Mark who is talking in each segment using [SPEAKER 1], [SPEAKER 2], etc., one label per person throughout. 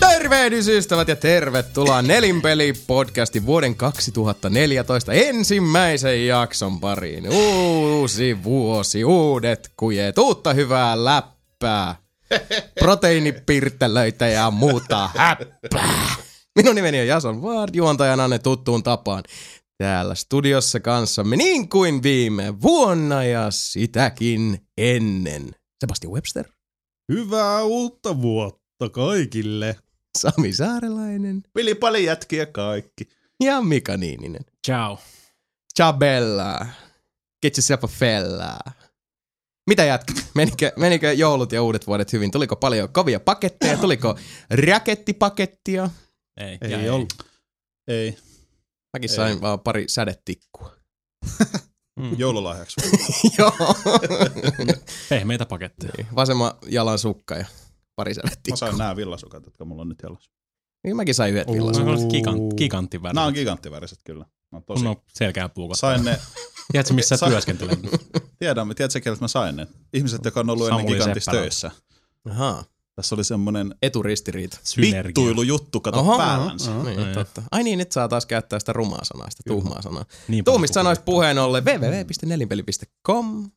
[SPEAKER 1] Tervehdys ystävät ja tervetuloa Nelinpeli-podcastin vuoden 2014 ensimmäisen jakson pariin. Uusi vuosi, uudet kujet, uutta hyvää läppää, proteiinipirttelöitä ja muuta häppää. Minun nimeni on Jason Ward, juontajananne tuttuun tapaan täällä studiossa kanssamme niin kuin viime vuonna ja sitäkin ennen. Sebastian Webster,
[SPEAKER 2] Hyvää uutta vuotta kaikille.
[SPEAKER 1] Sami Saarelainen
[SPEAKER 2] Vili paljon jätkiä kaikki.
[SPEAKER 1] ja Mika Niininen.
[SPEAKER 3] Ciao.
[SPEAKER 1] Chabella. Get yourself a fella. Mitä jatkat? Menikö, menikö joulut ja uudet vuodet hyvin? Tuliko paljon kovia paketteja? Tuliko rakettipakettia?
[SPEAKER 3] Ei,
[SPEAKER 2] Ei,
[SPEAKER 3] ja
[SPEAKER 2] ei ollut. Ei.
[SPEAKER 1] Mäkin sain vaan pari sädetikkua.
[SPEAKER 2] Joululahjaksi.
[SPEAKER 1] Joo.
[SPEAKER 3] Pehmeitä paketteja.
[SPEAKER 1] Vasemman jalan sukka ja pari
[SPEAKER 2] Niin. Mä
[SPEAKER 1] sädetikkua.
[SPEAKER 2] sain nämä villasukat, jotka mulla on nyt jalassa.
[SPEAKER 1] Niin Mäkin sain yhdet
[SPEAKER 3] Se
[SPEAKER 1] villasukkat.
[SPEAKER 3] on
[SPEAKER 2] Ooh.
[SPEAKER 3] gigantti, gigantin väri.
[SPEAKER 2] Nämä on giganttiväriset kyllä. Mä oon tosi.
[SPEAKER 3] Kun on selkää puukottaa.
[SPEAKER 2] Sain ne,
[SPEAKER 3] Tiedätkö, missä sä
[SPEAKER 2] Sa-
[SPEAKER 3] työskentelet?
[SPEAKER 2] tiedämme, tiedätkö keneltä mä sain ne? Ihmiset, jotka on ollut ennen
[SPEAKER 3] Samuli
[SPEAKER 2] gigantissa
[SPEAKER 3] Seppälä.
[SPEAKER 2] töissä.
[SPEAKER 1] Ahaa.
[SPEAKER 2] Tässä oli semmonen
[SPEAKER 1] Eturistiriita.
[SPEAKER 3] Synergia.
[SPEAKER 2] vittuilujuttu, kato
[SPEAKER 1] Oho,
[SPEAKER 2] päällänsä.
[SPEAKER 1] Niin,
[SPEAKER 3] Niin.
[SPEAKER 1] totta. Ai niin, nyt saa taas käyttää sitä rumaa sanaa, sitä
[SPEAKER 3] Kyllä.
[SPEAKER 1] tuhmaa sanaa.
[SPEAKER 3] Niin paljon
[SPEAKER 1] Tuumista sanoista
[SPEAKER 3] puhuttu.
[SPEAKER 1] puheen ollen www.nelinpeli.com.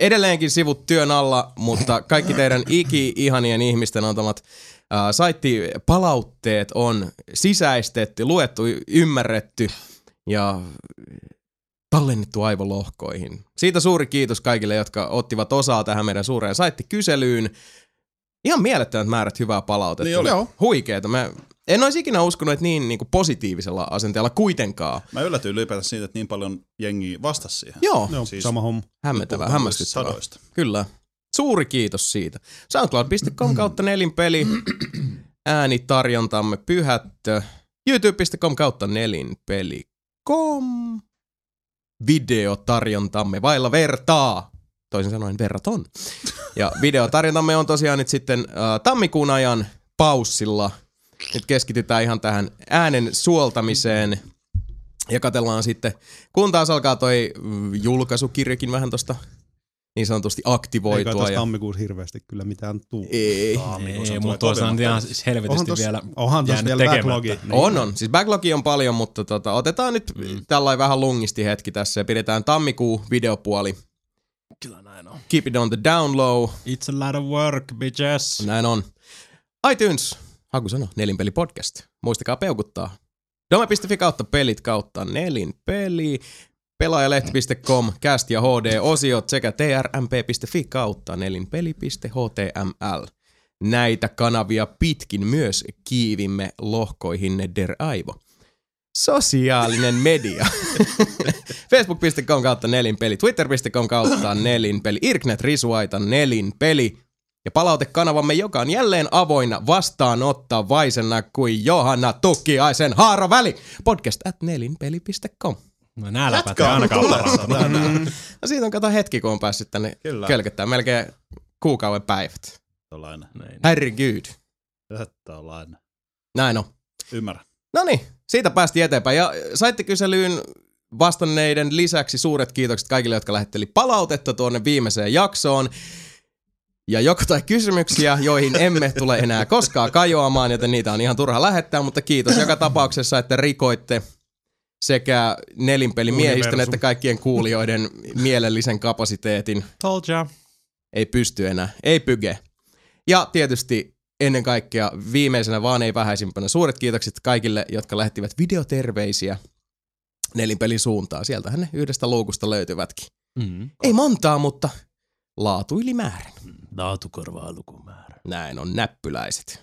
[SPEAKER 1] Edelleenkin sivut työn alla, mutta kaikki teidän iki-ihanien ihmisten antamat äh, saittipalautteet on sisäistetty, luettu, y- ymmärretty ja tallennettu aivolohkoihin. Siitä suuri kiitos kaikille, jotka ottivat osaa tähän meidän suureen saittikyselyyn. Ihan mielettömät määrät hyvää palautetta.
[SPEAKER 2] Niin oli. Joo.
[SPEAKER 1] Huikeeta. Mä en olisi ikinä uskonut, että niin, niin kuin positiivisella asenteella kuitenkaan.
[SPEAKER 2] Mä yllätyin ylipäätään siitä, että niin paljon jengi vastasi siihen.
[SPEAKER 1] Joo.
[SPEAKER 4] Joo,
[SPEAKER 2] Siis-
[SPEAKER 4] siis sama homma.
[SPEAKER 1] Hämmentävää,
[SPEAKER 2] Puhutaan
[SPEAKER 1] hämmästyttävää.
[SPEAKER 2] sadoista.
[SPEAKER 1] Kyllä. Suuri kiitos siitä. Soundcloud.com kautta nelinpeli. Äänitarjontamme pyhättö. YouTube.com kautta nelinpeli.com. Videotarjontamme vailla vertaa. Toisin sanoen verraton. Ja videotarjontamme on tosiaan nyt sitten äh, tammikuun ajan paussilla. Nyt keskitytään ihan tähän äänen suoltamiseen. Ja katellaan sitten, kun taas alkaa toi mm, julkaisukirjakin vähän tosta niin sanotusti
[SPEAKER 4] Eikä
[SPEAKER 1] aktivoitua.
[SPEAKER 4] tästä
[SPEAKER 1] Ja...
[SPEAKER 4] tammikuussa hirveästi kyllä mitään tuu.
[SPEAKER 1] Ei.
[SPEAKER 2] Tammikuussa
[SPEAKER 3] Niin, Ei,
[SPEAKER 2] tulee
[SPEAKER 3] mutta toisaalta ihan
[SPEAKER 2] kovemmat.
[SPEAKER 3] siis helvetisti
[SPEAKER 4] tos-
[SPEAKER 3] vielä
[SPEAKER 4] onhan tos
[SPEAKER 3] jäänyt
[SPEAKER 4] vielä Niin.
[SPEAKER 3] tekemättä.
[SPEAKER 4] backlogi.
[SPEAKER 3] Niin.
[SPEAKER 1] On, on. Siis backlogi on paljon, mutta tota, otetaan nyt mm. tällainen vähän lungisti hetki tässä ja pidetään tammikuun videopuoli.
[SPEAKER 3] Kyllä näin on.
[SPEAKER 1] Keep it on the down low.
[SPEAKER 3] It's a lot of work, bitches.
[SPEAKER 1] Näin on. iTunes, hakusana, nelinpeli podcast. Muistakaa peukuttaa. Dome.fi kautta pelit kautta nelinpeli. Pelaajalehti.com, cast ja HD-osiot sekä trmp.fi kautta nelinpeli.html. Näitä kanavia pitkin myös kiivimme lohkoihinne der aivo. Sosiaalinen media. Facebook.com kautta nelinpeli, Twitter.com kautta nelinpeli, Irknet Risuaita nelinpeli. Ja palautekanavamme, joka on jälleen avoinna vastaanottavaisena kuin Johanna Tukiaisen haaraväli. Podcast at nelinpeli.com.
[SPEAKER 3] No nää läpät ei
[SPEAKER 2] Jatkaa,
[SPEAKER 3] ainakaan
[SPEAKER 2] tulee
[SPEAKER 3] parasta.
[SPEAKER 2] tänään.
[SPEAKER 1] No siitä on kato hetki, kun on päässyt tänne
[SPEAKER 2] Kyllä.
[SPEAKER 1] kölköttää melkein kuukauden päivät.
[SPEAKER 2] Tällainen.
[SPEAKER 3] Näin.
[SPEAKER 1] Herregud.
[SPEAKER 2] Tällainen.
[SPEAKER 1] Näin on.
[SPEAKER 2] Ymmärrän.
[SPEAKER 1] No niin, siitä päästiin eteenpäin. Ja saitte kyselyyn vastanneiden lisäksi suuret kiitokset kaikille, jotka lähetteli palautetta tuonne viimeiseen jaksoon. Ja joko tai kysymyksiä, joihin emme tule enää koskaan kajoamaan, joten niitä on ihan turha lähettää, mutta kiitos joka tapauksessa, että rikoitte sekä nelinpelimiehistön
[SPEAKER 4] Universum.
[SPEAKER 1] että kaikkien kuulijoiden mielellisen kapasiteetin.
[SPEAKER 3] Told ya.
[SPEAKER 1] Ei pysty enää, ei pyge. Ja tietysti ennen kaikkea viimeisenä vaan ei vähäisimpänä suuret kiitokset kaikille, jotka lähettivät videoterveisiä nelinpelin suuntaan. Sieltähän ne yhdestä luukusta löytyvätkin.
[SPEAKER 3] Mm.
[SPEAKER 1] Ei montaa, mutta laatu yli määrän.
[SPEAKER 3] Laatukorvaa lukumäärä.
[SPEAKER 1] Näin on näppyläiset.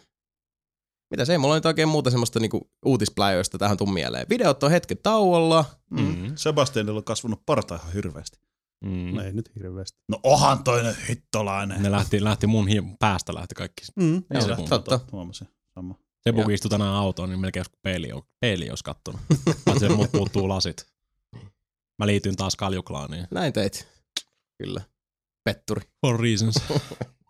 [SPEAKER 1] Mitäs ei mulla nyt oikein muuta semmoista niinku uutispläjöistä tähän tuu mieleen. Videot on hetken tauolla.
[SPEAKER 3] Mm.
[SPEAKER 2] Sebastianilla on kasvanut parta ihan hirveästi.
[SPEAKER 3] Mm.
[SPEAKER 4] Ei nyt hirveästi.
[SPEAKER 2] No ohan toinen hittolainen.
[SPEAKER 3] Ne lähti, lähti mun hi- päästä lähti kaikki.
[SPEAKER 4] Mm.
[SPEAKER 2] Niin
[SPEAKER 3] Joo,
[SPEAKER 2] se
[SPEAKER 3] totta.
[SPEAKER 2] huomataan. Huomasin. Sama.
[SPEAKER 3] Se
[SPEAKER 1] Joo.
[SPEAKER 3] puki istui tänään autoon, niin melkein joskus peili, on- peili olisi kattonut. Vaan se mut puuttuu lasit. Mä liityin taas Kaljuklaaniin.
[SPEAKER 1] Näin teit. Kyllä. Petturi.
[SPEAKER 3] For reasons.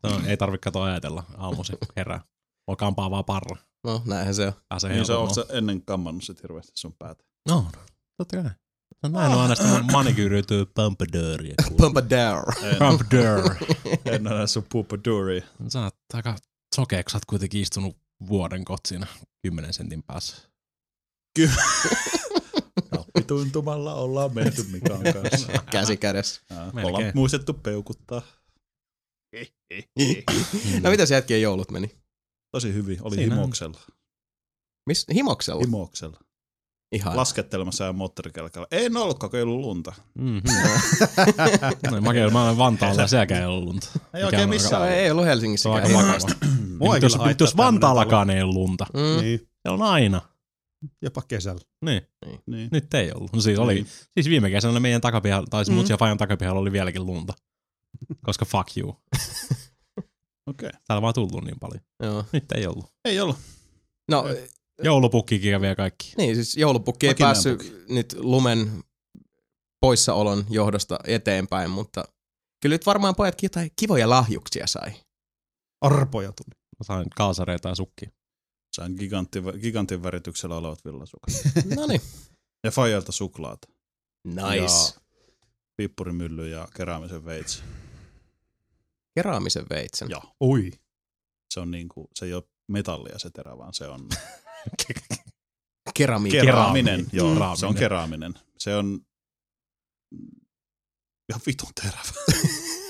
[SPEAKER 3] No, ei tarvitse katoa ajatella aamuisin, kun herää. Voi kampaa vaan parra.
[SPEAKER 1] No näinhän se on.
[SPEAKER 3] Pääsee
[SPEAKER 2] Niin se on
[SPEAKER 3] helpommin.
[SPEAKER 2] sä ennen kammannut sit hirveästi sun päätä.
[SPEAKER 3] No, no, totta kai. No, mä en ole aina sitä mun manikyyrytyä pumpadööriä.
[SPEAKER 1] Pompadour.
[SPEAKER 2] En,
[SPEAKER 3] Pumpadöör.
[SPEAKER 2] en ole sun pupaduuria.
[SPEAKER 3] Sä oot aika sokeeksi, sä oot kuitenkin istunut vuoden kohta siinä 10 sentin päässä.
[SPEAKER 2] Tuntumalla ollaan menty Mikan kanssa.
[SPEAKER 1] käsi kädessä.
[SPEAKER 2] Ää,
[SPEAKER 3] Melkein.
[SPEAKER 2] Ollaan muistettu peukuttaa. Niin. Mm-hmm.
[SPEAKER 1] no mitäs jätkien joulut meni?
[SPEAKER 2] Tosi hyvin. Oli
[SPEAKER 3] Siinä on.
[SPEAKER 2] himoksella.
[SPEAKER 1] Mis, himoksella?
[SPEAKER 2] himoksella.
[SPEAKER 1] Ihan.
[SPEAKER 2] Laskettelemassa ja moottorikelkalla. Ei ollutkaan, kun ei ollut lunta.
[SPEAKER 3] Mm-hmm. no, mä käyn, mä olen Vantaalla ja sielläkään ei ollut lunta.
[SPEAKER 2] Ei oikein
[SPEAKER 3] Mikä on
[SPEAKER 1] Se on,
[SPEAKER 2] missään.
[SPEAKER 1] ei ollut
[SPEAKER 3] Se
[SPEAKER 1] Helsingissä.
[SPEAKER 3] on aika vakava.
[SPEAKER 2] Mua ei
[SPEAKER 3] Nyt jos,
[SPEAKER 2] kyllä
[SPEAKER 3] nyt jos
[SPEAKER 2] haittaa
[SPEAKER 3] Vantaallakaan ei ollut lunta,
[SPEAKER 1] Mm.
[SPEAKER 4] Niin,
[SPEAKER 3] se on aina.
[SPEAKER 4] jopa kesällä.
[SPEAKER 3] Niin,
[SPEAKER 2] Niin.
[SPEAKER 3] nyt ei ollut. No siis, oli, siis viime kesänä meidän takapihalla, tai siis
[SPEAKER 1] Mm.
[SPEAKER 3] mut siellä Fajan takapihalla oli vieläkin lunta. Koska fuck you.
[SPEAKER 2] Okei.
[SPEAKER 3] Täällä on vaan tullut niin paljon.
[SPEAKER 1] Joo.
[SPEAKER 3] Nyt ei ollut.
[SPEAKER 2] Ei ollut.
[SPEAKER 1] No
[SPEAKER 3] Joulupukkikin ja vielä kaikki.
[SPEAKER 1] niin, siis joulupukki ei
[SPEAKER 2] Vakinainen
[SPEAKER 1] päässyt nyt lumen poissaolon johdosta eteenpäin, mutta kyllä nyt varmaan pojatkin jotain kivoja lahjuksia sai.
[SPEAKER 4] Arpoja tuli.
[SPEAKER 3] Mä sain kaasareita ja sukkia.
[SPEAKER 2] Se on gigantti, gigantin värityksellä olevat villasukat.
[SPEAKER 1] No niin.
[SPEAKER 2] Ja Fajalta suklaata.
[SPEAKER 1] Nice.
[SPEAKER 2] Ja pippurimylly ja keräämisen veitsi.
[SPEAKER 1] Keraamisen veitsen.
[SPEAKER 2] Joo.
[SPEAKER 4] Ui.
[SPEAKER 2] Se on niinku, se ei ole metallia se terä, vaan se on
[SPEAKER 1] Keramiikka.
[SPEAKER 2] keraaminen.
[SPEAKER 3] Keraaminen.
[SPEAKER 2] Joo,
[SPEAKER 3] Keraaminen.
[SPEAKER 2] se on keraaminen. Se on ihan vitun terävä.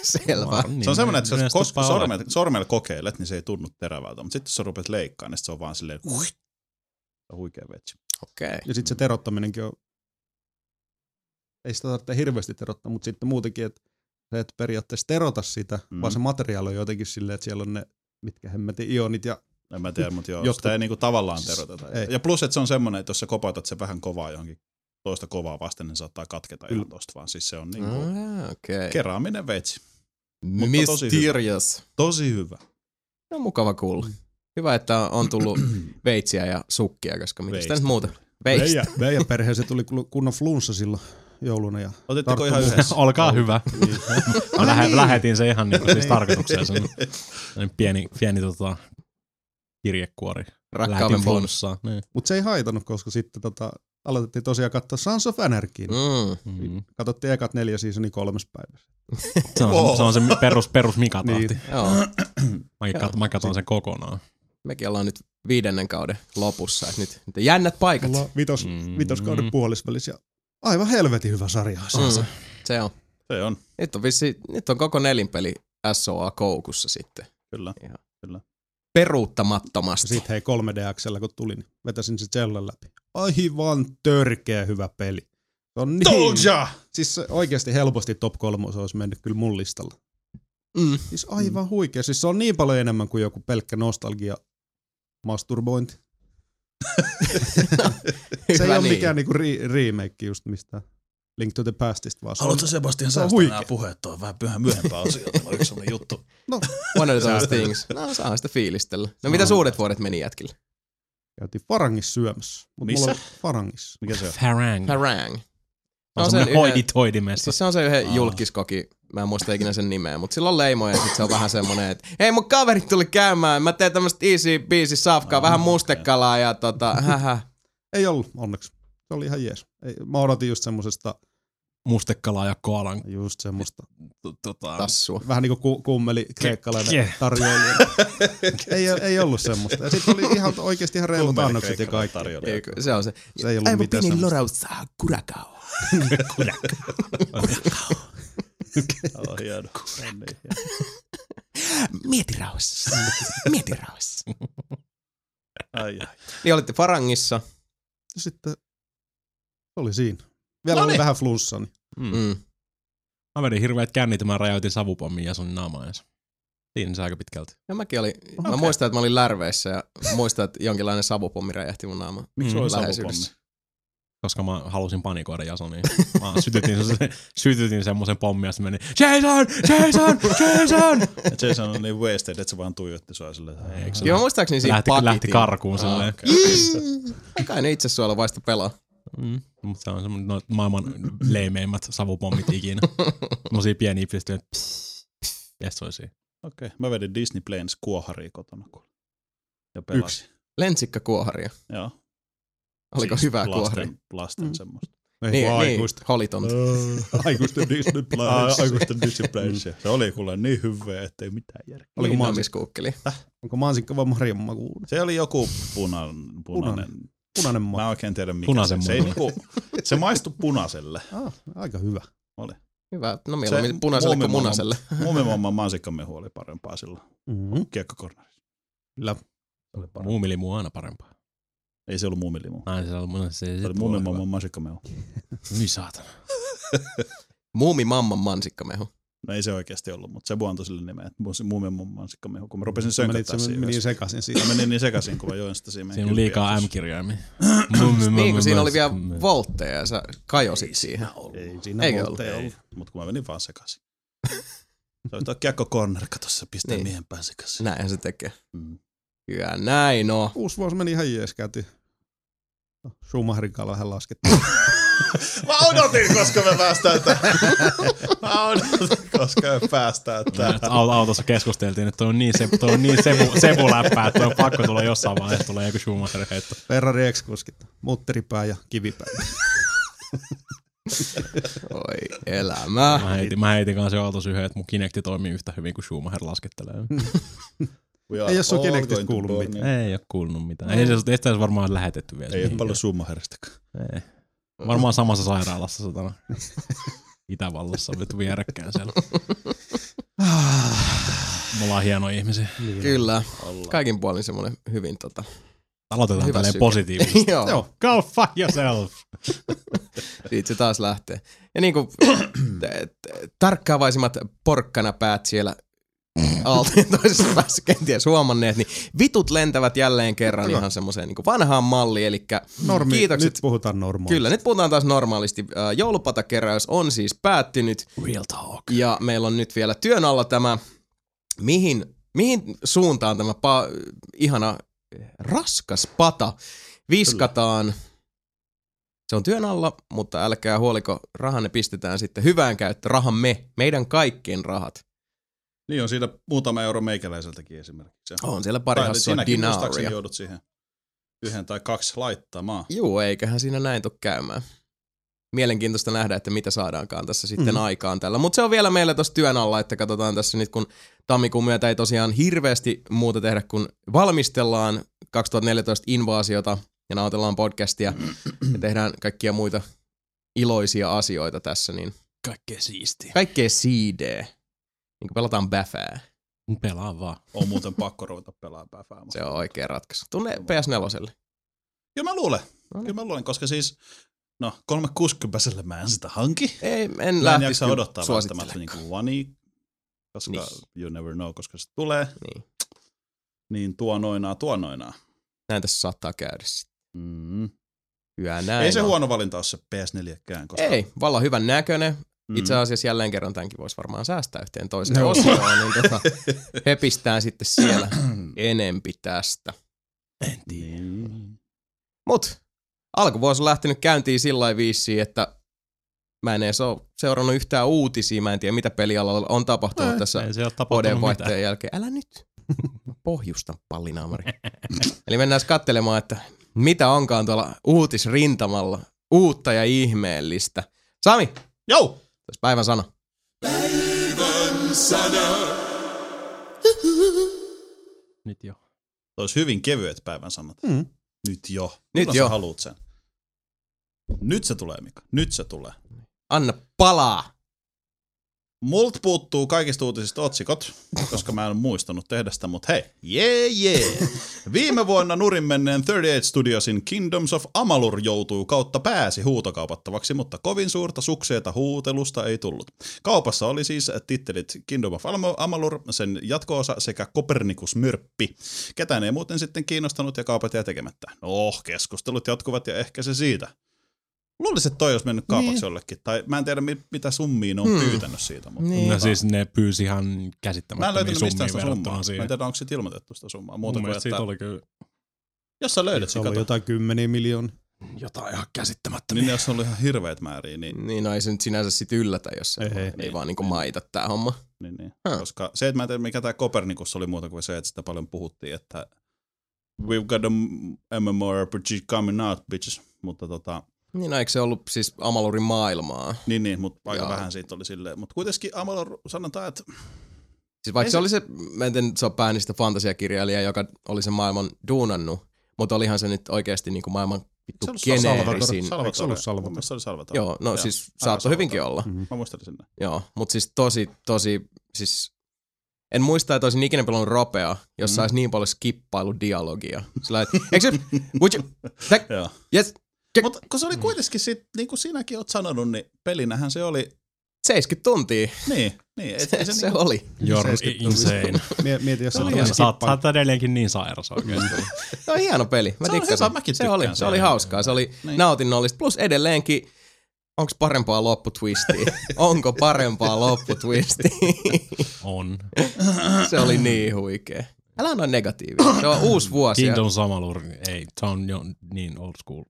[SPEAKER 1] Selvä.
[SPEAKER 3] Niin,
[SPEAKER 2] se on semmoinen, että
[SPEAKER 3] yleensä
[SPEAKER 2] jos kos-
[SPEAKER 3] tapaa olla.
[SPEAKER 2] sormella, sormella kokeilet, niin se ei tunnu terävältä. Mutta sitten jos sä rupeat leikkaan, niin sit se on vaan silleen huit. Se on huikea veitsi.
[SPEAKER 1] Okei. Okay.
[SPEAKER 4] Ja sitten se terottaminenkin on, ei sitä tarvitse hirveästi terottaa, mutta sitten muutenkin, että se et periaatteessa terota sitä,
[SPEAKER 2] Mm.
[SPEAKER 4] mm. vaan se materiaali on jotenkin silleen, että siellä on ne mitkä hemmetin ionit ja
[SPEAKER 2] En mä tiedä, mutta joo,
[SPEAKER 4] Jotkut-
[SPEAKER 2] sitä ei niinku tavallaan teroteta.
[SPEAKER 4] Ei.
[SPEAKER 2] Ja plus, että se on semmoinen, että jos sä kopautat sen vähän kovaa johonkin toista kovaa vasten, niin se saattaa katketa
[SPEAKER 4] Kyllä.
[SPEAKER 2] ihan tosta vaan. Siis se on niinku mm.
[SPEAKER 1] Ah, Okei. Okay.
[SPEAKER 2] keraaminen veitsi. mutta tosi
[SPEAKER 1] Mysterious.
[SPEAKER 2] Tosi hyvä.
[SPEAKER 1] No mukava kuulla. Hyvä, että on tullut veitsiä ja sukkia, koska mitä sitä nyt
[SPEAKER 2] Veistä.
[SPEAKER 1] muuta. Veistä.
[SPEAKER 4] meidän perheeseen tuli kun- kunnon flunssa silloin jouluna ja
[SPEAKER 2] Otetteko
[SPEAKER 4] Tarttu
[SPEAKER 2] ihan
[SPEAKER 4] muuhun.
[SPEAKER 2] yhdessä?
[SPEAKER 3] Olkaa hyvä. Mä lähe, lähetin se ihan niinku siis
[SPEAKER 4] Niin.
[SPEAKER 3] tarkoitukseen. Se on sellainen pieni, pieni tota, kirjekuori.
[SPEAKER 1] Rakkauden
[SPEAKER 3] Lähetin
[SPEAKER 1] bonus.
[SPEAKER 3] flunssaa. Niin.
[SPEAKER 4] Mutta se ei haitanut, koska sitten tota, aloitettiin tosiaan katsoa Sons of Anarchy. Mm.
[SPEAKER 1] Mm.
[SPEAKER 3] Mm.
[SPEAKER 4] Katsottiin ekat neljä seasoni kolmessa päivässä.
[SPEAKER 3] Se, on se, se, on se perus, perus Mika tahti.
[SPEAKER 4] Niin.
[SPEAKER 1] Joo.
[SPEAKER 3] Mäkin kat, mä katson sen kokonaan.
[SPEAKER 1] Mekin ollaan nyt viidennen kauden lopussa. Et nyt, nyt jännät paikat.
[SPEAKER 4] Ollaan vitos,
[SPEAKER 3] Mm.
[SPEAKER 4] mm. vitoskauden puolisvälissä ja aivan helvetin hyvä sarja. Mm.
[SPEAKER 1] Mm. Se on.
[SPEAKER 2] Se on,
[SPEAKER 4] Niin.
[SPEAKER 1] Nyt on, vissi, nyt on koko nelinpeli SOA koukussa sitten.
[SPEAKER 2] kyllä.
[SPEAKER 1] Peruuttamattomasti.
[SPEAKER 4] Sitten hei 3DXllä kun tuli, niin vetäsin se sellan läpi. Aivan törkeä hyvä peli. Se on niin.
[SPEAKER 2] Tolja!
[SPEAKER 4] Siis se oikeasti helposti top 3 olisi mennyt kyllä mun listalla.
[SPEAKER 1] Mm.
[SPEAKER 4] Siis aivan mm. huikea. Siis se on niin paljon enemmän kuin joku pelkkä nostalgia masturbointi. Se ei
[SPEAKER 1] Hyvä
[SPEAKER 4] ole
[SPEAKER 1] niin.
[SPEAKER 4] mikään niinku re- remake just mistään Link to the Pastista, vaan se on,
[SPEAKER 2] Haluatko Sebastian
[SPEAKER 4] Se on
[SPEAKER 2] säästää
[SPEAKER 4] huikea.
[SPEAKER 2] nämä puheet tuohon vähän pyhän myöhempään osioon? Tämä on yksi sellainen juttu.
[SPEAKER 1] One of those things. No saa sitä fiilistellä. No mitä suuret vuodet meni jätkillä?
[SPEAKER 4] käytiin Farangissa syömässä. Mut
[SPEAKER 2] Missä?
[SPEAKER 4] Mulla oli Farangissa.
[SPEAKER 2] Mikä se on?
[SPEAKER 4] Mm.
[SPEAKER 3] Farang. No,
[SPEAKER 1] Harang.
[SPEAKER 3] Se on
[SPEAKER 1] sen
[SPEAKER 3] semmoinen
[SPEAKER 1] yhden-
[SPEAKER 3] hoiditoidi messa.
[SPEAKER 1] Siis se on se yhden
[SPEAKER 2] Aa.
[SPEAKER 1] julkiskoki, mä en muista ikinä sen nimeä, mutta sillä on leimoja ja sit se on vähän semmonen, että hei mun kaverit tuli käymään, mä teen tämmöstä easy biisi safkaa,
[SPEAKER 2] Aa,
[SPEAKER 1] vähän
[SPEAKER 2] okei.
[SPEAKER 1] mustekalaa ja tota, hähä.
[SPEAKER 4] Ei ollut, onneksi. Se oli ihan jees. Ei, mä odotin just semmosesta,
[SPEAKER 3] Mustekala ja koalan
[SPEAKER 4] just semmoista,
[SPEAKER 3] t-
[SPEAKER 2] tuota,
[SPEAKER 3] tota,
[SPEAKER 1] tassua.
[SPEAKER 4] vähän niinku ku, kummeli kreikkalainen
[SPEAKER 3] Ke-
[SPEAKER 4] tarjoilija. ei, ei ollut semmoista. Ja sit oli ihan oikeesti ihan reilut
[SPEAKER 2] Kummeli
[SPEAKER 4] annokset ja kaikki.
[SPEAKER 2] kreikkalainen tarjoilija.
[SPEAKER 1] Ei, Se on se.
[SPEAKER 4] Se ei ollut
[SPEAKER 1] Aivan
[SPEAKER 4] mitään
[SPEAKER 1] pieni
[SPEAKER 4] semmoista.
[SPEAKER 1] lorautsaa kurakao.
[SPEAKER 2] Tämä on hieno. Niin, hieno.
[SPEAKER 1] Mieti rauhassa. Mieti rauhassa.
[SPEAKER 2] Ai, ai.
[SPEAKER 1] Niin olitte Farangissa.
[SPEAKER 4] Ja Sitten se oli siinä. Vielä
[SPEAKER 2] Noniin.
[SPEAKER 4] oli vähän flunssa, niin
[SPEAKER 3] Mm.
[SPEAKER 1] Mm.
[SPEAKER 3] Mä vedin hirveät kännit ja mä räjäytin savupommin ja sun naamaansa. Siinä se aika pitkälti.
[SPEAKER 1] Ja mäkin oli, okay. mä
[SPEAKER 2] Okei.
[SPEAKER 1] muistan, että mä olin lärveissä ja muistan, että jonkinlainen savupommi räjähti mun naamaan.
[SPEAKER 2] Miksi
[SPEAKER 3] Mm,
[SPEAKER 2] sulla oli
[SPEAKER 1] läheisyydessä.
[SPEAKER 2] savupommi?
[SPEAKER 3] Koska mä halusin panikoida Jasoniin. Mä sytytin, se- sytytin semmoisen pommin ja sitten meni Jason! Jason! Jason!
[SPEAKER 2] Et Jason on niin wasted, että se vaan tuijotti sua silleen.
[SPEAKER 3] Ei, eikö se
[SPEAKER 1] Joo, mä muistaakseni siinä
[SPEAKER 3] lähti,
[SPEAKER 1] pakitin.
[SPEAKER 3] lähti karkuun
[SPEAKER 2] Ah,
[SPEAKER 3] silleen.
[SPEAKER 2] okei.
[SPEAKER 1] Kai ne itse suolla vaista pelaa.
[SPEAKER 3] Mm. Mutta se on semmoinen no, maailman leimeimmät savupommit ikinä. Semmoisia pieniä pisteitä. Ja se oli siinä.
[SPEAKER 2] Okei, mä vedin Disney Plains kuoharia kotona. kuule. Ja pelasin.
[SPEAKER 1] Lensikka kuoharia.
[SPEAKER 2] Joo.
[SPEAKER 1] Oliko
[SPEAKER 2] Siis
[SPEAKER 1] hyvää kuoharia?
[SPEAKER 2] Lasten, lasten
[SPEAKER 4] Mm.
[SPEAKER 2] semmoista.
[SPEAKER 4] Ei,
[SPEAKER 1] Niin,
[SPEAKER 2] vaan
[SPEAKER 1] niin,
[SPEAKER 2] aikuista. Öö,
[SPEAKER 1] holitonta.
[SPEAKER 2] Aikuisten Disney Plus. Aikuisten Disney Plus.
[SPEAKER 4] Mm.
[SPEAKER 2] Se oli kuule niin hyvä, ettei mitään järkeä.
[SPEAKER 4] Oliko
[SPEAKER 1] Niin,
[SPEAKER 4] mansikka,
[SPEAKER 1] namiskuukkeli.
[SPEAKER 4] onko mansikka vai marjan makuun?
[SPEAKER 2] Se oli joku punan, punainen.
[SPEAKER 4] Punainen ma.
[SPEAKER 2] Mä en oikein tiedä mikä
[SPEAKER 3] Punaisen
[SPEAKER 2] se. Se, ei
[SPEAKER 3] muna.
[SPEAKER 2] niinku, se maistui punaiselle.
[SPEAKER 4] Ah, aika hyvä.
[SPEAKER 1] Hyvä. No mieluummin
[SPEAKER 2] Se
[SPEAKER 1] punaiselle kuin
[SPEAKER 2] muumimaailma.
[SPEAKER 1] munaiselle.
[SPEAKER 2] Muumimamman mansikkamehu oli parempaa silloin.
[SPEAKER 4] Mm-hmm.
[SPEAKER 2] Kiekkokornerissa.
[SPEAKER 4] Kyllä.
[SPEAKER 3] Muumilimu on aina parempaa.
[SPEAKER 2] Ei se ollut muumilimu.
[SPEAKER 3] Ai se oli mun No, se.
[SPEAKER 2] Se oli muumimamman mansikkamehu.
[SPEAKER 3] Niin saatana.
[SPEAKER 1] Muumi mamman mansikkamehu.
[SPEAKER 2] No ei se oikeasti ollut, mutta se antoi sille nimen, että mu- muumimamman mansikkamehu. Kun mä rupesin
[SPEAKER 4] Mä menin,
[SPEAKER 2] sönkättää
[SPEAKER 4] se
[SPEAKER 2] siinä
[SPEAKER 4] meni
[SPEAKER 2] yhdessä.
[SPEAKER 4] sekaisin siitä.
[SPEAKER 2] Mä menin niin sekaisin, kun mä join sitä siinä.
[SPEAKER 3] Siinä
[SPEAKER 2] meidän
[SPEAKER 3] on liikaa
[SPEAKER 2] kylpiä.
[SPEAKER 3] M-kirjaimia.
[SPEAKER 1] Niin kuin siinä oli vielä voltteja ja sä kajosit siihen.
[SPEAKER 4] Ei siinä
[SPEAKER 1] Eikö
[SPEAKER 4] muuta
[SPEAKER 1] ollut?
[SPEAKER 4] ollut.
[SPEAKER 2] Mutta kun mä menin vaan sekaisin. Se oli tuo kiekko corner, kato se pistää
[SPEAKER 1] Niin.
[SPEAKER 2] niin. miehen pään sekaisin.
[SPEAKER 1] Näinhän se tekee.
[SPEAKER 2] Mm.
[SPEAKER 1] Kyllä näin on.
[SPEAKER 4] Uusi vuosi meni ihan jees, käytiin. No, Schumacherin kanssa vähän laskettiin.
[SPEAKER 2] Mä odotin, koska me päästään tähän. Mä odotin, koska me päästään tähän.
[SPEAKER 3] Au- autossa keskusteltiin, että toi on niin, se, toi on niin sebu, sebuläppää, että toi on pakko tulla jossain vaiheessa, tulee joku Schumacher heitto.
[SPEAKER 4] Ferrari X-kuskit, mutteripää ja kivipää.
[SPEAKER 1] Oi elämä.
[SPEAKER 3] Mä heitin, mä heitin kanssa jo autossa yhden, että mun Kinecti toimii yhtä hyvin kuin Schumacher laskettelee.
[SPEAKER 4] Ei ole sun Kinectistä kuullut mitään.
[SPEAKER 3] Ei ole kuulunut mitään. Ei, se, ei sitä edes varmaan lähetetty vielä.
[SPEAKER 2] niin Ei ole
[SPEAKER 3] mihinkään.
[SPEAKER 2] paljon Schumacheristakään.
[SPEAKER 3] Ei. Varmaan samassa sairaalassa satana. Itävallassa vittu vierekkään siellä. Mulla on hienoja ihmisiä.
[SPEAKER 1] Kyllä.
[SPEAKER 2] Ollaan.
[SPEAKER 1] Kaikin puolin semmoinen hyvin tota.
[SPEAKER 3] Aloitetaan
[SPEAKER 1] Hyvä
[SPEAKER 3] tälleen
[SPEAKER 1] syke.
[SPEAKER 3] positiivisesti.
[SPEAKER 1] Joo.
[SPEAKER 4] Joo.
[SPEAKER 3] Go fuck yourself!
[SPEAKER 1] Siitä se taas lähtee. Ja niin kuin t- t- tarkkaavaisimmat porkkanapäät siellä Aaltojen toisessa päässä kenties huomanneet, niin vitut lentävät jälleen kerran
[SPEAKER 4] Kyllä.
[SPEAKER 1] ihan semmoiseen niin vanhaan malliin. Eli
[SPEAKER 4] Normi,
[SPEAKER 1] kiitokset.
[SPEAKER 4] Nyt puhutaan normaalista.
[SPEAKER 1] Kyllä, nyt puhutaan taas normaalisti. Äh, Joulupatakeräys on siis päättynyt
[SPEAKER 3] Real talk.
[SPEAKER 1] ja meillä on nyt vielä työn alla tämä, mihin, mihin suuntaan tämä pa- ihana raskas pata viskataan. Se on työn alla, mutta älkää huoliko, rahanne pistetään sitten hyvään käyttöön, rahamme, meidän kaikkien rahat.
[SPEAKER 2] Niin on siinä muutama euro meikäläiseltäkin esimerkiksi.
[SPEAKER 1] On siellä pari
[SPEAKER 2] Tai
[SPEAKER 1] hassua
[SPEAKER 2] sinäkin muistaakseni
[SPEAKER 1] dinaaria.
[SPEAKER 2] joudut siihen yhden tai kaksi laittamaan.
[SPEAKER 1] Juu, eiköhän siinä näin tule käymään. Mielenkiintoista nähdä, että mitä saadaankaan tässä sitten mm.
[SPEAKER 4] Mm.
[SPEAKER 1] aikaan tällä. Mutta se on vielä meillä tuossa työn alla, että katsotaan tässä nyt, kun tammikuun myötä ei tosiaan hirveästi muuta tehdä, kun valmistellaan 2014 invaasiota ja nautellaan podcastia ja tehdään kaikkia muita iloisia asioita tässä, niin
[SPEAKER 3] Kaikkea siistiä.
[SPEAKER 1] kaikkea siidee. Niin kuin pelataan bäfää.
[SPEAKER 3] Pelaa vaan.
[SPEAKER 2] On muuten pakko ruveta pelaamaan pääfäämään.
[SPEAKER 1] Se on oikea ratkaisu. Tunne PS4.
[SPEAKER 2] Kyllä mä luulen.
[SPEAKER 1] No niin.
[SPEAKER 2] Kyllä mä luulen, koska siis no 360 mä en sitä hanki.
[SPEAKER 1] Ei, en
[SPEAKER 2] Mä en
[SPEAKER 1] lähtisi
[SPEAKER 2] jaksa
[SPEAKER 1] kyllä
[SPEAKER 2] odottaa
[SPEAKER 1] suosittelemaan.
[SPEAKER 2] välttämättä niinku vani, koska
[SPEAKER 1] Niin.
[SPEAKER 2] you never know, koska se tulee.
[SPEAKER 1] Niin.
[SPEAKER 2] Niin tuo noinaa, tuo noinaa.
[SPEAKER 1] Näin tässä saattaa käydä sitten.
[SPEAKER 2] Mm.
[SPEAKER 1] Hyvä näin
[SPEAKER 2] Ei se
[SPEAKER 1] on.
[SPEAKER 2] huono valinta ole se PS4-kään, koska
[SPEAKER 1] Ei, vallan hyvän näköinen.
[SPEAKER 2] Mm.
[SPEAKER 1] Itse asiassa jälleen kerran tämänkin voisi varmaan säästää yhteen toiseen no.
[SPEAKER 4] No.
[SPEAKER 1] osioon, niin tota, höpistään sitten siellä enempi tästä.
[SPEAKER 2] niin.
[SPEAKER 1] Mut alkuvuosi on lähtenyt käyntiin sillä lailla viisiin, että mä en edes ole seurannut yhtään uutisia, mä en tiedä mitä pelialalla on tapahtunut
[SPEAKER 4] Ei,
[SPEAKER 1] tässä
[SPEAKER 3] Ei se ole tapahtunut mitään.
[SPEAKER 1] vuodenvaihteen jälkeen. Älä nyt pohjusta pallinaamari. Eli mennään katselemaan, että mitä onkaan tuolla uutisrintamalla uutta ja ihmeellistä. Sami,
[SPEAKER 2] Jou!
[SPEAKER 1] tässä päivän sana.
[SPEAKER 3] Nyt jo.
[SPEAKER 2] Tois hyvin kevyet päivän sanat.
[SPEAKER 4] Mm.
[SPEAKER 2] Nyt jo.
[SPEAKER 1] Nyt
[SPEAKER 2] Milloin
[SPEAKER 1] jo.
[SPEAKER 2] Sä haluut sen? Nyt se tulee, Mika. Nyt se tulee.
[SPEAKER 1] Anna palaa.
[SPEAKER 2] Mult puuttuu kaikista uutisista otsikot, koska mä en muistanut tehdä sitä, mutta hei, jee yeah, jee. Yeah. Viime vuonna nurin menneen 38 Studiosin Kingdoms of Amalur joutuu kautta pääsi huutokaupattavaksi, mutta kovin suurta sukseeta huutelusta ei tullut. Kaupassa oli siis tittelit Kingdom of Almo- Amalur, sen jatkoosa sekä Kopernikus Myrppi. Ketään ei muuten sitten kiinnostanut ja kaupat jäi tekemättä. No, keskustelut jatkuvat ja ehkä se siitä. Luulisin, että toi olisi mennyt kaupaksi niin. jollekin. Tai mä en tiedä, mit- mitä summiin on
[SPEAKER 1] Hmm.
[SPEAKER 2] hmm. pyytänyt siitä. Mutta
[SPEAKER 1] Niin.
[SPEAKER 3] No
[SPEAKER 2] tota-
[SPEAKER 3] siis ne pyysi ihan
[SPEAKER 2] Mä en
[SPEAKER 3] käsittämättömiä
[SPEAKER 2] löytänyt mistään
[SPEAKER 3] summia
[SPEAKER 2] sitä summaa.
[SPEAKER 3] verrattuna
[SPEAKER 2] Mä en
[SPEAKER 3] siihen.
[SPEAKER 2] tiedä, onko siitä ilmoitettu sitä summaa. Muuta
[SPEAKER 3] Mun
[SPEAKER 2] kuin,
[SPEAKER 3] mielestä
[SPEAKER 2] että
[SPEAKER 3] siitä oli kyllä
[SPEAKER 2] jos sä löydät
[SPEAKER 4] Se
[SPEAKER 2] sen,
[SPEAKER 4] on
[SPEAKER 2] kato.
[SPEAKER 4] jotain kymmeniä miljoonia.
[SPEAKER 3] jotain ihan
[SPEAKER 2] Niin
[SPEAKER 3] käsittämättömiä.
[SPEAKER 2] ne, jos on ollut ihan hirveät määriä, niin,
[SPEAKER 1] Niin, no ei se nyt sinänsä sit yllätä, jos se
[SPEAKER 4] Ei,
[SPEAKER 1] ei,
[SPEAKER 4] ei.
[SPEAKER 1] ei vaan niinku maita tää homma.
[SPEAKER 2] niin, niin.
[SPEAKER 1] Huh.
[SPEAKER 2] Koska se, että mä en tiedä, mikä tämä Kopernikus oli muuta kuin se, että sitä paljon puhuttiin, että we've got a MMORPG coming out, bitches. Mutta tota,
[SPEAKER 1] Niin no, eikö se ollut siis Amalurin maailmaa?
[SPEAKER 2] Niin, niin, mutta aika
[SPEAKER 1] Joo.
[SPEAKER 2] vähän siitä oli silleen. Mutta kuitenkin Amalor sanotaan, että
[SPEAKER 1] Siis vaikka
[SPEAKER 2] Ei
[SPEAKER 1] se
[SPEAKER 2] se-
[SPEAKER 1] oli se, mä en tiedä, nyt se on päännistä fantasiakirjailija, joka oli sen maailman duunannut, mutta olihan se nyt oikeasti niin kuin maailman vittu
[SPEAKER 2] se oli
[SPEAKER 1] geneerisin.
[SPEAKER 2] Salvatore.
[SPEAKER 4] Eikö se ollut
[SPEAKER 2] Mun
[SPEAKER 4] Salvatore?
[SPEAKER 2] mielestä se oli Salvatore.
[SPEAKER 1] Joo, no
[SPEAKER 2] Joo.
[SPEAKER 1] siis
[SPEAKER 2] Aivan
[SPEAKER 1] saattoi
[SPEAKER 2] Salvatore.
[SPEAKER 1] hyvinkin olla.
[SPEAKER 2] Mä muistelin sinne.
[SPEAKER 1] Joo, mutta siis tosi, tosi, siis en muista, että olisin ikinä pelannut ropea, jossa mm.
[SPEAKER 2] Mm.
[SPEAKER 1] olisi niin paljon skippailudialogia. Sillä että, eikö se, would you, that,
[SPEAKER 2] Joo.
[SPEAKER 1] yes, Ja-
[SPEAKER 2] Mutta kun se oli kuitenkin sit, niin kuin sinäkin oot sanonut, niin pelinähän se oli,
[SPEAKER 1] 70 tuntia
[SPEAKER 2] niin, niin. Et,
[SPEAKER 1] se,
[SPEAKER 2] se,
[SPEAKER 1] se
[SPEAKER 2] niinku,
[SPEAKER 1] oli.
[SPEAKER 3] You're
[SPEAKER 4] 70
[SPEAKER 3] insane.
[SPEAKER 4] Mie- Mieti, jos
[SPEAKER 2] Se
[SPEAKER 4] sä
[SPEAKER 2] oli
[SPEAKER 4] tulee
[SPEAKER 2] ihan Mm.
[SPEAKER 3] Sä oot, sä
[SPEAKER 4] skippaan.
[SPEAKER 3] oot edelleenkin niin sairas oikeesti.
[SPEAKER 1] Se on hieno peli. Mä
[SPEAKER 2] Se on
[SPEAKER 1] dikkasin.
[SPEAKER 2] hyvä, mäkin
[SPEAKER 1] se oli,
[SPEAKER 2] tykkään
[SPEAKER 1] se oli
[SPEAKER 2] siitä.
[SPEAKER 1] hauskaa, se oli niin.
[SPEAKER 2] Niin.
[SPEAKER 1] nautinnollista. Plus edelleenkin, onko parempaa lopputwistiä? Onko parempaa lopputwistiä?
[SPEAKER 3] On.
[SPEAKER 1] se oli niin huikea. Älä anna negatiivista. Se on uusi vuosi. ja-
[SPEAKER 3] Kingdom Samalur, ei, se on jo niin old school.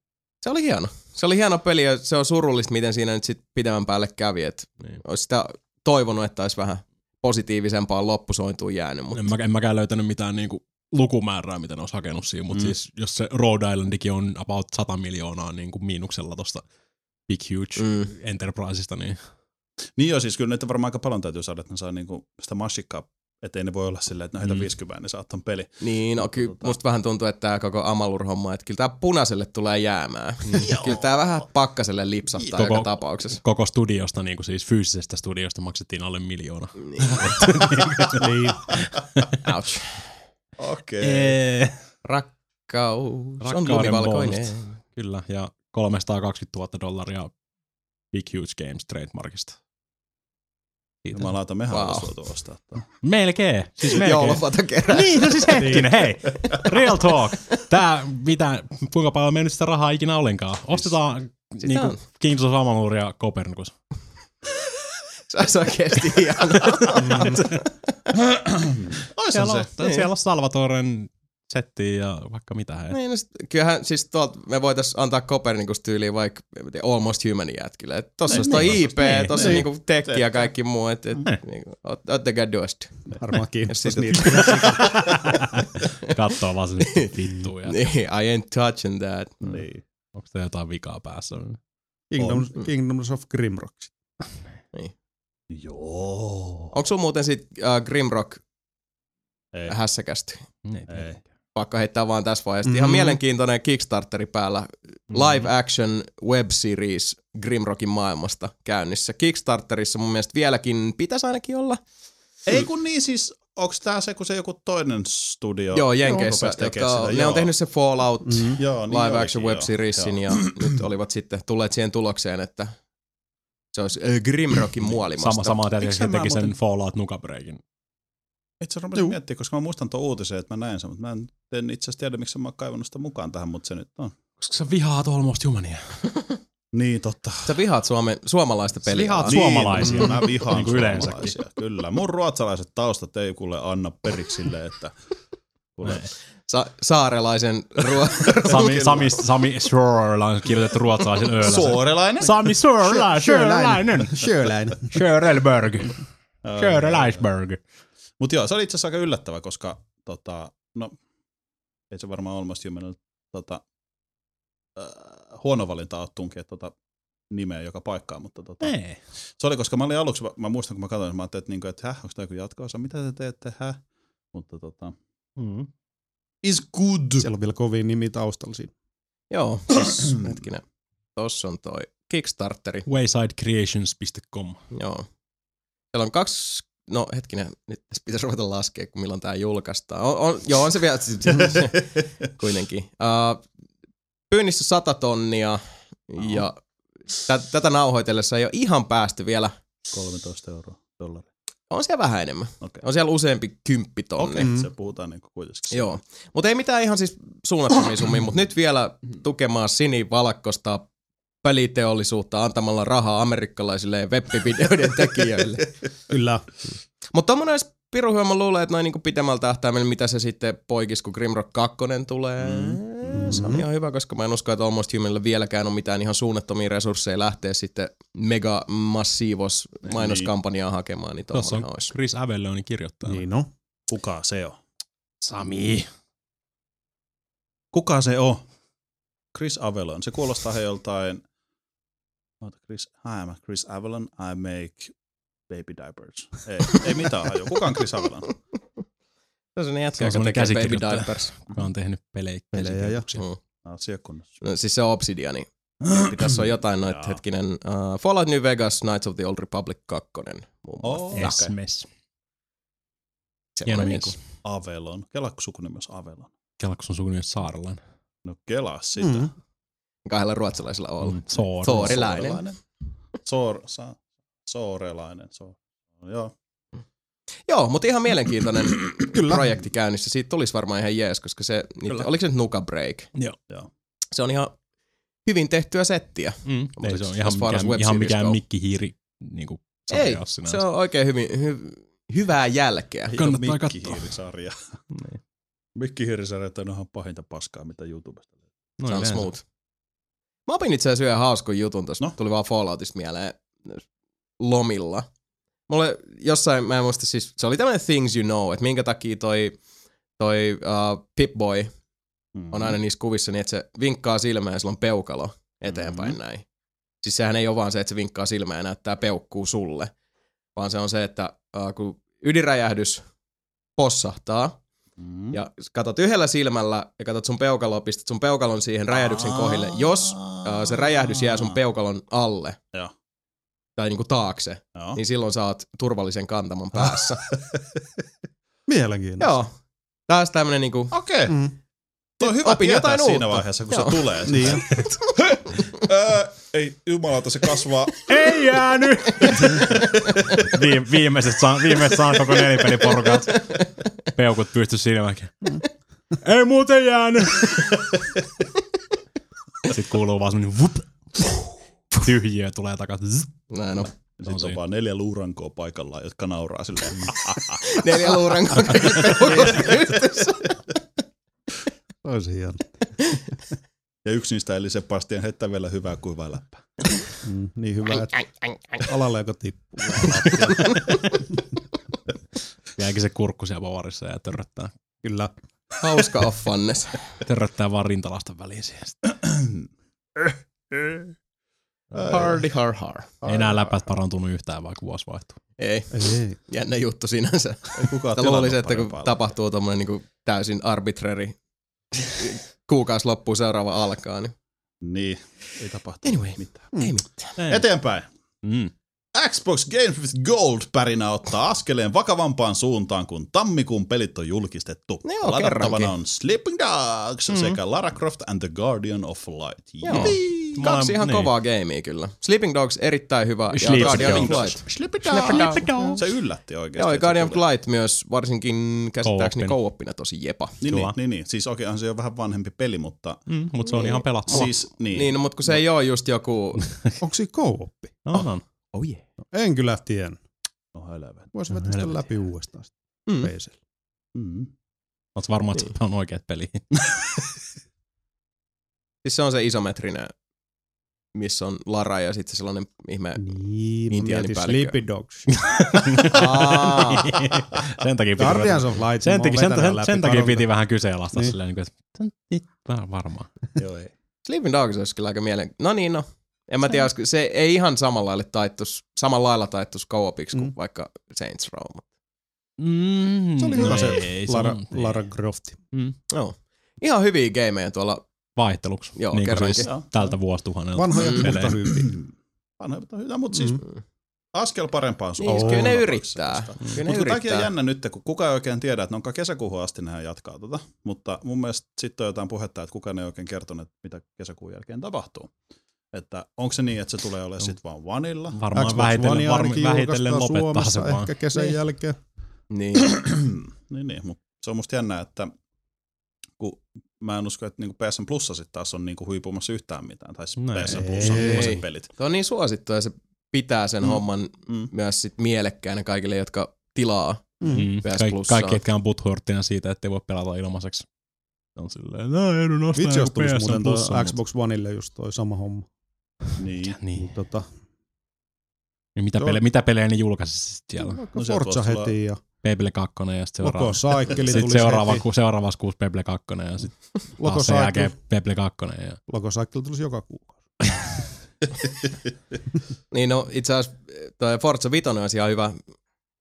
[SPEAKER 1] Se oli hieno. Se oli hieno peli ja se on surullista, miten siinä nyt sit pitemmän päälle kävi. Et
[SPEAKER 3] Niin.
[SPEAKER 1] olisi sitä toivonut, että olisi vähän positiivisempaa loppusointuun jäänyt. Mutta
[SPEAKER 3] En, mä, en mäkään löytänyt mitään niinku lukumäärää, mitä ne olisi hakenut siinä, mutta
[SPEAKER 2] Mm.
[SPEAKER 3] mm. siis jos se Rhode Islandikin on about 100 miljoonaa niinku miinuksella tosta Big
[SPEAKER 2] No.
[SPEAKER 3] Huge mm.
[SPEAKER 1] mm,
[SPEAKER 3] Enterpriseista, niin
[SPEAKER 2] niin joo, siis kyllä nyt varmaan aika paljon täytyy saada, että ne saa niinku sitä massikkaa, ettei ne voi olla silleen, että näitä
[SPEAKER 3] Mm.
[SPEAKER 2] mm. 50, niin saat ton peli.
[SPEAKER 1] niin, no, kyllä
[SPEAKER 2] Tota.
[SPEAKER 1] musta vähän tuntuu, että tämä koko Amalur-homma, että kyllä tämä punaiselle tulee jäämään. kyllä tämä vähän pakkaselle lipsahtaa
[SPEAKER 3] Koko-
[SPEAKER 1] joka tapauksessa.
[SPEAKER 3] koko studiosta, niinku siis fyysisestä studiosta maksettiin alle miljoona.
[SPEAKER 4] Niin.
[SPEAKER 1] Ouch.
[SPEAKER 2] Okei.
[SPEAKER 3] Eee.
[SPEAKER 1] Rakkaus on
[SPEAKER 3] Rakkauden
[SPEAKER 1] lumivalkoinen.
[SPEAKER 3] Kyllä, ja 320 000 dollaria Big Huge Games trademarkista. Siitä.
[SPEAKER 2] Jumalauta, mehän
[SPEAKER 1] Wow.
[SPEAKER 2] wow. voitu ostaa. tää.
[SPEAKER 1] Mm-hmm.
[SPEAKER 3] Melkein, siis melkein.
[SPEAKER 1] Joulufata kerää.
[SPEAKER 3] Niin, no siis hetkinen, hei. Real talk. Tää, mitä, kuinka paljon on mennyt sitä rahaa ikinä ollenkaan. Ostetaan niin
[SPEAKER 1] on.
[SPEAKER 3] kuin Kingdoms of Amalur ja Copernicus.
[SPEAKER 1] Se olisi oikeasti hienoa.
[SPEAKER 2] Ois on
[SPEAKER 3] Siellä
[SPEAKER 2] se.
[SPEAKER 3] on,
[SPEAKER 1] niin.
[SPEAKER 3] siellä on Salvatoren setti ja vaikka mitä. Hei.
[SPEAKER 1] Niin, no sit, kyllähän siis tuolta me voitaisiin antaa Kopernikus tyyliin vaikka en mä tiedä, Almost Human jätkille. Et Tossa
[SPEAKER 2] Niin,
[SPEAKER 1] olisi toi
[SPEAKER 2] niin,
[SPEAKER 1] IP,
[SPEAKER 3] niin,
[SPEAKER 1] tossa
[SPEAKER 2] niin.
[SPEAKER 1] niinku tekki ja
[SPEAKER 2] Tekki.
[SPEAKER 1] kaikki muu. Et, et,
[SPEAKER 3] Niin.
[SPEAKER 1] niinku, ot, ottakaa dost.
[SPEAKER 4] Varmaan
[SPEAKER 1] Siis
[SPEAKER 4] kiinnostaisi
[SPEAKER 1] nyt-
[SPEAKER 4] niitä.
[SPEAKER 3] Kattoo vaan sen vittu. Ja
[SPEAKER 1] Niin, I ain't touching that.
[SPEAKER 4] Niin.
[SPEAKER 3] onko tää jotain vikaa päässä?
[SPEAKER 4] Kingdoms, Kingdoms of Grimrocks.
[SPEAKER 2] Joo.
[SPEAKER 1] Onko sulla muuten sit uh, Grimrock
[SPEAKER 2] Ei.
[SPEAKER 1] hässäkästi?
[SPEAKER 3] Niin,
[SPEAKER 2] Ei.
[SPEAKER 1] Pakko heittää vaan tässä vaiheessa. Ihan
[SPEAKER 4] Mhm.
[SPEAKER 1] mielenkiintoinen Kickstarteri päällä. Live action web series Grimrockin maailmasta käynnissä. Kickstarterissa mun mielestä vieläkin pitäisi ainakin olla.
[SPEAKER 2] Ei kun niin siis, onks tää se, kun se joku toinen studio?
[SPEAKER 1] Joo, Jenkeissä,
[SPEAKER 2] rupesi tekee
[SPEAKER 1] jotka
[SPEAKER 2] sitä,
[SPEAKER 1] on, ne
[SPEAKER 2] joo.
[SPEAKER 1] on tehnyt se Fallout,
[SPEAKER 4] Mm.
[SPEAKER 2] Joo, niin
[SPEAKER 1] live
[SPEAKER 2] olikin,
[SPEAKER 1] action
[SPEAKER 2] joo.
[SPEAKER 1] web seriesin ja nyt olivat sitten tulleet siihen tulokseen, että se olisi äh, Grimrockin muolimasta.
[SPEAKER 3] Sama, sama
[SPEAKER 2] Miksi
[SPEAKER 3] tietysti
[SPEAKER 2] mä
[SPEAKER 3] teki sen
[SPEAKER 2] muuten-
[SPEAKER 3] Fallout Nukabreakin.
[SPEAKER 2] Itse asiassa rupesin miettimään, koska mä muistan tuon uutisen, että mä näin sen, mutta mä en, en itse asiassa tiedä, miksi mä oon kaivannut sitä mukaan tähän, mutta se nyt on.
[SPEAKER 3] Koska sä vihaat Almost Humania.
[SPEAKER 2] Niin, totta.
[SPEAKER 1] Sä vihaat Suomen, suomalaista peliä.
[SPEAKER 3] vihaat
[SPEAKER 1] Aatu.
[SPEAKER 3] su- Suomalaisia.
[SPEAKER 2] Niin, mä vihaan
[SPEAKER 3] Niin
[SPEAKER 2] niin
[SPEAKER 3] kuin yleensäkin.
[SPEAKER 2] suomalaisia, kyllä. Mun ruotsalaiset taustat ei kuule anna periksi sille, että... Kuule,
[SPEAKER 1] Sa- saarelaisen ruo-
[SPEAKER 3] Sami, Sami, Sami Shorella on kirjoitettu ruotsalaisen ööllä.
[SPEAKER 2] Suorelainen.
[SPEAKER 3] Sami Shorella, Shorelainen.
[SPEAKER 4] Sjöläinen.
[SPEAKER 3] Shorelberg. Shorelaisberg.
[SPEAKER 2] Mutta joo, se oli itse asiassa aika yllättävä, koska tota, no, ei se varmaan Almost Humanilta tota, äh, huono valinta ole tunkea tota, nimeä joka paikkaan, mutta tota,
[SPEAKER 1] Niin.
[SPEAKER 3] Ei.
[SPEAKER 2] se oli, koska mä olin aluksi, mä, mä muistan kun mä katsoin, mä ajattelin, että, niinku, että häh, onko tämä joku jatkoosa, mitä te teette, häh? Mutta tota,
[SPEAKER 3] Mm.
[SPEAKER 2] is good.
[SPEAKER 4] Siellä on vielä kovin nimi taustalla siinä.
[SPEAKER 1] Joo, siis hetkinen. Tossa on toi Kickstarteri.
[SPEAKER 3] Waysidecreations.com.
[SPEAKER 1] Joo. Siellä on kaksi, no hetkinen, nyt tässä pitäisi ruveta laskea, kun milloin tämä julkaistaan. On, on, joo, on se vielä siis- kuitenkin. Uh, pyynnissä 100 tonnia ja tä- tätä nauhoitellessa ei ole ihan päästy vielä
[SPEAKER 2] 13 euroa dollari.
[SPEAKER 1] On siellä vähän enemmän.
[SPEAKER 2] Okei.
[SPEAKER 1] On siellä useampi kymppitonni.
[SPEAKER 2] Okei,
[SPEAKER 1] Okay.
[SPEAKER 2] okay, se puhutaan niinku kuitenkin.
[SPEAKER 1] Joo. Mutta ei mitään ihan siis suunnattomia summia, mutta nyt vielä tukemaan sinivalkosta peliteollisuutta antamalla rahaa amerikkalaisille ja webbivideoiden tekijöille.
[SPEAKER 4] Kyllä.
[SPEAKER 1] Mutta tommonen olisi piru hyvä, mä luulen, että noin niinku pitemmällä tähtäimellä, mitä se sitten poikis, kun Grimrock 2 tulee. Mm. Se
[SPEAKER 3] Mm-hmm.
[SPEAKER 1] on ihan hyvä, koska mä en usko, että Almost Humanilla vieläkään on mitään ihan suunnattomia resursseja lähteä sitten mega massiivos mainoskampanjaa hakemaan, niin
[SPEAKER 3] Tuossa Niin. on
[SPEAKER 1] tommonen olisi.
[SPEAKER 3] Chris Avelloni kirjoittaa.
[SPEAKER 4] Niin no.
[SPEAKER 2] Kuka se on?
[SPEAKER 3] Sami.
[SPEAKER 2] Kuka se on? Chris Avelon. Se kuulostaa he joltain Oota, Chris, I'm Chris Avalon, I make baby diapers. Ei, ei mitään haju. Kuka on Chris Avalon?
[SPEAKER 1] Se on sellainen
[SPEAKER 3] Se
[SPEAKER 1] jätkä,
[SPEAKER 3] on
[SPEAKER 1] joka
[SPEAKER 3] semmoinen
[SPEAKER 1] tekee baby
[SPEAKER 3] käsikirjoittaja.
[SPEAKER 1] diapers.
[SPEAKER 3] Kuka on tehnyt pelejä?
[SPEAKER 4] Pelejä ja-
[SPEAKER 3] käsikirjoituksia?
[SPEAKER 1] Mm.
[SPEAKER 2] Asiakunnassa.
[SPEAKER 1] No, siis se on Obsidiani. Tässä on jotain noita
[SPEAKER 2] Jaa.
[SPEAKER 1] hetkinen. Uh, Fallout New Vegas, Knights of the Old Republic 2 muun muassa.
[SPEAKER 2] Oh,
[SPEAKER 3] Yes,
[SPEAKER 2] okei.
[SPEAKER 3] mess.
[SPEAKER 1] Semmoinen
[SPEAKER 3] hieno
[SPEAKER 1] niinku.
[SPEAKER 2] Avelon. Kela sukunimessä Avelon.
[SPEAKER 3] Kela, kun sun sukunnimi on Saarlan.
[SPEAKER 2] No kelaa sitä.
[SPEAKER 3] Mm-hmm.
[SPEAKER 2] Mm.
[SPEAKER 1] Kahdella ruotsalaisella olla. Mm.
[SPEAKER 3] Soor.
[SPEAKER 1] Soor. Soorilainen.
[SPEAKER 2] Soor, sa, soorelainen. Soor. No, joo.
[SPEAKER 1] Joo, mutta ihan mielenkiintoinen
[SPEAKER 4] Kyllä.
[SPEAKER 1] projekti käynnissä. Siitä tulisi varmaan ihan jees, koska se, niitä,
[SPEAKER 2] Kyllä.
[SPEAKER 1] oliko se nyt Nuka Break?
[SPEAKER 3] Joo.
[SPEAKER 2] Joo.
[SPEAKER 1] Se on ihan hyvin tehtyä settiä.
[SPEAKER 3] Mm. Ei se
[SPEAKER 1] As
[SPEAKER 3] on ihan
[SPEAKER 1] far as
[SPEAKER 3] mikään,
[SPEAKER 1] web
[SPEAKER 3] ihan
[SPEAKER 1] series go.
[SPEAKER 3] mikään mikkihiiri niinku,
[SPEAKER 1] Ei,
[SPEAKER 3] sarjaus sinänsä.
[SPEAKER 1] Se on oikein hyvin, hy, hyvää jälkeä.
[SPEAKER 2] Ei
[SPEAKER 3] Kannattaa
[SPEAKER 2] ole
[SPEAKER 3] katsoa.
[SPEAKER 2] Mikkihiirisarja.
[SPEAKER 3] Niin.
[SPEAKER 2] Mikkihiirisarja on ihan pahinta paskaa, mitä YouTubesta löytyy.
[SPEAKER 1] Se on
[SPEAKER 3] No, yleensä.
[SPEAKER 1] smooth. Mä opin itse asiassa yhden hauskun jutun tosta. No?
[SPEAKER 2] No?
[SPEAKER 1] Tuli vaan Falloutista mieleen lomilla. Mulle jossain, mä en muista siis, se oli tämmönen things you know, että minkä takia toi, toi uh, Pip-Boy
[SPEAKER 2] Mm.
[SPEAKER 1] on aina niissä kuvissa niin, että se vinkkaa silmään ja sillä on peukalo eteenpäin
[SPEAKER 2] Mm.
[SPEAKER 1] mm-hmm. näin. Siis sehän ei ole vaan se, että se vinkkaa silmään ja näyttää peukkuu sulle, vaan se on se, että äh, kun ydinräjähdys possahtaa
[SPEAKER 2] Mm.
[SPEAKER 1] ja katot yhdellä silmällä ja katot sun peukaloa, pistät sun peukalon siihen räjähdyksen kohdille. Jos äh, se räjähdys jää sun peukalon alle
[SPEAKER 2] Joo. Oh.
[SPEAKER 1] tai niinku taakse,
[SPEAKER 2] Joo.
[SPEAKER 1] niin silloin sä oot turvallisen kantaman
[SPEAKER 2] Ah.
[SPEAKER 1] päässä.
[SPEAKER 4] Mielenkiintoista.
[SPEAKER 1] Joo. Taas tämmönen niinku,
[SPEAKER 2] Okei. Okay.
[SPEAKER 4] Mm.
[SPEAKER 2] Toi on hyvä
[SPEAKER 1] Opin
[SPEAKER 2] tietää
[SPEAKER 1] jotain
[SPEAKER 2] siinä
[SPEAKER 1] uutta.
[SPEAKER 2] vaiheessa, kun
[SPEAKER 1] Joo.
[SPEAKER 2] se tulee.
[SPEAKER 4] Niin.
[SPEAKER 2] Öö, ei jumalauta, se kasvaa.
[SPEAKER 3] Ei jäänyt! Viim- viimeiset saan, viimeiset saan koko nelipeliporukat. Peukut pysty silmäkin. Mm. Ei muuten jäänyt! Sitten kuuluu vaan semmonen vup. Tyhjiö tulee takaisin.
[SPEAKER 1] näin on.
[SPEAKER 2] Sitten on
[SPEAKER 3] siinä.
[SPEAKER 2] vaan neljä luurankoa paikallaan, jotka nauraa silleen.
[SPEAKER 1] Neljä luuran
[SPEAKER 4] Tosi hieno.
[SPEAKER 2] Ja yksi niistä eli Sebastian heittää vielä hyvää kuivaa läppää.
[SPEAKER 4] Mm, niin hyvä, että alalle joka tippuu.
[SPEAKER 3] Jääkin se kurkku siellä bavarissa ja törröttää,
[SPEAKER 4] Kyllä.
[SPEAKER 1] Hauska affannes.
[SPEAKER 3] törröttää vaan rintalasta väliin siihen. sitten.
[SPEAKER 1] Hardy har har.
[SPEAKER 3] Ei enää läpät parantunut yhtään, vaikka vuosi vaihtuu.
[SPEAKER 1] Ei,
[SPEAKER 4] Ei.
[SPEAKER 1] jännä juttu sinänsä.
[SPEAKER 2] Ei kukaan
[SPEAKER 1] Mutta
[SPEAKER 2] tilannut
[SPEAKER 1] luulisin, että kun
[SPEAKER 2] parempaa
[SPEAKER 1] tapahtuu tommonen niinku täysin arbitrary kuukausi loppuu, seuraava alkaa, niin
[SPEAKER 2] läppää. Niin, ei tapahtu
[SPEAKER 1] Anyway.
[SPEAKER 2] mitään.
[SPEAKER 1] ei mitään.
[SPEAKER 2] Eteenpäin.
[SPEAKER 3] Mm.
[SPEAKER 2] Xbox Games with Gold pärinä ottaa askeleen vakavampaan suuntaan, kun tammikuun pelit on julkistettu.
[SPEAKER 1] No joo,
[SPEAKER 2] Ladattavana
[SPEAKER 1] kerrankin.
[SPEAKER 2] on Sleeping Dogs mm. sekä Lara Croft and the Guardian of Light.
[SPEAKER 1] Joo.
[SPEAKER 2] Jipii!
[SPEAKER 1] Kaksi
[SPEAKER 3] Mä-
[SPEAKER 1] ihan
[SPEAKER 3] niin.
[SPEAKER 1] kovaa gamea kyllä. Sleeping Dogs erittäin hyvä ja
[SPEAKER 3] Sleeping
[SPEAKER 1] Guardian of
[SPEAKER 3] Dogs.
[SPEAKER 1] Light.
[SPEAKER 2] Sleeping
[SPEAKER 1] Sleeping
[SPEAKER 2] Dogs.
[SPEAKER 3] Dogs.
[SPEAKER 2] Se yllätti oikeasti.
[SPEAKER 1] Joo, ja
[SPEAKER 2] että se
[SPEAKER 1] Guardian of
[SPEAKER 2] tuli.
[SPEAKER 1] Light myös varsinkin käsittääkseni co-opina tosi jepa.
[SPEAKER 2] Niin,
[SPEAKER 3] Kyllä.
[SPEAKER 2] niin, niin, niin. Siis okei, okay, se on vähän vanhempi peli, mutta
[SPEAKER 3] Mm, mutta se on
[SPEAKER 1] Niin.
[SPEAKER 3] ihan pelattu.
[SPEAKER 2] siis niin.
[SPEAKER 1] Niin, no, mutta kun se ei ole just joku...
[SPEAKER 4] Onko siinä co-oppi?
[SPEAKER 3] No, on.
[SPEAKER 1] Oh yeah.
[SPEAKER 4] En kyllä tiennyt.
[SPEAKER 2] No helvet.
[SPEAKER 4] Voisi
[SPEAKER 3] No,
[SPEAKER 4] vetää sitä
[SPEAKER 3] helvetin.
[SPEAKER 4] läpi uudestaan.
[SPEAKER 1] Mm.
[SPEAKER 4] Mm. Peisillä.
[SPEAKER 2] Mm.
[SPEAKER 3] Oot varma,
[SPEAKER 4] Niin.
[SPEAKER 3] että se on oikeat peli.
[SPEAKER 1] Siis se on se isometrinen, missä on Lara ja sitten sellainen ihme...
[SPEAKER 4] Niin, mä mietin
[SPEAKER 1] Intiaanipäällikkö.
[SPEAKER 4] Sleepy Dogs.
[SPEAKER 1] Aa,
[SPEAKER 3] Niin. sen takia piti
[SPEAKER 4] Guardians of Light.
[SPEAKER 3] Sen,
[SPEAKER 4] mä
[SPEAKER 3] takia,
[SPEAKER 4] oon
[SPEAKER 3] sen,
[SPEAKER 4] vetänyt
[SPEAKER 3] sen,
[SPEAKER 4] läpi
[SPEAKER 3] sen takia
[SPEAKER 4] parolta.
[SPEAKER 3] piti vähän kyseenalaistaa niin.
[SPEAKER 4] Niin.
[SPEAKER 3] silleen, niin kuin, että tää on nyt vähän varmaan.
[SPEAKER 2] Joo, ei.
[SPEAKER 1] Sleeping Dogs olisi kyllä aika mielen... No niin, no. En mä tiedä, olisiko- se ei ihan samalla lailla taittus, samalla lailla taittus co-opiksi kuin
[SPEAKER 4] Mm.
[SPEAKER 1] vaikka Saints Row. mutta-
[SPEAKER 3] Mm,
[SPEAKER 4] Se oli hyvä se
[SPEAKER 3] ei,
[SPEAKER 4] Lara,
[SPEAKER 3] on- ei.
[SPEAKER 4] Lara Grofti.
[SPEAKER 3] Mm.
[SPEAKER 1] Joo. Ihan hyviä gameja tuolla.
[SPEAKER 3] Vaihteluksi,
[SPEAKER 1] Joo,
[SPEAKER 3] niin kuin
[SPEAKER 1] kerrankin.
[SPEAKER 3] siis
[SPEAKER 2] Joo.
[SPEAKER 3] tältä vuosituhannelta.
[SPEAKER 4] Vanhoja
[SPEAKER 1] Mm.
[SPEAKER 4] mm. mutta hyvin.
[SPEAKER 2] Vanhemmat on hyvä, mutta siis
[SPEAKER 4] Mm.
[SPEAKER 1] Mm.
[SPEAKER 2] askel parempaan
[SPEAKER 1] Niin,
[SPEAKER 2] suuntaan.
[SPEAKER 1] oh, kyllä ne yrittää. Kyllä ne
[SPEAKER 2] Mutta tämäkin on
[SPEAKER 1] yrittää.
[SPEAKER 2] jännä nyt, kun kukaan ei oikein tiedä, että ne onkaan kesäkuuhun asti nehän jatkaa tota. Mutta mun mielestä sitten on jotain puhetta, että kukaan ei oikein kertonut, että mitä kesäkuun jälkeen tapahtuu. Että onko se niin, että se tulee olemaan sitten vaan vanilla?
[SPEAKER 3] Varmaan
[SPEAKER 4] Xbox
[SPEAKER 3] vähitellen,
[SPEAKER 4] One
[SPEAKER 3] varm,
[SPEAKER 4] ainakin
[SPEAKER 3] vähitellen
[SPEAKER 4] julkaistaan
[SPEAKER 3] lopettaa se
[SPEAKER 4] Suomessa
[SPEAKER 3] vaan.
[SPEAKER 4] Ehkä kesän
[SPEAKER 1] Niin.
[SPEAKER 4] jälkeen.
[SPEAKER 1] Niin.
[SPEAKER 2] niin, niin, mutta se on musta jännä, että kun mä en usko, että niinku PSN Plussa sitten taas on niinku huipumassa yhtään mitään. Tai siis
[SPEAKER 3] No
[SPEAKER 2] PSN
[SPEAKER 3] ei.
[SPEAKER 2] Plussa on huipumaiset pelit.
[SPEAKER 1] Se on niin suosittu ja se pitää sen
[SPEAKER 2] Mm.
[SPEAKER 1] homman
[SPEAKER 2] Mm.
[SPEAKER 1] myös sit mielekkäänä kaikille, jotka tilaa.
[SPEAKER 3] Mm.
[SPEAKER 1] PS
[SPEAKER 3] Kaik,
[SPEAKER 1] Plussaa.
[SPEAKER 3] kaikki, jotka on butthorttina siitä, ettei voi pelata ilmaiseksi. On silleen, no ei nyt ostaa
[SPEAKER 4] Vitsi, jos
[SPEAKER 3] joku
[SPEAKER 4] tulisi
[SPEAKER 3] PSN
[SPEAKER 4] muuten
[SPEAKER 3] Plussa,
[SPEAKER 4] tuo
[SPEAKER 3] mutta-
[SPEAKER 4] Xbox Oneille just toi sama homma.
[SPEAKER 2] Niin.
[SPEAKER 3] Niin.
[SPEAKER 4] Niin tota,
[SPEAKER 3] Ja Mitä,
[SPEAKER 4] Joo.
[SPEAKER 3] pele, mitä pelejä ne julkaisi sitten siellä?
[SPEAKER 4] vaikka
[SPEAKER 2] No se
[SPEAKER 4] Forza
[SPEAKER 2] tuossa
[SPEAKER 4] heti ja
[SPEAKER 3] Beyblade 2 ja sitten seuraava.
[SPEAKER 4] Loco Cycle tuli
[SPEAKER 3] Sitten seuraava, ku, seuraavassa kuusi Beyblade 2 ja sitten
[SPEAKER 4] Loco
[SPEAKER 3] taas sen
[SPEAKER 4] Cycle,
[SPEAKER 3] jälkeen Beyblade 2 ja
[SPEAKER 4] Loco Cycle tulisi joka kuukausi.
[SPEAKER 1] Niin no itse asiassa toi Forza 5 olisi ihan hyvä,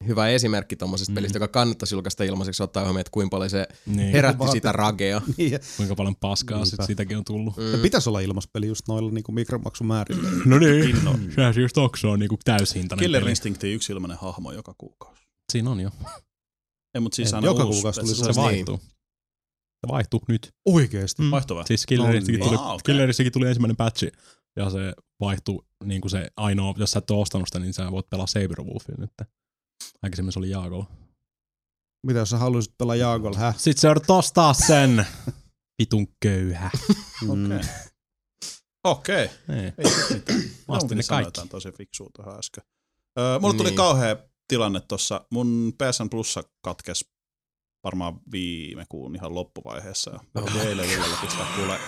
[SPEAKER 1] hyvä esimerkki tommosesta mm.
[SPEAKER 3] Mm.
[SPEAKER 1] pelistä, joka kannattaisi julkaista ilmaiseksi ottaa huomioon, että kuinka paljon se
[SPEAKER 3] Niin,
[SPEAKER 1] herätti sitä ragea.
[SPEAKER 4] Niin, ja
[SPEAKER 3] kuinka paljon paskaa sit
[SPEAKER 4] Niinpä.
[SPEAKER 3] siitäkin on tullut.
[SPEAKER 4] ja
[SPEAKER 1] Mm.
[SPEAKER 4] pitäisi olla ilmaspeli just noilla niin mikromaksumäärillä.
[SPEAKER 3] No niin,
[SPEAKER 4] Mm.
[SPEAKER 3] sehän se just okso niinku täyshintainen
[SPEAKER 2] Killer
[SPEAKER 3] peli.
[SPEAKER 2] Instinctin yksi ilmainen hahmo joka kuukausi.
[SPEAKER 3] Siinä on jo.
[SPEAKER 2] Ei, mutta siis
[SPEAKER 4] Ei,
[SPEAKER 2] aina
[SPEAKER 4] joka
[SPEAKER 2] uusi
[SPEAKER 4] kuukausi tuli
[SPEAKER 2] spessu-
[SPEAKER 3] Se
[SPEAKER 1] Niin.
[SPEAKER 3] vaihtuu. Se vaihtuu nyt.
[SPEAKER 4] Oikeesti.
[SPEAKER 3] Mm.
[SPEAKER 2] Vaihtuvaa.
[SPEAKER 3] Siis Killeristikin
[SPEAKER 4] No
[SPEAKER 3] tuli,
[SPEAKER 2] niin.
[SPEAKER 3] ah,
[SPEAKER 2] Ah,
[SPEAKER 3] okay.
[SPEAKER 2] okei.
[SPEAKER 3] Killeristikin tuli ensimmäinen patchi ja se vaihtuu niin kuin se ainoa, jos sä et ole ostanut sitä, niin sä voit pelaa Saberwolfin nyt. Aikaisemmin se oli Jaagolla.
[SPEAKER 4] Mitä jos sä haluaisit pelaa Jaagol, hä?
[SPEAKER 3] Sitten se joudut ostaa sen. Vitun köyhä. Mm.
[SPEAKER 2] Okei.
[SPEAKER 4] Mm.
[SPEAKER 2] Okei. Okay.
[SPEAKER 3] Niin.
[SPEAKER 2] Ei no, sit mitään.
[SPEAKER 3] Mä ostin ne kaikki.
[SPEAKER 2] Jotain tosi fiksua tuohon äsken. Öö, mulle tuli
[SPEAKER 1] Niin.
[SPEAKER 2] kauhea tilanne tossa. Mun PSN Plussa katkes varmaan viime kuun ihan loppuvaiheessa. Ja mä oh. eilen illalla pistää kuule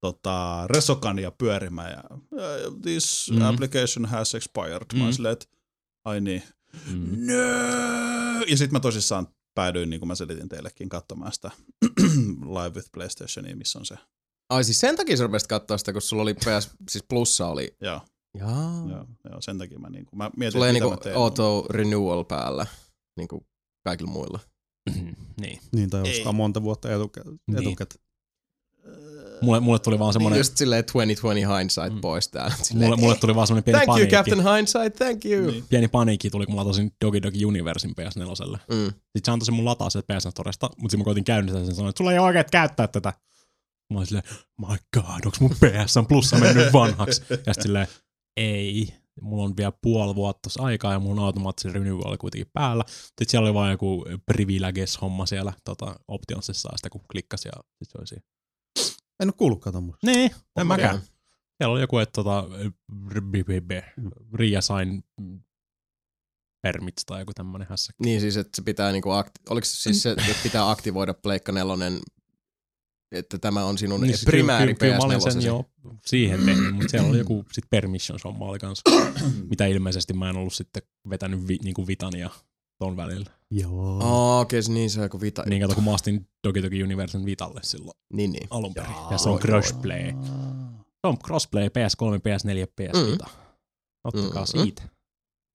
[SPEAKER 2] tota, Resokania pyörimään. Ja, "Uh, this
[SPEAKER 3] Mhm.
[SPEAKER 2] mm. application has expired. Mm. Mä
[SPEAKER 3] Mhm.
[SPEAKER 2] oon silleen, että ai niin.
[SPEAKER 3] Mm.
[SPEAKER 2] No! Ja sitten mä tosissaan päädyin, niin kuin mä selitin teillekin, katsomaan sitä Live with PlayStationia, missä on se.
[SPEAKER 1] Ai siis sen takia sä rupesit katsoa sitä, kun sulla oli PS, siis plussa oli.
[SPEAKER 2] Joo,
[SPEAKER 1] Jaa.
[SPEAKER 2] mm. joo, joo sen takia mä, niin kuin, mä mietin,
[SPEAKER 1] Tulee
[SPEAKER 2] mitä
[SPEAKER 1] niinku
[SPEAKER 2] mä teen.
[SPEAKER 1] auto renewal päällä, niinku kaikilla muilla.
[SPEAKER 3] niin.
[SPEAKER 4] Niin, tai
[SPEAKER 2] Ei.
[SPEAKER 4] ostaa monta vuotta etukä-
[SPEAKER 3] Niin.
[SPEAKER 4] etukäteen.
[SPEAKER 3] Mulle, mulle tuli vaan semmonen,
[SPEAKER 1] Semmoinen. Just silleen 2020 hindsight
[SPEAKER 3] Mm.
[SPEAKER 1] mm. pois täällä. Silleen,
[SPEAKER 3] mulle, mulle tuli vaan semmonen pieni
[SPEAKER 1] thank you
[SPEAKER 3] paniikki.
[SPEAKER 1] Captain Hindsight, thank you. Niin.
[SPEAKER 2] Niin.
[SPEAKER 3] Pieni paniikki tuli, kun mä latasin Dogi Dogi Universin PS4.
[SPEAKER 1] Mm.
[SPEAKER 3] Sitten se antoi sen mun lataa sieltä PS Storesta, mutta sitten mä koitin käynnistää sen ja sanoin, että sulla ei ole oikeet käyttää tätä. Mä olin silleen, my god, onks mun PS plussa mennyt vanhaksi? Ja sitten silleen, ei, mulla on vielä puoli vuotta tossa aikaa ja mun automaattisen renewal oli kuitenkin päällä. Sitten siellä oli vaan joku privileges-homma siellä tota, optionsissa ja sitä kun klikkasi ja sit se oli siinä.
[SPEAKER 4] En oo kuullutkaan tommoista.
[SPEAKER 3] Niin, en mäkään.
[SPEAKER 1] Joo.
[SPEAKER 3] Siellä oli joku, että tota,
[SPEAKER 1] Mm.
[SPEAKER 3] reassign permits tai joku tämmönen hässäkkä.
[SPEAKER 1] Niin siis, että se pitää niinku, akti- oliko se siis se, että pitää aktivoida Pleikka nelonen, että tämä on sinun niin,
[SPEAKER 3] siis
[SPEAKER 1] primääri
[SPEAKER 3] kyllä, kyllä, mä olin
[SPEAKER 1] PS4.
[SPEAKER 3] sen jo siihen tehnyt, mutta siellä oli joku sit permissions homma oli kanssa,
[SPEAKER 1] Mm.
[SPEAKER 3] mitä ilmeisesti mä en ollut sitten vetänyt vi, niinku vitan ja ton välillä.
[SPEAKER 4] Joo.
[SPEAKER 1] Oh, okei, okay, niin se on joku vita.
[SPEAKER 3] Niin kato, kun mä astin Doki Doki Universen vitalle silloin
[SPEAKER 1] niin, niin.
[SPEAKER 3] alun perin.
[SPEAKER 2] Jaa,
[SPEAKER 3] Ja se on
[SPEAKER 1] voi,
[SPEAKER 3] crossplay. Se on crossplay PS3, PS4, PS
[SPEAKER 1] Mm.
[SPEAKER 3] Vita. Ottakaa
[SPEAKER 1] Mm, mm.
[SPEAKER 3] siitä.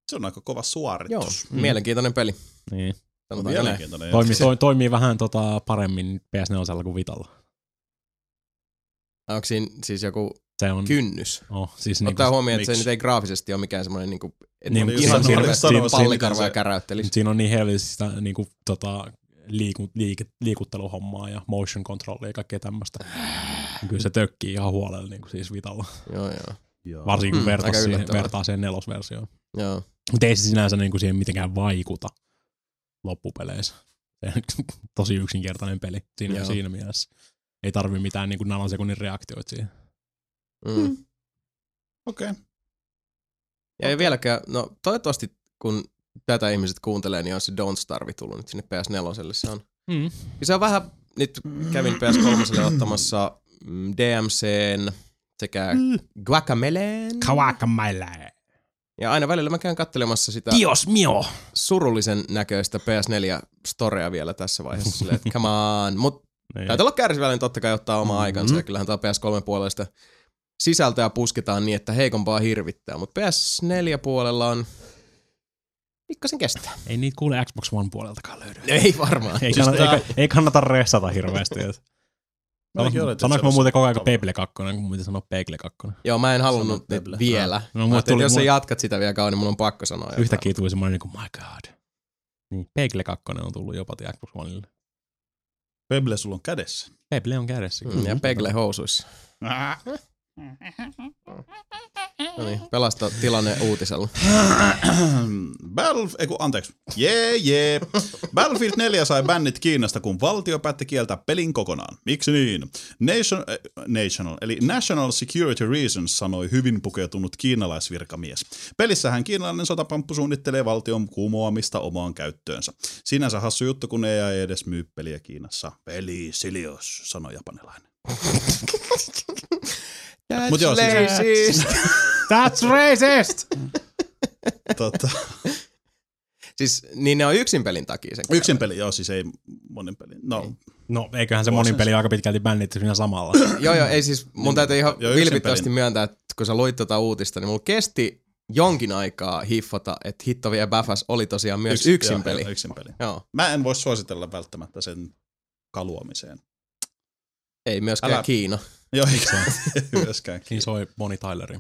[SPEAKER 2] Se on aika kova
[SPEAKER 1] Joo,
[SPEAKER 2] suoritus.
[SPEAKER 1] mm. mielenkiintoinen peli.
[SPEAKER 3] Niin.
[SPEAKER 1] Sanotaan näin.
[SPEAKER 2] Mielenkiintoinen.
[SPEAKER 3] Toimii,
[SPEAKER 2] jatko.
[SPEAKER 3] to, toimii vähän tota, paremmin PS4 kuin vitalla.
[SPEAKER 1] Onko siinä siis joku
[SPEAKER 3] Se on,
[SPEAKER 1] kynnys?
[SPEAKER 3] oh, siis
[SPEAKER 1] Ottaa
[SPEAKER 3] niinku,
[SPEAKER 1] huomioon, että se
[SPEAKER 2] miksi?
[SPEAKER 1] nyt ei graafisesti ole mikään semmoinen niinku, että
[SPEAKER 3] Niin,
[SPEAKER 1] niin,
[SPEAKER 3] mutta
[SPEAKER 1] ihan
[SPEAKER 3] se-
[SPEAKER 1] hirveästi
[SPEAKER 3] se- se-
[SPEAKER 1] pallikarvaa
[SPEAKER 2] se-
[SPEAKER 1] ja käräyttelisi.
[SPEAKER 3] Mut siinä on niin helvetistä niinku, tota, liiku, liike, liikutteluhommaa ja motion controlia ja kaikkea tämmöistä. Kyllä se tökkii ihan huolella niinku siis vitalla.
[SPEAKER 2] Mm.
[SPEAKER 1] Joo, joo.
[SPEAKER 2] Joo.
[SPEAKER 3] Varsinkin kun
[SPEAKER 1] Mm,
[SPEAKER 3] vertaa
[SPEAKER 1] aika
[SPEAKER 3] siihen,
[SPEAKER 1] yllättävää.
[SPEAKER 3] vertaa siihen nelosversioon.
[SPEAKER 1] joo.
[SPEAKER 3] Mutta ei se sinänsä niinku siihen mitenkään vaikuta loppupeleissä. Se on Tosi yksinkertainen peli siinä,
[SPEAKER 1] Joo.
[SPEAKER 3] siinä mielessä. Ei tarvi mitään niinku nanosekunnin reaktioita siihen.
[SPEAKER 1] Mm.
[SPEAKER 2] Okei. Okay.
[SPEAKER 1] Ja ei vieläkään, no toivottavasti kun tätä ihmiset kuuntelee, niin on se Don't Starve tullut nyt sinne PS4. Se on,
[SPEAKER 3] Mm.
[SPEAKER 1] ja se on vähän, nyt kävin PS3 ottamassa mm, DMCn sekä
[SPEAKER 3] Mm.
[SPEAKER 1] Guacameleen.
[SPEAKER 3] Kawakamaille.
[SPEAKER 1] Ja aina välillä mä käyn katselemassa sitä
[SPEAKER 3] Dios mio!
[SPEAKER 1] surullisen näköistä PS4-storea vielä tässä vaiheessa. Silleen, että come on. Mut
[SPEAKER 3] Niin.
[SPEAKER 1] täytyy olla kärsivällinen totta kai ottaa
[SPEAKER 3] Mm-hmm.
[SPEAKER 1] omaa aikansa. Ja kyllähän tää PS3-puolesta sisältöä pusketaan niin, että heikompaa hirvittää. Mutta PS4-puolella on pikkasen kestää.
[SPEAKER 3] Ei niitä kuule Xbox One puoleltakaan löydy.
[SPEAKER 1] Ei varmaan.
[SPEAKER 3] Ei,
[SPEAKER 2] Siis
[SPEAKER 3] kannata,
[SPEAKER 2] tää-
[SPEAKER 3] ei, ei kannata ressata hirveästi. et. Sanoinko mä muuten koko ajan Pebble 2, kun mun piti sanoa Pebble 2.
[SPEAKER 1] Joo, mä en halunnut
[SPEAKER 2] Sanot
[SPEAKER 1] nyt
[SPEAKER 2] Pebble.
[SPEAKER 1] vielä.
[SPEAKER 3] No,
[SPEAKER 1] Mä
[SPEAKER 3] mulle
[SPEAKER 1] ajattelin,
[SPEAKER 3] tuli,
[SPEAKER 1] että jos
[SPEAKER 3] mulle,
[SPEAKER 1] sä jatkat sitä vielä kauan, niin mun on pakko sanoa jotain.
[SPEAKER 3] yhtäkkiä tuli semmoinen niinku, my god. Niin, Pebble 2 on tullut jopa tiedä Xbox Oneille.
[SPEAKER 2] Pebble sulla on kädessä.
[SPEAKER 3] Pebble on kädessä.
[SPEAKER 1] Mm, ja Pegle housuissa. No niin, pelasta tilanne uutisella.
[SPEAKER 2] Battle... Ei kun, anteeksi. Jee, jee. Battlefield 4 sai bännit Kiinasta, kun valtio päätti kieltää pelin kokonaan. Miksi niin? Nation, äh, national, eli National Security Reasons sanoi hyvin pukeutunut kiinalaisvirkamies. Pelissähän kiinalainen sotapamppu suunnittelee valtion kumoamista omaan käyttöönsä. Sinänsä hassu juttu, kun EA ei edes myy peliä Kiinassa. Peli silios, sanoi japanilainen. Mut joo, siis-
[SPEAKER 1] Siis,
[SPEAKER 3] That's racist!
[SPEAKER 2] Tota,
[SPEAKER 1] siis, niin ne on yksin pelin takia sen
[SPEAKER 2] yksin peli, joo, siis ei monen peli. No,
[SPEAKER 3] No, eiköhän se monin peli aika pitkälti bännitty siinä samalla.
[SPEAKER 1] Joo, joo, ei siis, mun täytyy ihan
[SPEAKER 2] Niin, Joo, yksin
[SPEAKER 1] vilpittömästi
[SPEAKER 2] pelin.
[SPEAKER 1] myöntää, että kun sä luit tota uutista, niin mulla kesti jonkin aikaa hiffata, että Hitto vie Bäfäs oli tosiaan myös Yks, yksin
[SPEAKER 2] joo,
[SPEAKER 1] peli.
[SPEAKER 2] joo, Yksin peli.
[SPEAKER 1] Joo,
[SPEAKER 2] Mä en voi suositella välttämättä sen kaluamiseen.
[SPEAKER 1] ei myöskään
[SPEAKER 2] Älä-
[SPEAKER 1] Älä. Kiina.
[SPEAKER 2] Joo, eikä myöskään.
[SPEAKER 1] niin
[SPEAKER 3] Siinä soi Bonnie Tyleri.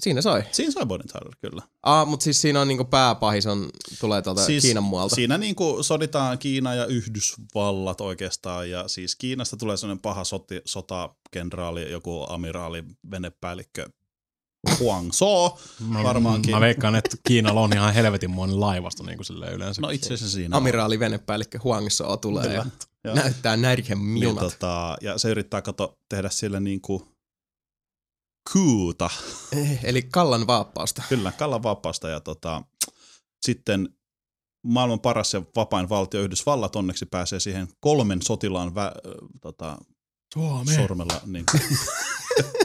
[SPEAKER 1] Siinä soi.
[SPEAKER 2] Siinä sai Bonnie Tyler, kyllä.
[SPEAKER 1] Ah, mutta siis siinä on niinku pääpahis on, tulee tuolta siis, Kiinan muualta. Si-
[SPEAKER 2] Siinä niin kuin soditaan Kiina ja Yhdysvallat oikeastaan, ja siis Kiinasta tulee sellainen paha soti, sotakenraali, joku amiraali, venepäällikkö Huang So.
[SPEAKER 3] Mä,
[SPEAKER 2] No, Varmaankin.
[SPEAKER 3] Mä veikkaan, että Kiinalla on ihan helvetin muinen laivasto niin kuin silleen yleensä.
[SPEAKER 2] No itse asiassa siinä on.
[SPEAKER 1] Amiraali venepäällikkö Huang Soo tulee
[SPEAKER 2] Kyllä,
[SPEAKER 1] ja
[SPEAKER 2] joo.
[SPEAKER 1] näyttää närhen
[SPEAKER 2] Niin,
[SPEAKER 1] milnat.
[SPEAKER 2] tota, ja se yrittää kato, tehdä sille niin kuin kuuta.
[SPEAKER 1] Eh, Eli Kallan vaappausta.
[SPEAKER 2] Kyllä, Kallan vapaasta ja tota, sitten maailman paras ja vapain valtio Yhdysvallat onneksi pääsee siihen kolmen sotilaan vä, ö, tota,
[SPEAKER 1] No
[SPEAKER 3] Suomeen.
[SPEAKER 2] sormella. Niin kuin,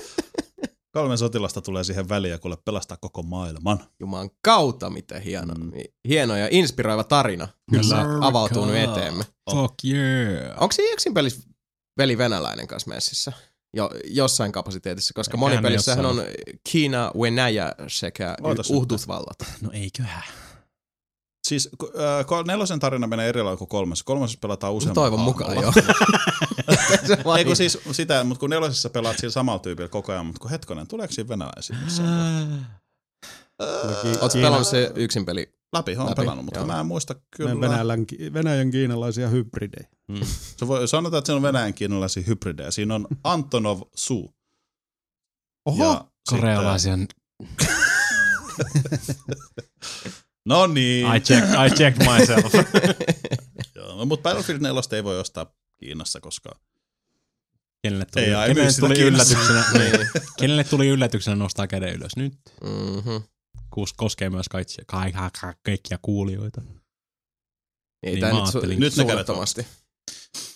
[SPEAKER 2] kolmen sotilasta tulee siihen väliin ja kuule pelastaa koko maailman.
[SPEAKER 1] Juman kautta, miten hieno.
[SPEAKER 2] Mm.
[SPEAKER 1] Mm. Hieno ja inspiroiva tarina.
[SPEAKER 3] Kyllä.
[SPEAKER 1] Kyllä. avautuu nyt
[SPEAKER 3] America.
[SPEAKER 1] eteemme.
[SPEAKER 3] Fuck yeah.
[SPEAKER 1] Onko siinä yksin pelissä veli venäläinen kanssa messissä? Jo, jossain kapasiteetissa, koska
[SPEAKER 3] Eiköhän
[SPEAKER 1] monipelissähän
[SPEAKER 3] ne
[SPEAKER 1] on Kiina, Venäjä sekä
[SPEAKER 2] Ootas nyt.
[SPEAKER 1] Uhdusvallat.
[SPEAKER 3] No eiköhän.
[SPEAKER 2] Siis k- ö, ko- nelosen tarina menee eri lailla kuin kolmas. Kolmasessa pelataan
[SPEAKER 1] No
[SPEAKER 2] useamman
[SPEAKER 1] Toivon
[SPEAKER 2] hahmolla.
[SPEAKER 1] mukaan joo. Se vaan
[SPEAKER 2] Ei kun
[SPEAKER 1] niin.
[SPEAKER 2] siis sitä, mutta kun nelosessa pelaat sillä samalla tyypillä koko ajan, mutta kun hetkonen, tuleeko siinä venäläisiä? jossain kohtaa?
[SPEAKER 1] Oot sä pelannut se yksin peli?
[SPEAKER 2] Läpi, on
[SPEAKER 1] Läpi,
[SPEAKER 2] pelannut, mutta
[SPEAKER 1] joo.
[SPEAKER 2] mä en muista
[SPEAKER 4] Meidän
[SPEAKER 2] kyllä.
[SPEAKER 4] Venäjän, Venäjän kiinalaisia hybridejä.
[SPEAKER 2] Se voi, sanotaan, että siinä on Venäjän kiinalaisia hybridejä. Siinä on Antonov Su.
[SPEAKER 4] Oho,
[SPEAKER 3] Korealaisia.
[SPEAKER 2] No niin.
[SPEAKER 3] I checked, I checked myself.
[SPEAKER 2] Joo, No, mutta Battlefield 4 ei voi ostaa Kiinassa koskaan.
[SPEAKER 3] Kenelle tuli,
[SPEAKER 2] Ei, ai, myy
[SPEAKER 3] kenelle
[SPEAKER 2] sitä
[SPEAKER 3] tuli
[SPEAKER 2] Kiinassa.
[SPEAKER 3] yllätyksenä? niin. Kenelle tuli yllätyksenä nostaa käden ylös nyt?
[SPEAKER 1] Mm-hmm.
[SPEAKER 3] Kus koskee myös kaikkia, ka- ka- ka- kaikkia kuulijoita.
[SPEAKER 1] Ei
[SPEAKER 3] Niin
[SPEAKER 1] niin tää
[SPEAKER 3] mä
[SPEAKER 1] nyt, su-
[SPEAKER 3] ajattelin.
[SPEAKER 1] nyt
[SPEAKER 2] Nyt ne kädet
[SPEAKER 1] suunnattomasti.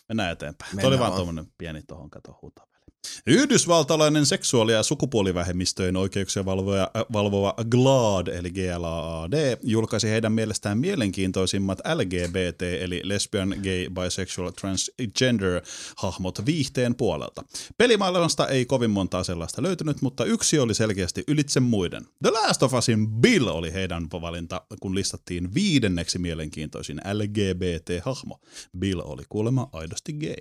[SPEAKER 2] Mennään eteenpäin. Mennään
[SPEAKER 1] Mennään
[SPEAKER 2] Tuo oli vaan
[SPEAKER 1] vaan.
[SPEAKER 2] tuommoinen pieni tohon kato huutaväli. Yhdysvaltalainen seksuaali- ja sukupuolivähemmistöjen oikeuksia valvoja, äh, valvova GLAAD, eli GLAAD, julkaisi heidän mielestään mielenkiintoisimmat LGBT, eli lesbian, gay, bisexual, transgender-hahmot viihteen puolelta. Pelimaailmasta ei kovin montaa sellaista löytynyt, mutta yksi oli selkeästi ylitse muiden. The Last of Usin Bill oli heidän valinta, kun listattiin viidenneksi mielenkiintoisin LGBT-hahmo. Bill oli kuulemma aidosti gay.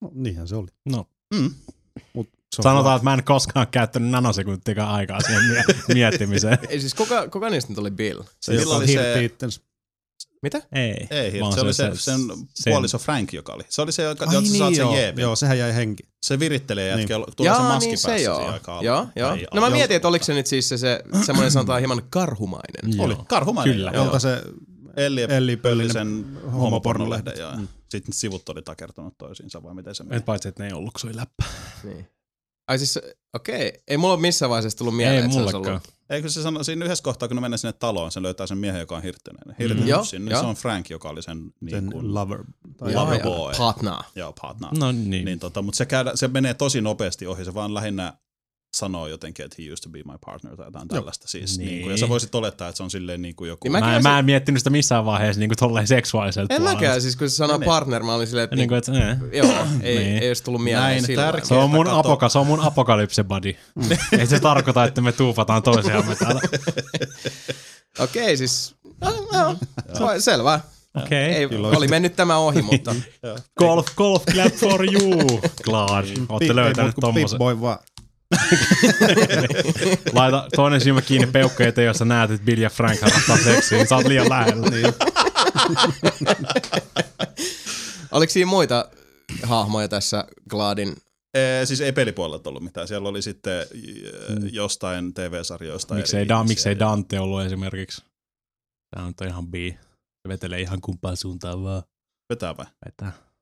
[SPEAKER 4] No, niinhän se oli.
[SPEAKER 3] No,
[SPEAKER 2] Mm.
[SPEAKER 4] Se on
[SPEAKER 3] sanotaan, että mä en koskaan käyttänyt nanosekuntiakaan aikaa siihen mie- miettimiseen.
[SPEAKER 1] Ei siis kuka, kuka niistä nyt oli Bill?
[SPEAKER 2] Siis Se,
[SPEAKER 4] hyvä.
[SPEAKER 2] sillä
[SPEAKER 4] Joka
[SPEAKER 2] oli
[SPEAKER 4] hirtti
[SPEAKER 2] se,
[SPEAKER 4] itsensä.
[SPEAKER 1] Mitä?
[SPEAKER 3] Ei.
[SPEAKER 2] ei, hirtti,
[SPEAKER 3] vaan
[SPEAKER 2] se oli se, sen, sen puoliso Frank, joka oli. Se oli se, joka, jolta sä saat sen
[SPEAKER 4] niin, joo,
[SPEAKER 2] jeepin.
[SPEAKER 4] joo, sehän jäi henki.
[SPEAKER 2] Se virittelee
[SPEAKER 4] Niin.
[SPEAKER 2] jätkä, niin. tulee se maski
[SPEAKER 1] niin se
[SPEAKER 2] päässä
[SPEAKER 1] joo.
[SPEAKER 2] siihen aikaan.
[SPEAKER 1] Joo, joo.
[SPEAKER 2] Ei,
[SPEAKER 1] No mä
[SPEAKER 2] joo.
[SPEAKER 1] mietin, että oliko se nyt siis se, se semmoinen sanotaan hieman karhumainen.
[SPEAKER 3] Joo.
[SPEAKER 2] Oli, karhumainen.
[SPEAKER 3] Kyllä.
[SPEAKER 2] Joo.
[SPEAKER 4] Jolta se
[SPEAKER 2] Elli ja
[SPEAKER 4] Elli Pöllinen.
[SPEAKER 2] Pöllisen
[SPEAKER 4] homopornolehdet.
[SPEAKER 2] homopornolehden. Joo. Sitten sivut oli takertunut toisiinsa, vai miten se meni?
[SPEAKER 3] Et paitsi, että ne ei ollut, kun se oli läppä.
[SPEAKER 1] Niin. Ai siis, okei. Ei mulla ole missään vaiheessa tullut
[SPEAKER 3] Ei
[SPEAKER 1] mieleen, että se olisi ollut
[SPEAKER 3] mullekaan.
[SPEAKER 2] Eikö se sano, siinä yhdessä kohtaa, kun ne menee sinne taloon, se löytää sen miehen, joka on hirttineen.
[SPEAKER 1] Mm.
[SPEAKER 2] Hirtinen
[SPEAKER 1] Joo,
[SPEAKER 2] yksin, niin
[SPEAKER 1] joo.
[SPEAKER 2] se on Frank, joka oli sen, niin
[SPEAKER 4] Sen
[SPEAKER 2] kuin,
[SPEAKER 4] lover. Tai
[SPEAKER 2] Joo,
[SPEAKER 4] lover.
[SPEAKER 2] joo. boy.
[SPEAKER 1] Partner.
[SPEAKER 2] joo, partner.
[SPEAKER 3] No niin.
[SPEAKER 2] Niin, tota, mutta se, käydä, se menee tosi nopeasti ohi, se vaan lähinnä sanoo jotenkin, että he used to be my partner tai jotain tällaista. Siis, niin.
[SPEAKER 3] Niin.
[SPEAKER 2] Niin kuin, ja sä voisit olettaa, että se on silleen niin kuin joku...
[SPEAKER 1] Niin
[SPEAKER 3] Mä,
[SPEAKER 1] Mäkin
[SPEAKER 3] mä, en,
[SPEAKER 1] olisin-
[SPEAKER 3] mä en miettinyt sitä missään vaiheessa niin kuin tolleen seksuaaliselta
[SPEAKER 1] En
[SPEAKER 3] puolelta.
[SPEAKER 1] mäkään, siis kun se sanoi
[SPEAKER 2] Niin.
[SPEAKER 1] partner, mä olin silleen, että
[SPEAKER 3] Niin
[SPEAKER 1] niinku,
[SPEAKER 3] kuin, että, eh.
[SPEAKER 1] joo, ei,
[SPEAKER 3] Niin.
[SPEAKER 1] ei olisi tullut mieleen
[SPEAKER 2] Näin
[SPEAKER 1] silloin.
[SPEAKER 2] tärkeä.
[SPEAKER 3] Se on, mun
[SPEAKER 2] Kato.
[SPEAKER 3] apoka, se on mun apokalypse buddy. ei se tarkoita, että me tuupataan toisiamme täällä.
[SPEAKER 1] Okei, siis, no, no, se- selvä.
[SPEAKER 3] Okei.
[SPEAKER 1] Ei,
[SPEAKER 3] Okay.
[SPEAKER 1] oli mennyt tämä ohi, mutta
[SPEAKER 3] Golf, golf clap for you. Niin, Glad.
[SPEAKER 4] Pip-
[SPEAKER 3] Ootte
[SPEAKER 4] ei
[SPEAKER 3] löytänyt
[SPEAKER 4] muuta kuin
[SPEAKER 3] tommosen.
[SPEAKER 4] Pip-boy vaan.
[SPEAKER 3] Laita toinen silmä kiinni peukku eteen, jos sä näet, että Bill ja Frank harrastaa seksiä. Sä oot liian lähellä. Niin.
[SPEAKER 1] oliko siinä muita hahmoja tässä Gladin?
[SPEAKER 2] Ee, siis ei pelipuolelta ollut mitään. Siellä oli sitten mm. jostain TV-sarjoista.
[SPEAKER 3] Miksei,
[SPEAKER 2] eri
[SPEAKER 3] da,
[SPEAKER 2] ihmisiä.
[SPEAKER 3] miksei Dante ollut esimerkiksi? Tää on nyt ihan bi. Se vetelee ihan kumpaan suuntaan vaan.
[SPEAKER 2] Vetää vai?
[SPEAKER 3] Vetää. Se
[SPEAKER 2] Katsotaan,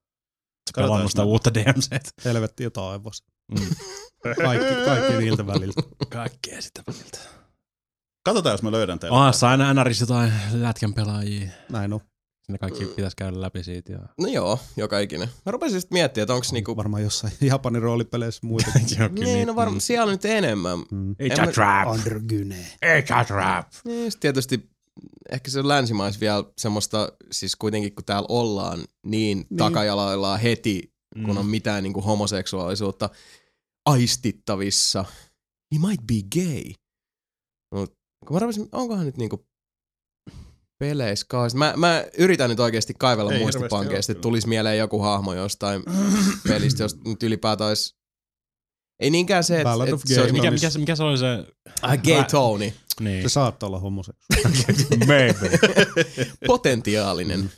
[SPEAKER 3] pelannut
[SPEAKER 2] jos
[SPEAKER 3] sitä
[SPEAKER 2] mä-
[SPEAKER 3] uutta DMCtä.
[SPEAKER 4] Helvetti ja taivas.
[SPEAKER 3] Mm.
[SPEAKER 4] Kaikki, kaikki niiltä väliltä.
[SPEAKER 3] Kaikkea sitä väliltä.
[SPEAKER 2] Katsotaan, jos mä löydän teille.
[SPEAKER 3] Ah, saa aina NRissä jotain lätkän pelaajia.
[SPEAKER 4] Näin on.
[SPEAKER 2] Siis
[SPEAKER 3] Ne kaikki pitäisi käydä läpi siitä. Ja...
[SPEAKER 1] No joo, joka ikinen. Mä rupesin sitten miettimään, että onko niinku...
[SPEAKER 4] Varmaan jossain Japanin roolipeleissä muitakin.
[SPEAKER 1] Niin, no varmaan, siellä on nyt enemmän.
[SPEAKER 4] Mm.
[SPEAKER 3] It's
[SPEAKER 1] En
[SPEAKER 3] a
[SPEAKER 1] mä-
[SPEAKER 3] trap.
[SPEAKER 4] Undergyne.
[SPEAKER 3] It's a trap.
[SPEAKER 1] Niin, sit tietysti ehkä se länsimais vielä semmoista, siis kuitenkin kun täällä ollaan niin, niin. takajaloillaan niinku heti, kun on mitään niin kuin homoseksuaalisuutta aistittavissa, he might be gay. Mut kun mä rupesin, onkohan nyt niinku peleissä kauheasti. Mä, mä yritän nyt oikeasti kaivella
[SPEAKER 2] Ei hirveästi
[SPEAKER 1] muistipankeista,
[SPEAKER 2] ole
[SPEAKER 1] että tulisi mieleen joku hahmo jostain pelistä, jos nyt ylipäätään olisi... Ei niinkään se, että
[SPEAKER 4] Ballad
[SPEAKER 1] et
[SPEAKER 4] of
[SPEAKER 1] se
[SPEAKER 4] Gay
[SPEAKER 1] olisi mikä,
[SPEAKER 3] Mikä,
[SPEAKER 4] Tony.
[SPEAKER 3] mikä, se- mikä se oli se?
[SPEAKER 1] ah, gay Tony.
[SPEAKER 3] Niin.
[SPEAKER 4] Se saattaa olla homoseksuaali.
[SPEAKER 3] Maybe.
[SPEAKER 1] Potentiaalinen.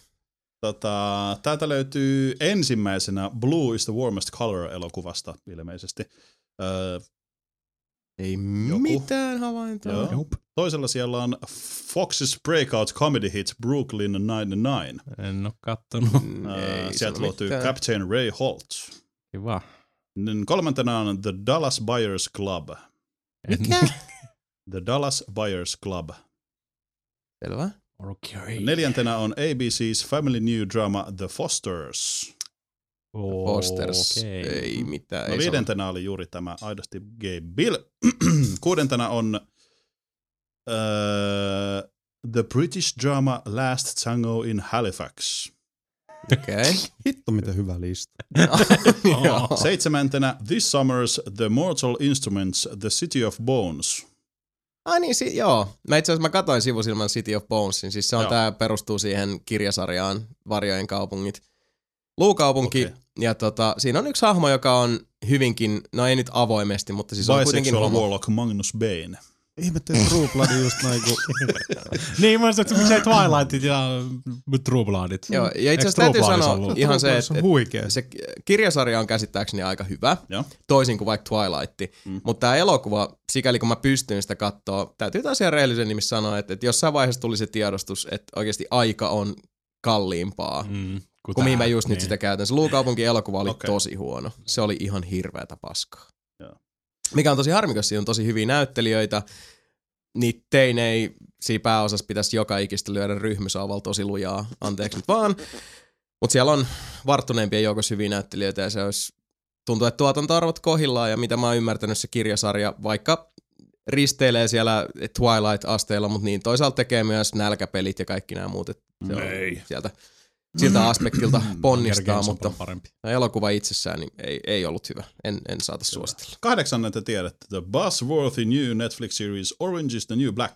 [SPEAKER 2] Tota, täältä löytyy ensimmäisenä Blue is the Warmest Color-elokuvasta ilmeisesti. Öö,
[SPEAKER 1] Ei
[SPEAKER 2] Joku.
[SPEAKER 1] mitään havaintoa.
[SPEAKER 2] Joo.
[SPEAKER 3] Nope.
[SPEAKER 2] toisella siellä on Fox's Breakout Comedy Hits Brooklyn 99.
[SPEAKER 3] En oo kattonut.
[SPEAKER 1] Mm,
[SPEAKER 2] Öö,
[SPEAKER 1] ei
[SPEAKER 2] sieltä
[SPEAKER 1] sano
[SPEAKER 2] löytyy
[SPEAKER 1] mitään.
[SPEAKER 2] Captain Ray Holt.
[SPEAKER 3] Kiva.
[SPEAKER 2] Niin Kolmantena on The Dallas Buyers Club.
[SPEAKER 3] En-
[SPEAKER 1] Mikä?
[SPEAKER 2] The Dallas Buyers Club.
[SPEAKER 1] Selvä.
[SPEAKER 3] Okay.
[SPEAKER 2] Neljäntenä on ABC's family new drama The Fosters.
[SPEAKER 1] Posters.
[SPEAKER 3] Okei.
[SPEAKER 1] Ei mitään.
[SPEAKER 2] Oh, No
[SPEAKER 1] ei sano.
[SPEAKER 2] viidentenä oli juuri tämä aidosti gay Bill. Kuudentena on äh, öö, The British drama Last Tango in Halifax.
[SPEAKER 1] Okei.
[SPEAKER 4] Vittu mitä hyvä lista.
[SPEAKER 1] Joo.
[SPEAKER 2] Seitsemäntenä This Summer's The Mortal Instruments The City of Bones.
[SPEAKER 1] Siis Ai niin, si- joo. Mä itse asiassa mä katsoin sivusilman City of Bonesin. Siis se on
[SPEAKER 2] Joo.
[SPEAKER 1] tää perustuu siihen kirjasarjaan Varjojen kaupungit. Luukaupunki.
[SPEAKER 2] Okei.
[SPEAKER 1] Okay. Ja tota, siinä on yksi hahmo, joka on hyvinkin, no ei nyt avoimesti, mutta siis on kuitenkin
[SPEAKER 2] Bisexual
[SPEAKER 1] homo.
[SPEAKER 2] Warlock Magnus Bane.
[SPEAKER 4] Ihmettelen True Blood just näin kun...
[SPEAKER 3] Niin, mä sanoin, että miksei Twilightit ja True Bloodit.
[SPEAKER 1] Joo, ja itse
[SPEAKER 3] Eikö
[SPEAKER 1] asiassa täytyy
[SPEAKER 3] True Bloodissa
[SPEAKER 1] sanoa
[SPEAKER 3] ollut?
[SPEAKER 1] ihan se,
[SPEAKER 4] True
[SPEAKER 1] että
[SPEAKER 4] Blood on huikea.
[SPEAKER 1] että se kirjasarja on käsittääkseni aika hyvä,
[SPEAKER 2] Joo.
[SPEAKER 1] toisin kuin vaikka Twilight.
[SPEAKER 2] Mm.
[SPEAKER 1] Mm. Mutta tämä elokuva, sikäli kun mä pystyn sitä katsoa, täytyy taas ihan rehellisen nimissä sanoa, että, että jossain vaiheessa tuli se tiedostus, että oikeasti aika on kalliimpaa. Mm.
[SPEAKER 3] Mm, kun
[SPEAKER 1] Kun mihin mä
[SPEAKER 3] tää,
[SPEAKER 1] just nyt
[SPEAKER 3] niin.
[SPEAKER 1] sitä käytän. Se Luukaupunki elokuva oli
[SPEAKER 2] Okei.
[SPEAKER 1] okay. tosi huono. Se oli ihan hirveätä paskaa.
[SPEAKER 2] Joo.
[SPEAKER 1] Mikä on tosi harmi, koska siinä on tosi hyviä näyttelijöitä. Niitä teinei siinä pääosassa pitäisi joka ikistä lyödä ryhmäsaavalla tosi lujaa. Anteeksi nyt vaan. Mutta siellä on varttuneempien joukossa hyviä näyttelijöitä ja se olisi tuntuu, että tuotantoarvot kohillaan ja mitä mä oon ymmärtänyt se kirjasarja, vaikka risteilee siellä Twilight-asteella, mutta niin toisaalta tekee myös nälkäpelit ja kaikki nämä muut. että Se on
[SPEAKER 2] Ei.
[SPEAKER 1] sieltä, siltä aspektilta
[SPEAKER 3] Hunger
[SPEAKER 1] ponnistaa,
[SPEAKER 3] Mm. Games on
[SPEAKER 1] mutta no
[SPEAKER 3] paljon parempi.
[SPEAKER 1] elokuva itsessään niin ei, ei ollut hyvä. En, en saata suositella.
[SPEAKER 2] Kahdeksannen te tiedätte The Buzzworthy New Netflix Series Orange is the New Black.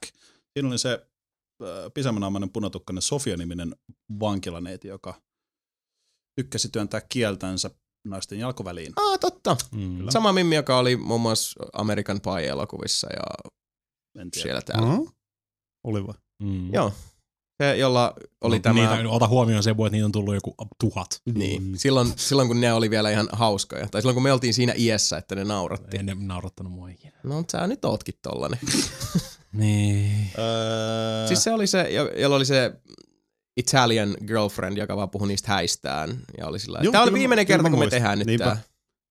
[SPEAKER 2] Siinä oli se äh, pisämänaamainen punatukkainen Sofia-niminen vankilaneiti, joka tykkäsi työntää kieltänsä naisten jalkoväliin.
[SPEAKER 1] Ah, totta.
[SPEAKER 3] Mm.
[SPEAKER 1] Sama Mimmi, joka oli muun muassa American Pie-elokuvissa ja
[SPEAKER 2] En tiedä.
[SPEAKER 1] siellä täällä.
[SPEAKER 4] No? Oli vai?
[SPEAKER 3] Mm.
[SPEAKER 1] Joo. Se, jolla oli
[SPEAKER 3] Mut
[SPEAKER 1] tämä...
[SPEAKER 3] No, Niitä, ota huomioon se, että niitä on tullut joku tuhat
[SPEAKER 4] Mm,
[SPEAKER 1] Niin.
[SPEAKER 4] siis
[SPEAKER 1] Silloin, silloin kun ne oli vielä ihan hauskoja. Tai silloin kun me oltiin siinä iässä, että ne nauratti.
[SPEAKER 3] ennen naurattanut mua
[SPEAKER 2] Niin.
[SPEAKER 3] ikinä.
[SPEAKER 1] No sä nyt ootkin tollanen.
[SPEAKER 3] Niin.
[SPEAKER 2] Öö,
[SPEAKER 1] Siis se oli se, jo- jolla oli se Italian girlfriend, joka vaan puhui niistä häistään. Ja oli sillä,
[SPEAKER 4] Joo,
[SPEAKER 1] Joo, tämä oli
[SPEAKER 4] kyllä mä-
[SPEAKER 1] viimeinen
[SPEAKER 4] kyllä
[SPEAKER 1] kerta,
[SPEAKER 4] mä
[SPEAKER 1] kun me
[SPEAKER 4] muistan.
[SPEAKER 1] tehdään nyt
[SPEAKER 4] Niinpä.
[SPEAKER 1] tämä.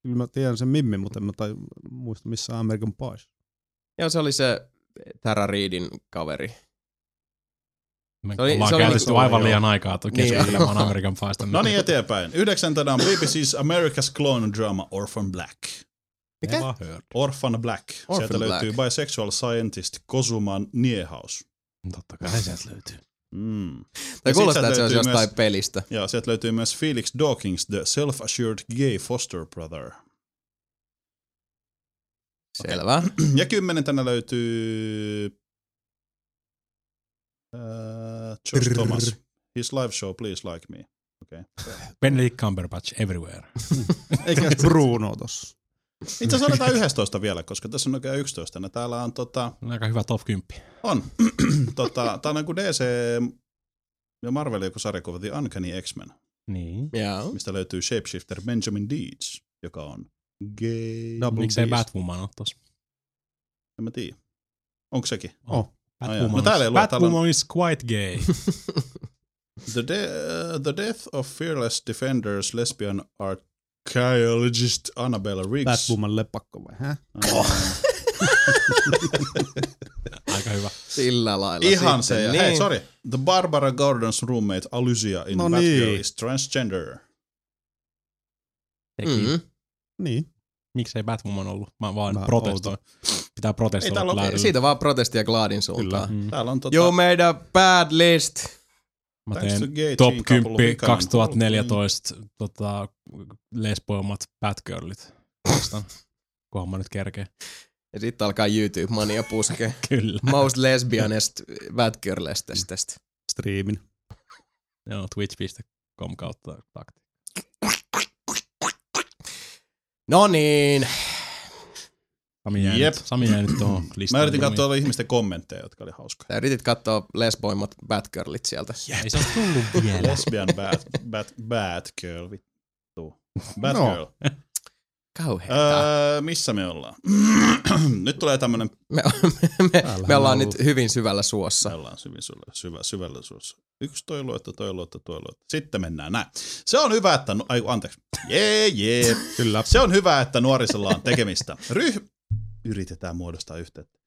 [SPEAKER 4] Kyllä mä tiedän sen mimmi, mutta en mä tai muista missä on American Pies.
[SPEAKER 1] Joo, se oli se Tara Reedin kaveri.
[SPEAKER 3] Me
[SPEAKER 1] Se oli-
[SPEAKER 3] ollaan
[SPEAKER 1] se oli
[SPEAKER 3] käytetty
[SPEAKER 1] niinku-
[SPEAKER 3] aivan
[SPEAKER 1] joo.
[SPEAKER 3] liian aikaa tuon
[SPEAKER 1] Niin.
[SPEAKER 3] keskustelemaan Amerikan paista.
[SPEAKER 2] No niin, eteenpäin. Yhdeksäntenä on BBC's America's Clone Drama Orphan Black.
[SPEAKER 1] Mikä?
[SPEAKER 2] Orphan Black.
[SPEAKER 1] Orphan
[SPEAKER 2] Sieltä
[SPEAKER 1] Black.
[SPEAKER 2] löytyy bisexual scientist Kosuma Niehaus.
[SPEAKER 3] No Totta kai sieltä löytyy.
[SPEAKER 2] Mm.
[SPEAKER 1] Tai
[SPEAKER 2] Ja
[SPEAKER 1] kuulostaa,
[SPEAKER 2] sit
[SPEAKER 1] että se olisi
[SPEAKER 2] löytyy
[SPEAKER 1] jostain
[SPEAKER 2] Myös,
[SPEAKER 1] pelistä.
[SPEAKER 2] ja sieltä löytyy myös Felix Dawkins, The Self-Assured Gay Foster Brother.
[SPEAKER 1] Selvä.
[SPEAKER 2] Ja kymmenentenä löytyy... Uh, George Thomas. His live show, Please Like Me.
[SPEAKER 3] Benedict Cumberbatch everywhere.
[SPEAKER 4] Eikä Bruno tossa.
[SPEAKER 2] Itse asiassa otetaan 11 vielä, koska tässä on oikein 11. Täällä on tota...
[SPEAKER 3] On aika hyvä top 10.
[SPEAKER 2] On. tota, tää on joku DC ja Marvel joku sarjakuva The Uncanny X-Men,
[SPEAKER 3] Niin.
[SPEAKER 1] Joo.
[SPEAKER 2] mistä löytyy shapeshifter Benjamin Deeds, joka on gay.
[SPEAKER 4] Double
[SPEAKER 3] Miksei
[SPEAKER 4] Beast.
[SPEAKER 3] Batwoman ole tossa?
[SPEAKER 2] En mä tiedä. Onko sekin?
[SPEAKER 4] Oh.
[SPEAKER 2] jaa.
[SPEAKER 3] Batwoman,
[SPEAKER 2] No täällä ei
[SPEAKER 3] is,
[SPEAKER 2] lue, täällä on-
[SPEAKER 3] Batwoman is quite gay.
[SPEAKER 2] The, de- uh, the Death of Fearless Defenders Lesbian Archaeologist Annabella Riggs.
[SPEAKER 4] Batwoman lepakko vai? Häh?
[SPEAKER 2] Oh,
[SPEAKER 3] aika hyvä.
[SPEAKER 1] Sillä lailla
[SPEAKER 2] ihan se.
[SPEAKER 1] sitten. Niin.
[SPEAKER 2] ja- Hei, sorry. The Barbara Gordon's roommate Alysia in
[SPEAKER 4] niin. No
[SPEAKER 2] Batgirl
[SPEAKER 4] niin.
[SPEAKER 2] is transgender.
[SPEAKER 3] Teki. Mm.
[SPEAKER 1] Mm-hmm.
[SPEAKER 4] Niin.
[SPEAKER 3] Miksei Batwoman ollut? Mä vaan
[SPEAKER 4] Mä
[SPEAKER 3] protestoin. Pitää
[SPEAKER 2] Ei
[SPEAKER 3] protestoida.
[SPEAKER 2] täällä ole-
[SPEAKER 3] Laurilla.
[SPEAKER 1] Siitä vaan protestia Glaadin suuntaan.
[SPEAKER 4] Kyllä.
[SPEAKER 3] Mm.
[SPEAKER 2] Täällä on tota...
[SPEAKER 1] You made a bad list.
[SPEAKER 3] Mä
[SPEAKER 2] Thanks
[SPEAKER 3] teen
[SPEAKER 2] to gay
[SPEAKER 3] top
[SPEAKER 2] teen couple
[SPEAKER 3] 10
[SPEAKER 2] Vikanen.
[SPEAKER 3] 2014 tota, lesboimat Batgirlit. Vastaan. Kunhan mä nyt kerkeen.
[SPEAKER 1] Ja sitten alkaa YouTube-mania puskea.
[SPEAKER 3] Kyllä.
[SPEAKER 1] Most lesbianest bad girlest tästä.
[SPEAKER 4] Striimin.
[SPEAKER 3] Joo, twitch.com kautta takti.
[SPEAKER 1] No niin.
[SPEAKER 3] Sami jäi,
[SPEAKER 2] Jep.
[SPEAKER 3] nyt, Sami jäi nyt tuohon listaan.
[SPEAKER 2] Mä yritin katsoa ihmisten kommentteja, jotka oli hauskoja.
[SPEAKER 1] Sä yritit katsoa lesboimmat bad girlit sieltä.
[SPEAKER 3] Ei se ole tullut vielä.
[SPEAKER 2] Lesbian bad, bad, bad girl, vittu. Bad
[SPEAKER 4] No.
[SPEAKER 2] girl.
[SPEAKER 1] Kauheeta.
[SPEAKER 2] Öö, missä me ollaan? Nyt tulee tämmönen,
[SPEAKER 1] Me, me,
[SPEAKER 4] Täällähän
[SPEAKER 1] me ollaan
[SPEAKER 4] on
[SPEAKER 1] nyt
[SPEAKER 4] ollut.
[SPEAKER 1] hyvin syvällä suossa.
[SPEAKER 2] me ollaan syvin syvällä, syvä, syvällä suussa. Yksi toi luetta, toi luetta, toi luetta. Sitten mennään näin. Se on hyvä, että, nu- ai anteeksi, jee jee.
[SPEAKER 4] Kyllä.
[SPEAKER 2] Se on hyvä, että nuorisolla on tekemistä. Ryh... Yritetään muodostaa yhteyttä.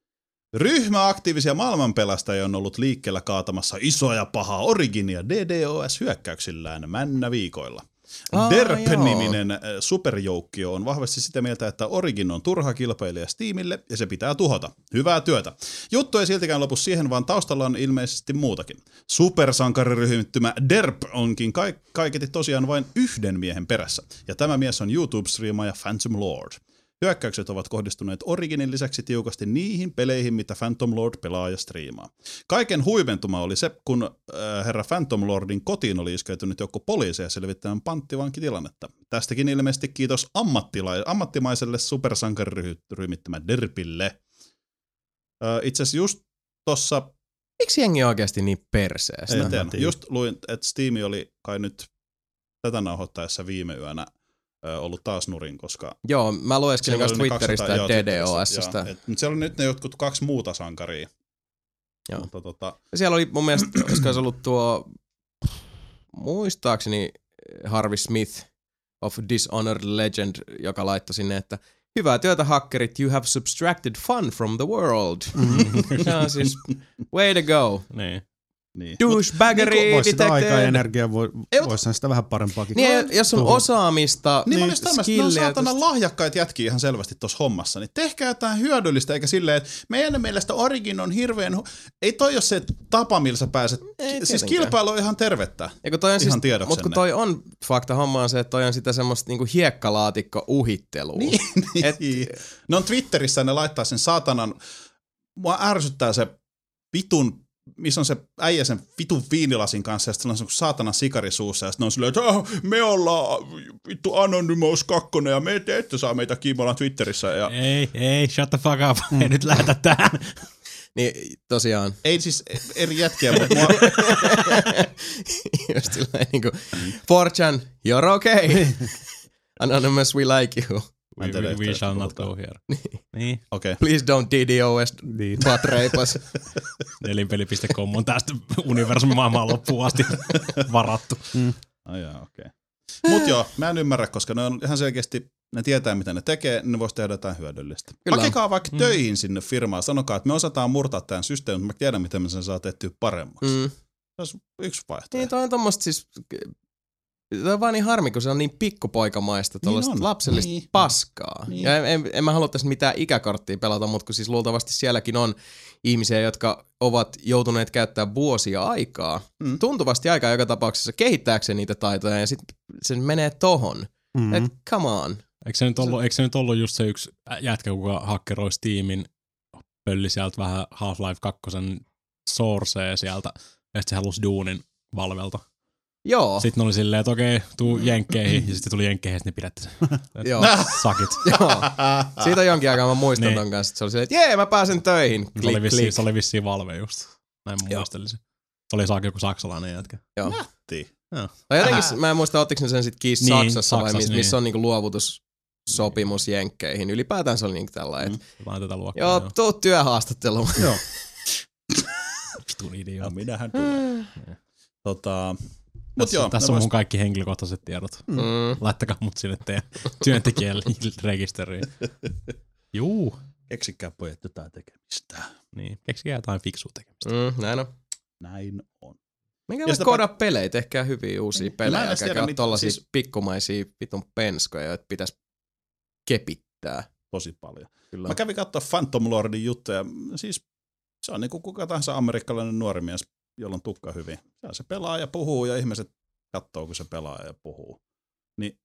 [SPEAKER 2] Ryhmä aktiivisia maailmanpelastajia on ollut liikkeellä kaatamassa isoa ja pahaa originia DDoS-hyökkäyksillään männä viikoilla.
[SPEAKER 1] Aa,
[SPEAKER 2] Derp-niminen äh, superjoukkio on vahvasti sitä mieltä, että Origin on turha kilpailija Steamille ja se pitää tuhota. Hyvää työtä. Juttu ei siltikään lopu siihen, vaan taustalla on ilmeisesti muutakin. Supersankariryhmittymä Derp onkin kaik- kaiketi tosiaan vain yhden miehen perässä, ja tämä mies on YouTube-striimaaja Phantom Lord. Hyökkäykset ovat kohdistuneet Originin lisäksi tiukasti niihin peleihin, mitä Phantom Lord pelaa ja striimaa. Kaiken huipentuma oli se, kun äh, herra Phantom Lordin kotiin oli iskeytynyt joukko poliiseja selvittämään panttivankitilannetta. Tästäkin ilmeisesti kiitos ammattila- ammattimaiselle supersankariryhmittymä Derpille. Äh, itse asiassa just tossa
[SPEAKER 1] Miksi jengi on oikeasti niin perseestä?
[SPEAKER 2] ei tiedä.
[SPEAKER 4] tiedä.
[SPEAKER 2] Just luin, että Steam oli kai nyt tätä nauhoittaessa viime yönä ö, ollut taas nurin, koska...
[SPEAKER 1] Joo, mä lueskelin
[SPEAKER 2] siellä
[SPEAKER 1] kanssa
[SPEAKER 2] oli ne
[SPEAKER 1] Twitteristä ja
[SPEAKER 2] 200 joo, Twitterissä,
[SPEAKER 1] DDoSsta.
[SPEAKER 2] joo. Et- Mutta siellä oli nyt ne jotkut kaksi muuta sankaria.
[SPEAKER 1] Joo.
[SPEAKER 2] Mutta tota,
[SPEAKER 1] Siellä oli mun mielestä, olisiko se ollut tuo, muistaakseni Harvey Smith of Dishonored Legend, joka laittoi sinne, että Hyvää työtä, hakkerit. You have subtracted fun from the world. Se on siis way to go.
[SPEAKER 3] niin.
[SPEAKER 2] niin.
[SPEAKER 1] Douchebaggery
[SPEAKER 4] Voisi sitä aikaa ja
[SPEAKER 1] detected.
[SPEAKER 4] energiaa, voi,
[SPEAKER 1] Ei, mut-
[SPEAKER 4] voisihan sitä vähän parempaakin.
[SPEAKER 1] Niin, jos on
[SPEAKER 4] Tuohon.
[SPEAKER 1] osaamista,
[SPEAKER 2] Niin, niin mä
[SPEAKER 1] niin
[SPEAKER 2] just tämmöistä, ne on
[SPEAKER 1] skilliä.
[SPEAKER 2] saatana lahjakkaita jätkiä ihan selvästi tuossa hommassa, niin tehkää jotain hyödyllistä, eikä silleen, että meidän mielestä Origin on hirveän... hu- Ei toi ole se tapa, millä sä pääset...
[SPEAKER 1] Ei
[SPEAKER 2] siis
[SPEAKER 1] tietenkään.
[SPEAKER 2] kilpailu on ihan tervettä.
[SPEAKER 1] Ja kun toi on
[SPEAKER 2] Ihan
[SPEAKER 1] siis,
[SPEAKER 2] tiedoksenne.
[SPEAKER 1] mut kun toi on fakta homma on se, että toi on sitä semmoista niinku hiekkalaatikko uhittelua. Niin. Et-
[SPEAKER 2] Niin. ne on Twitterissä ja ne laittaa sen saatanan, mua ärsyttää se vitun, missä on se äijä sen vitun viinilasin kanssa ja sitten on se saatanan sikari suussa ja sitten ne on silleen, että oh, me ollaan vittu Anonymous 2 ja me te ette saa meitä kiimolaan Twitterissä ja
[SPEAKER 3] Ei, ei, shut the fuck
[SPEAKER 2] Mm.
[SPEAKER 3] up. Ei nyt lähetä tähän.
[SPEAKER 1] niin tosiaan,
[SPEAKER 2] ei siis eri jätkiä, mutta mua,
[SPEAKER 1] just silleen niinku, Fortune, you're okay. Anonymous, we like you.
[SPEAKER 2] Mä
[SPEAKER 3] We,
[SPEAKER 2] en tiedä
[SPEAKER 3] we,
[SPEAKER 2] yhtään,
[SPEAKER 3] we
[SPEAKER 2] mistä
[SPEAKER 3] shall not
[SPEAKER 2] puhutaan.
[SPEAKER 3] go here. niin.
[SPEAKER 2] okei.
[SPEAKER 1] Please don't DDoS,
[SPEAKER 4] Niin.
[SPEAKER 1] patreipas.
[SPEAKER 3] Nelinpeli.com on tästä universumin maailman loppuun asti varattu.
[SPEAKER 2] Ai jaa, okei. Mut joo, mä en ymmärrä, koska ne on ihan selkeästi, ne tietää mitä ne tekee, niin ne vois tehdä jotain hyödyllistä.
[SPEAKER 1] Kyllä.
[SPEAKER 2] Kyllä. Hakekaa vaikka mm. töihin sinne firmaan, sanokaa, että me osataan murtaa tämän systeemin, mutta mä tiedän, miten me sen saa tehtyä paremmaksi. Mm.
[SPEAKER 1] Mm.
[SPEAKER 2] Se olisi yksi
[SPEAKER 1] Niin,
[SPEAKER 2] vaihtoehto.
[SPEAKER 1] toi on tommosta siis, toi on vaan niin harmi, kun se on niin pikkupoikamaista, tuollaista
[SPEAKER 2] on.
[SPEAKER 1] lapsellista
[SPEAKER 2] Niin.
[SPEAKER 1] paskaa.
[SPEAKER 2] Niin.
[SPEAKER 1] Ja en, en, en mä halua tässä mitään ikäkorttia pelata, mutta kun siis luultavasti sielläkin on ihmisiä, jotka ovat joutuneet käyttämään vuosia aikaa, mm.
[SPEAKER 2] Mm.
[SPEAKER 1] tuntuvasti aikaa joka tapauksessa kehittääkseen niitä taitoja, ja sitten se menee tohon. Mm. Et come on.
[SPEAKER 3] Eikö se, nyt ollut, eikö se nyt ollut just se yksi jätkä, kuka hakkeroi Steamin, pölli sieltä vähän Half-Life 2 sourcea sieltä, ja sitten se halusi duunin Valvelta.
[SPEAKER 1] Joo.
[SPEAKER 3] Sitten ne oli silleen, että okei, tuu jenkkeihin, ja sitten tuli jenkkeihin, ja sitten ne pidätte sen.
[SPEAKER 1] Joo.
[SPEAKER 3] Sakit.
[SPEAKER 1] Joo. Siitä on jonkin aikaa mä muistan
[SPEAKER 3] Niin.
[SPEAKER 1] ton kanssa, että se oli silleen, että jee, mä pääsen töihin.
[SPEAKER 3] Se oli,
[SPEAKER 1] Klik,
[SPEAKER 3] vissiin,
[SPEAKER 1] klik.
[SPEAKER 3] se oli vissiin Valve just. Näin mä
[SPEAKER 1] Joo.
[SPEAKER 3] muistelisin. Se oli saak joku saksalainen jätkä.
[SPEAKER 2] Nätti.
[SPEAKER 1] Tai No
[SPEAKER 2] Äh.
[SPEAKER 1] jotenkin, se- mä en muista, ottiko ne sen sitten kiinni
[SPEAKER 3] Niin,
[SPEAKER 1] Saksassa vai
[SPEAKER 3] Saksassa,
[SPEAKER 1] missä,
[SPEAKER 3] niin.
[SPEAKER 1] missä on niinku luovutussopimus jenkkeihin. Ylipäätään se oli niinku tällainen, että
[SPEAKER 3] Jotain tätä luokkaa.
[SPEAKER 1] joo, tuu työhaastatteluun.
[SPEAKER 4] Joo.
[SPEAKER 3] Vitun
[SPEAKER 2] Ja
[SPEAKER 3] idiootti.
[SPEAKER 2] minähän
[SPEAKER 1] Mm.
[SPEAKER 2] tulen. Tota, mut
[SPEAKER 3] Tässä,
[SPEAKER 2] joo,
[SPEAKER 3] tässä
[SPEAKER 2] ne
[SPEAKER 3] on
[SPEAKER 2] vois-
[SPEAKER 3] mun kaikki henkilökohtaiset tiedot.
[SPEAKER 1] Mm.
[SPEAKER 3] Laittakaa mut sinne teidän työntekijän rekisteriin. Juu.
[SPEAKER 2] keksikää pojat jotain tekemistä.
[SPEAKER 3] Niin, keksikää jotain fiksua tekemistä.
[SPEAKER 1] Mm, näin on.
[SPEAKER 2] Näin on.
[SPEAKER 1] Minkä
[SPEAKER 2] Ja
[SPEAKER 1] voi
[SPEAKER 2] sitä
[SPEAKER 1] kooda pelejä, tehkää hyviä uusia pelejä,
[SPEAKER 2] edes tiedä,
[SPEAKER 1] älkääkä ole
[SPEAKER 2] mitä-
[SPEAKER 1] tollasia siis...
[SPEAKER 2] siis-
[SPEAKER 1] pikkumaisia vitun penskoja, joita pitäisi kepittää.
[SPEAKER 2] Tosi paljon.
[SPEAKER 1] Kyllä.
[SPEAKER 2] Mä kävin katsoa Phantom Lordin juttuja. Siis se on niinku kuka tahansa amerikkalainen nuori mies, jolla on tukka hyvin. Siellä se pelaa ja puhuu ja ihmiset katsoo, kun se pelaa ja puhuu. Niin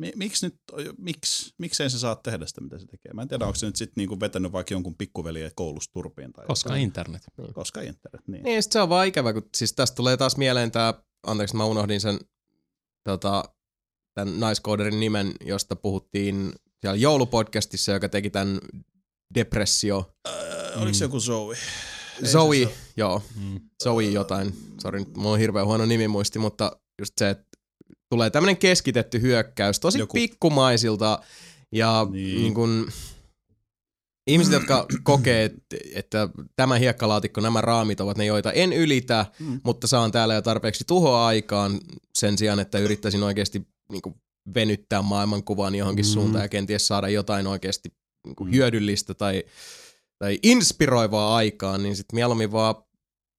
[SPEAKER 2] mi- miksi nyt, miksi, miksei se saa tehdä sitä, mitä se tekee? Mä en tiedä, onko se nyt sitten niinku vetänyt vaikka jonkun pikkuveliä koulusta turpiin tai
[SPEAKER 3] Koska
[SPEAKER 2] jotain.
[SPEAKER 3] internet.
[SPEAKER 2] Koska internet, niin.
[SPEAKER 1] Niin, ja sit se on vaan ikävä, kun siis tästä tulee taas mieleen tää, anteeksi mä unohdin sen tota, tämän naiskooderin nimen, josta puhuttiin siellä joulupodcastissa, joka teki tämän depressio.
[SPEAKER 2] Öö, oliko se joku Zoe? Ei
[SPEAKER 1] Mm. Zoe,
[SPEAKER 2] se se-
[SPEAKER 1] joo,
[SPEAKER 3] Mm.
[SPEAKER 1] Zoe jotain. Sori, nyt mulla on hirveän huono nimimuisti, mutta just se, että tulee tämmönen keskitetty hyökkäys tosi
[SPEAKER 2] Joku.
[SPEAKER 1] Joku. pikkumaisilta ja
[SPEAKER 2] Niin.
[SPEAKER 1] niin. Niin kun, ihmiset, jotka kokee, et- että tämä hiekkalaatikko, nämä raamit ovat ne, joita en ylitä,
[SPEAKER 2] Mm.
[SPEAKER 1] mm. mutta saan täällä jo tarpeeksi tuhoa aikaan sen sijaan, että yrittäisin oikeasti niin kun, venyttää maailmankuvan johonkin
[SPEAKER 3] Mm.
[SPEAKER 1] mm. suuntaan ja kenties saada jotain oikeasti niin
[SPEAKER 2] Mm.
[SPEAKER 1] mm. hyödyllistä tai, tai inspiroivaa aikaan, niin sitten mieluummin vaan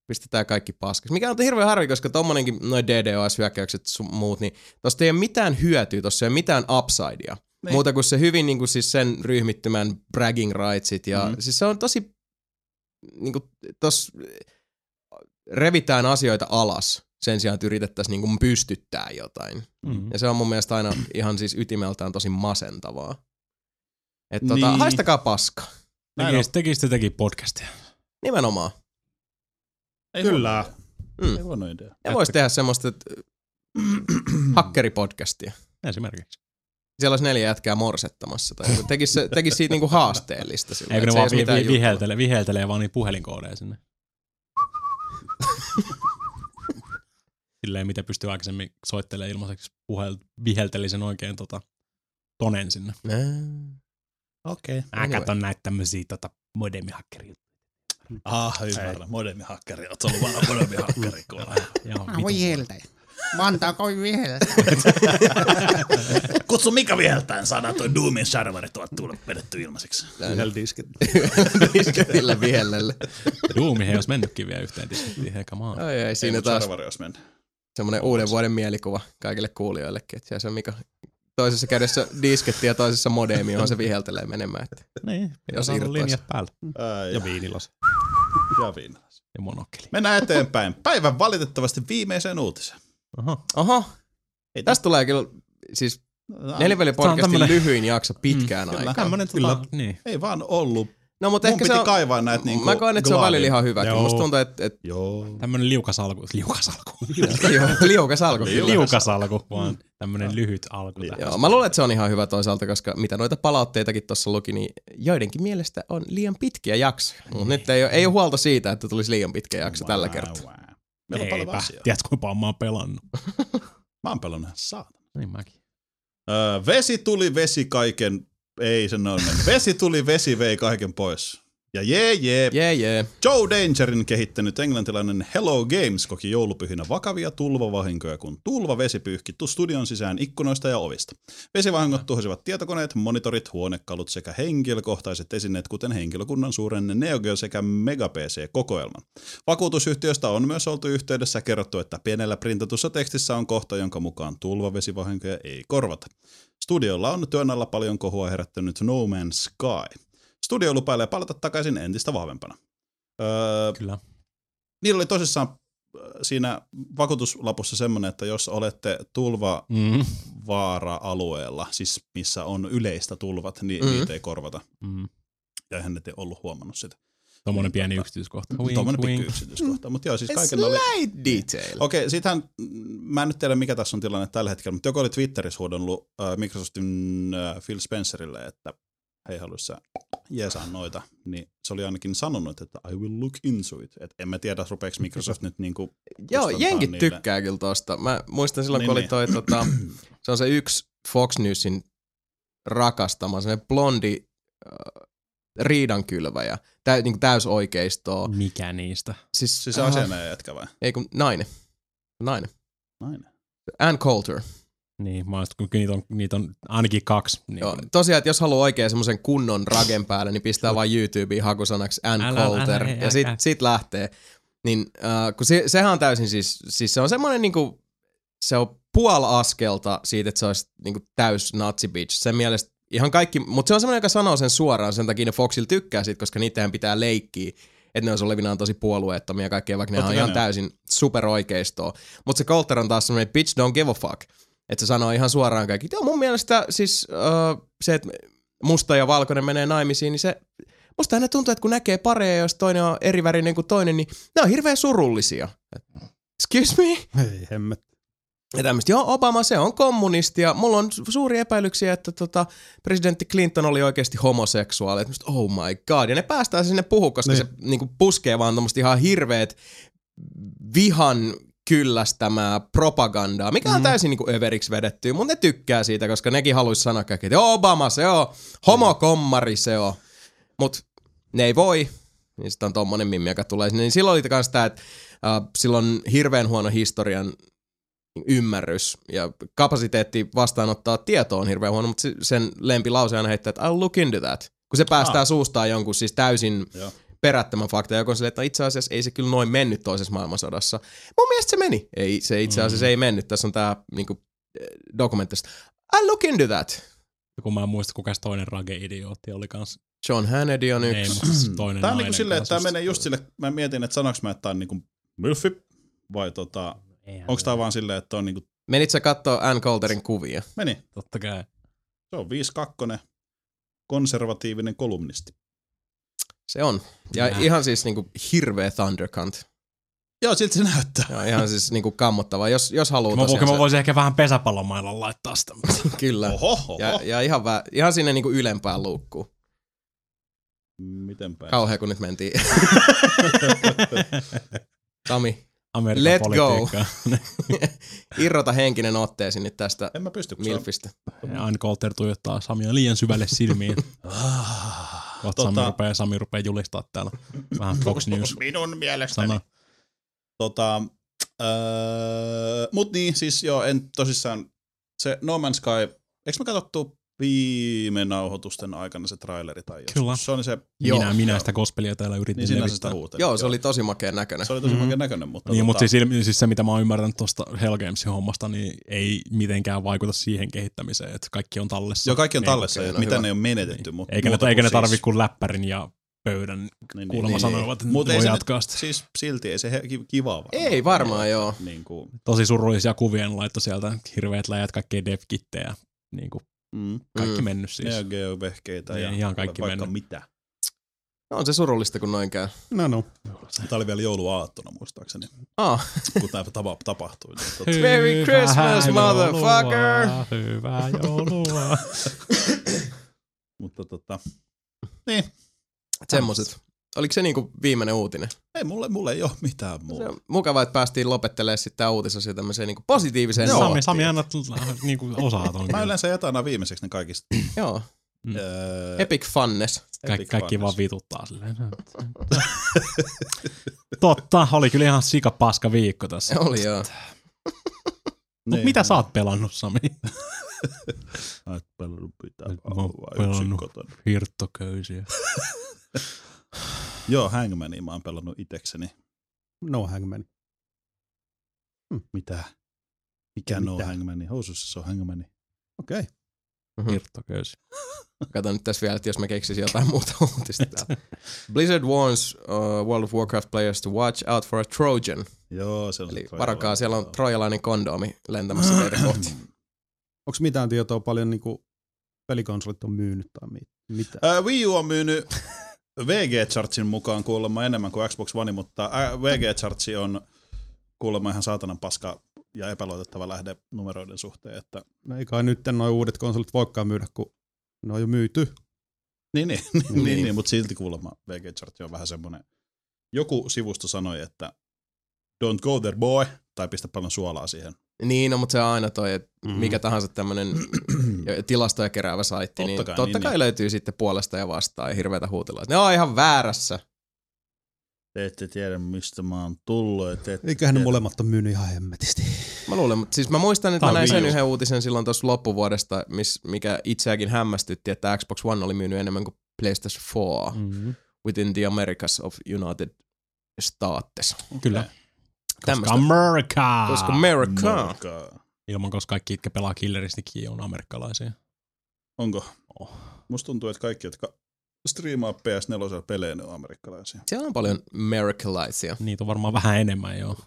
[SPEAKER 1] pistetään kaikki paskaksi. Mikä on hirveän harvi, koska tommonenkin noin DDoS-hyökkäykset sun muut, niin tosta ei ole mitään hyötyä, tossa ei ole mitään upsidea.
[SPEAKER 2] Niin.
[SPEAKER 1] Niin. Muuta kuin se hyvin niin kuin siis sen ryhmittymän bragging rightsit ja
[SPEAKER 2] Mm.
[SPEAKER 3] Mm-hmm.
[SPEAKER 1] mm. siis se on tosi niin kuin tos revitään asioita alas sen sijaan, että yritettäisiin niin kuin pystyttää jotain.
[SPEAKER 3] Mm.
[SPEAKER 1] Ja se on mun mielestä aina ihan siis ytimeltään tosi masentavaa. Että
[SPEAKER 2] Niin.
[SPEAKER 1] tota, haistakaa paska.
[SPEAKER 2] Näin on.
[SPEAKER 3] Tekis, tekis, se teki podcastia.
[SPEAKER 1] Nimenomaan.
[SPEAKER 2] Ei
[SPEAKER 4] Kyllä.
[SPEAKER 2] huono idea.
[SPEAKER 1] Mm.
[SPEAKER 2] Ei huono idea.
[SPEAKER 1] Ja voisi tehdä semmoista että
[SPEAKER 3] Mm.
[SPEAKER 1] hakkeripodcastia.
[SPEAKER 3] Esimerkiksi.
[SPEAKER 1] Siellä olisi neljä jätkää morsettamassa. Tai joku. tekisi, se- tekisi siitä niinku haasteellista. Sillä,
[SPEAKER 3] Eikö ne
[SPEAKER 1] että se ei
[SPEAKER 3] vaan
[SPEAKER 1] olisi
[SPEAKER 3] vi-
[SPEAKER 1] mitään
[SPEAKER 3] vi-
[SPEAKER 1] juttua.
[SPEAKER 3] viheltelee, viheltelee vaan niin puhelinkoodeja sinne? Silleen, mitä pystyy aikaisemmin soittelemaan ilmaiseksi puhel, vihelteli sen oikein tota, tonen sinne.
[SPEAKER 1] Nää.
[SPEAKER 2] Okei.
[SPEAKER 3] Mä
[SPEAKER 1] Anyway.
[SPEAKER 3] katon näitä tämmösiä tota, modemihakkeria.
[SPEAKER 2] Ah, ymmärrän. Modemihakkari. Oot ollut vanha modemihakkari. kun on.
[SPEAKER 3] Joo,
[SPEAKER 5] Mä voin viheltä. Vantaa koi viheltä.
[SPEAKER 2] Kutsu Mika viheltään. Saadaan toi Doomin serverit ovat tullut vedetty ilmaiseksi.
[SPEAKER 4] Yhdellä disket.
[SPEAKER 1] Disketillä vihellelle.
[SPEAKER 3] Duumi ei olisi mennytkin vielä yhteen diskettiin, hei come on.
[SPEAKER 1] Ai ei, siinä
[SPEAKER 2] mut
[SPEAKER 1] taas
[SPEAKER 2] Serveri olisi mennyt.
[SPEAKER 1] semmoinen uuden vuoden mielikuva kaikille kuulijoillekin. Että siellä se on Mika toisessa kädessä disketti ja toisessa modemi, johon se viheltelee menemään. Että
[SPEAKER 3] Niin,
[SPEAKER 1] Jos
[SPEAKER 3] jos on
[SPEAKER 1] irtois.
[SPEAKER 3] linjat päällä.
[SPEAKER 2] Ai,
[SPEAKER 4] Ja viinilas.
[SPEAKER 2] ja viina.
[SPEAKER 3] Ja monokkeli.
[SPEAKER 2] Mennään eteenpäin. Päivän valitettavasti viimeiseen uutiseen.
[SPEAKER 3] Aha.
[SPEAKER 1] Oho,
[SPEAKER 2] Ei
[SPEAKER 1] tästä tulee kyllä siis nelipelipodcastin
[SPEAKER 3] Tää on tämmönen-
[SPEAKER 1] lyhyin jakso pitkään mm,
[SPEAKER 2] kyllä.
[SPEAKER 1] aikaan.
[SPEAKER 3] Tämmönen tota, niin.
[SPEAKER 2] Ei vaan ollut.
[SPEAKER 1] No mutta
[SPEAKER 2] Mun
[SPEAKER 1] ehkä
[SPEAKER 2] piti
[SPEAKER 1] se on,
[SPEAKER 2] kaivaa näitä niinku
[SPEAKER 1] mä koen, että se on
[SPEAKER 2] glaadia.
[SPEAKER 1] välillä ihan hyväkin.
[SPEAKER 3] Joo.
[SPEAKER 1] Musta tuntuu, että, että
[SPEAKER 2] Joo.
[SPEAKER 3] Tämmönen liukasalku. Liukasalku.
[SPEAKER 1] Liu- liukas alku.
[SPEAKER 2] Liukas.
[SPEAKER 1] Liukas.
[SPEAKER 3] Liukasalku, vaan tämmönen lyhyt alku.
[SPEAKER 2] Joo.
[SPEAKER 1] Joo, mä luulen, että se on ihan hyvä toisaalta, koska mitä noita palautteitakin tuossa luki, niin joidenkin mielestä on liian pitkiä jaksoja.
[SPEAKER 2] Niin.
[SPEAKER 1] Mutta nyt ei ole, ei ole huolta siitä, että tulisi liian pitkä jakso tällä
[SPEAKER 2] Wow,
[SPEAKER 1] kertaa.
[SPEAKER 2] wow. Meillä on paljon
[SPEAKER 3] Eipä.
[SPEAKER 2] asiaa.
[SPEAKER 3] Tiedätkö, kuinka paljon mä oon pelannut?
[SPEAKER 2] Mä oon pelannut ihan saatana.
[SPEAKER 3] Niin mäkin.
[SPEAKER 2] Öö, vesi tuli vesi kaiken. Ei sen noin. mennyt. Vesi tuli vesi vei kaiken pois. Ja jee jee,
[SPEAKER 1] Jee, jee.
[SPEAKER 2] Joe Dangerin kehittänyt englantilainen Hello Games koki joulupyhinä vakavia tulvavahinkoja, kun tulvavesi pyyhkittu studion sisään ikkunoista ja ovista. Vesivahingot tuhosivat tietokoneet, monitorit, huonekalut sekä henkilökohtaiset esineet, kuten henkilökunnan suuren Neo Geo sekä Mega PC-kokoelman. Vakuutusyhtiöstä on myös oltu yhteydessä ja kerrottu, että pienellä printatussa tekstissä on kohta, jonka mukaan tulvavesivahinkoja ei korvata. Studiolla on työn alla paljon kohua herättänyt No Man's Sky. Studio lupailee palata takaisin entistä vahvempana. Öö,
[SPEAKER 3] Kyllä.
[SPEAKER 2] niillä oli tosissaan äh, siinä vakuutuslapussa semmoinen, että jos olette
[SPEAKER 3] Mm.
[SPEAKER 2] tulvavaara-alueella, siis missä on yleistä tulvat, niin mm.
[SPEAKER 1] Mm.
[SPEAKER 2] niitä ei korvata.
[SPEAKER 3] Mm.
[SPEAKER 2] Ja eihän ne ei ollut huomannut sitä.
[SPEAKER 3] Tommonen pieni
[SPEAKER 2] Tota,
[SPEAKER 3] yksityiskohta.
[SPEAKER 2] Tuommoinen pikku yksityiskohta. Mutta joo, siis kaikilla oli... Niin.
[SPEAKER 1] Slight detail.
[SPEAKER 2] Okei, sittenhän, mä en nyt tiedä mikä tässä on tilanne tällä hetkellä, mutta joku oli Twitterissä huudellut äh, Microsoftin äh, Phil Spencerille, että hei haluaisi sä jeesaa noita, niin se oli ainakin sanonut, että I will look into it. Et en mä tiedä, rupeeks Microsoft nyt niinku
[SPEAKER 1] Joo,
[SPEAKER 2] kustantaa
[SPEAKER 1] jenkit
[SPEAKER 2] niille.
[SPEAKER 1] tykkää kyllä tosta. Mä muistan silloin, kun
[SPEAKER 2] Niin,
[SPEAKER 1] oli toi, tota, se on se yksi Fox Newsin rakastama, semmoinen blondi äh, riidankylväjä, tä, niin täysoikeistoa. Mm.
[SPEAKER 3] Mikä niistä?
[SPEAKER 1] Siis,
[SPEAKER 2] Siis se on asianajaja jätkä vai?
[SPEAKER 1] Ei kun nainen. Nainen.
[SPEAKER 2] Näin.
[SPEAKER 1] Ann Coulter.
[SPEAKER 3] Niin, mä oon, kun niitä on, niitä on ainakin kaksi. Niin
[SPEAKER 1] Joo,
[SPEAKER 3] kuin,
[SPEAKER 1] tosiaan, että jos haluaa oikein semmoisen kunnon ragen päälle, niin pistää vaan YouTubeen hakusanaksi Ann
[SPEAKER 3] Älä-
[SPEAKER 1] älä,
[SPEAKER 3] älä-
[SPEAKER 1] Coulter
[SPEAKER 3] ei,
[SPEAKER 1] älä,
[SPEAKER 3] älä-
[SPEAKER 1] ja sit, sit lähtee. Niin, äh, kun se, sehän on täysin siis, siis se on semmoinen niinku, se on puoli askelta siitä, että se olisi niinku täys natsi bitch. Sen mielestä ihan kaikki, mutta se on semmoinen, joka sanoo sen suoraan, sen takia ne Foxilla tykkää sit, koska niitähän pitää leikkiä, että ne on olevinaan tosi puolueettomia ja kaikkea, vaikka ne on
[SPEAKER 2] Totta kai
[SPEAKER 1] ihan
[SPEAKER 2] ne on.
[SPEAKER 1] täysin superoikeistoa. Mutta se Coulter on taas semmoinen bitch don't give a fuck. Että se sanoo ihan suoraan kaikki. Joo, mun mielestä siis äh, se, että musta ja valkoinen menee naimisiin, niin se musta aina tuntuu, että kun näkee pareja, jos toinen on eri värinen kuin toinen, niin ne on hirveän surullisia. Excuse me?
[SPEAKER 4] Ei hemmet.
[SPEAKER 1] Ja tämmöistä, joo, Obama, se on kommunisti ja mulla on su- suuri epäilyksiä, että tota, presidentti Clinton oli oikeasti homoseksuaali. Että musta, oh my god. Ja ne päästään sinne puhu, koska
[SPEAKER 4] Niin.
[SPEAKER 1] se niinku, puskee vaan tommoista ihan hirveet vihan kyllästämää propagandaa, mikä on täysin niinku överiksi vedetty, mutta ne tykkää siitä, koska nekin haluaisi sanoa kaikki, että joo, Obama se on, homokommari se on, mutta ne ei voi, niin sitten on tommonen mimmi, joka tulee sinne, niin silloin oli kans tää, että äh, sillä on hirveän huono historian ymmärrys ja kapasiteetti vastaanottaa tietoa on hirveän huono, mutta se- sen lempilause aina heittää, että I'll look into that. Kun se päästää suustaan jonkun siis täysin
[SPEAKER 2] Joo.
[SPEAKER 1] perättömän fakta, joka on silleen, että no itse asiassa ei se kyllä noin mennyt toisessa maailmansodassa. Mun mielestä se meni. Ei, se itse asiassa ei mennyt. Tässä on tää niinku, dokumenttista. I'll look into that.
[SPEAKER 3] Kun mä en muista, kuka se toinen rage-idiootti oli kans.
[SPEAKER 1] John Hannity on
[SPEAKER 3] Ei,
[SPEAKER 1] yksi.
[SPEAKER 3] mutta se Siis toinen
[SPEAKER 2] Tää on niinku
[SPEAKER 3] nainen
[SPEAKER 2] silleen, että
[SPEAKER 3] kanssa
[SPEAKER 2] tää
[SPEAKER 3] just-
[SPEAKER 2] menee just sille, mä mietin, että sanoks mä, että tää on niinku Mylfi, vai tota,
[SPEAKER 3] Eihän
[SPEAKER 2] onks
[SPEAKER 3] se-
[SPEAKER 2] tää vaan silleen, että on niinku,
[SPEAKER 1] Menit sä kattoo Ann Coulterin kuvia?
[SPEAKER 2] meni,
[SPEAKER 3] Totta kai.
[SPEAKER 2] se on 5-2, konservatiivinen kolumnisti.
[SPEAKER 1] Se on. Ja
[SPEAKER 3] Nää.
[SPEAKER 1] ihan siis niinku hirveä Thundercunt.
[SPEAKER 2] Joo, silti se näyttää.
[SPEAKER 1] Ja ihan siis niinku kammottava, jos, jos haluaa
[SPEAKER 3] Mä,
[SPEAKER 1] tosiaan
[SPEAKER 3] mä
[SPEAKER 1] se-
[SPEAKER 3] voisin ehkä vähän pesäpallomailan laittaa sitä. mutta-
[SPEAKER 1] Kyllä.
[SPEAKER 2] Oho, oho.
[SPEAKER 1] Ja, ja ihan, vä, ihan sinne niinku ylempään luukkuun.
[SPEAKER 2] Miten päin?
[SPEAKER 1] Kauhea kun nyt mentiin. Sami,
[SPEAKER 3] Amerikan
[SPEAKER 1] Let go.
[SPEAKER 3] politiikkaa.
[SPEAKER 1] irrota henkinen otteesi nyt tästä
[SPEAKER 2] En mä pysty, kun se on-
[SPEAKER 1] Milfistä.
[SPEAKER 3] Ja Ann Coulter tuijottaa Samia liian syvälle silmiin.
[SPEAKER 2] Ah,
[SPEAKER 3] Kohta Sami,
[SPEAKER 2] tota,
[SPEAKER 3] rupeaa, Sami rupeaa julistaa täällä vähän Fox News.
[SPEAKER 2] minun mielestäni.
[SPEAKER 3] Sana.
[SPEAKER 2] Tota, öö, mut niin, siis joo, en tosissaan, se No Man's Sky, eikö me katsottu viime nauhoitusten aikana se traileri tai joskus?
[SPEAKER 3] Kyllä.
[SPEAKER 2] Se oli se,
[SPEAKER 1] Joo.
[SPEAKER 3] minä, minä sitä gospelia täällä yritin
[SPEAKER 2] niin sinänsä
[SPEAKER 3] levittää.
[SPEAKER 2] sitä huutelin.
[SPEAKER 1] Joo, se oli tosi makea näköinen.
[SPEAKER 2] Se oli tosi
[SPEAKER 3] Mhm.
[SPEAKER 2] mm-hmm. näköinen, mutta...
[SPEAKER 3] Niin, mutta siis, ilmi- siis se, mitä mä oon ymmärtänyt tuosta Hellgamesin hommasta, niin ei mitenkään vaikuta siihen kehittämiseen, että kaikki on tallessa.
[SPEAKER 2] Joo, kaikki on
[SPEAKER 3] Niin,
[SPEAKER 2] tallessa,
[SPEAKER 1] okei,
[SPEAKER 2] että
[SPEAKER 1] no
[SPEAKER 2] mitä
[SPEAKER 1] hyvä.
[SPEAKER 2] ne on menetetty. Mutta
[SPEAKER 3] eikä, ne, eikä ne tarvi kuin läppärin ja pöydän
[SPEAKER 2] siis- niin,
[SPEAKER 3] kuulemma niin, sanoivat, että
[SPEAKER 2] Mut
[SPEAKER 3] voi
[SPEAKER 2] ei se nyt-
[SPEAKER 3] jatkaa sitä.
[SPEAKER 2] Siis silti ei se he- ki- kivaa varmaan.
[SPEAKER 1] Ei varmaan,
[SPEAKER 2] ole,
[SPEAKER 1] joo.
[SPEAKER 2] että Niin kuin,
[SPEAKER 3] Tosi surullisia kuvien laitto sieltä, hirveät läjät, kaikkea devkittejä, niin kuin
[SPEAKER 2] mm,
[SPEAKER 3] kaikki
[SPEAKER 1] Mm.
[SPEAKER 3] mm. mennyt siis.
[SPEAKER 2] Neo Geo-vehkeitä ja
[SPEAKER 3] Niin, ihan kaikki
[SPEAKER 2] vaikka
[SPEAKER 3] mennyt.
[SPEAKER 2] mitä.
[SPEAKER 1] No on se surullista, kun noin käy.
[SPEAKER 4] No no.
[SPEAKER 2] Tämä oli vielä jouluaattona muistaakseni,
[SPEAKER 1] Ah,
[SPEAKER 2] kun tämä tapa- tapahtui. Niin, tota,
[SPEAKER 1] Merry
[SPEAKER 3] Hyvää
[SPEAKER 1] Christmas,
[SPEAKER 3] joulua,
[SPEAKER 1] motherfucker!
[SPEAKER 3] Hyvää joulua.
[SPEAKER 2] mutta tota,
[SPEAKER 1] semmoset. Oliko se niinku viimeinen uutinen?
[SPEAKER 2] ei, mulle, mulle ei ole mitään
[SPEAKER 1] Se
[SPEAKER 2] muuta.
[SPEAKER 1] on mukavaa, että päästiin lopettelemaan sitten tämä uutisasia tämmöiseen niinku positiiviseen
[SPEAKER 3] Sami,
[SPEAKER 1] noottiin.
[SPEAKER 3] Sami annat niinku osaa ton.
[SPEAKER 2] Mä
[SPEAKER 3] kyllä.
[SPEAKER 2] yleensä jätän aina viimeiseksi ne kaikista.
[SPEAKER 1] Joo,
[SPEAKER 3] Mm.
[SPEAKER 2] öö,
[SPEAKER 1] epic funnes.
[SPEAKER 3] Kaikki,
[SPEAKER 2] Epic
[SPEAKER 3] kaikki vaan
[SPEAKER 2] Funness.
[SPEAKER 3] vituttaa silleen. Totta, oli kyllä ihan sika paska viikko tässä.
[SPEAKER 1] Se oli joo.
[SPEAKER 3] Mut
[SPEAKER 2] Niin,
[SPEAKER 3] mitä
[SPEAKER 2] niin.
[SPEAKER 3] sä oot pelannut, Sami?
[SPEAKER 2] Mä oon pelannut pitää
[SPEAKER 3] Mä oon
[SPEAKER 2] vaan yksin
[SPEAKER 3] pelannut.
[SPEAKER 2] kotona.
[SPEAKER 3] Hirttoköysiä.
[SPEAKER 2] Joo, Hangmania mä oon pelannut itekseni.
[SPEAKER 4] No hangman. Hm.
[SPEAKER 2] Mitä? Mikä no
[SPEAKER 4] Mitä?
[SPEAKER 2] Hangmania? Housussa se on Hangmania.
[SPEAKER 4] Okei. Okay.
[SPEAKER 3] Hirttoköysiä.
[SPEAKER 1] Katon nyt tässä vielä, että jos mä keksisin jotain muuta uutista täältä. Blizzard warns uh, World of Warcraft players to watch out for a Trojan.
[SPEAKER 2] Joo, se on
[SPEAKER 1] Eli
[SPEAKER 2] se
[SPEAKER 1] varokaa,
[SPEAKER 2] traileri.
[SPEAKER 1] siellä on trojalainen kondomi lentämässä teitä kohti.
[SPEAKER 4] Onko mitään tietoa paljon niinku pelikonsolit on myynyt tai mit- mitä?
[SPEAKER 2] Ö, Wii U on myynyt VG Chartsin mukaan kuulemma enemmän kuin Xbox One, mutta ä, VG Chartsi on kuulemma ihan saatanan paska ja epäluotettava lähde numeroiden suhteen. Että,
[SPEAKER 4] No ei kai nyt nuo uudet konsolit voikaan myydä, kun ne on jo myyty.
[SPEAKER 2] niin, niin, niin,
[SPEAKER 1] Niin.
[SPEAKER 2] niin, niin, mutta silti kuulemma VG Chartsi on vähän semmoinen. Joku sivusto sanoi, että don't go there boy, tai pistä paljon suolaa siihen.
[SPEAKER 1] Niin, no, mutta se on aina toi, että
[SPEAKER 2] Mhm.
[SPEAKER 1] mikä tahansa tämmöinen tilastoja keräävä saitti,
[SPEAKER 2] Totta
[SPEAKER 1] niin
[SPEAKER 2] kai,
[SPEAKER 1] totta
[SPEAKER 2] niin,
[SPEAKER 1] kai
[SPEAKER 2] niin.
[SPEAKER 1] löytyy sitten puolesta ja vastaan ja hirveätä huutelua. että Ne on ihan väärässä.
[SPEAKER 2] Te ette tiedä, mistä mä oon tullut. ja Te ette
[SPEAKER 4] Eiköhän ne
[SPEAKER 2] tiedä.
[SPEAKER 4] molemmat on myynyt ihan hemmetisti.
[SPEAKER 1] Mä luulen, mutta siis mä muistan, että
[SPEAKER 3] Tää
[SPEAKER 1] mä
[SPEAKER 3] on
[SPEAKER 1] näin sen
[SPEAKER 3] viius.
[SPEAKER 1] yhden uutisen silloin tuossa loppuvuodesta, miss, mikä itseäkin hämmästytti, että Xbox One oli myynyt enemmän kuin PlayStation 4 mm.
[SPEAKER 3] Mm-hmm.
[SPEAKER 1] within the Americas of United States.
[SPEAKER 3] Kyllä. Koska
[SPEAKER 1] Tämmöstä.
[SPEAKER 3] America!
[SPEAKER 1] Koska
[SPEAKER 2] no.
[SPEAKER 1] America.
[SPEAKER 2] Moikka.
[SPEAKER 3] Ilman, koska kaikki, jotka pelaa killeristikin, on amerikkalaisia.
[SPEAKER 2] Onko?
[SPEAKER 3] Oh.
[SPEAKER 2] Musta tuntuu, että kaikki, jotka striimaa PS4 pelejä, ne on amerikkalaisia.
[SPEAKER 1] Siellä on paljon amerikkalaisia.
[SPEAKER 3] Niitä on varmaan vähän enemmän, joo.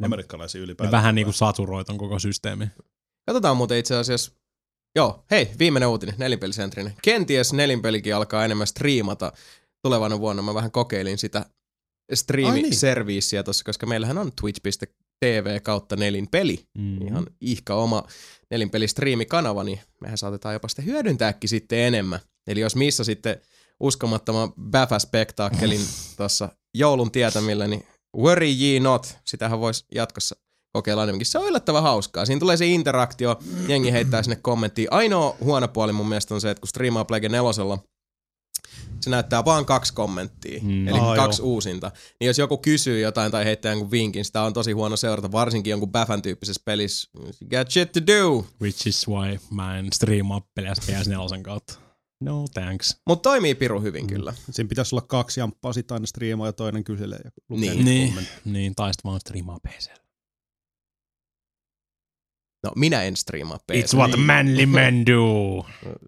[SPEAKER 3] Ne-
[SPEAKER 2] Amerikkalaisia
[SPEAKER 3] Ne niinku
[SPEAKER 2] ylipäätään.
[SPEAKER 3] vähän niinku saturoiton koko systeemi.
[SPEAKER 1] Katsotaan muuten itse asiassa. Joo, hei, viimeinen uutinen, nelinpelisentrinen. Kenties nelinpelikin alkaa enemmän striimata tulevana vuonna. Mä vähän kokeilin sitä striimiserviisiä niin. tossa, koska meillähän on twitch.tv kautta nelinpeli.
[SPEAKER 3] Mm.
[SPEAKER 1] Ihan ihka oma nelinpelistriimikanava, niin mehän saatetaan jopa sitä hyödyntääkin sitten enemmän. Eli jos missä sitten uskomattoman Bäfä-spektaakkelin tuossa joulun tietämillä, niin worry ye not, sitähän voisi jatkossa kokeilla enemmänkin. Se on yllättävän hauskaa. Siinä tulee se interaktio, jengi heittää sinne kommenttiin. Ainoa huono puoli mun mielestä on se, että kun striimaa Plague nelosella, se näyttää vaan kaksi kommenttia,
[SPEAKER 3] Mm.
[SPEAKER 1] mm. eli
[SPEAKER 4] Aa,
[SPEAKER 1] Aa, kaksi joo. uusinta. Niin jos joku kysyy jotain tai heittää jonkun vinkin, sitä on tosi huono seurata, varsinkin jonkun Bäfän tyyppisessä pelissä. You got shit to do.
[SPEAKER 3] Which is why mä en striimaa pelejä PS4 kautta. No thanks.
[SPEAKER 1] Mutta toimii piru
[SPEAKER 3] Mm.
[SPEAKER 1] hyvin kyllä.
[SPEAKER 4] Siinä pitäisi olla kaksi jamppaa, sit aina striimaa ja toinen kyselee ja lukee
[SPEAKER 1] Niin.
[SPEAKER 4] niitä
[SPEAKER 3] Niin.
[SPEAKER 4] kommentteja.
[SPEAKER 3] Niin, tai sitten vaan striimaa PC.
[SPEAKER 1] No minä en striimaa PC.
[SPEAKER 3] It's what manly men do.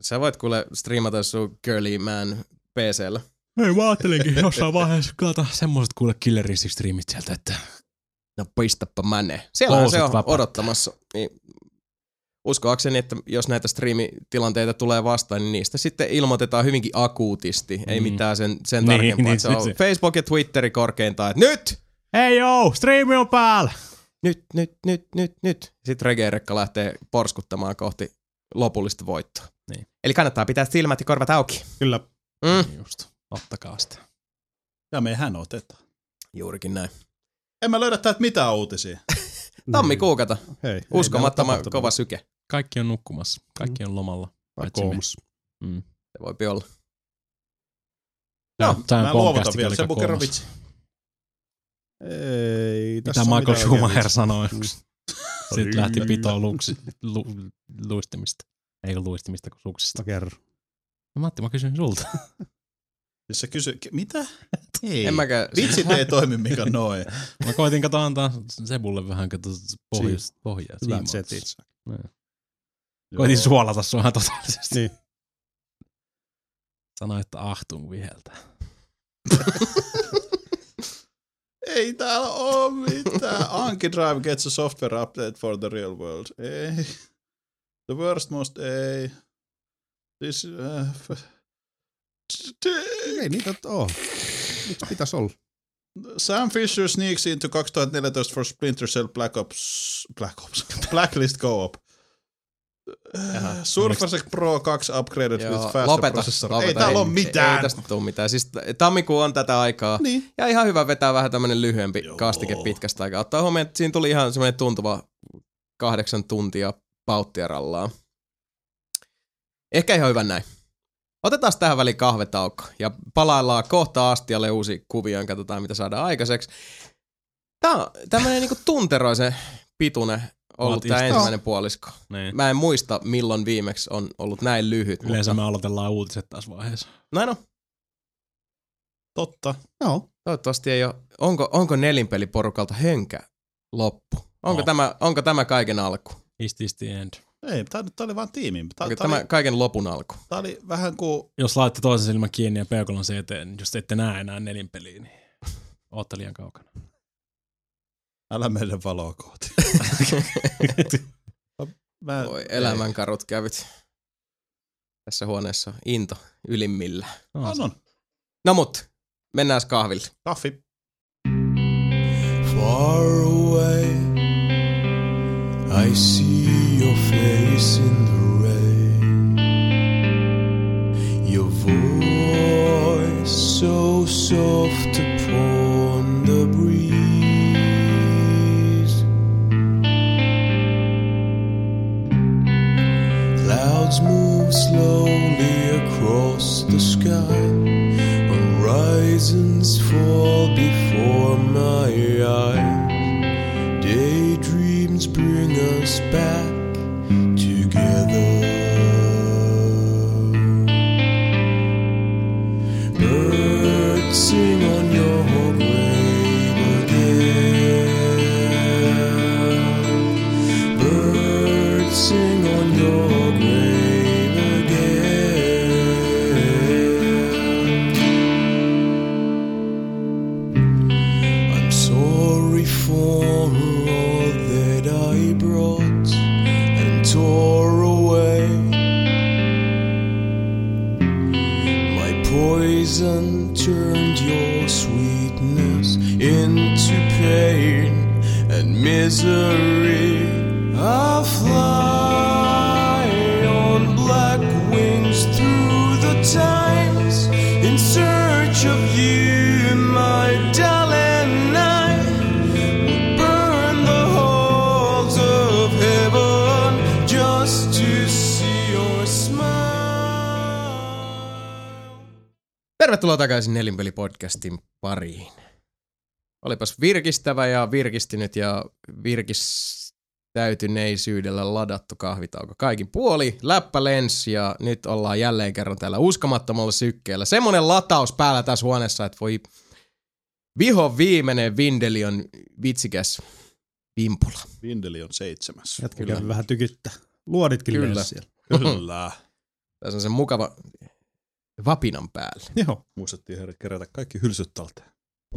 [SPEAKER 1] Sä voit kuule striimata sun girly man PCllä.
[SPEAKER 3] Ei No niin, mä ajattelinkin jossain vaiheessa kata semmoset kuule killerin striimit sieltä, että
[SPEAKER 1] No pistappa mane. Siellä
[SPEAKER 3] Housut
[SPEAKER 1] se on
[SPEAKER 3] vapauttaa.
[SPEAKER 1] odottamassa. Niin uskoakseni, että jos näitä striimitilanteita tulee vastaan, niin niistä sitten ilmoitetaan hyvinkin akuutisti. Ei
[SPEAKER 3] Mm.
[SPEAKER 1] mitään sen, sen
[SPEAKER 3] Niin,
[SPEAKER 1] tarkempaa.
[SPEAKER 3] niin,
[SPEAKER 1] Niin, se
[SPEAKER 3] se-
[SPEAKER 1] on
[SPEAKER 3] se-
[SPEAKER 1] Facebook ja Twitteri korkeintaan, että nyt!
[SPEAKER 3] Hei joo, striimi on päällä!
[SPEAKER 1] Nyt, nyt, nyt, nyt, nyt. Sitten regeerekka lähtee porskuttamaan kohti lopullista voittoa.
[SPEAKER 3] Niin.
[SPEAKER 1] Eli kannattaa pitää silmät ja korvat auki.
[SPEAKER 4] Kyllä.
[SPEAKER 1] Mm.
[SPEAKER 3] Niin Just, ottakaa sitä.
[SPEAKER 2] Ja mehän otetaan.
[SPEAKER 1] Juurikin näin.
[SPEAKER 2] En mä löydä täältä mitään uutisia.
[SPEAKER 1] Tammikuukata.
[SPEAKER 4] Hei. ei
[SPEAKER 1] Uskomattoman
[SPEAKER 4] näillä tapahtunut.
[SPEAKER 1] kova syke.
[SPEAKER 3] Kaikki on nukkumassa, kaikki on lomalla. Mm.
[SPEAKER 4] Tai
[SPEAKER 3] paitsi me.
[SPEAKER 4] koomassa.
[SPEAKER 1] Se voi olla.
[SPEAKER 3] No, Tämä
[SPEAKER 2] Mä luovutan
[SPEAKER 3] podcastin
[SPEAKER 2] vielä.
[SPEAKER 3] aika
[SPEAKER 2] Se
[SPEAKER 3] kolmas.
[SPEAKER 2] Bukerovitsi.
[SPEAKER 4] Ei,
[SPEAKER 3] Mitä
[SPEAKER 4] tässä on
[SPEAKER 3] Michael
[SPEAKER 4] mitään oikein
[SPEAKER 3] Schumacher sanoi,
[SPEAKER 4] Mm. niin.
[SPEAKER 3] sitten lähti pitoon luuksi, lu, luistimista. Ei kun luistimista, kun
[SPEAKER 4] vitsiä. Mä
[SPEAKER 3] suksista.
[SPEAKER 4] kerron.
[SPEAKER 3] No, Matti, mä kysyn sulta.
[SPEAKER 2] Siis se kysyy, "Ki- mitä? Ei.
[SPEAKER 1] En mäkään...
[SPEAKER 2] Vitsit ei toimi, mikä noin.
[SPEAKER 3] Mä koitin kato antaa Sebulle vähän kato pohjus, pohjaa.
[SPEAKER 4] Hyvät
[SPEAKER 3] siimausta.
[SPEAKER 4] setit.
[SPEAKER 3] Koitin suolata sua ihan totaalisesti.
[SPEAKER 4] Niin.
[SPEAKER 3] Sano, että ahtung viheltä.
[SPEAKER 2] Ei täällä oo mitään. Anki Drive gets a software update for the real world. Ei. The worst most ei. This, uh, f-
[SPEAKER 4] Ei niitä oo. Miksi pitäis olla?
[SPEAKER 2] Sam Fisher sneaks into 2014 for Splinter Cell Black Ops, Black Ops, Blacklist Co-op.
[SPEAKER 1] Jaha. no
[SPEAKER 2] Surface Pro 2 upgraded
[SPEAKER 1] Joo,
[SPEAKER 2] with faster
[SPEAKER 1] lopeta,
[SPEAKER 2] processor.
[SPEAKER 1] lopeta.
[SPEAKER 2] Ei täällä oo
[SPEAKER 1] Ei,
[SPEAKER 2] mitään.
[SPEAKER 1] ei tästä tuu mitään. Siis t- tammikuu on tätä aikaa. Niin.
[SPEAKER 2] niin.
[SPEAKER 1] Ja ihan hyvä vetää vähän tämmönen lyhyempi
[SPEAKER 2] Joo.
[SPEAKER 1] Joo. kastike pitkästä aikaa. Ottaa huomioon, että siinä tuli ihan semmoinen tuntuva kahdeksan tuntia pauttia rallaa. Ehkä ihan hyvä näin. Otetaan tähän väliin kahvetauko ja palaillaan kohta astialle uusi kuvioon, katsotaan mitä saadaan aikaiseksi. Tämä on tämmöinen niinku tunteroisen pitunen ollut
[SPEAKER 3] Matista.
[SPEAKER 1] tämä ensimmäinen puolisko.
[SPEAKER 3] Niin.
[SPEAKER 1] Mä en muista milloin viimeksi on ollut näin lyhyt.
[SPEAKER 3] Yleensä
[SPEAKER 1] mutta... no,
[SPEAKER 3] me aloitellaan uutiset tässä vaiheessa.
[SPEAKER 1] Näin on.
[SPEAKER 2] Totta.
[SPEAKER 4] Joo.
[SPEAKER 1] Toivottavasti ei ole. Onko, onko nelinpeliporukalta hönkä loppu? Onko,
[SPEAKER 3] No.
[SPEAKER 1] tämä, onko tämä kaiken alku?
[SPEAKER 3] Is this the end?
[SPEAKER 2] Ei, tää, tää oli vaan tiimi. Tää,
[SPEAKER 1] Onko
[SPEAKER 2] tää,
[SPEAKER 1] tämä
[SPEAKER 2] oli,
[SPEAKER 1] kaiken lopun alku?
[SPEAKER 2] tää oli vähän kuin
[SPEAKER 3] Jos laitte toisen silmän kiinni ja peukalon se eteen, niin jos ette näe enää nelinpeliä, niin ootte liian kaukana.
[SPEAKER 2] Älä mene valoa kohti. Mä,
[SPEAKER 1] Voi elämänkarut kävyt. Tässä huoneessa on into ylimmillä.
[SPEAKER 2] Ei. On, on.
[SPEAKER 1] No mut, mennään kahville.
[SPEAKER 2] Kaffi.
[SPEAKER 6] Far away, I see your face in the rain. Your voice so soft upon the breeze. Clouds move slowly across the sky. Horizons fall before my eyes. Daydreams bring us back together. Birds sing on your home again. Birds sing on your grave again. I'm sorry for all that I brought. I'll fly on black wings through the times in search of you, my darling. I will burn the halls of heaven just to see your smile.
[SPEAKER 1] Tervetuloa takaisin Nelinpeli-podcastin pariin. Olipas virkistävä ja virkistynyt ja virkistäytyneisyydellä ladattu kahvitauko. Kaikin puoli, läppä lens ja nyt ollaan jälleen kerran täällä uskomattomalla sykkeellä. Semmonen lataus päällä tässä huoneessa, että voi viho viimeinen Vindeli on vitsikäs vimpula.
[SPEAKER 2] Vindeli on seitsemäs.
[SPEAKER 4] Jätkä kävi vähän tykyttää. Luoditkin
[SPEAKER 1] Kyllä.
[SPEAKER 4] kyllä. siellä.
[SPEAKER 2] Kyllä.
[SPEAKER 1] Tässä on se mukava vapinan päällä.
[SPEAKER 4] Joo.
[SPEAKER 2] Muistettiin herrat kerätä kaikki hylsyt talteen.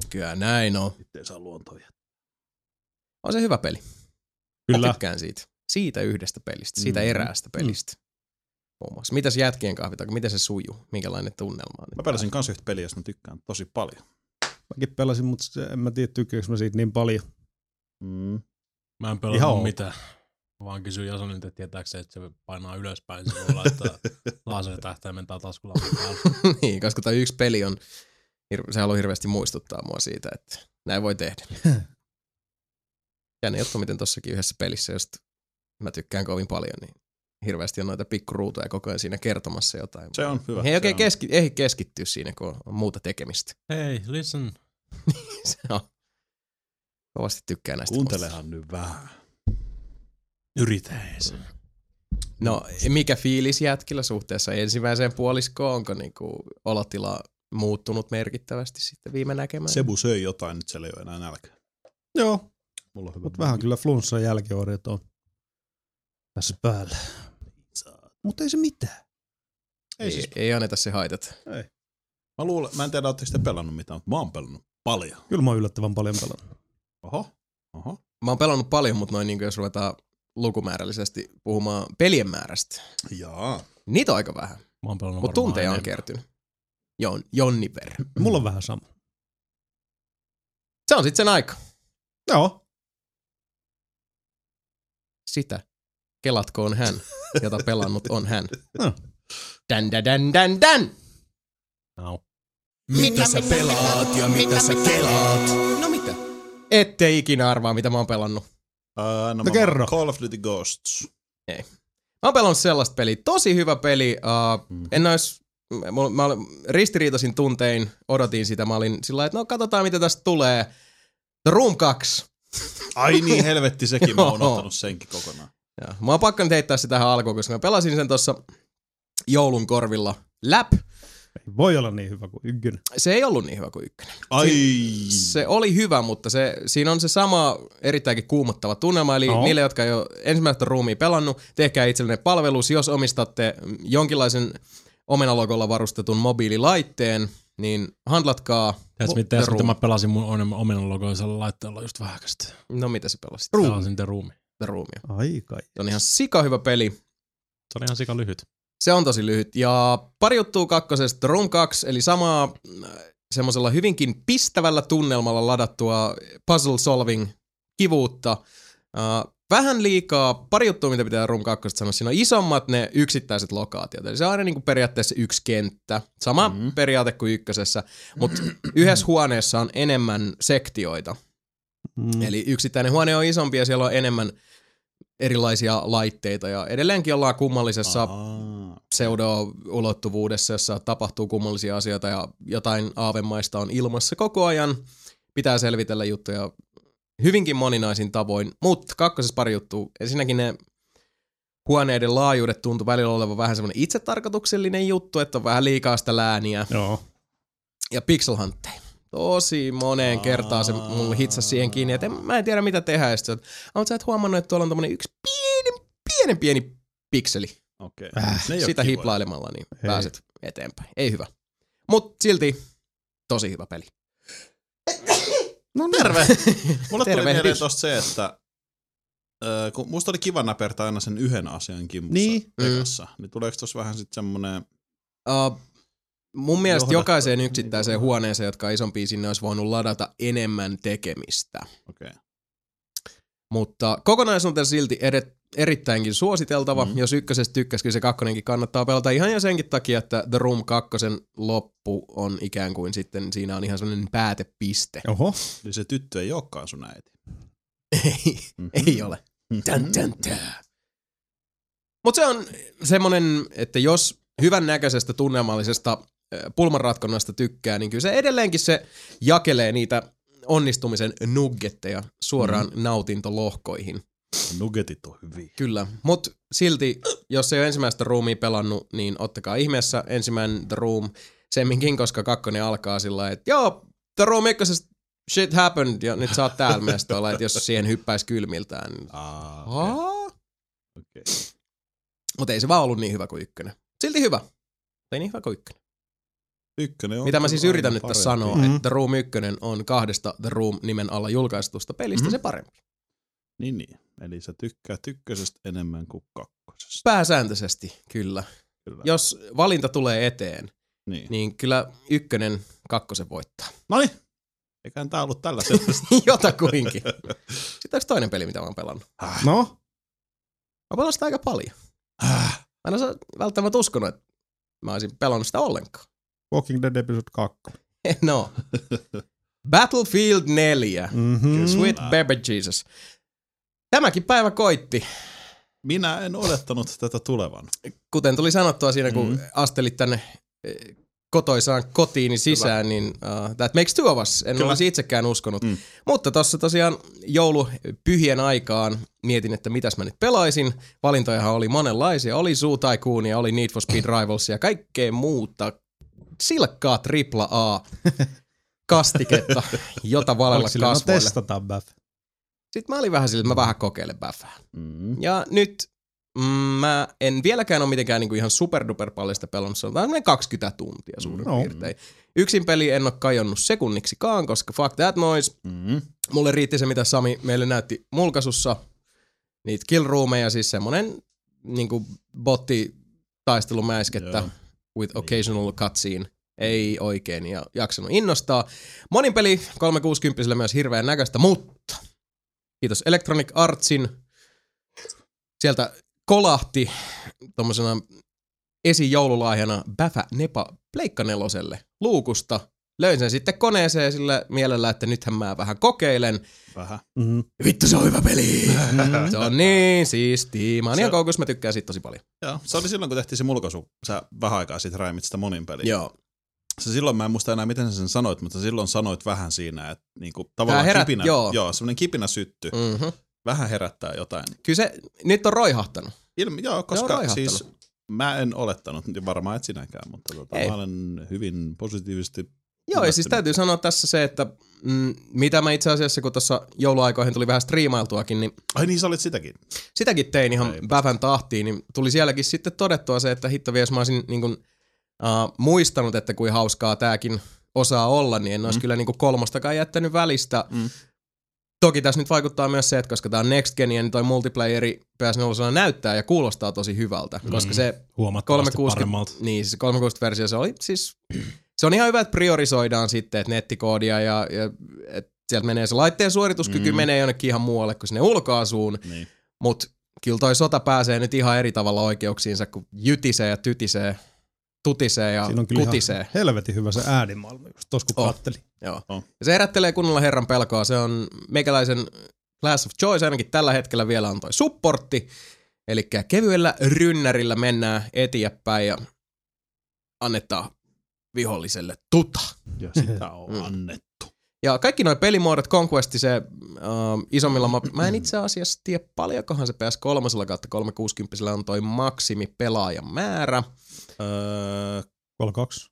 [SPEAKER 1] Kyllä näin on.
[SPEAKER 2] Itse saa luontoon jättää.
[SPEAKER 1] On se hyvä peli. Mä
[SPEAKER 4] Kyllä.
[SPEAKER 1] tykkään siitä. Siitä yhdestä pelistä, siitä
[SPEAKER 2] Mm.
[SPEAKER 1] eräästä pelistä. Muun muassa. Mitäs jätkien kahvit, onko- miten se sujuu? Minkälainen tunnelma on? nyt?
[SPEAKER 2] Mä pelasin kans yhtä peliä, josta mä tykkään tosi paljon.
[SPEAKER 4] Mäkin pelasin, mutta se- en mä tiedä tykkääkö mä siitä niin paljon.
[SPEAKER 2] Mm.
[SPEAKER 3] Mä en
[SPEAKER 4] Ihan
[SPEAKER 3] pelannut
[SPEAKER 4] ok.
[SPEAKER 3] mitään. Mä vaan kysyin Jasonilta, että tietääkö se, että se painaa ylöspäin, se voi laittaa lasertähtäimen tai taskulla päälle.
[SPEAKER 1] niin, koska tämä yksi peli on, hir- se haluaa hirveästi muistuttaa mua siitä, että näin voi tehdä. Jännä juttu, miten tossakin yhdessä pelissä, josta mä tykkään kovin paljon, niin hirveästi on noita pikkuruutuja koko ajan siinä kertomassa jotain.
[SPEAKER 2] Se on hyvä.
[SPEAKER 1] He ei
[SPEAKER 2] se
[SPEAKER 1] oikein
[SPEAKER 2] on.
[SPEAKER 1] keski, ei keskittyä siinä, kun on muuta tekemistä.
[SPEAKER 3] Hei, listen.
[SPEAKER 1] se on. Kovasti tykkään näistä.
[SPEAKER 2] Kuuntelehan nyt vähän.
[SPEAKER 3] Yritä ees.
[SPEAKER 1] No, mikä fiilis jätkillä suhteessa ensimmäiseen puoliskoon? Onko niinku olotila muuttunut merkittävästi sitten viime näkemään?
[SPEAKER 2] Sebu söi jotain, nyt siellä ei ole enää nälkä.
[SPEAKER 4] Joo.
[SPEAKER 2] Mulla on hyvä.
[SPEAKER 4] Mutta vähän kyllä flunssan jälkioireet on tässä päällä. Mutta ei se mitään.
[SPEAKER 1] ei, siis... ei anneta se haitata.
[SPEAKER 2] Mä luulen, mä en tiedä, ootteko te pelannut mitään, mutta mä oon pelannut paljon.
[SPEAKER 4] Kyllä mä oon yllättävän paljon pelannut.
[SPEAKER 2] Oho, oho.
[SPEAKER 1] Mä oon pelannut paljon, mutta noin niin jos ruvetaan lukumäärällisesti puhumaan pelien määrästä.
[SPEAKER 2] Jaa.
[SPEAKER 1] Niitä on aika vähän,
[SPEAKER 3] Mä oon pelannut
[SPEAKER 1] mutta
[SPEAKER 3] varmaan
[SPEAKER 1] tunteja on
[SPEAKER 3] enemmän.
[SPEAKER 1] kertynyt. Jon, jonni verran.
[SPEAKER 4] Mulla on vähän sama.
[SPEAKER 1] Se on sitten sen aika.
[SPEAKER 4] Joo.
[SPEAKER 1] Sitä. Kelatkoon hän, jota pelannut on hän.
[SPEAKER 4] No.
[SPEAKER 1] Dan, dan, dan, dan, dan.
[SPEAKER 3] Au.
[SPEAKER 6] Mitä sä pelaat ja mitä sä kelaat?
[SPEAKER 1] No mitä? Ette ikinä arvaa, mitä mä oon pelannut.
[SPEAKER 2] Ää, no,
[SPEAKER 4] No
[SPEAKER 2] mä-
[SPEAKER 4] kerro.
[SPEAKER 2] Call of Duty Ghosts.
[SPEAKER 1] Mä oon pelannut sellaista peliä. Tosi hyvä peli. Uh,
[SPEAKER 2] Mm.
[SPEAKER 1] mm. En ois, mä, mä olin ristiriitaisin tuntein, odotin sitä. Mä olin sillä lailla, että no katsotaan mitä tästä tulee. The Room 2.
[SPEAKER 2] Ai niin, helvetti sekin, mä oon
[SPEAKER 1] Joo.
[SPEAKER 2] ottanut senkin kokonaan.
[SPEAKER 1] Ja, mä oon pakko nyt heittää se tähän alkuun, koska mä pelasin sen tuossa joulun korvilla läp.
[SPEAKER 4] Ei voi olla niin hyvä kuin ykkönen.
[SPEAKER 1] Se ei ollut niin hyvä kuin ykkönen.
[SPEAKER 2] Ai.
[SPEAKER 1] Mm. Se oli hyvä, mutta se, siinä on se sama erittäinkin kuumottava tunnelma. Eli
[SPEAKER 4] Joo.
[SPEAKER 1] no. niille, jotka ei ole ensimmäistä ruumia pelannut, tehkää itsellenne palvelus. Jos omistatte jonkinlaisen omenalogolla varustetun mobiililaitteen, niin handlatkaa.
[SPEAKER 3] Tiedätkö,
[SPEAKER 1] The
[SPEAKER 3] mitä, mitä
[SPEAKER 1] Room.
[SPEAKER 3] mä pelasin mun omen- omenologoisella laitteella just vähän aikaa sitten.
[SPEAKER 1] No mitä se pelasit?
[SPEAKER 3] Pelasin The Room.
[SPEAKER 1] The Roomia.
[SPEAKER 4] Ai kai.
[SPEAKER 1] Se on ihan sika hyvä peli.
[SPEAKER 3] Se oli ihan sika lyhyt.
[SPEAKER 1] Se on tosi lyhyt. Ja parjuttuu kakkosesta Room 2, eli samaa äh, semmoisella hyvinkin pistävällä tunnelmalla ladattua puzzle solving kivuutta. Äh, Vähän liikaa, pari juttua, mitä pitää Room 2 sanoa, siinä on isommat ne yksittäiset lokaatiot. Eli se on aina niin kuin periaatteessa yksi kenttä. Sama
[SPEAKER 2] Mhm.
[SPEAKER 1] mm. periaate kuin ykkösessä, mutta yhdessä huoneessa on enemmän sektioita.
[SPEAKER 4] Mm.
[SPEAKER 1] Eli yksittäinen huone on isompi ja siellä on enemmän erilaisia laitteita. Ja edelleenkin ollaan kummallisessa
[SPEAKER 2] Ahaa.
[SPEAKER 1] pseudo-ulottuvuudessa, jossa tapahtuu kummallisia asioita ja jotain aavemaista on ilmassa koko ajan. Pitää selvitellä juttuja hyvinkin moninaisin tavoin, mutta kakkosessa pari juttua. Ensinnäkin ne huoneiden laajuudet tuntuu välillä olevan vähän semmoinen itsetarkoituksellinen juttu, että on vähän liikaa sitä lääniä.
[SPEAKER 4] Joo.
[SPEAKER 1] Ja Pixel Huntteja. Tosi moneen
[SPEAKER 2] Aa.
[SPEAKER 1] kertaan se mulla hitsasi siihen kiinni, että en, mä en tiedä mitä tehdä. Ja sit, sä oot, "Ah, mut sä et huomannut, että tuolla on tommonen yksi pienen, pienen pieni pikseli
[SPEAKER 2] Okei.
[SPEAKER 4] Äh,
[SPEAKER 2] Ne ei oo
[SPEAKER 1] sitä
[SPEAKER 2] kivoja.
[SPEAKER 1] hiplailemalla niin
[SPEAKER 4] Ei.
[SPEAKER 1] Hei. pääset eteenpäin. Ei hyvä. Mut silti tosi hyvä peli.
[SPEAKER 4] No
[SPEAKER 2] Terve! niin. Mulle tuli
[SPEAKER 1] Tervehdys.
[SPEAKER 2] mieleen tosta se, että ö, kun musta oli kiva näpertää aina sen yhden asian kimpussa
[SPEAKER 4] Niin.
[SPEAKER 2] ekassa, niin tuleeko tossa vähän sit semmonen,
[SPEAKER 1] Uh, mun mielestä
[SPEAKER 2] Johdat-
[SPEAKER 1] jokaiseen yksittäiseen huoneeseen, jotka on isompia, sinne olisi voinut ladata enemmän tekemistä.
[SPEAKER 2] okei. Okay.
[SPEAKER 1] Mutta kokonaisuuteen silti edet, erittäinkin suositeltava.
[SPEAKER 2] Mm.
[SPEAKER 1] Mm. Jos ykkösestä tykkäsi, kyllä se kakkonenkin kannattaa pelata ihan jo senkin takia, että The Room 2 loppu on ikään kuin sitten, siinä on ihan sellainen päätepiste.
[SPEAKER 4] Oho.
[SPEAKER 2] Eli se tyttö ei olekaan sun äiti.
[SPEAKER 1] Ei, ei ole. Tän, tän, tän. Mut se on semmonen, että jos hyvän näköisestä tunnelmallisesta äh, pulmanratkonnasta tykkää, niin kyllä se edelleenkin se jakelee niitä onnistumisen nuggetteja suoraan mm. nautintolohkoihin.
[SPEAKER 2] Nuggetit on hyviä.
[SPEAKER 1] Kyllä, mut silti, jos ei ole ensimmäistä ruumia pelannut, niin ottakaa ihmeessä ensimmäinen The Room semminkin, koska kakkonen alkaa sillä lailla, että joo, The Room ykkösestä shit happened ja nyt sä oot täällä mestoilla, että jos siihen hyppäisi kylmiltään. Niin...
[SPEAKER 2] Ah, okay.
[SPEAKER 1] Aa,
[SPEAKER 2] Okay.
[SPEAKER 1] Mutta ei se vaan ollut niin hyvä kuin ykkönen. Silti hyvä. Ei niin hyvä kuin ykkönen.
[SPEAKER 2] Ykkönen on
[SPEAKER 1] Mitä mä siis
[SPEAKER 2] kyllä
[SPEAKER 1] yritän
[SPEAKER 2] aina
[SPEAKER 1] nyt tässä
[SPEAKER 2] parempi.
[SPEAKER 1] sanoa,
[SPEAKER 4] Mhm.
[SPEAKER 1] että The Room 1 on kahdesta The Room nimen alla julkaistusta pelistä
[SPEAKER 2] Mhm.
[SPEAKER 1] se parempi.
[SPEAKER 2] Niin, niin. Eli sä tykkää tykkösestä enemmän kuin kakkosesta.
[SPEAKER 1] Pääsääntöisesti, kyllä.
[SPEAKER 2] Kyllä.
[SPEAKER 1] Jos valinta tulee eteen,
[SPEAKER 2] Niin. niin.
[SPEAKER 1] niin kyllä ykkönen kakkosen voittaa.
[SPEAKER 2] Noniin. Eiköhän tää ollut tällä sellaista.
[SPEAKER 1] Jotakuinkin. Sitten onko toinen peli, mitä mä oon pelannut?
[SPEAKER 4] No,
[SPEAKER 1] Mä pelaan sitä aika paljon. Aina sä välttämättä uskonut, että mä olisin pelannut sitä ollenkaan.
[SPEAKER 4] Walking Dead Episode 2.
[SPEAKER 1] no. Battlefield 4.
[SPEAKER 4] Mm-hmm.
[SPEAKER 1] Sweet baby Jesus. Tämäkin päivä koitti,
[SPEAKER 2] Minä en olettanut tätä tulevan.
[SPEAKER 1] kuten tuli sanottua siinä, kun
[SPEAKER 2] Mm.
[SPEAKER 1] mm. astelit tänne eh, kotoisaan kotiini sisään, Kyllä. niin uh, that makes two of us. En
[SPEAKER 2] Kyllä.
[SPEAKER 1] Kyllä. olisi itsekään uskonut.
[SPEAKER 2] Mm.
[SPEAKER 1] Mm. Mutta tuossa tosiaan joulupyhien aikaan mietin, että mitäs mä nyt pelaisin. Valintojahan oli monenlaisia. Oli Zoo Tycoonia, oli Need for Speed Rivalsia ja kaikkea muuta. Silkkaa tripla A kastiketta, jota valella
[SPEAKER 4] Sillä, no
[SPEAKER 1] kasvoilla.
[SPEAKER 4] testataan Baff.
[SPEAKER 1] Sitten mä olin vähän sillä, että mä vähän kokeilen bäfää.
[SPEAKER 2] Mm.
[SPEAKER 1] Ja nyt mm, mä en vieläkään ole mitenkään niinku ihan superduper paljon sitä pelannut. Se on tämmönen 20 tuntia suurin
[SPEAKER 4] No.
[SPEAKER 1] no. piirtein. Yksin peli en ole kajonnut sekunniksikaan, koska fuck that noise.
[SPEAKER 2] Mm.
[SPEAKER 1] Mulle riitti se, mitä Sami meille näytti mulkaisussa. Niitä killroomeja, siis semmonen niinku botti taistelumäiskettä
[SPEAKER 2] Joo.
[SPEAKER 1] with occasional cutscene. Ei oikein ja jaksanut innostaa. Monin peli 360 myös hirveän näköistä, mutta kiitos Electronic Artsin. Sieltä kolahti tommosena esijoululahjana Bäfä Nepa Pleikka neloselle luukusta. Löin sen sitten koneeseen sillä mielellä, että nythän mä vähän kokeilen.
[SPEAKER 2] Vähän.
[SPEAKER 4] Mm-hmm.
[SPEAKER 1] Vittu se on hyvä peli! se on niin siistiä. Mä oon
[SPEAKER 2] Se-
[SPEAKER 1] ihan koukussa, mä tykkään siitä tosi paljon.
[SPEAKER 2] Joo. Se oli silloin, kun tehtiin se mulkaisu. Sä vähän aikaa sitten räimit sitä monin peliä.
[SPEAKER 1] Joo.
[SPEAKER 2] Se silloin, mä en muista enää miten sä sen sanoit, mutta silloin sanoit vähän siinä, että niinku, tavallaan
[SPEAKER 1] herät-
[SPEAKER 2] kipinä,
[SPEAKER 1] joo.
[SPEAKER 2] joo semmoinen kipinä sytty. Mm.
[SPEAKER 1] Mm-hmm.
[SPEAKER 2] Vähän herättää jotain.
[SPEAKER 1] Kyllä se nyt on roihahtanut.
[SPEAKER 2] Ilmi, joo,
[SPEAKER 1] Joo,
[SPEAKER 2] koska
[SPEAKER 1] raihahtanut.
[SPEAKER 2] siis mä en olettanut, niin varmaan et sinäkään, mutta tota,
[SPEAKER 1] Ei.
[SPEAKER 2] mä olen hyvin positiivisesti
[SPEAKER 1] Joo, ja siis
[SPEAKER 2] Yllättynyt.
[SPEAKER 1] täytyy sanoa tässä se, että mm, mitä mä itse asiassa, kun tuossa jouluaikoihin tuli vähän striimailtuakin, niin
[SPEAKER 2] Ai niin, sä olit sitäkin.
[SPEAKER 1] Mm. sitäkin tein ihan
[SPEAKER 2] Ei.
[SPEAKER 1] Bäfän tahtiin, niin tuli sielläkin sitten todettua se, että hitto vielä, jos mä olisin niin kuin, uh, muistanut, että kuin hauskaa tääkin osaa olla, niin en olisi
[SPEAKER 2] Mm.
[SPEAKER 1] mm. kyllä niin kuin kolmostakaan jättänyt välistä.
[SPEAKER 2] Mm.
[SPEAKER 1] Mm. Toki tässä nyt vaikuttaa myös se, että koska tämä on Next Genia, niin toi multiplayeri PS4 näyttää ja kuulostaa tosi hyvältä, mm. koska se
[SPEAKER 3] Huomattavasti 360.
[SPEAKER 1] 360,
[SPEAKER 3] paremmalta.
[SPEAKER 1] niin, siis 360-versio se oli siis, se on ihan hyvä, että priorisoidaan sitten, että nettikoodia ja, ja että sieltä menee se laitteen suorituskyky mm.
[SPEAKER 2] Mm.
[SPEAKER 1] menee jonnekin ihan muualle kuin sinne ulkoasuun,
[SPEAKER 2] Niin.
[SPEAKER 1] mutta kyllä toi sota pääsee nyt ihan eri tavalla oikeuksiinsa, kun jytisee ja tytisee, tutisee ja
[SPEAKER 4] Siinä on kyllä
[SPEAKER 1] kutisee.
[SPEAKER 4] ihan helvetin hyvä se äänimaailma, just tos kun
[SPEAKER 1] On.
[SPEAKER 4] oh. kattelin.
[SPEAKER 1] Joo.
[SPEAKER 2] On.
[SPEAKER 1] Ja se herättelee kunnolla herran pelkoa. Se on meikäläisen Class of Choice ainakin tällä hetkellä vielä antoi supportti. Eli kevyellä rynnärillä mennään eteenpäin ja annetaan viholliselle tuta.
[SPEAKER 2] Ja sitä on
[SPEAKER 1] Mm.
[SPEAKER 2] annettu.
[SPEAKER 1] Ja kaikki nuo pelimuodot, Conquesti se äh, isommilla, mä, mä en itse asiassa tiedä paljonkohan se PS3 kautta 360 on toi maksimi pelaajan määrä.
[SPEAKER 2] Öö,
[SPEAKER 4] 32.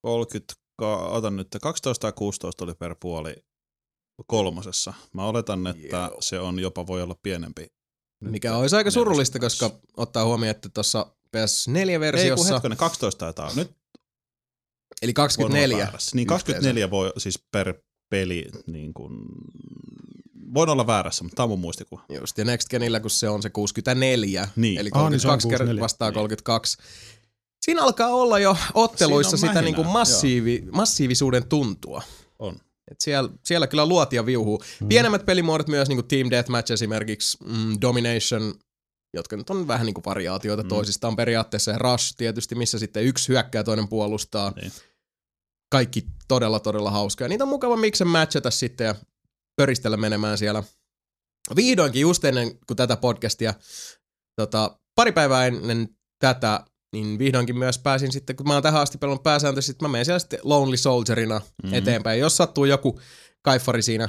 [SPEAKER 2] 30, ka- otan nyt, 12 ja 16 oli per puoli kolmosessa. Mä oletan, että
[SPEAKER 1] Joo.
[SPEAKER 2] se on jopa voi olla pienempi.
[SPEAKER 1] Mikä olisi aika
[SPEAKER 2] nelosen
[SPEAKER 1] surullista,
[SPEAKER 2] kanssa.
[SPEAKER 1] koska ottaa huomioon, että tuossa
[SPEAKER 2] Ei kun
[SPEAKER 1] PS4-versiossa,
[SPEAKER 2] hetkinen, 12 jotain. Nyt
[SPEAKER 1] eli
[SPEAKER 2] voin olla
[SPEAKER 1] 24,
[SPEAKER 2] väärässä. Niin 24 voi siis per peli niin kuin... Voin olla väärässä, mutta tämä on mun muistikuva.
[SPEAKER 1] Just, ja Next Genillä, kun se on se 64,
[SPEAKER 2] Niin.
[SPEAKER 1] niin. eli
[SPEAKER 4] Ah, niin se on
[SPEAKER 1] 32 kertaa
[SPEAKER 4] 64.
[SPEAKER 1] vastaa
[SPEAKER 2] Niin.
[SPEAKER 1] 32. Siinä alkaa olla jo otteluissa
[SPEAKER 2] Siinä on
[SPEAKER 1] sitä
[SPEAKER 2] mähinää,
[SPEAKER 1] niin kuin massiivi, massiivisuuden tuntua.
[SPEAKER 2] On.
[SPEAKER 1] Et siellä, siellä kyllä
[SPEAKER 4] Mm-hmm.
[SPEAKER 1] niinku luotia viuhuu. Mm. Pienemmät pelimuodot myös, niin kuin Team Deathmatch esimerkiksi, mm, Domination, jotka nyt on vähän niin kuin variaatioita mm. toisistaan periaatteessa. Ja Rush tietysti, missä sitten yksi hyökkää, toinen puolustaa.
[SPEAKER 2] Niin.
[SPEAKER 1] Kaikki todella, todella hauskaa. Niitä on mukava miksen matchata sitten ja pöristellä menemään siellä. Vihdoinkin just ennen kuin tätä podcastia, tota, pari päivää ennen tätä, niin vihdoinkin myös pääsin sitten, kun mä oon tähän asti pelannut pääsääntö, sitten mä menen siellä sitten Lonely Soldierina
[SPEAKER 2] Mhm.
[SPEAKER 1] mm-hmm. eteenpäin. Jos sattuu joku kaiffari siinä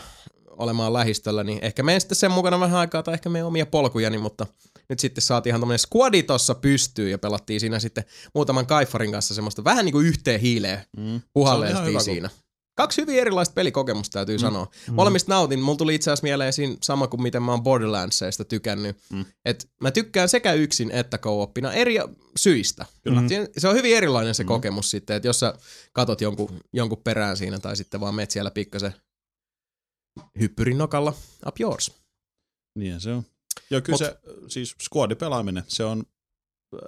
[SPEAKER 1] olemaan lähistöllä, niin ehkä menen sitten sen mukana vähän aikaa tai ehkä menen omia polkujani, mutta nyt sitten saatiin ihan tämmönen squadi tossa pystyyn ja pelattiin siinä sitten muutaman kaiffarin kanssa semmoista vähän niin kuin yhteen hiileen
[SPEAKER 2] Mm. Se on ihan hyvä,
[SPEAKER 1] puhalleeltiin
[SPEAKER 2] kun-
[SPEAKER 1] siinä. Kaksi hyvin erilaista pelikokemusta täytyy mm. sanoa. Molemmista nautin. Mulla tuli itse asiassa mieleen siinä sama kuin miten mä oon Borderlandseista tykännyt.
[SPEAKER 2] Mm.
[SPEAKER 1] Mm. Et mä tykkään sekä yksin että co-opina eri syistä.
[SPEAKER 2] Kyllä.
[SPEAKER 1] Mm. Siin- Se on hyvin erilainen se mm.
[SPEAKER 2] Mm.
[SPEAKER 1] kokemus sitten, että jos sä katot jonkun, jonkun perään siinä tai sitten vaan meet siellä pikkasen hyppyrin nokalla up yours.
[SPEAKER 2] Niin se on. Joo, kyllä
[SPEAKER 1] Mut-
[SPEAKER 2] se, siis skuadipelaaminen, se on,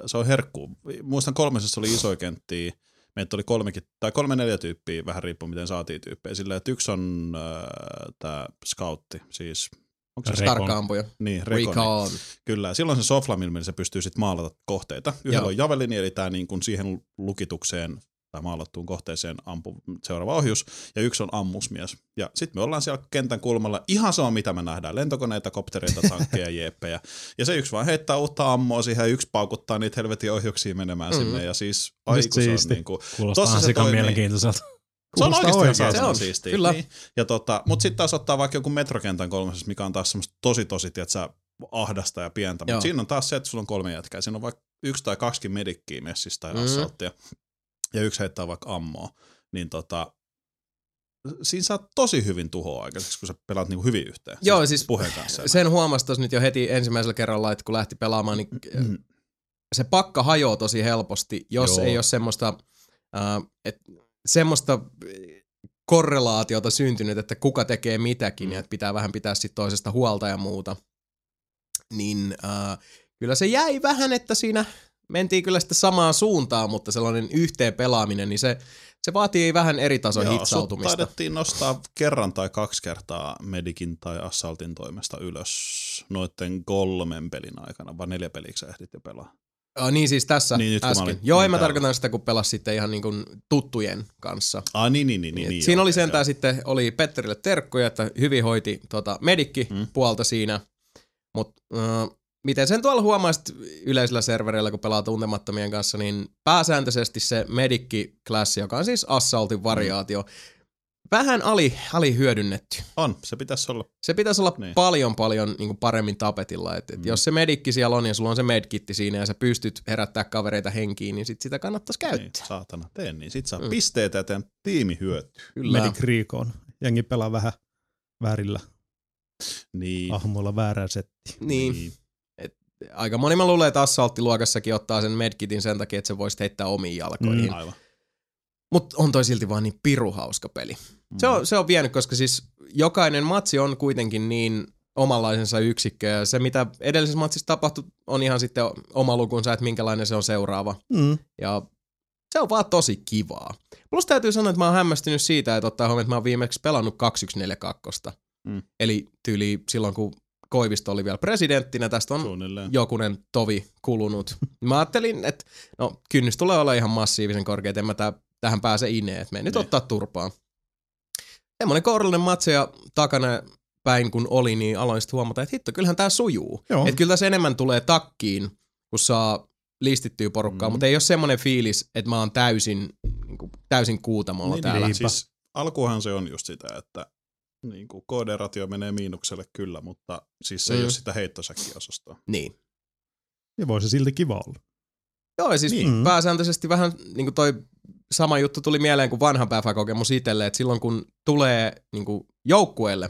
[SPEAKER 2] se on herkku. Muistan kolmesessa oli isoja kenttiä. Meitä oli kolmekin, tai kolme neljä tyyppiä, vähän riippuu miten saatiin tyyppejä. Silleen, että yksi on äh, tämä scoutti, siis onko se
[SPEAKER 3] Recon.
[SPEAKER 1] Tarkkaampuja.
[SPEAKER 2] niin, Recon.
[SPEAKER 1] Recon.
[SPEAKER 2] Kyllä, silloin se soflamil, millä se pystyy sitten maalata kohteita. Yhdellä
[SPEAKER 1] Joo.
[SPEAKER 2] on javelini, eli tämä niin kuin siihen lukitukseen tai maalattuun kohteeseen ampu seuraava ohjus, ja yksi on ammusmies. Ja sitten me ollaan siellä kentän kulmalla, ihan sama mitä me nähdään, lentokoneita, koptereita, tankkeja, jeppejä. Ja se yksi vaan heittää uutta ammoa siihen, ja yksi paukuttaa niitä helvetin ohjuksia menemään mm.
[SPEAKER 1] Mm.
[SPEAKER 2] sinne, ja siis
[SPEAKER 3] Just
[SPEAKER 2] aiku se on
[SPEAKER 3] siisti.
[SPEAKER 2] niin kuin, Tossa
[SPEAKER 3] Kuulostaa
[SPEAKER 2] se
[SPEAKER 3] sikan
[SPEAKER 2] toimii.
[SPEAKER 3] mielenkiintoiselta.
[SPEAKER 2] se on
[SPEAKER 4] Kuulostaa
[SPEAKER 2] oikeasti ihan
[SPEAKER 4] oikealta.
[SPEAKER 2] saatanan
[SPEAKER 1] Se on,
[SPEAKER 2] siistiä.
[SPEAKER 1] kyllä.
[SPEAKER 2] Niin. Ja tota, mut sitten taas ottaa vaikka joku metrokentän kolmosessa, mikä on taas semmoista tosi tosi, tietsä, ahdasta ja pientä. Mutta
[SPEAKER 1] Joo.
[SPEAKER 2] siinä on taas se, että sulla on kolme jätkää. Siinä on vaikka yksi tai kaksikin medikkiä messissä tai
[SPEAKER 1] Mm.
[SPEAKER 2] assaulttia. Ja yksi heittää vaikka ammoa. Niin tota, siinä saa tosi hyvin tuhoa aikaiseksi, kun sä pelaat niinku hyvin yhteen.
[SPEAKER 1] Joo, siis
[SPEAKER 2] puheen kanssa.
[SPEAKER 1] sen huomasi tossa nyt jo heti ensimmäisellä kerralla, että kun lähti pelaamaan, niin
[SPEAKER 2] Mm.
[SPEAKER 1] se pakka hajoaa tosi helposti, jos
[SPEAKER 2] Joo.
[SPEAKER 1] Joo. ei ole semmoista, äh, et, semmoista eh, korrelaatiota syntynyt, että kuka tekee mitäkin
[SPEAKER 2] Mm.
[SPEAKER 1] mm. ja että pitää vähän pitää sit toisesta huolta ja muuta. Niin äh, kyllä se jäi vähän, että siinä mentiin kyllä sitten samaan suuntaan, mutta sellainen yhteen pelaaminen, niin se, se vaatii vähän eri tason Joo,
[SPEAKER 2] sut
[SPEAKER 1] hitsautumista.
[SPEAKER 2] taidettiin nostaa kerran tai kaksi kertaa Medikin tai Assaltin toimesta ylös noitten kolmen pelin aikana, vai neljä peliksi ehdit jo pelaa.
[SPEAKER 1] Ah, niin siis tässä
[SPEAKER 2] Niin, nyt kun mä
[SPEAKER 1] äsken.
[SPEAKER 2] olin-
[SPEAKER 1] Joo,
[SPEAKER 2] niin
[SPEAKER 1] en mä
[SPEAKER 2] täällä.
[SPEAKER 1] tarkoitan sitä, kun pelas sitten ihan niin kuin tuttujen kanssa.
[SPEAKER 2] Ah, niin, niin, niin. niin,
[SPEAKER 1] Et
[SPEAKER 2] niin
[SPEAKER 1] siinä
[SPEAKER 2] joo,
[SPEAKER 1] oli
[SPEAKER 2] okei,
[SPEAKER 1] sentään sitten, oli Petterille terkkuja, että hyvin hoiti tota, medikki
[SPEAKER 2] Mm.
[SPEAKER 1] mm. puolta siinä. Mutta äh, miten sen tuolla huomaisit yleisillä servereillä, kun pelaa tuntemattomien kanssa, niin pääsääntöisesti se medikki-klassi, joka on siis assaultin variaatio, mm. vähän ali, alihyödynnetty.
[SPEAKER 2] joo. On, se pitäisi olla.
[SPEAKER 1] Se pitäisi olla
[SPEAKER 2] Niin.
[SPEAKER 1] niin. paljon paljon niin kuin paremmin tapetilla. Et, et
[SPEAKER 2] Mm.
[SPEAKER 1] mm. Jos se medikki siellä on ja sulla on se medkitti siinä ja sä pystyt herättää kavereita henkiin, niin sit sitä kannattaisi
[SPEAKER 2] Niin,
[SPEAKER 1] käyttää.
[SPEAKER 2] saatana, teen niin. Sitten saa mm.
[SPEAKER 1] Mm.
[SPEAKER 2] pisteitä ja teen tiimi hyötyy.
[SPEAKER 1] Kyllä.
[SPEAKER 4] Medic Recon. Jengi pelaa vähän väärillä
[SPEAKER 2] Niin.
[SPEAKER 4] ahmoilla väärää settiä.
[SPEAKER 1] Ah. niin. aika moni mä luulen, että assaulttiluokassakin ottaa sen medkitin sen takia, että se voisi heittää omiin jalkoihin.
[SPEAKER 2] niin.
[SPEAKER 1] Mm.
[SPEAKER 2] Aivan.
[SPEAKER 1] Mutta on toi silti vaan niin piru hauska peli.
[SPEAKER 2] Mm.
[SPEAKER 1] Se on, se on vienyt, koska siis jokainen matsi on kuitenkin niin omanlaisensa yksikkö ja se mitä edellisessä matsissa tapahtui on ihan sitten oma lukunsa, että minkälainen se on seuraava.
[SPEAKER 4] Mm.
[SPEAKER 1] Ja se on vaan tosi kivaa. Plus täytyy sanoa, että mä oon hämmästynyt siitä, että ottaa huomioon, että mä oon viimeksi pelannut 2142.
[SPEAKER 2] Mm.
[SPEAKER 1] Mm. Eli tyyli silloin, kun Koivisto oli vielä presidenttinä, tästä on
[SPEAKER 2] Suunnilleen.
[SPEAKER 1] jokunen tovi kulunut. Mä ajattelin, että no kynnys tulee olla ihan massiivisen korkea, että en mä tää, tähän pääse ineen, että me nyt
[SPEAKER 2] Niin.
[SPEAKER 1] ottaa turpaa. Semmoinen kourallinen matseja takana päin kun oli, niin aloin sitten huomata, että hitto, kyllähän tää sujuu.
[SPEAKER 4] Joo.
[SPEAKER 1] Että kyllä tässä enemmän tulee takkiin, kun saa listittyä porukkaa,
[SPEAKER 2] Mm.
[SPEAKER 1] mm. mutta ei ole semmoinen fiilis, että mä oon täysin, niin kuin, täysin kuutamolla
[SPEAKER 2] niin,
[SPEAKER 1] täällä.
[SPEAKER 2] Niin, siis alkuhan se on just sitä, että niin kuin KD-ratio menee miinukselle kyllä, mutta siis se mm. ei
[SPEAKER 1] Mm.
[SPEAKER 2] ole sitä heittosäkkiosastoa.
[SPEAKER 1] Niin.
[SPEAKER 4] Ja voi se silti kiva olla.
[SPEAKER 1] Joo, ja siis
[SPEAKER 4] Niin.
[SPEAKER 1] niin. pääsääntöisesti vähän niin kuin toi sama juttu tuli mieleen kuin vanhan kokemus itselle, että silloin kun tulee niin kuin joukkueelle,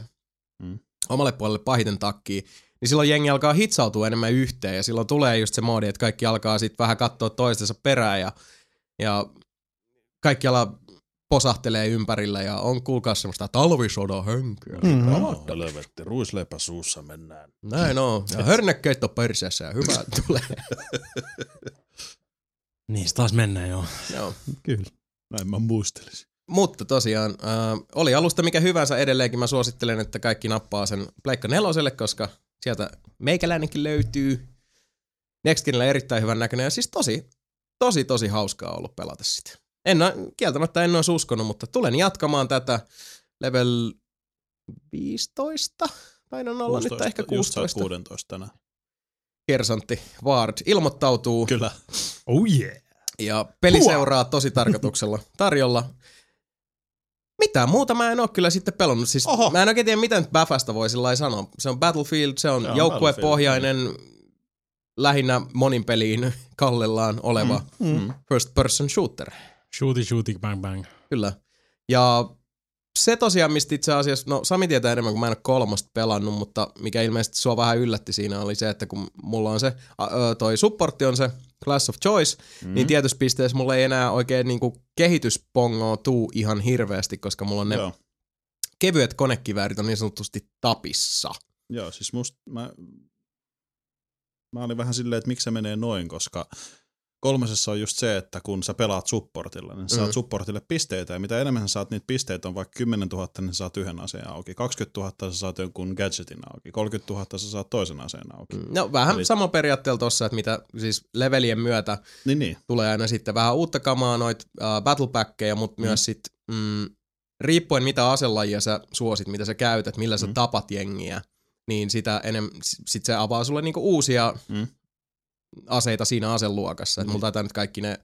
[SPEAKER 2] Mm.
[SPEAKER 1] mm. omalle puolelle pahiten takkiin, niin silloin jengi alkaa hitsautua enemmän yhteen ja silloin tulee just se moodi, että kaikki alkaa sitten vähän katsoa toistensa perään ja, ja kaikki ala posahtelee ympärillä ja on kuulkaa semmoista talvisodan henkeä.
[SPEAKER 4] Mm.
[SPEAKER 2] Mm-hmm. helvetti, ruisleipä suussa mennään.
[SPEAKER 1] Näin on. Ja hörnäkeitto perseessä ja hyvä tulee.
[SPEAKER 3] Niin, sit taas mennään joo.
[SPEAKER 1] Joo.
[SPEAKER 4] Kyllä.
[SPEAKER 2] Näin mä muistelisin.
[SPEAKER 1] Mutta tosiaan, äh, oli alusta mikä hyvänsä edelleenkin. Mä suosittelen, että kaikki nappaa sen Pleikka neloselle, koska sieltä meikäläinenkin löytyy. Nextkinillä erittäin hyvän näköinen ja siis tosi, tosi, tosi hauskaa ollut pelata sitä. En oo, kieltämättä en olisi uskonut, mutta tulen jatkamaan tätä level 15, tainan olla 16, nyt tai ehkä
[SPEAKER 2] Just sait
[SPEAKER 1] 16.
[SPEAKER 2] 16 tänään.
[SPEAKER 1] Kersantti Ward ilmoittautuu
[SPEAKER 2] Kyllä.
[SPEAKER 3] Oh yeah.
[SPEAKER 1] ja peli seuraa tosi tarkoituksella tarjolla. Mitä muuta mä en oo kyllä sitten pelannut. Siis
[SPEAKER 2] Oho.
[SPEAKER 1] mä en oikein tiedä, miten Bafasta voi sillä lailla sanoa. Se on Battlefield, se on,
[SPEAKER 2] Se
[SPEAKER 1] se
[SPEAKER 2] on
[SPEAKER 1] on joukkuepohjainen, lähinnä monin peliin kallellaan oleva mm. Mm.
[SPEAKER 2] Niin
[SPEAKER 1] first person shooter.
[SPEAKER 3] Shooty, shooty, bang, bang.
[SPEAKER 1] Kyllä. Ja se tosiaan, mistä itse asiassa, no Sami tietää enemmän, kun mä en ole kolmosta pelannut, mutta mikä ilmeisesti sua vähän yllätti siinä oli se, että kun mulla on se, a, ö, toi supportti on se Class of Choice, mm. niin tietyssä pisteessä mulla ei enää oikein niinku kehityspongoa tuu ihan hirveästi, koska mulla on ne Joo.
[SPEAKER 2] Joo.
[SPEAKER 1] kevyet konekiväärit on niin sanotusti tapissa.
[SPEAKER 2] Joo, siis musta mä, mä olin vähän silleen, että miksi se menee noin, koska kolmosessa on just se, että kun sä pelaat supportilla, niin sä saat
[SPEAKER 1] Mm.
[SPEAKER 2] supportille pisteitä, ja mitä enemmän sä saat niitä pisteitä, on vaikka 10 000, niin sä saat yhden aseen auki, 20 000 sä saat jonkun gadgetin auki, 30 000 sä saat toisen aseen auki. Mm.
[SPEAKER 1] Mm. No vähän
[SPEAKER 2] Eli-
[SPEAKER 1] Eli... sama periaatteella tossa, että mitä siis levelien myötä
[SPEAKER 2] Niin niin,
[SPEAKER 1] tulee aina sitten vähän uutta kamaa, noit äh, battlepackeja, mutta mm. myös sit, mm, riippuen mitä aselajia sä suosit, mitä sä käytät, millä sä
[SPEAKER 2] Mm.
[SPEAKER 1] tapat jengiä, niin sitä enem, s- sit se avaa sulle niinku uusia
[SPEAKER 2] Mm.
[SPEAKER 1] mm. aseita siinä aseluokassa. Mm.
[SPEAKER 2] Mm.
[SPEAKER 1] Mulla taitaa nyt kaikki ne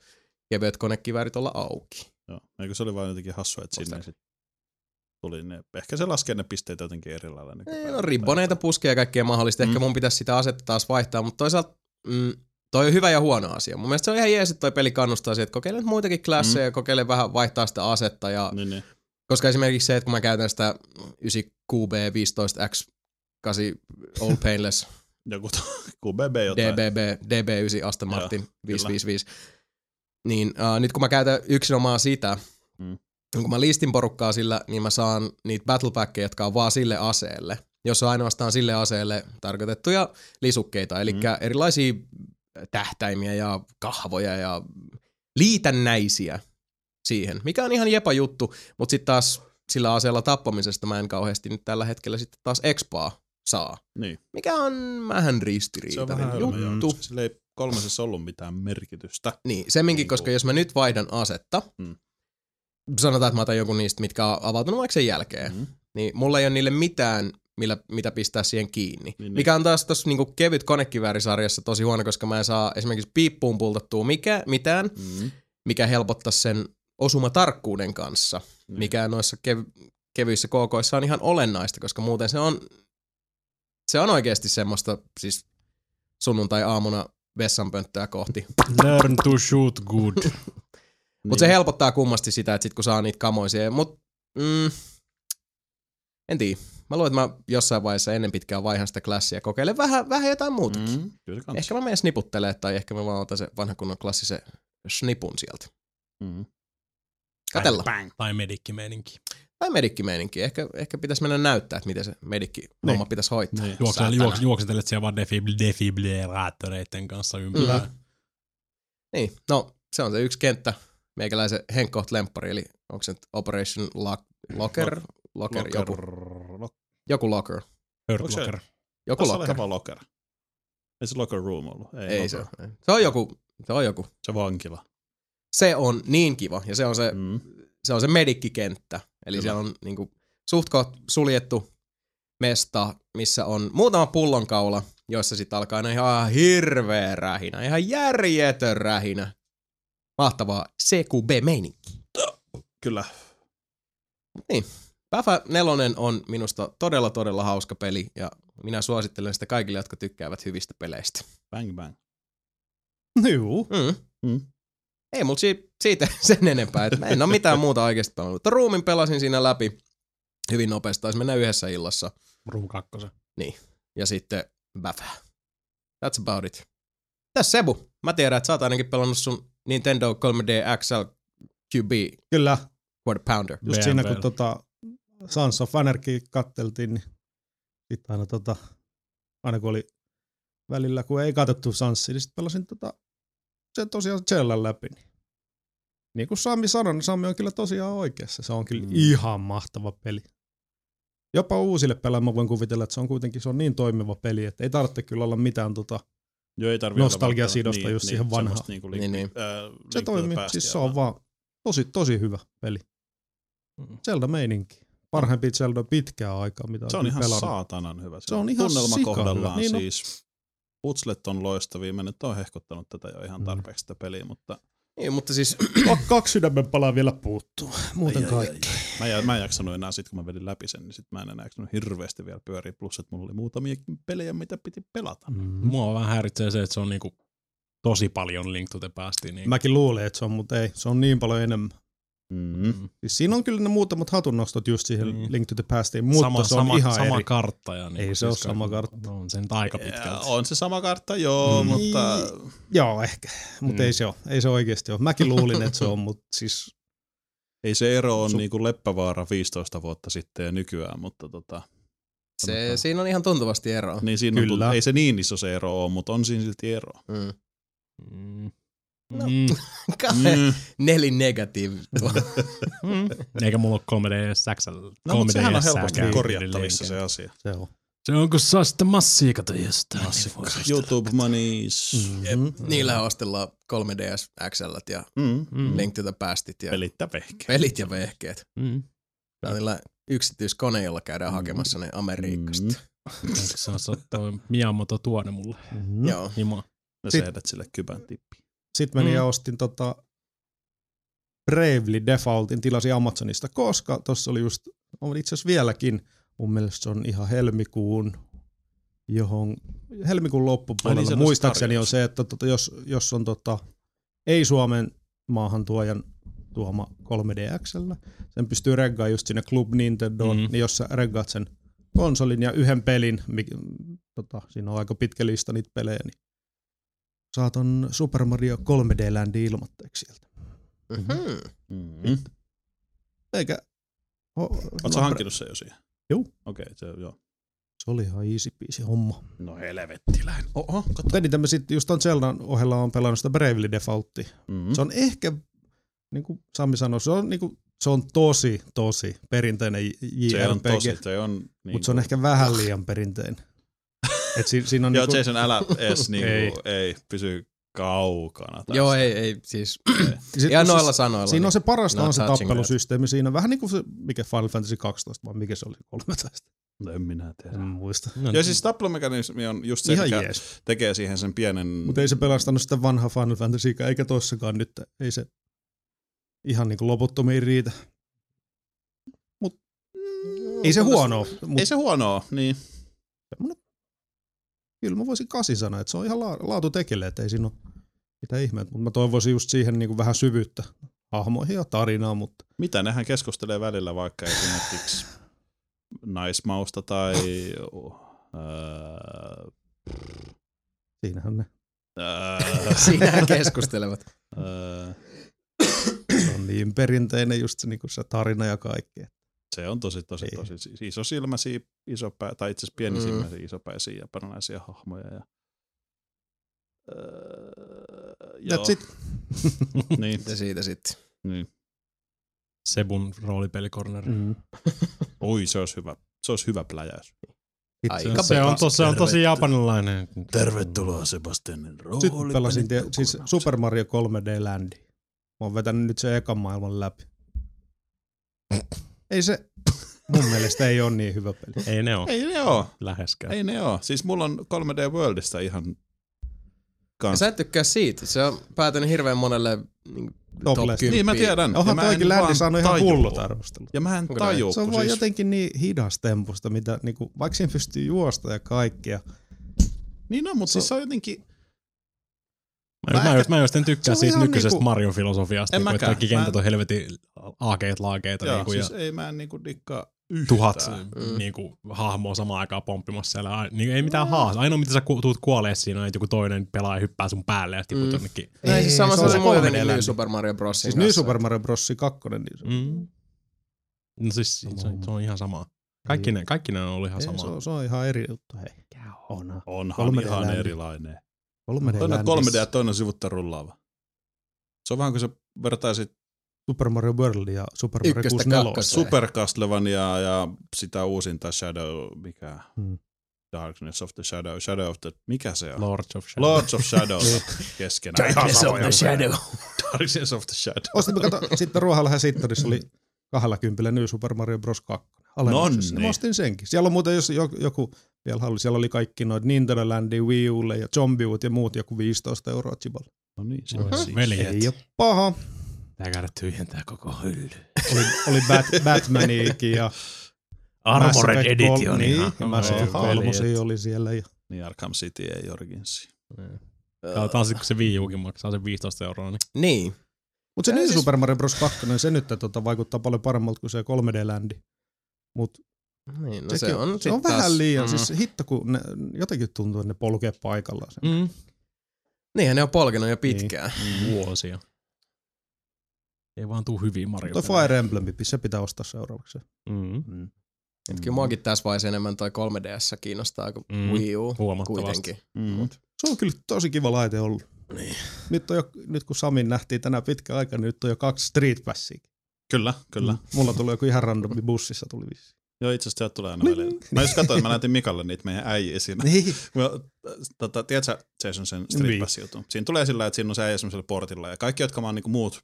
[SPEAKER 1] kevyet konekiväärit olla auki.
[SPEAKER 2] joo. Eikö se oli vaan jotenkin hassua, että sinne
[SPEAKER 1] Muistaakseni.
[SPEAKER 2] sit tuli ne, ehkä se laskee ne pisteet jotenkin eri lailla.
[SPEAKER 1] Ei,
[SPEAKER 2] nykypäivänä.
[SPEAKER 1] No, ribboneita, puskeja ja kaikkea mahdollista. Ehkä
[SPEAKER 2] Mm.
[SPEAKER 1] mun pitäisi sitä asetta taas vaihtaa, mutta toisaalta mm, toi on hyvä ja huono asia. Mun mielestä se on ihan jees, että toi peli kannustaa siihen, että kokeile nyt muitakin klasseja, mm. kokeile vähän vaihtaa sitä asetta ja
[SPEAKER 2] Niin, niin.
[SPEAKER 1] Koska esimerkiksi se, että kun mä käytän sitä 9QB15X 8 Old Painless
[SPEAKER 2] Joku QBB jotain.
[SPEAKER 1] DBB, DB9 Aston Martin 555, niin äh, nyt kun mä käytän yksinomaan sitä,
[SPEAKER 2] Mm.
[SPEAKER 1] mm. kun mä listin porukkaa sillä, niin mä saan niitä battlepackeja, jotka on vaan sille aseelle. Jos on ainoastaan sille aseelle tarkoitettuja lisukkeita, eli
[SPEAKER 2] Mm.
[SPEAKER 1] mm. erilaisia tähtäimiä ja kahvoja ja liitännäisiä siihen, mikä on ihan jepa juttu, mutta sitten taas sillä aseella tappamisesta mä en kauheasti nyt tällä hetkellä sitten taas expaa saa.
[SPEAKER 2] Niin.
[SPEAKER 1] Mikä on vähän
[SPEAKER 2] Se on
[SPEAKER 1] ristiriitainen
[SPEAKER 2] vähän hölmö, joo,
[SPEAKER 1] juttu.
[SPEAKER 2] koska sillä ei kolmosessa ollut mitään merkitystä.
[SPEAKER 1] Niin, semminkin,
[SPEAKER 2] Niin
[SPEAKER 1] koska
[SPEAKER 2] kuin-
[SPEAKER 1] jos mä nyt vaihdan asetta,
[SPEAKER 2] Mm.
[SPEAKER 1] mm. sanotaan, että mä otan jonkun niistä, mitkä on avautunut vaikka sen jälkeen,
[SPEAKER 2] Mm.
[SPEAKER 1] mm. niin mulla ei ole niille mitään, millä, mitä pistää siihen kiinni.
[SPEAKER 2] niin.
[SPEAKER 1] Niin, mikä on taas tuossa niinku kevyt konekiväärisarjassa tosi huono, koska mä en saa esimerkiksi piippuun pultattua mikä, mitään,
[SPEAKER 2] Mm.
[SPEAKER 1] mikä helpottaisi sen osumatarkkuuden kanssa,
[SPEAKER 2] Niin.
[SPEAKER 1] niin. mikä noissa kev- kevyissä kookoissa on ihan olennaista, koska muuten se on, se on oikeasti semmoista siis sunnuntai-aamuna vessanpönttöä kohti.
[SPEAKER 3] Learn to shoot good.
[SPEAKER 1] Mutta se helpottaa kummasti sitä, että sit kun saa niitä kamoisia. Mut, mm, en tiedä. Mä luulen, että mä jossain vaiheessa ennen pitkään vaihan sitä klassia kokeilen vähän, vähän jotain muuta. Mm.
[SPEAKER 2] Mm. Kyllä se kanssa.
[SPEAKER 1] Ehkä mä menen sniputtelee tai ehkä mä vaan otan se vanhan kunnon klassisen snipun sieltä. Eh.
[SPEAKER 2] Mm.
[SPEAKER 1] Katella.
[SPEAKER 5] Bang.
[SPEAKER 3] Tai medikkimeininki.
[SPEAKER 1] Tai medikkimeininki. Ehkä, ehkä pitäisi mennä näyttää, että miten se medikki homma pitäisi hoitaa.
[SPEAKER 2] Niin.
[SPEAKER 3] Juokse,
[SPEAKER 1] Saatana.
[SPEAKER 3] juokse, juoksetelet siellä vaan defib- defibrillaattoreiden kanssa ympärillä.
[SPEAKER 1] Mm. Niin, no se on se yksi kenttä. Meikäläisen Henkkoht lemppari, eli onko se nyt Operation Lock, Locker? Locker,
[SPEAKER 2] Locker.
[SPEAKER 1] joku,
[SPEAKER 2] Locker.
[SPEAKER 1] joku Locker.
[SPEAKER 3] Hurt
[SPEAKER 2] Onko se-
[SPEAKER 3] Locker.
[SPEAKER 1] Joku
[SPEAKER 2] Tässä oli
[SPEAKER 1] Locker.
[SPEAKER 2] ihan vaan locker. Ei se locker room ollut. Ei,
[SPEAKER 1] Ei se.
[SPEAKER 2] locker.
[SPEAKER 1] ole. Se on joku, se on joku.
[SPEAKER 2] se vankila.
[SPEAKER 1] Se on niin kiva ja se on se,
[SPEAKER 2] Mm.
[SPEAKER 1] se, on se medikkikenttä. Eli
[SPEAKER 2] Kyllä.
[SPEAKER 1] Kyllä. siellä on niinku suht koht suljettu mesta, missä on muutama pullonkaula, joissa sitten alkaa aina ihan hirveä rähinä, ihan järjetön rähinä. Mahtavaa CQB-meininki.
[SPEAKER 2] Kyllä.
[SPEAKER 1] Päfä nelonen on minusta todella todella hauska peli ja minä suosittelen sitä kaikille, jotka tykkäävät hyvistä peleistä.
[SPEAKER 2] Bang bang.
[SPEAKER 4] No juu.
[SPEAKER 1] Mm.
[SPEAKER 2] Mm.
[SPEAKER 1] Mm. Ei mulla si- siitä sen enempää, että mä en ole mitään muuta oikeasti pelannut. Mutta ruumin pelasin siinä läpi hyvin nopeasti, taisi mennä yhdessä illassa.
[SPEAKER 3] Room 2.
[SPEAKER 1] Ja sitten bäfää. That's about it. Tässä Sebu. Mä tiedän, että sä oot ainakin pelannut sun Nintendo 3D XL QB
[SPEAKER 4] Kyllä,
[SPEAKER 1] Quarter Pounder.
[SPEAKER 4] just
[SPEAKER 3] BMW:llä.
[SPEAKER 4] siinä kun tota Sons of Anarchy katteltiin, niin sit aina tota, aina kun oli välillä, kun ei katsottu Sansia, niin sit pelasin tota, se tosiaan Zellan läpi. Niin. niin kuin Sami sanoi, niin Sami on kyllä tosiaan oikeassa. Se on kyllä
[SPEAKER 2] Mm.
[SPEAKER 4] mm. ihan mahtava peli. Jopa uusille pelaajille mä voin kuvitella, että se on kuitenkin se on niin toimiva peli, että ei tarvitse kyllä olla mitään tota
[SPEAKER 2] Joo, ei tarvi olla Niin,
[SPEAKER 4] Nostalgia
[SPEAKER 2] välttämättä-
[SPEAKER 4] sidosta just siihen vanhaan.
[SPEAKER 2] semmoista Niinku link,
[SPEAKER 1] Niin,
[SPEAKER 2] niin,
[SPEAKER 1] niin.
[SPEAKER 2] niin. Äh,
[SPEAKER 4] Se
[SPEAKER 2] linkkiä
[SPEAKER 4] toimii,
[SPEAKER 2] päästiä
[SPEAKER 4] siis se on vaan tosi, tosi hyvä peli.
[SPEAKER 1] Mm.
[SPEAKER 4] Zelda-meininki. Parhaimpi Zelda pitkää aikaa, mitä
[SPEAKER 2] Se on
[SPEAKER 4] olen
[SPEAKER 2] ihan
[SPEAKER 4] pelannut.
[SPEAKER 2] saatanan hyvä.
[SPEAKER 4] Se on ihan
[SPEAKER 2] Tunnelma
[SPEAKER 4] sika
[SPEAKER 2] kohdallaan
[SPEAKER 4] hyvä. Niin on.
[SPEAKER 2] siis. Putslet on loistavia. Mä nyt oon hehkuttanut tätä jo
[SPEAKER 4] Mm.
[SPEAKER 2] ihan tarpeeksi sitä peliä, mutta
[SPEAKER 1] Niin, mutta siis
[SPEAKER 4] Ka- Kaksi sydämen palaa vielä puuttuu. Muuten
[SPEAKER 2] Ai, ai,
[SPEAKER 4] kaikki.
[SPEAKER 2] mä, en, mä en jaksanut enää sit, kun mä vedin läpi sen, niin sit mä en enää jaksanut hirveästi vielä pyöriä. Plus, että mulla oli muutamiakin pelejä, mitä piti pelata.
[SPEAKER 4] Mm.
[SPEAKER 3] Mua vähän häiritsee se, että se on niinku tosi paljon Link to the Pastiin. Niin
[SPEAKER 4] Mäkin luulin, että se on, mutta ei. Se on niin paljon enemmän.
[SPEAKER 2] Mm.
[SPEAKER 4] Siis siinä on kyllä ne muutamat hatunnostot just siihen
[SPEAKER 3] Niin.
[SPEAKER 4] mm. Link to the Pastiin, mutta sama, se on sama, ihan
[SPEAKER 3] sama
[SPEAKER 4] eri.
[SPEAKER 3] kartta. Ja niinku
[SPEAKER 4] Ei se oo sama kartta.
[SPEAKER 3] No, on se nyt aika
[SPEAKER 2] Ja
[SPEAKER 3] pitkälti.
[SPEAKER 2] on se sama kartta, joo,
[SPEAKER 4] Mm.
[SPEAKER 2] mm. mutta
[SPEAKER 4] Joo, ehkä. Mutta
[SPEAKER 1] Mm.
[SPEAKER 4] mm. ei se ole. Ei se oikeasti ole. Mäkin luulin, että se on, mutta siis
[SPEAKER 2] ei se ero on
[SPEAKER 4] Su-
[SPEAKER 2] niinku Leppävaara 15 vuotta sitten ja nykyään, mutta tota,
[SPEAKER 1] se, siinä on ihan tuntuvasti eroa.
[SPEAKER 2] niin siinä on,
[SPEAKER 4] Kyllä.
[SPEAKER 2] tullut- ei se niin iso se ero ole, mutta on siinä silti ero.
[SPEAKER 1] Mm.
[SPEAKER 3] Mm.
[SPEAKER 1] No.
[SPEAKER 3] Mm.
[SPEAKER 1] Kahden
[SPEAKER 2] Mm.
[SPEAKER 1] nelin negatiivi.
[SPEAKER 3] Mm. Eikä mulla ole 3DS-säksällä.
[SPEAKER 2] No, mutta sehän on helposti korjattavissa se asia.
[SPEAKER 4] se on.
[SPEAKER 3] Se on, kun saa sitä massiikata jostain.
[SPEAKER 2] YouTube Monies.
[SPEAKER 4] Mm-hmm.
[SPEAKER 1] Niillä ostellaan 3DS XL ja
[SPEAKER 2] Mm.
[SPEAKER 3] Mm.
[SPEAKER 1] Link to the Pastit ja
[SPEAKER 2] Pelittä vehkeä.
[SPEAKER 1] pelit ja vehkeet.
[SPEAKER 3] Mm.
[SPEAKER 1] Tällä yksityiskone, jolla
[SPEAKER 4] Mm.
[SPEAKER 1] käydään hakemassa ne Amerikasta.
[SPEAKER 2] Mm.
[SPEAKER 3] Olisiko se osaa toi Miyamoto tuoda mulle?
[SPEAKER 4] Mm-hmm.
[SPEAKER 1] Joo.
[SPEAKER 3] Hima.
[SPEAKER 2] Ja
[SPEAKER 4] Sit-
[SPEAKER 2] sehdät sille kypän tippi.
[SPEAKER 4] Sitten menin
[SPEAKER 3] Mm.
[SPEAKER 4] ja ostin tota Bravely Defaultin, tilasin Amazonista, koska tuossa oli just, on itse asiassa vieläkin, mun mielestä se on ihan helmikuun, johon, helmikuun
[SPEAKER 2] Ai niin,
[SPEAKER 4] loppupuolella
[SPEAKER 2] se on
[SPEAKER 4] muistaakseni on
[SPEAKER 2] tarjous.
[SPEAKER 4] se, että tota, jos, jos on tota, ei Suomen maahan tuojan tuoma 3DXllä, sen pystyy reggaa just sinne Club Nintendoon,
[SPEAKER 3] Mm.
[SPEAKER 4] mm. niin jos sä reggaat sen konsolin ja yhden pelin, mi, tota, siinä on aika pitkä lista niitä pelejä, niin saat on Super Mario 3D Landi ilmoitteeksi sieltä. Mhm.
[SPEAKER 1] Mm-hmm.
[SPEAKER 2] Mm.
[SPEAKER 4] Eikä... O,
[SPEAKER 2] Oletko hankkinut sen jo siihen?
[SPEAKER 4] Juu.
[SPEAKER 2] Okei, se on joo.
[SPEAKER 4] Se oli ihan easy piece homma.
[SPEAKER 2] No helvettiläinen. Oho, kato.
[SPEAKER 4] Mutta eniten mä sitten just on Zeldan ohella on pelannut sitä Bravely Defaultti.
[SPEAKER 2] Mm.
[SPEAKER 4] Se on ehkä, niin kuin Sami sanoi, se on, niin kuin, se on tosi, tosi perinteinen JRPG.
[SPEAKER 2] se on tosi, se on niin
[SPEAKER 4] Mutta se on ehkä vähän liian perinteinen. Et si- siinä on
[SPEAKER 2] Joo,
[SPEAKER 4] niinku,
[SPEAKER 2] Jason, älä edes niinku, ei.
[SPEAKER 4] Ei.
[SPEAKER 2] ei, pysy kaukana tästä.
[SPEAKER 1] Joo, ei, ei siis.
[SPEAKER 4] sit-
[SPEAKER 1] Ihan
[SPEAKER 4] siis-
[SPEAKER 1] noilla sanoilla. niin
[SPEAKER 4] Siinä on se parasta
[SPEAKER 1] Not
[SPEAKER 4] on se
[SPEAKER 1] touching
[SPEAKER 4] tappelusysteemi siinä. Vähän niin kuin se, mikä Final Fantasy 12, vai mikä se oli 13?
[SPEAKER 2] No, En minä tiedä.
[SPEAKER 4] En muista.
[SPEAKER 3] No,
[SPEAKER 2] Joo, siis tappelumekanismi on just se,
[SPEAKER 4] niin. Ihan
[SPEAKER 2] mikä
[SPEAKER 4] jees.
[SPEAKER 2] tekee siihen sen pienen...
[SPEAKER 4] Mutta ei se pelastanut sitä vanhaa Final Fantasy, eikä tossakaan nyt. Ei se ihan niin kuin loputtomiin riitä. Mut, ei se huono, oo, mut
[SPEAKER 2] Ei se huonoa, niin.
[SPEAKER 4] kyllä mä voisin kasi sanoa, että se on ihan la- laatu tekele, että ei siinä ole mitään ihmeitä. Mutta mä toivoisin just siihen niin kuin vähän syvyyttä hahmoihin ja tarinaa, mutta
[SPEAKER 2] Mitä nehän keskustelee välillä vaikka esimerkiksi naismausta tai... oh, Öö,
[SPEAKER 4] siinähän ne
[SPEAKER 2] öö,
[SPEAKER 1] Siinähän keskustelevat.
[SPEAKER 2] öö,
[SPEAKER 4] se on niin perinteinen just se, niin kuin se tarina ja kaikki.
[SPEAKER 2] se on tosi, tosi,
[SPEAKER 4] Ei.
[SPEAKER 2] tosi si- isosilmäisiä, isopää, tai itse asiassa pienisilmäisiä, mm. isopäisiä ja paranaisia hahmoja. Ja, öö, joo,
[SPEAKER 4] That's it.
[SPEAKER 2] Niin,
[SPEAKER 1] Ja siitä sitten.
[SPEAKER 4] Ah.
[SPEAKER 2] niin.
[SPEAKER 3] Sebun roolipelikorneri.
[SPEAKER 4] Mm.
[SPEAKER 2] Oi, se olisi hyvä. Se olisi hyvä pläjäys.
[SPEAKER 1] Aika
[SPEAKER 3] Se on,
[SPEAKER 1] pelas-
[SPEAKER 3] to, se on tosi japanilainen.
[SPEAKER 2] Sebastianin
[SPEAKER 4] Sitten pelasin tie, siis Super Mario 3D Landi. Mä oon vetänyt nyt sen ekan maailman läpi. Ei se, mun mielestä ei ole niin hyvä peli.
[SPEAKER 3] Ei ne oo
[SPEAKER 2] Ei ne oo.
[SPEAKER 3] läheskään.
[SPEAKER 2] Ei ne oo. Siis mulla on 3D Worldista ihan
[SPEAKER 1] Ja
[SPEAKER 2] kans.
[SPEAKER 1] Sä et tykkää siitä. Se on päätynyt hirveän monelle niin, top,
[SPEAKER 4] Top
[SPEAKER 1] top
[SPEAKER 4] list.
[SPEAKER 1] 10.
[SPEAKER 2] Niin mä tiedän.
[SPEAKER 4] Onhan
[SPEAKER 2] Ja mä en
[SPEAKER 4] toikin Landi
[SPEAKER 2] vaan
[SPEAKER 4] saanut ihan
[SPEAKER 2] tajua.
[SPEAKER 4] hullut arvostelut.
[SPEAKER 2] Ja mä en siis-
[SPEAKER 1] Onko
[SPEAKER 2] tajuu.
[SPEAKER 4] Se on vaan jotenkin niin hidas tempusta, mitä niinku, vaikka siinä pystyy juosta ja kaikkia.
[SPEAKER 2] Niin on, mutta siis se on jotenkin...
[SPEAKER 3] Mä,
[SPEAKER 2] Mä
[SPEAKER 3] mä,
[SPEAKER 2] ehkä-
[SPEAKER 3] mä, mä just en
[SPEAKER 4] se
[SPEAKER 3] tykkää
[SPEAKER 4] on
[SPEAKER 3] siitä
[SPEAKER 4] ihan
[SPEAKER 3] nykyisestä
[SPEAKER 4] niinku-
[SPEAKER 3] Marion filosofiasta,
[SPEAKER 2] En
[SPEAKER 3] niinku, että
[SPEAKER 2] mäkään.
[SPEAKER 3] kaikki
[SPEAKER 2] Mä en-
[SPEAKER 3] kentät on helvetin aakeet laakeita
[SPEAKER 2] Joo,
[SPEAKER 3] niinku,
[SPEAKER 2] siis
[SPEAKER 3] ja
[SPEAKER 2] ei mä en niinku dikkaa yhtään.
[SPEAKER 3] tuhat
[SPEAKER 1] Mm.
[SPEAKER 3] niinku, hahmoa samaan aikaan pomppimassa siellä. Ai- Niinku, ei mitään haasta. Ainoa mitä sä ku- tuut kuolee siinä, on, että joku toinen pelaaja hyppää sun päälle ja tiput
[SPEAKER 1] Mm.
[SPEAKER 3] mm. jonnekin.
[SPEAKER 1] No ei,
[SPEAKER 4] Ei,
[SPEAKER 1] siis sama
[SPEAKER 4] se
[SPEAKER 1] se
[SPEAKER 4] on
[SPEAKER 1] oli
[SPEAKER 4] se
[SPEAKER 1] mulle
[SPEAKER 4] kolmen
[SPEAKER 1] meni New
[SPEAKER 4] elämä.
[SPEAKER 1] Super Mario Bros.
[SPEAKER 4] Siis New Super Mario Bros. 2, niin se,
[SPEAKER 3] Mm. No siis se, se on ihan sama. Kaikki ne, kaikki ne on ollut ihan
[SPEAKER 4] ei, se,
[SPEAKER 3] sama.
[SPEAKER 4] on, se on ihan eri juttu. Hei. Onhan.
[SPEAKER 2] Onhan
[SPEAKER 4] 3D
[SPEAKER 2] ihan
[SPEAKER 4] Landi.
[SPEAKER 2] erilainen.
[SPEAKER 4] 3D
[SPEAKER 2] Toinen on
[SPEAKER 4] Landissä.
[SPEAKER 2] 3D ja toinen on sivutta rullaava. Se on vähän kuin se vertaisit
[SPEAKER 4] Super Mario World ja Super Mario
[SPEAKER 1] Ykköstä
[SPEAKER 4] 64.
[SPEAKER 1] kakkoseen.
[SPEAKER 2] Super Castlevania ja sitä uusinta Shadow, mikä...
[SPEAKER 4] Hmm.
[SPEAKER 2] Darkness of the Shadow, Shadow of the, mikä se on?
[SPEAKER 3] Lords of Shadow.
[SPEAKER 2] Lords of Shadows keskenään. Ihan samoja. Darkness of the Shadow.
[SPEAKER 4] Ostimme kato, sitten Ruohalähden Sittarissa oli 20 New Super Mario Bros. 2. alennuksessa.
[SPEAKER 2] Nonni.
[SPEAKER 4] Mä ostin senkin. Siellä on muuten, jos jo- joku vielä halusi, siellä oli kaikki noin Nintendo Landi, Wii Ulle ja Zombiewit ja muut joku 15 euroa chiballa.
[SPEAKER 2] No niin, se
[SPEAKER 3] Voi
[SPEAKER 2] on
[SPEAKER 6] siis.
[SPEAKER 2] siinä.
[SPEAKER 3] Veljet.
[SPEAKER 4] Ei ole paha.
[SPEAKER 6] Tää käydä tyhjentää koko hylly.
[SPEAKER 4] Oli, oli Bat, Batmaniikin ja Mass
[SPEAKER 6] Armored
[SPEAKER 4] Effect
[SPEAKER 6] Edition.
[SPEAKER 4] kol-
[SPEAKER 6] ihan.
[SPEAKER 4] Niin, ja Mass Effect
[SPEAKER 2] Joo,
[SPEAKER 4] kolmosia oli siellä. Ja
[SPEAKER 2] Niin Arkham City ei Origins.
[SPEAKER 3] Tää on taas sit, kun se Wii Ukin maksaa sen 15 euroa, niin
[SPEAKER 1] Niin.
[SPEAKER 4] Mutta se
[SPEAKER 1] Ja
[SPEAKER 4] New
[SPEAKER 1] siis-
[SPEAKER 4] siis... Super Mario Bros. 2, se nyt tota, vaikuttaa paljon paremmalta kuin se 3D-ländi. Mut
[SPEAKER 1] niin no
[SPEAKER 4] sekin-
[SPEAKER 1] se on,
[SPEAKER 4] se on
[SPEAKER 1] sit
[SPEAKER 4] vähän
[SPEAKER 1] taas-
[SPEAKER 4] liian,
[SPEAKER 1] mm.
[SPEAKER 4] mm. siis hitto kun ne, jotenkin tuntuu, että ne polkee paikallaan. Mm.
[SPEAKER 3] niin
[SPEAKER 1] Mm. Niinhän ne on polkenut jo
[SPEAKER 4] Niin.
[SPEAKER 1] pitkään.
[SPEAKER 3] vuosia. Ei vaan tuu hyvin Mario.
[SPEAKER 4] Tuo Fire Emblem, se pitää ostaa seuraavaksi.
[SPEAKER 3] Mm.
[SPEAKER 4] Mm.
[SPEAKER 1] Niin. Kyllä muakin tässä vaiheessa enemmän toi 3DS kiinnostaa kuin
[SPEAKER 3] Mm.
[SPEAKER 1] mm. Wii U
[SPEAKER 3] Huomattavasti.
[SPEAKER 1] kuitenkin.
[SPEAKER 2] Mm.
[SPEAKER 4] Se on kyllä tosi kiva laite ollut. Niin. Nyt, on jo, nyt kun Samin nähtiin tänään pitkä aika, niin nyt on jo kaksi Street Passia.
[SPEAKER 2] Kyllä, kyllä.
[SPEAKER 4] Mulla tuli joku ihan randomi bussissa tuli vissi.
[SPEAKER 2] Joo, itse asiassa teot tulee aina välillä. Mä just katsoin, mä näytin Mikalle niitä meidän äijä siinä.
[SPEAKER 4] Niin.
[SPEAKER 2] Mä, tota, tiedätkö, Jason sen Street
[SPEAKER 4] Niin.
[SPEAKER 2] Pass jutun? Siinä tulee sillä, että siinä on se äijä semmoisella portilla. Ja kaikki, jotka mä oon niinku muut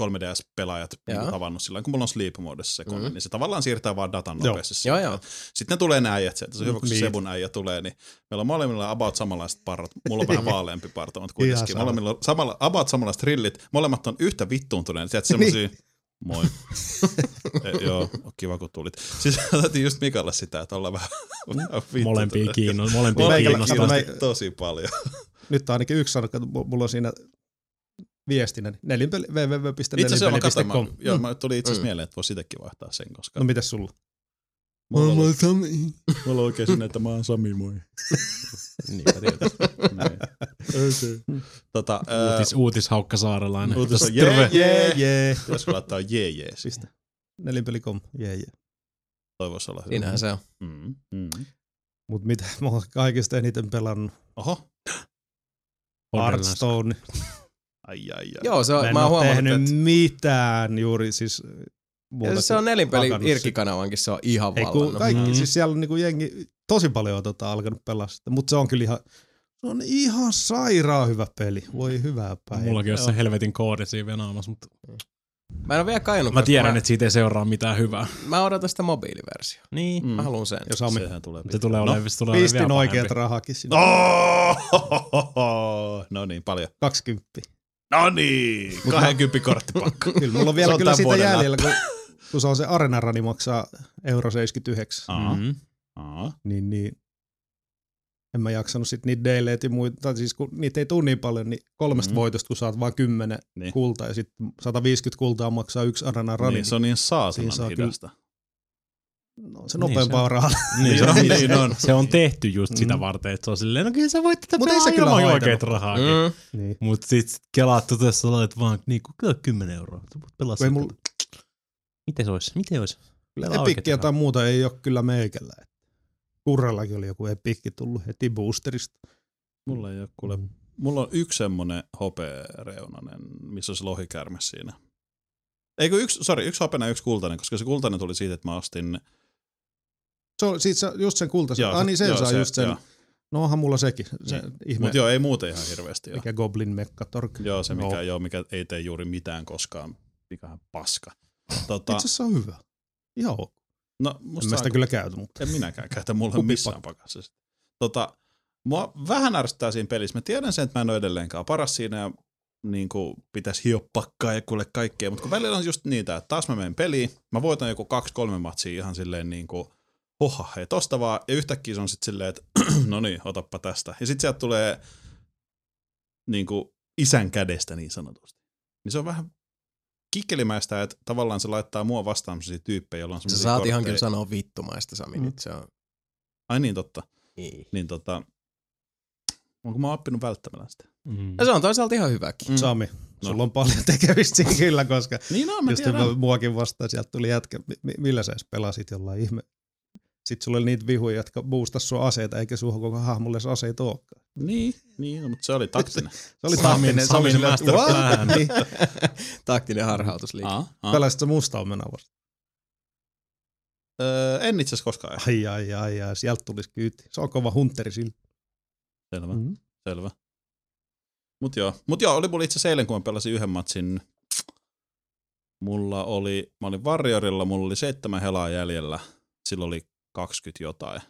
[SPEAKER 2] 3DS-pelaajat
[SPEAKER 1] Joo.
[SPEAKER 2] niinku tavannut sillä lailla, kun mulla on sleep modessa se kone,
[SPEAKER 1] Mhm.
[SPEAKER 2] niin se tavallaan siirtää vaan datan
[SPEAKER 4] Joo.
[SPEAKER 2] nopeasti.
[SPEAKER 1] Joo,
[SPEAKER 2] siihen.
[SPEAKER 1] joo.
[SPEAKER 2] Sitten ne tulee ne äijät sieltä. Se on hyvä, kun se
[SPEAKER 4] Niin.
[SPEAKER 2] Sebun äijä tulee, niin meillä on molemmilla about samanlaiset parrat. Mulla on vähän vaaleampi parta, mutta kuitenkin.
[SPEAKER 4] sama.
[SPEAKER 2] Molemmilla on samalla, about samanlaiset rillit. Molemmat on yhtä vittuuntuneet. Tiedätkö, semmosia, moi. e, joo, kiva kun tulit. Siis otettiin just Mikalle sitä, että ollaan vähän, vähän vittuuntuneet.
[SPEAKER 3] Molempia kiinno, molempia
[SPEAKER 2] Molempia
[SPEAKER 4] Meikällä-
[SPEAKER 3] kiinnostaa.
[SPEAKER 2] kiinnosti
[SPEAKER 4] Mä-
[SPEAKER 2] tosi paljon.
[SPEAKER 4] Nyt on ainakin yksi sana, että mu- mulla on siinä viestinen nelinpeli,
[SPEAKER 2] Itse asiassa mä katsoin, mä,
[SPEAKER 4] www.nelinpeli.com.
[SPEAKER 2] joo, mä tuli itse asiassa
[SPEAKER 1] Mm.
[SPEAKER 2] mieleen, että voisi itsekin vaihtaa sen, koska
[SPEAKER 4] No mitäs sulla?
[SPEAKER 2] mulla on,
[SPEAKER 6] Sami.
[SPEAKER 2] mulla on oikein sinne, että mä oon Sami, moi.
[SPEAKER 3] Niinpä tietysti.
[SPEAKER 2] Niin. tota, ää,
[SPEAKER 3] Uutis, uutishaukka saarelainen.
[SPEAKER 2] Uutis on
[SPEAKER 3] Terve.
[SPEAKER 2] jee, jee, jee.
[SPEAKER 4] jee.
[SPEAKER 2] Pitäisikö laittaa jee, jee siis?
[SPEAKER 4] Piste. Nelinpeli.com, jee jee.
[SPEAKER 2] Toivois olla hyvä.
[SPEAKER 1] Siinähän se on.
[SPEAKER 2] Mm. Mm.
[SPEAKER 4] Mut mitä mä oon kaikista eniten pelannut?
[SPEAKER 2] Oho.
[SPEAKER 3] Borderlands.
[SPEAKER 4] Hearthstone.
[SPEAKER 2] Ai, ai, ai.
[SPEAKER 1] Joo, se
[SPEAKER 4] Mä
[SPEAKER 1] on,
[SPEAKER 4] en
[SPEAKER 1] mä oon
[SPEAKER 4] oo
[SPEAKER 1] huomannut,
[SPEAKER 4] tehnyt
[SPEAKER 1] että
[SPEAKER 4] mitään juuri siis äh,
[SPEAKER 1] Ja
[SPEAKER 4] muuta
[SPEAKER 1] siis se on
[SPEAKER 4] kuin-
[SPEAKER 1] nelinpeli
[SPEAKER 4] hakannut
[SPEAKER 1] irkkikanavankin, se on ihan
[SPEAKER 4] Ei kun
[SPEAKER 1] vallannut.
[SPEAKER 4] kaikki,
[SPEAKER 3] Mm.
[SPEAKER 4] mm. siis siellä on niinku jengi tosi paljon on tota alkanut pelaa sitä, mutta se on kyllä ihan, se on ihan sairaan hyvä peli. Voi hyvää päivää.
[SPEAKER 3] Mullakin on se helvetin koodi siinä venaamassa, mutta
[SPEAKER 1] Mä en ole vielä kainut,
[SPEAKER 3] mä tiedän,
[SPEAKER 1] mä,
[SPEAKER 3] että siitä ei seuraa mitään hyvää.
[SPEAKER 1] mä odotan sitä mobiiliversiota.
[SPEAKER 3] Niin.
[SPEAKER 1] Mä haluan sen. Mm.
[SPEAKER 4] Ja Sami, Niin.
[SPEAKER 2] Sehän tulee
[SPEAKER 3] Mutta se tulee
[SPEAKER 2] No,
[SPEAKER 3] olemaan, se tulee olemaan vielä
[SPEAKER 4] pistin
[SPEAKER 3] pahempi.
[SPEAKER 4] oikeat rahakin sinne.
[SPEAKER 2] Oh! No niin, paljon.
[SPEAKER 4] 20.
[SPEAKER 2] No niin, 20 korttipakka.
[SPEAKER 4] Kyllä, mulla
[SPEAKER 2] Se
[SPEAKER 4] on vielä
[SPEAKER 2] on
[SPEAKER 4] kyllä
[SPEAKER 2] tämän
[SPEAKER 4] sitä
[SPEAKER 2] vuoden
[SPEAKER 4] jäljellä, kun, kun se on se arenarani maksaa euro 79.
[SPEAKER 2] Aa,
[SPEAKER 3] Mhm.
[SPEAKER 2] aa.
[SPEAKER 4] Niin, niin. En mä jaksanut sit niitä daileet ja muita, tai siis kun niitä ei tule niin paljon, niin kolmesta
[SPEAKER 2] Mm.
[SPEAKER 4] mm. voitosta, kun saat vaan 10
[SPEAKER 2] Niin.
[SPEAKER 4] niin. kultaa ja sitten 150 kultaa maksaa yksi arenarani.
[SPEAKER 2] Niin, se on niin
[SPEAKER 4] Siinä saa
[SPEAKER 2] saatanan
[SPEAKER 4] kyllä-
[SPEAKER 2] hidasta.
[SPEAKER 4] no, se
[SPEAKER 3] Niin,
[SPEAKER 4] nopeampaa
[SPEAKER 3] se-
[SPEAKER 4] niin, rahaa.
[SPEAKER 3] Niin, se, on,
[SPEAKER 2] Niin, niin on.
[SPEAKER 3] se on tehty just sitä
[SPEAKER 4] Mm.
[SPEAKER 3] varten, että se on silleen, no kyllä sä voit tätä
[SPEAKER 4] Mut ei
[SPEAKER 3] pelaa
[SPEAKER 4] se kyllä
[SPEAKER 3] ilman
[SPEAKER 4] haitannut.
[SPEAKER 3] oikeat rahaakin.
[SPEAKER 1] Mm.
[SPEAKER 4] niin.
[SPEAKER 3] Mut sit kelaat tässä olet vaan, niin kuin kyllä 10 euroa. Sä voit pelaa
[SPEAKER 4] Ei
[SPEAKER 3] sen.
[SPEAKER 4] mulla-
[SPEAKER 3] Miten se olisi? Miten olisi? Pelaa
[SPEAKER 4] Epikkiä
[SPEAKER 3] oikeat
[SPEAKER 4] tai muuta ei ole kyllä meikällä. Kurrellakin oli joku epikki tullut heti boosterista. Mm.
[SPEAKER 2] Mulla ei ole kuule. Mulla on yksi semmonen hopeareunanen, missä on se lohikäärme siinä. Eikö yksi, sorry, yksi hopena ja yksi kultainen, koska se kultainen tuli siitä, että mä
[SPEAKER 4] Niin
[SPEAKER 2] ostin...
[SPEAKER 4] Se on siis just sen kultaisen. Ah niin, sen saa just sen.
[SPEAKER 2] Joo.
[SPEAKER 4] No onhan mulla sekin. Se
[SPEAKER 2] Niin.
[SPEAKER 4] ihme,
[SPEAKER 2] Mut joo, ei muuten ihan hirveästi. Joo.
[SPEAKER 4] mikä Goblin Mekka Tork.
[SPEAKER 2] Joo, se mikä,
[SPEAKER 4] No.
[SPEAKER 2] no. joo, mikä ei tee juuri mitään koskaan. Mikähän paska. Tota,
[SPEAKER 4] Itse asiassa on hyvä. Ihan ok.
[SPEAKER 2] no,
[SPEAKER 4] En
[SPEAKER 2] musta
[SPEAKER 4] mä sitä
[SPEAKER 2] on,
[SPEAKER 4] kyllä käytä, mutta
[SPEAKER 2] en minäkään käytä, mulla on
[SPEAKER 4] Kupipa.
[SPEAKER 2] missään pakassa. sitä. Tota, mua vähän ärsyttää siinä pelissä. Mä tiedän sen, että mä en ole edelleenkaan paras siinä ja niin kuin, pitäisi hioa pakkaa ja kuule kaikkea. Mutta kun välillä on just niitä, että taas mä menen peliin, mä voitan joku kaksi, kolme matsia ihan silleen niin kuin, oha, hei tosta vaan. Ja yhtäkkiä se on sitten silleen, että no niin, otappa tästä. Ja sitten sieltä tulee niin kuin, isän kädestä niin sanotusti. Niin se on vähän kikkelimäistä, että tavallaan se laittaa mua vastaan sellaisia tyyppejä, joilla on
[SPEAKER 1] Sä
[SPEAKER 2] sellaisia
[SPEAKER 1] saat ihan
[SPEAKER 2] kortteja.
[SPEAKER 1] kyllä sanoa vittumaista, Sami,
[SPEAKER 4] Mm.
[SPEAKER 1] nyt se on.
[SPEAKER 2] Ai niin, totta.
[SPEAKER 1] Niin.
[SPEAKER 2] Niin tota, onko mä oppinut välttämällä sitä?
[SPEAKER 3] Mm.
[SPEAKER 1] Ja se on toisaalta ihan hyväkin.
[SPEAKER 2] Mm.
[SPEAKER 4] Sami, sulla on paljon tekemistä siinä kyllä, koska
[SPEAKER 2] Niin on, mä
[SPEAKER 4] just
[SPEAKER 2] tiedän.
[SPEAKER 4] mä muakin vastaan sieltä tuli jätkä, mi- mi- millä sä edes pelasit jollain ihme. Sitten sulla oli niitä vihuja, jotka boostas sun aseita, eikä sun koko hahmolle se aseita olekaan.
[SPEAKER 2] Niin, niin no, mutta se oli taktinen.
[SPEAKER 4] Se oli
[SPEAKER 3] Samin-
[SPEAKER 4] tahtinen, se
[SPEAKER 3] Samin
[SPEAKER 4] oli silleen, että
[SPEAKER 3] master
[SPEAKER 4] what?
[SPEAKER 3] plan.
[SPEAKER 4] Niin.
[SPEAKER 1] Taktinen harhautus liikaa.
[SPEAKER 2] Aa, aa.
[SPEAKER 4] Pelasit sä musta omenaa vasta.
[SPEAKER 2] Öö, en itse asiassa koskaan.
[SPEAKER 4] Ai, ai, ai, ai, sieltä tulisi kyyti. Se on kova hunteri silti.
[SPEAKER 2] Selvä, mm.
[SPEAKER 4] Mm.
[SPEAKER 2] selvä. Mut joo. Mut joo, oli mulla itse asiassa eilen, kun mä pelasin yhden matsin. Mulla oli, mä olin Warriorilla, mulla oli seitsemän helaa jäljellä. Silloin oli 20 jotain.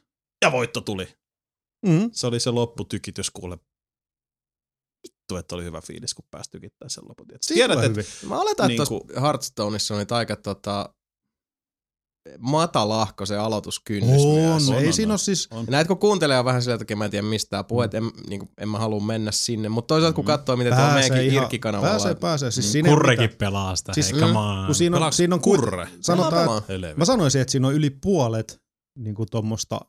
[SPEAKER 2] Ja voitto tuli.
[SPEAKER 4] Mm.
[SPEAKER 2] Se oli se lopputykitys kuule. Vittu, että oli hyvä fiilis, kun pääsi tykittämään sen lopun. Et
[SPEAKER 4] Siitä
[SPEAKER 2] Tiedät,
[SPEAKER 4] tulee
[SPEAKER 2] että
[SPEAKER 4] hyvin.
[SPEAKER 1] Mä oletan,
[SPEAKER 4] Niin
[SPEAKER 1] että
[SPEAKER 2] Niinku-
[SPEAKER 1] tuossa Hearthstoneissa on nyt aika tota, matalahko se aloituskynnys. myös.
[SPEAKER 2] on,
[SPEAKER 4] ei
[SPEAKER 2] on,
[SPEAKER 4] siinä
[SPEAKER 2] on.
[SPEAKER 4] ole siis,
[SPEAKER 1] Ja Näet, kun kuuntelee on vähän sillä takia, mä en tiedä mistä tää puhuu, mm. en, niin kuin, en mä halua mennä sinne. Mutta toisaalta kun
[SPEAKER 2] Mm.
[SPEAKER 1] katsoo, miten tuolla
[SPEAKER 4] Mm-hmm. pääsee
[SPEAKER 1] meidänkin
[SPEAKER 4] ihan,
[SPEAKER 1] irkkikanavalla.
[SPEAKER 4] pääsee, pääsee. Siis siinä ei
[SPEAKER 3] Kurrekin
[SPEAKER 4] mitään.
[SPEAKER 3] pelaa sitä,
[SPEAKER 4] Siis-
[SPEAKER 3] siis, hei, come
[SPEAKER 1] mm,
[SPEAKER 3] on.
[SPEAKER 4] Kun siinä on,
[SPEAKER 2] Mm-hmm. Pelaaks
[SPEAKER 4] siinä on kuitenkin-
[SPEAKER 2] kurre.
[SPEAKER 4] sanotaan, että-
[SPEAKER 2] Helvetti.
[SPEAKER 4] mä sanoisin, että siinä on yli puolet niin kuin tuommoista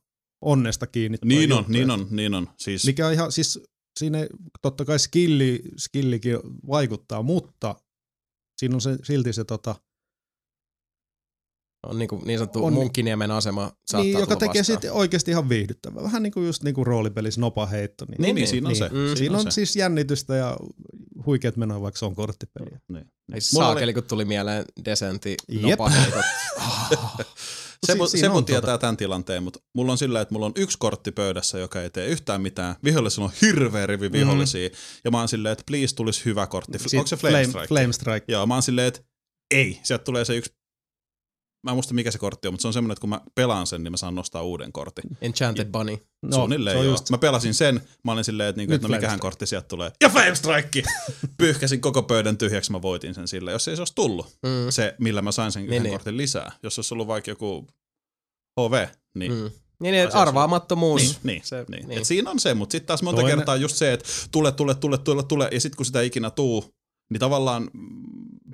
[SPEAKER 4] onnesta kiinni. toi
[SPEAKER 2] Niin on,
[SPEAKER 4] juttu.
[SPEAKER 2] niin on, niin on. Siis
[SPEAKER 4] Mikä on ihan, siis siinä ei- totta kai skilli, skillikin vaikuttaa, mutta siinä on se, silti se tota,
[SPEAKER 1] On niin, kuin, niin sanottu
[SPEAKER 4] On-
[SPEAKER 1] on, munkkiniemen asema saattaa
[SPEAKER 4] niin, joka
[SPEAKER 1] tulla
[SPEAKER 4] tekee
[SPEAKER 1] vastaan.
[SPEAKER 4] sitten oikeasti ihan viihdyttävää. Vähän niin kuin just niin kuin roolipelissä nopaheitto. Niin,
[SPEAKER 2] niin, niin, siinä on
[SPEAKER 4] niin.
[SPEAKER 2] se.
[SPEAKER 1] Mm.
[SPEAKER 4] siinä on
[SPEAKER 2] se.
[SPEAKER 4] siis jännitystä ja huikeat menoa, vaikka se on korttipeliä.
[SPEAKER 2] Niin.
[SPEAKER 1] Ei
[SPEAKER 2] Mulla
[SPEAKER 1] saakeli, kun tuli mieleen Desenti.
[SPEAKER 4] Jep.
[SPEAKER 1] nopaheitot.
[SPEAKER 2] Se,
[SPEAKER 4] Si-
[SPEAKER 2] si-
[SPEAKER 4] siinä
[SPEAKER 2] se
[SPEAKER 4] on tota-
[SPEAKER 2] mun tietää tämän tilanteen, mutta mulla on sillä, että mulla on yksi kortti pöydässä, joka ei tee yhtään mitään. Vihollisilla on hirveä rivi vihollisia. Mm. Ja mä oon silleen, että please tulisi hyvä kortti. Fl- Onko se Flame, Strike?
[SPEAKER 4] Flame Strike.
[SPEAKER 2] Joo, mä oon silleen, että ei. Sieltä tulee se yksi, mä en muista mikä se kortti on, mutta se on semmoinen, että kun mä pelaan sen, niin mä saan nostaa uuden kortin.
[SPEAKER 1] Enchanted Bunny.
[SPEAKER 2] No, Suunnilleen
[SPEAKER 4] se on
[SPEAKER 2] joo.
[SPEAKER 4] just
[SPEAKER 2] Mä pelasin sen, mä olin silleen, että, niinku,
[SPEAKER 4] Nyt
[SPEAKER 2] että no
[SPEAKER 4] Flame
[SPEAKER 2] mikähän kortti sieltä tulee. Ja Flame Strike! Pyyhkäsin koko pöydän tyhjäksi, mä voitin sen sillä, jos ei se olisi tullut
[SPEAKER 1] Mm.
[SPEAKER 2] se, millä mä sain sen yhden
[SPEAKER 1] Niin, niin.
[SPEAKER 2] kortin lisää. Jos olisi ollut vaikka joku HV, niin, mm.
[SPEAKER 1] Mm. Niin, niin,
[SPEAKER 2] Asiassa-
[SPEAKER 1] arvaamattomuus.
[SPEAKER 2] niin, niin,
[SPEAKER 1] Se-
[SPEAKER 2] niin.
[SPEAKER 1] niin.
[SPEAKER 2] Et siinä on se, mutta sitten taas monta
[SPEAKER 4] Toinen-
[SPEAKER 2] Toinen. kertaa just se, että tule, tule, tule, tule, tule, ja sitten kun sitä ei ikinä tuu, niin tavallaan mm,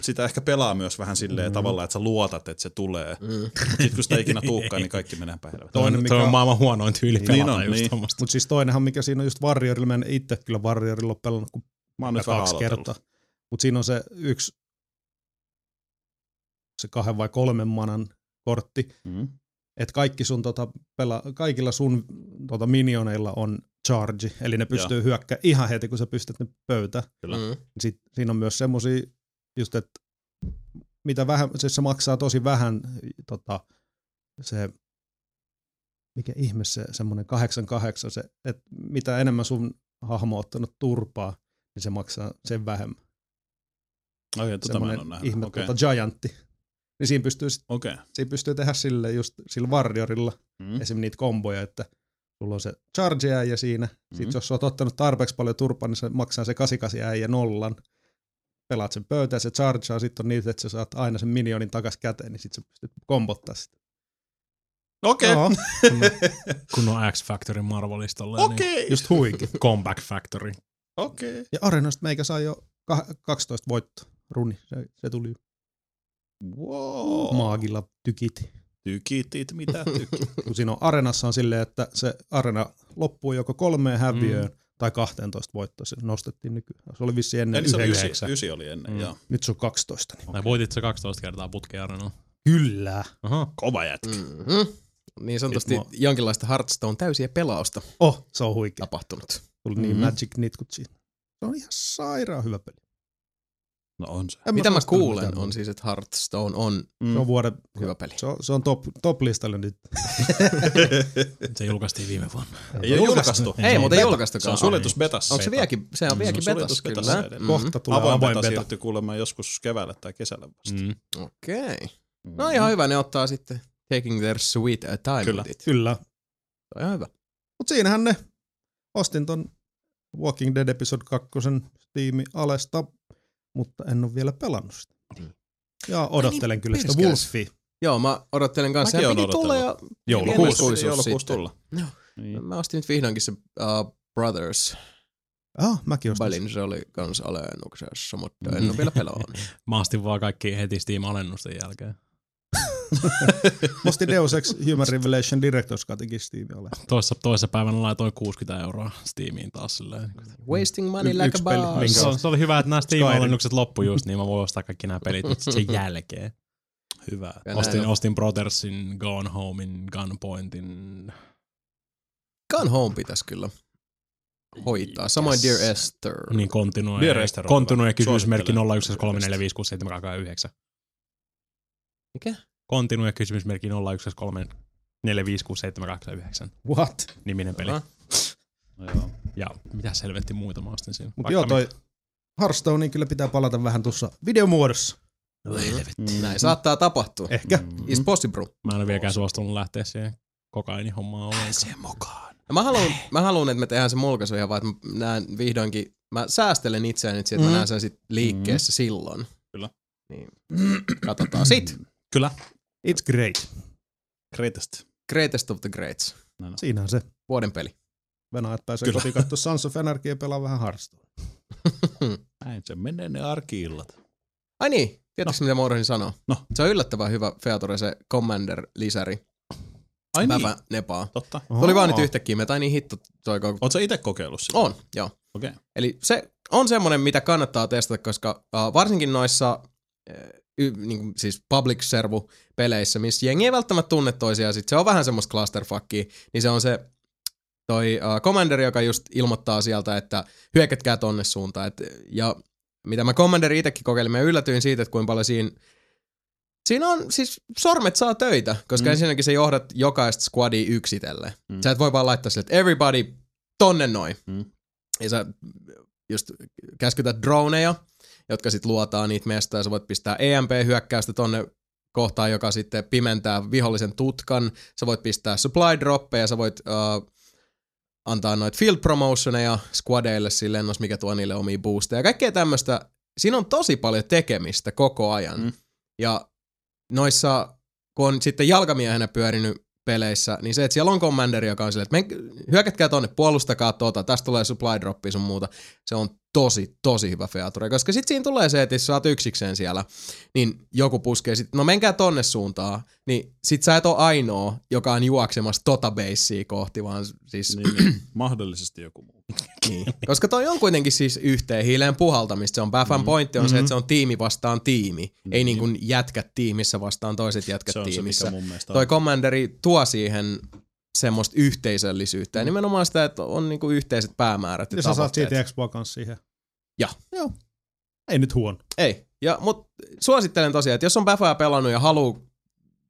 [SPEAKER 2] sitä ehkä pelaa myös vähän silleen mm. tavallaan, että sä luotat, että se tulee. Mm.
[SPEAKER 1] Mm.
[SPEAKER 2] Sitten kun sitä ei ikinä tuukaan, niin kaikki menee päin helvettiin.
[SPEAKER 3] Toinen,
[SPEAKER 4] Toinen,
[SPEAKER 3] on,
[SPEAKER 4] mikä
[SPEAKER 3] toi on
[SPEAKER 4] on-
[SPEAKER 3] maailman huonoin tyyli
[SPEAKER 4] Niin
[SPEAKER 3] pelata
[SPEAKER 2] on,
[SPEAKER 3] just
[SPEAKER 2] niin.
[SPEAKER 3] tommosta.
[SPEAKER 4] Mutta siis toinenhan, mikä siinä on just Warriorilla, mä en itse kyllä Warriorilla ole pelannut kuin
[SPEAKER 2] Mä oon nyt vähän
[SPEAKER 4] kaksi
[SPEAKER 2] aloitellut.
[SPEAKER 4] kertaa. Mutta siinä on se yksi, se kahden vai kolmen manan kortti,
[SPEAKER 2] Mm.
[SPEAKER 4] että kaikki sun tota, pela, kaikilla sun tota, minioneilla on charge, eli ne pystyy Joo. hyökkää ihan heti, kun sä pistät ne pöytä.
[SPEAKER 2] Kyllä.
[SPEAKER 1] Mm.
[SPEAKER 4] Sit, siinä on myös semmosia, just että mitä vähän, siis se maksaa tosi vähän tota, se, mikä ihme se semmoinen 88, se, että mitä enemmän sun hahmo on ottanut turpaa, niin se maksaa sen vähemmän.
[SPEAKER 2] Okei, tota mä en oo
[SPEAKER 4] semmoinen
[SPEAKER 2] nähnyt.
[SPEAKER 4] ihme,
[SPEAKER 2] Okei,
[SPEAKER 4] okay. tota giantti. Niin siinä pystyy, sit-
[SPEAKER 2] okei.
[SPEAKER 4] siinä pystyy tehdä sille just sillä Warriorilla
[SPEAKER 2] Mm.
[SPEAKER 4] mm. esim. niitä komboja, että sulla on se charge äijä siinä. Mm.
[SPEAKER 2] Mhm.
[SPEAKER 4] Sitten jos sä oot ottanut tarpeeksi paljon turpaa, niin se maksaa se 88 äijä nollan. Pelaat sen pöytään, se chargea, sitten on niitä, että sä saat aina sen minionin takas käteen, niin sitten sä pystyt kombottaa sitä.
[SPEAKER 2] Okei,
[SPEAKER 4] Joo,
[SPEAKER 3] Kun on X-Factory
[SPEAKER 4] no
[SPEAKER 3] Marvelistolle, niin
[SPEAKER 2] okei,
[SPEAKER 4] just huiki.
[SPEAKER 3] Comeback Factory.
[SPEAKER 2] okei.
[SPEAKER 4] Ja arenoista meikä sai jo kah- 12 voittoa. Runi, se, se tuli
[SPEAKER 2] Wow.
[SPEAKER 4] maagilla tykiti.
[SPEAKER 2] Tykitit, mitä tykit.
[SPEAKER 4] Kun siinä on arenassa on silleen, että se arena loppuu joko kolmeen häviöön mm. tai 12 voittoa. Se nostettiin nykyään. Se oli vissiin ennen
[SPEAKER 2] Eli se oli ysi,
[SPEAKER 4] yhdeksän.
[SPEAKER 2] ysi oli ennen,
[SPEAKER 3] Mm.
[SPEAKER 2] mm. joo.
[SPEAKER 4] Nyt se on 12. Niin.
[SPEAKER 3] Tai voitit se 12 kertaa putkeen arenalla.
[SPEAKER 4] Kyllä.
[SPEAKER 3] Aha.
[SPEAKER 2] Kova jätkä.
[SPEAKER 1] Mm-hmm. Niin
[SPEAKER 2] Siis
[SPEAKER 1] sanotusti
[SPEAKER 4] Nyt
[SPEAKER 1] jonkinlaista Hearthstone täysiä pelausta
[SPEAKER 4] Oh, se on huikea.
[SPEAKER 1] tapahtunut.
[SPEAKER 4] Tuli niin
[SPEAKER 2] Mhm.
[SPEAKER 4] magic nitkut siinä. Se on ihan sairaan hyvä peli.
[SPEAKER 2] No on se.
[SPEAKER 4] En
[SPEAKER 1] Mitä mä
[SPEAKER 4] suosittele
[SPEAKER 1] kuulen
[SPEAKER 4] mitään.
[SPEAKER 1] on siis, että Hearthstone on
[SPEAKER 4] Se
[SPEAKER 2] Mm.
[SPEAKER 4] on vuoden
[SPEAKER 1] hyvä peli.
[SPEAKER 4] Se on, se on top, top listalla niin nyt.
[SPEAKER 2] Mm-hmm.
[SPEAKER 3] Se julkaistiin viime vuonna. Niin.
[SPEAKER 2] Ei ole julkaistu.
[SPEAKER 1] Ei, mutta
[SPEAKER 2] beta.
[SPEAKER 1] julkaistukaan.
[SPEAKER 2] Se on suljetus betassa.
[SPEAKER 1] Onko se vieläkin, se on
[SPEAKER 3] Mm,
[SPEAKER 1] vieläkin
[SPEAKER 2] se on
[SPEAKER 1] betas,
[SPEAKER 2] suljetus
[SPEAKER 1] kyllä.
[SPEAKER 2] betassa
[SPEAKER 1] Mm.
[SPEAKER 4] Kohta tulee
[SPEAKER 2] Avoin
[SPEAKER 4] avoin
[SPEAKER 2] beta
[SPEAKER 4] beta.
[SPEAKER 2] siirtyi kuulemma joskus keväällä tai kesällä vasta. Niin,
[SPEAKER 3] Mm.
[SPEAKER 1] Okei. Okay. No ihan hyvä, ne ottaa sitten Taking Their Sweet Time.
[SPEAKER 2] Kyllä.
[SPEAKER 1] with it.
[SPEAKER 4] Kyllä.
[SPEAKER 1] Se on ihan hyvä.
[SPEAKER 4] Mut siinähän ne. Ostin ton Walking Dead Episode 2 tiimi Alesta, mutta en ole vielä pelannut sitä.
[SPEAKER 2] Niin.
[SPEAKER 4] Ja odottelen
[SPEAKER 1] niin,
[SPEAKER 4] kyllä sitä
[SPEAKER 1] perskele.
[SPEAKER 4] Wolfia.
[SPEAKER 1] Joo, mä odottelen kanssa.
[SPEAKER 2] Mäkin
[SPEAKER 1] Mäkin
[SPEAKER 2] oon
[SPEAKER 1] piti tulla jo
[SPEAKER 3] Joulukuussa.
[SPEAKER 1] Joulukuussa
[SPEAKER 2] Joulukuussa
[SPEAKER 1] sitten.
[SPEAKER 2] tulla.
[SPEAKER 1] Joo.
[SPEAKER 2] Niin.
[SPEAKER 1] Mä ostin nyt vihdoinkin se uh, Brothers
[SPEAKER 4] Ah, mäkin ostin. sen.
[SPEAKER 1] välin, se oli kans alennuksessa, mutta en ole vielä pelannut.
[SPEAKER 3] Mä astin vaan kaikki heti Steam-alennusten jälkeen.
[SPEAKER 4] Mä Ostin Deus Ex Human Revelation Directors Categories tiimi Alesta.
[SPEAKER 3] Toissa, toissa päivänä laitoin 60 euroa Steamiin taas silleen.
[SPEAKER 1] Wasting money
[SPEAKER 4] Y-
[SPEAKER 1] like a
[SPEAKER 4] yksi peli,
[SPEAKER 1] boss.
[SPEAKER 4] minkä
[SPEAKER 3] Se, on- se oli hyvä, että nämä Steam-alennukset loppu just, niin mä voin ostaa kaikki nämä pelit nyt sit sen jälkeen.
[SPEAKER 2] Hyvä.
[SPEAKER 1] Ja
[SPEAKER 3] Ostin,
[SPEAKER 1] näin on.
[SPEAKER 3] ostin Brothersin, Gone Homein, Gunpointin.
[SPEAKER 1] Gone Home pitäisi kyllä hoitaa. Samoin
[SPEAKER 3] Yes.
[SPEAKER 1] Dear Esther.
[SPEAKER 3] Niin kontinue.
[SPEAKER 2] Dear Esther on hyvä.
[SPEAKER 3] Kontinue kysymysmerkki
[SPEAKER 2] Suosittelen.
[SPEAKER 3] 013456789.
[SPEAKER 1] Mikä?
[SPEAKER 3] Continue kysymysmerkki 0123 4, 5, 6, 7, 8, 9
[SPEAKER 4] What?
[SPEAKER 3] niminen peli.
[SPEAKER 1] Aha.
[SPEAKER 2] No joo.
[SPEAKER 3] Ja mitä selvetti muuta mä ostin siinä.
[SPEAKER 4] Mutta
[SPEAKER 3] Vaikka
[SPEAKER 4] joo, toi
[SPEAKER 3] mitä.
[SPEAKER 4] Hearthstoneen kyllä pitää palata vähän tuossa videomuodossa.
[SPEAKER 2] Mm.
[SPEAKER 1] Näin saattaa tapahtua.
[SPEAKER 4] Ehkä.
[SPEAKER 2] Mm.
[SPEAKER 1] It's possible.
[SPEAKER 3] Mä en ole vieläkään suostunut lähteä siihen kokainihommaan ollenkaan.
[SPEAKER 2] Sen mukaan.
[SPEAKER 1] Ja Mä haluan, mä haluan, että me tehdään se mulkaisu ihan vaan, että mä näen vihdoinkin, mä säästelen itseäni nyt siitä, että
[SPEAKER 4] Mm.
[SPEAKER 1] mä näen sen sit liikkeessä silloin.
[SPEAKER 2] Kyllä.
[SPEAKER 1] Niin. Katsotaan. Sit.
[SPEAKER 3] Kyllä.
[SPEAKER 4] It's great.
[SPEAKER 2] Greatest.
[SPEAKER 1] Greatest of the Greats.
[SPEAKER 4] Siinähän se.
[SPEAKER 1] Vuoden peli.
[SPEAKER 4] Venäjät pääsee
[SPEAKER 2] Kyllä.
[SPEAKER 4] kotiin katsoa Sons of Anarchy ja pelaa vähän Hearthstone.
[SPEAKER 2] Näin se menee ne arkiillat.
[SPEAKER 1] Ai niin, tiedätkö no. mitä mä unohdin sanoa?
[SPEAKER 2] No.
[SPEAKER 1] Se on yllättävän hyvä Featore se Commander-lisäri.
[SPEAKER 2] Ai
[SPEAKER 1] Päivä
[SPEAKER 2] niin,
[SPEAKER 1] nepaa.
[SPEAKER 2] totta.
[SPEAKER 1] Tuli vaan nyt yhtäkkiä, me tai niin hitto soikoon. kun-
[SPEAKER 2] Oletko itse kokeillut sitä?
[SPEAKER 1] On, joo.
[SPEAKER 2] Okei.
[SPEAKER 1] Eli se on semmoinen, mitä kannattaa testata, koska äh, varsinkin noissa äh, y, niin kuin, siis public servu peleissä, missä jengi ei välttämättä tunne toisiaan, sit se on vähän semmoista clusterfuckia, niin se on se toi äh, commander, joka just ilmoittaa sieltä, että hyökätkää tonne suuntaan. Et, ja mitä mä commanderi itsekin kokeilin, mä yllätyin siitä, että kuinka paljon siinä Siinä on, siis sormet saa töitä, koska
[SPEAKER 2] Mm.
[SPEAKER 1] mm. ensinnäkin sä johdat jokaista squadia yksitellen.
[SPEAKER 2] Mm.
[SPEAKER 1] Mm. Sä et voi vaan laittaa sille, että everybody tonne noin.
[SPEAKER 2] Mm.
[SPEAKER 1] Ja sä just käskytät droneja, jotka sit luotaa niitä mestoja, ja sä voit pistää EMP-hyökkäystä tonne kohtaan, joka sitten pimentää vihollisen tutkan. Sä voit pistää supply droppeja, sä voit uh, antaa noita field promotioneja squadeille sille lennos, mikä tuo niille omia boosteja. Kaikkea tämmöistä. Siinä on tosi paljon tekemistä koko ajan.
[SPEAKER 2] Mm.
[SPEAKER 1] Mm. Ja noissa, kun on sitten jalkamiehenä pyörinyt peleissä, niin se, että siellä on commanderi, joka on silleen, että men, hyökätkää tonne, puolustakaa tota, tästä tulee supply droppi sun muuta. Se on tosi, tosi hyvä feature, koska sitten siinä tulee se, että jos sä oot yksikseen siellä, niin joku puskee sit, no menkää tonne suuntaan, niin sit sä et ole ainoa, joka on juoksemassa tota beissiä kohti, vaan siis, niin.
[SPEAKER 2] Niin, niin. Mahdollisesti joku muu. Niin.
[SPEAKER 1] koska toi on kuitenkin siis yhteen hiileen puhaltamista, se on Bafan
[SPEAKER 2] Mm.
[SPEAKER 1] mm. pointti on mm-hmm. se,
[SPEAKER 4] Mhm.
[SPEAKER 1] että se on tiimi vastaan tiimi, mm-hmm. ei
[SPEAKER 2] Niin.
[SPEAKER 1] niin kuin jätkät tiimissä vastaan toiset jätkät
[SPEAKER 2] Se on se,
[SPEAKER 1] tiimissä.
[SPEAKER 2] mikä mun mielestä
[SPEAKER 1] Toi
[SPEAKER 2] on.
[SPEAKER 1] Commanderi tuo siihen semmoista yhteisöllisyyttä
[SPEAKER 2] Mm.
[SPEAKER 1] ja nimenomaan sitä, että on niinku yhteiset päämäärät ja,
[SPEAKER 4] Ja sä saat
[SPEAKER 1] tavoitteet.
[SPEAKER 4] siitä Xbox kanssa siihen.
[SPEAKER 1] Ja.
[SPEAKER 4] Joo. Ei nyt huono.
[SPEAKER 1] Ei, ja, mut suosittelen tosiaan, että jos on Bäfää pelannut ja haluaa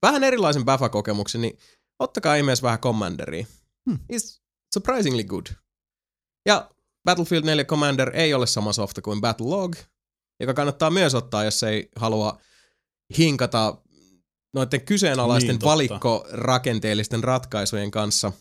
[SPEAKER 1] vähän erilaisen Bäfä-kokemuksen, niin ottakaa ihmeessä vähän Commanderia.
[SPEAKER 4] Hmm.
[SPEAKER 1] It's surprisingly good. Ja Battlefield 4 Commander ei ole sama softa kuin Battlelog, joka kannattaa myös ottaa, jos ei halua hinkata noiden kyseenalaisten
[SPEAKER 2] Niin,
[SPEAKER 1] niin,
[SPEAKER 2] totta.
[SPEAKER 1] valikkorakenteellisten ratkaisujen kanssa,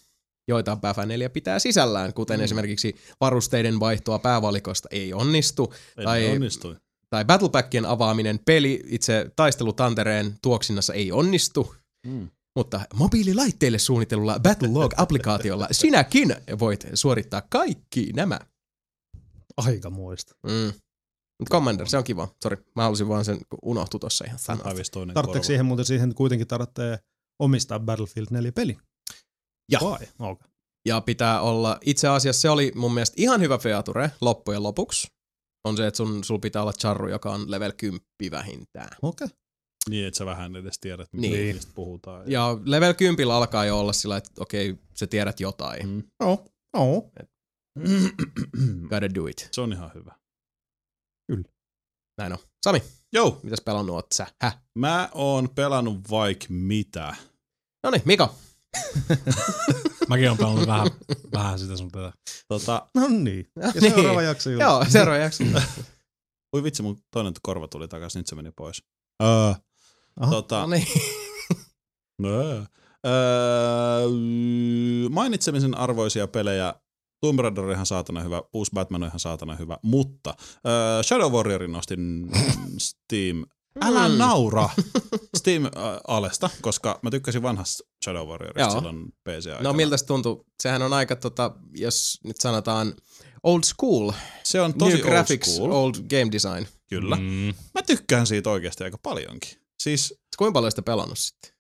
[SPEAKER 1] joita Bäfä 4 pitää sisällään, kuten
[SPEAKER 2] Mm.
[SPEAKER 1] mm. esimerkiksi varusteiden vaihtoa päävalikosta ei onnistu,
[SPEAKER 2] Ei
[SPEAKER 1] tai-
[SPEAKER 2] ne onnistui.
[SPEAKER 1] tai battlepackien avaaminen peli itse taistelutantereen tuoksinnassa ei onnistu,
[SPEAKER 2] Mm.
[SPEAKER 1] mutta mobiililaitteille suunnitellulla Battlelog-applikaatiolla sinäkin voit suorittaa kaikki nämä.
[SPEAKER 4] Aikamoista.
[SPEAKER 1] Mm. Mut Commander, se on kiva. Sori, mä halusin vaan sen, kun unohtui tossa ihan sanoa.
[SPEAKER 2] Päivis toinen korva.
[SPEAKER 4] Tarvitseeko siihen muuten siihen kuitenkin tarvitsee omistaa Battlefield 4 peli?
[SPEAKER 1] Ja.
[SPEAKER 4] Vai? Okay.
[SPEAKER 1] Ja pitää olla, itse asiassa se oli mun mielestä ihan hyvä feature loppujen lopuksi. On se, että sun, sul pitää olla charru, joka on level 10 vähintään.
[SPEAKER 4] Okay.
[SPEAKER 2] Niin, että sä vähän edes tiedät, mitä
[SPEAKER 1] Niin.
[SPEAKER 2] niistä puhutaan.
[SPEAKER 1] Ja level 10 alkaa jo olla sillä, että okei, sä tiedät jotain.
[SPEAKER 2] Mm.
[SPEAKER 4] No, no.
[SPEAKER 1] Gotta do it.
[SPEAKER 2] Se on ihan hyvä.
[SPEAKER 1] Näin on. Sami,
[SPEAKER 2] Joo,
[SPEAKER 1] mitäs pelannut oot sä? Häh?
[SPEAKER 2] mä oon pelannut vaikka mitä.
[SPEAKER 1] No niin, Mika.
[SPEAKER 3] Mäkin on pelannut vähän, vähän sitä sun tätä.
[SPEAKER 2] Tota,
[SPEAKER 4] no niin. Ja
[SPEAKER 1] Niin.
[SPEAKER 4] seuraava jakso julkaistaan.
[SPEAKER 1] Joo, seuraava jakso.
[SPEAKER 2] ui vitsi, mun toinen korva tuli takaisin, nyt se meni pois. Öö,
[SPEAKER 4] Aha.
[SPEAKER 2] tota,
[SPEAKER 1] No niin.
[SPEAKER 2] Nö. Öö, mainitsemisen arvoisia pelejä. Tomb Raider on ihan saatana hyvä, uusi Batman on ihan saatana hyvä, mutta öö, Shadow Warriorin nostin Steam. Älä
[SPEAKER 1] Mm.
[SPEAKER 2] naura Steam-alesta, koska mä tykkäsin vanhasta Shadow Warriorista
[SPEAKER 1] Joo.
[SPEAKER 2] silloin PC-aikana.
[SPEAKER 1] No miltä se tuntuu? Sehän on aika, tota, jos nyt sanotaan, old school.
[SPEAKER 2] Se on tosi
[SPEAKER 1] New graphics,
[SPEAKER 2] old school,
[SPEAKER 1] old game design.
[SPEAKER 2] kyllä. Mm.
[SPEAKER 3] Mm.
[SPEAKER 2] Mä tykkään siitä oikeasti aika paljonkin. Siis
[SPEAKER 1] Kuinka paljon sitä pelannut sitten?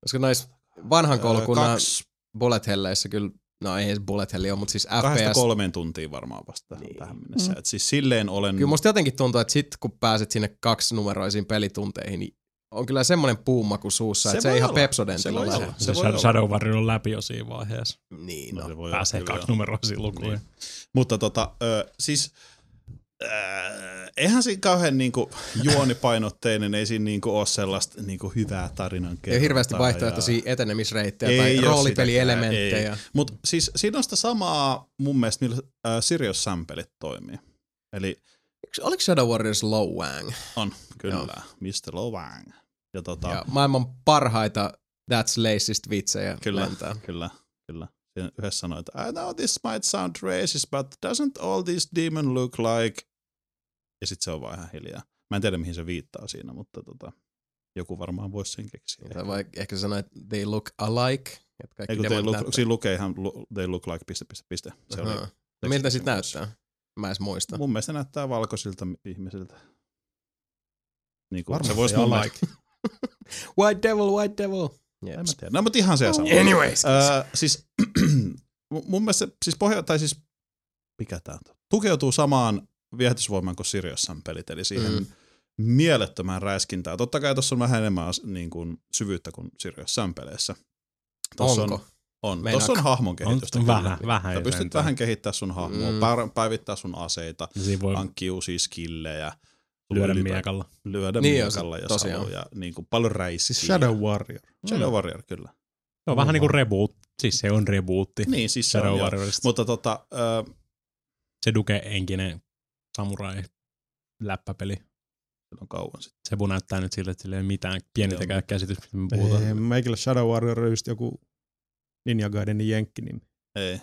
[SPEAKER 1] Koska nois vanhan
[SPEAKER 2] öö,
[SPEAKER 1] koulukunnan
[SPEAKER 2] kaksi,
[SPEAKER 1] bullet helleissä kyllä, no ei edes bullet helli ole, mutta siis
[SPEAKER 2] kahdesta
[SPEAKER 1] FPS.
[SPEAKER 2] kolmeen tuntia varmaan vasta niin.
[SPEAKER 1] Niin.
[SPEAKER 2] tähän mennessä. Et siis silleen olen...
[SPEAKER 1] Kyllä musta jotenkin tuntuu, että sit kun pääset sinne kaksinumeroisiin pelitunteihin, niin on kyllä semmoinen puuma kuin suussa,
[SPEAKER 2] Se
[SPEAKER 1] että se
[SPEAKER 2] voi
[SPEAKER 1] ei ihan
[SPEAKER 2] olla. Se
[SPEAKER 1] pepsodentilla
[SPEAKER 2] voi
[SPEAKER 1] ole.
[SPEAKER 2] olla.
[SPEAKER 3] Se, se
[SPEAKER 2] voi olla.
[SPEAKER 3] Shadow, Shadow Warrior on läpi jo siinä vaiheessa.
[SPEAKER 1] Niin
[SPEAKER 2] No,
[SPEAKER 1] no.
[SPEAKER 2] se voi olla
[SPEAKER 3] Pääsee Niin.
[SPEAKER 2] kyllä, joo. Niin,
[SPEAKER 3] kaksi numeroisiin lukuihin.
[SPEAKER 2] Mutta tota, ö, siis äh, eihän siinä kauhean niinku juonipainotteinen, ei siinä niinku ole sellaista niinku hyvää tarinan
[SPEAKER 1] Ja hirveästi vaihtoehtoisia etenemisreittejä tai
[SPEAKER 2] oo
[SPEAKER 1] roolipelielementtejä.
[SPEAKER 2] sitäkään, ei. Mut siis siinä on sitä samaa mun mielestä, millä äh, Sirius Sampelit toimii. Eli
[SPEAKER 1] Eiks- Oliko Shadow Warriors Low Wang?
[SPEAKER 2] on, kyllä, Mr. Lovang. Ja tota,
[SPEAKER 1] Ja maailman parhaita That's Lacist vitsejä
[SPEAKER 2] Kyllä,
[SPEAKER 1] lentää.
[SPEAKER 2] kyllä, kyllä. Siinä yhdessä sanoi, että I know this might sound racist, but doesn't all this demon look like... Ja sit se on vaan ihan hiljaa. Mä en tiedä, mihin se viittaa siinä, mutta tota, joku varmaan voisi sen keksiä.
[SPEAKER 1] Tai vai ehkä sanoa, että they look alike. Että kaikki
[SPEAKER 2] Ei, kun they
[SPEAKER 1] demonit
[SPEAKER 2] look,
[SPEAKER 1] näyttää-
[SPEAKER 2] siinä lukee ihan lu- they look like piste, piste, piste. Se oli
[SPEAKER 1] Ahaa. No
[SPEAKER 2] tekstin
[SPEAKER 1] Miltä sitten
[SPEAKER 2] kanssa.
[SPEAKER 1] näyttää? Mä en edes muista.
[SPEAKER 2] Mun mielestä se näyttää valkoisilta ihmisiltä. Niin kuin, se
[SPEAKER 4] Varmasti
[SPEAKER 2] voisi mun
[SPEAKER 4] alike.
[SPEAKER 2] mielestä.
[SPEAKER 1] White devil, white devil.
[SPEAKER 2] En mä tiedä. No, mutta ihan se ja sama.
[SPEAKER 1] Anyways.
[SPEAKER 2] Öö, siis mu- mun mielestä se, siis pohja, tai siis, mikä tää on? Tukeutuu samaan viehätysvoimaan kuin Siriussan pelit, eli siihen mm.
[SPEAKER 1] Mm.
[SPEAKER 2] mielettömään räiskintään. Totta kai tuossa on vähän enemmän as- niin kuin, syvyyttä kuin Siriussan peleissä. Tossa
[SPEAKER 1] Onko?
[SPEAKER 2] On, on.
[SPEAKER 1] Meinaatko?
[SPEAKER 2] Tuossa on hahmon
[SPEAKER 3] On,
[SPEAKER 2] kehitystä.
[SPEAKER 3] on
[SPEAKER 2] kyllä.
[SPEAKER 3] vähän, vähän.
[SPEAKER 2] Sä
[SPEAKER 3] jo
[SPEAKER 2] pystyt
[SPEAKER 3] sentään.
[SPEAKER 2] vähän kehittämään sun hahmoa,
[SPEAKER 1] Mm.
[SPEAKER 2] mm. päivittää sun aseita,
[SPEAKER 3] Ja Siinä voi
[SPEAKER 2] hankkia uusia skillejä,
[SPEAKER 3] lyödä
[SPEAKER 2] ylipä-
[SPEAKER 3] miekalla.
[SPEAKER 2] lyödä
[SPEAKER 1] Niin,
[SPEAKER 2] niin,
[SPEAKER 1] jos-
[SPEAKER 2] miekalla, jos
[SPEAKER 1] tosiaan.
[SPEAKER 2] haluaa, ja niin kuin, paljon räiskiä.
[SPEAKER 4] Siis Shadow Warrior.
[SPEAKER 2] Shadow Warrior, kyllä.
[SPEAKER 3] Se on vähän niin kuin reboot. Siis se on rebootti.
[SPEAKER 2] Niin, siis se on,
[SPEAKER 3] Shadow
[SPEAKER 2] joo.
[SPEAKER 3] Warriorista.
[SPEAKER 2] Mutta tota, ö,
[SPEAKER 3] Se Duke enkinen samurai läppäpeli.
[SPEAKER 2] on kauan sitten.
[SPEAKER 3] Sebu näyttää nyt siltä, että sillä ei ole mitään pienintäkään käsitystä, mistä me puhutaan.
[SPEAKER 4] Ei, Meikillä Shadow Warrior on just joku Ninja Gaidenin jenkkinimi.
[SPEAKER 2] Ei.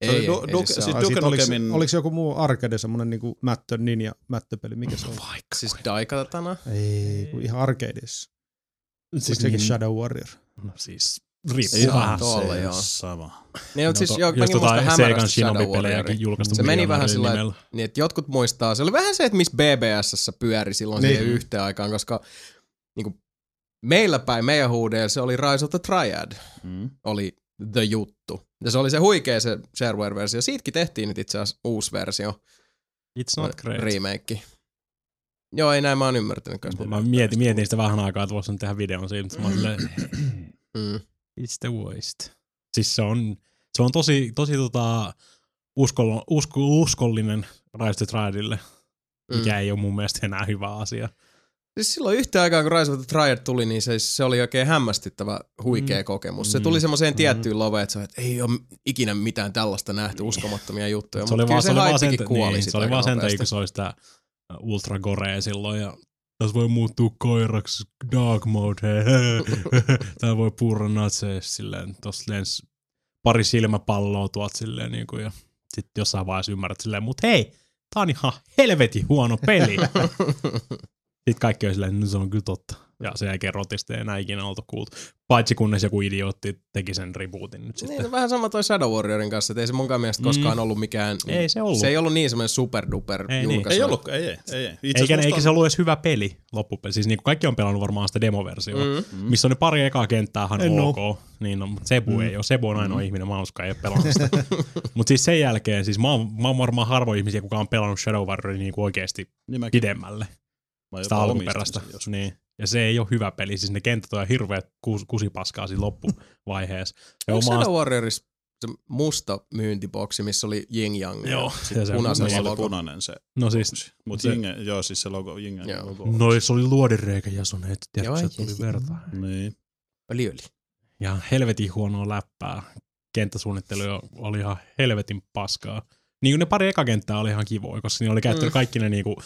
[SPEAKER 1] Ei,
[SPEAKER 2] Se oli
[SPEAKER 1] ei,
[SPEAKER 2] Du-
[SPEAKER 1] ei,
[SPEAKER 2] Duke-
[SPEAKER 1] siis se
[SPEAKER 2] siis
[SPEAKER 1] on-
[SPEAKER 4] Tai sit
[SPEAKER 2] Duke
[SPEAKER 4] Ah, oliks-
[SPEAKER 2] Nukemin-
[SPEAKER 4] Oliks joku muu arcade, semmonen niinku mättö ninja mättöpeli, mikä se on?
[SPEAKER 3] Vaikka.
[SPEAKER 1] Siis Daikatana.
[SPEAKER 4] Ei, kun ihan arcadeissa. Siis
[SPEAKER 3] siis,
[SPEAKER 4] sekin Shadow Warrior.
[SPEAKER 3] No siis
[SPEAKER 1] Se
[SPEAKER 3] riippuu
[SPEAKER 1] on
[SPEAKER 3] vähän.
[SPEAKER 1] tuolla,
[SPEAKER 2] se
[SPEAKER 1] joo.
[SPEAKER 2] sama.
[SPEAKER 1] Ne on
[SPEAKER 3] No
[SPEAKER 1] siis,
[SPEAKER 3] to-
[SPEAKER 1] joo,
[SPEAKER 3] jos
[SPEAKER 1] mäkin muistan
[SPEAKER 3] Seikan
[SPEAKER 1] hämärästi Shadow
[SPEAKER 3] Shinobi-pelejäkin
[SPEAKER 1] Warrioriksi.
[SPEAKER 3] julkaistu
[SPEAKER 1] Se meni
[SPEAKER 3] miljoonalla
[SPEAKER 1] vähän sillä
[SPEAKER 3] nimellä.
[SPEAKER 1] Niin, että jotkut muistaa, se oli vähän se, että missä BBS pyöri silloin niin.
[SPEAKER 4] Niin.
[SPEAKER 1] siihen yhteen aikaan, koska niin kuin, meillä päin meidän huudeen se oli Rise of the Triad,
[SPEAKER 2] Mm.
[SPEAKER 1] oli the juttu. Ja se oli se huikea se shareware-versio. Siitäkin tehtiin nyt itse asiassa uusi versio,
[SPEAKER 3] It's
[SPEAKER 1] äh,
[SPEAKER 3] not great.
[SPEAKER 1] remake. Joo, ei näin mä oon ymmärtänyt kanssa.
[SPEAKER 3] Mä mietin, mietin sitä vähän aikaa, että voisin tehdä videon siitä, mutta mä oon silleen,
[SPEAKER 1] Mm.
[SPEAKER 3] it's the worst. Siis se on, se on tosi, tosi tota, uskollon, usko, uskollinen Rise of the Triadille, mikä
[SPEAKER 1] Mm.
[SPEAKER 3] ei ole mun mielestä enää hyvä asia.
[SPEAKER 1] Siis silloin yhtä aikaa, kun Rise of the Triad tuli, niin se, se oli oikein hämmästyttävä huikea
[SPEAKER 3] Mm.
[SPEAKER 1] mm. kokemus. Se
[SPEAKER 3] Mm.
[SPEAKER 1] tuli semmoiseen
[SPEAKER 4] Mm.
[SPEAKER 1] tiettyyn loveen, että, se, että ei ole ikinä mitään tällaista nähty, uskomattomia juttuja.
[SPEAKER 3] se
[SPEAKER 1] Mutta
[SPEAKER 3] oli
[SPEAKER 1] kyllä
[SPEAKER 3] vaan,
[SPEAKER 1] se,
[SPEAKER 3] se oli vaan sen,
[SPEAKER 1] hypekin kuoli
[SPEAKER 3] niin,
[SPEAKER 1] sit
[SPEAKER 3] se oli
[SPEAKER 1] aika
[SPEAKER 3] vaan sen
[SPEAKER 1] nopeasti.
[SPEAKER 3] takia, kun se oli sitä ultra gorea silloin ja tässä voi muuttua koiraksi dark mode, hei, hei. Tää voi purra natseja silleen, tossa lens pari silmäpalloa tuot silleen niin kuin, ja sit jossain vaiheessa ymmärrät silleen, mut hei, tää on ihan helvetin huono peli. Sitten kaikki on silleen, no se on kyllä totta. Ja sen jälkeen rotista ei enää ikinä oltu kuultu. Paitsi kunnes joku idiootti teki sen rebootin nyt
[SPEAKER 1] Niin,
[SPEAKER 3] sitten.
[SPEAKER 1] no vähän sama toi Shadow Warriorin kanssa, että ei se munkaan mielestä
[SPEAKER 3] Mm.
[SPEAKER 1] koskaan ollut mikään...
[SPEAKER 3] ei se ollut.
[SPEAKER 1] Se ei ollut niin semmoinen superduper
[SPEAKER 3] Ei niin.
[SPEAKER 1] julkaisu.
[SPEAKER 2] Ei ollut, ei, ei. ei. Itse asiassa
[SPEAKER 3] Eikä,
[SPEAKER 2] musta
[SPEAKER 3] eikä
[SPEAKER 2] on-
[SPEAKER 3] se ollut edes hyvä peli loppupeli. Siis niin kuin kaikki on pelannut varmaan sitä demoversiota, mm.
[SPEAKER 1] Mm.
[SPEAKER 2] Mm.
[SPEAKER 3] missä on ne pari ekaa kenttäähän
[SPEAKER 4] En
[SPEAKER 3] ok. Niin no, mutta Sebu mm.
[SPEAKER 4] Mm.
[SPEAKER 3] ei ole. Sebu on ainoa mm. ihminen maailmassa, joka ei ole pelannut sitä. mutta siis sen jälkeen, siis mä oon, mä oon varmaan harvoin ihmisiä, kuka on pelannut Shadow Warriorin niin kuin oikeasti
[SPEAKER 2] Niin mäkin-
[SPEAKER 3] pidemmälle
[SPEAKER 2] mä
[SPEAKER 3] sitä
[SPEAKER 2] jopa
[SPEAKER 3] alkuperäistä.
[SPEAKER 2] omistin sen joskus.
[SPEAKER 3] Niin. Ja se ei ole hyvä peli. Siis ne kentät on ihan hirveät kus, kusipaskaa siinä loppuvaiheessa. Se
[SPEAKER 1] Onko
[SPEAKER 3] oma-
[SPEAKER 1] Shadow Warriorissa se musta myyntiboksi, missä oli Jing Yang?
[SPEAKER 3] Joo, ja se
[SPEAKER 1] punaisella
[SPEAKER 2] Niin,
[SPEAKER 3] niin,
[SPEAKER 2] se
[SPEAKER 1] logo.
[SPEAKER 2] punainen se.
[SPEAKER 3] No siis,
[SPEAKER 2] Mut
[SPEAKER 3] se-
[SPEAKER 2] Jinge, joo, siis se logo, Jinge
[SPEAKER 1] Joo.
[SPEAKER 2] logo.
[SPEAKER 3] no se oli luodireikä ja sun, että
[SPEAKER 1] Joo,
[SPEAKER 3] tiedätkö, se tuli
[SPEAKER 1] yes.
[SPEAKER 3] verta.
[SPEAKER 2] Niin.
[SPEAKER 1] Oli oli.
[SPEAKER 3] ja helvetin huonoa läppää. Kenttäsuunnittelu oli ihan helvetin paskaa. Niin kuin ne pari ekakenttää oli ihan kivoa, koska ne oli käyttänyt
[SPEAKER 1] Mm.
[SPEAKER 3] mm. kaikki ne niinku,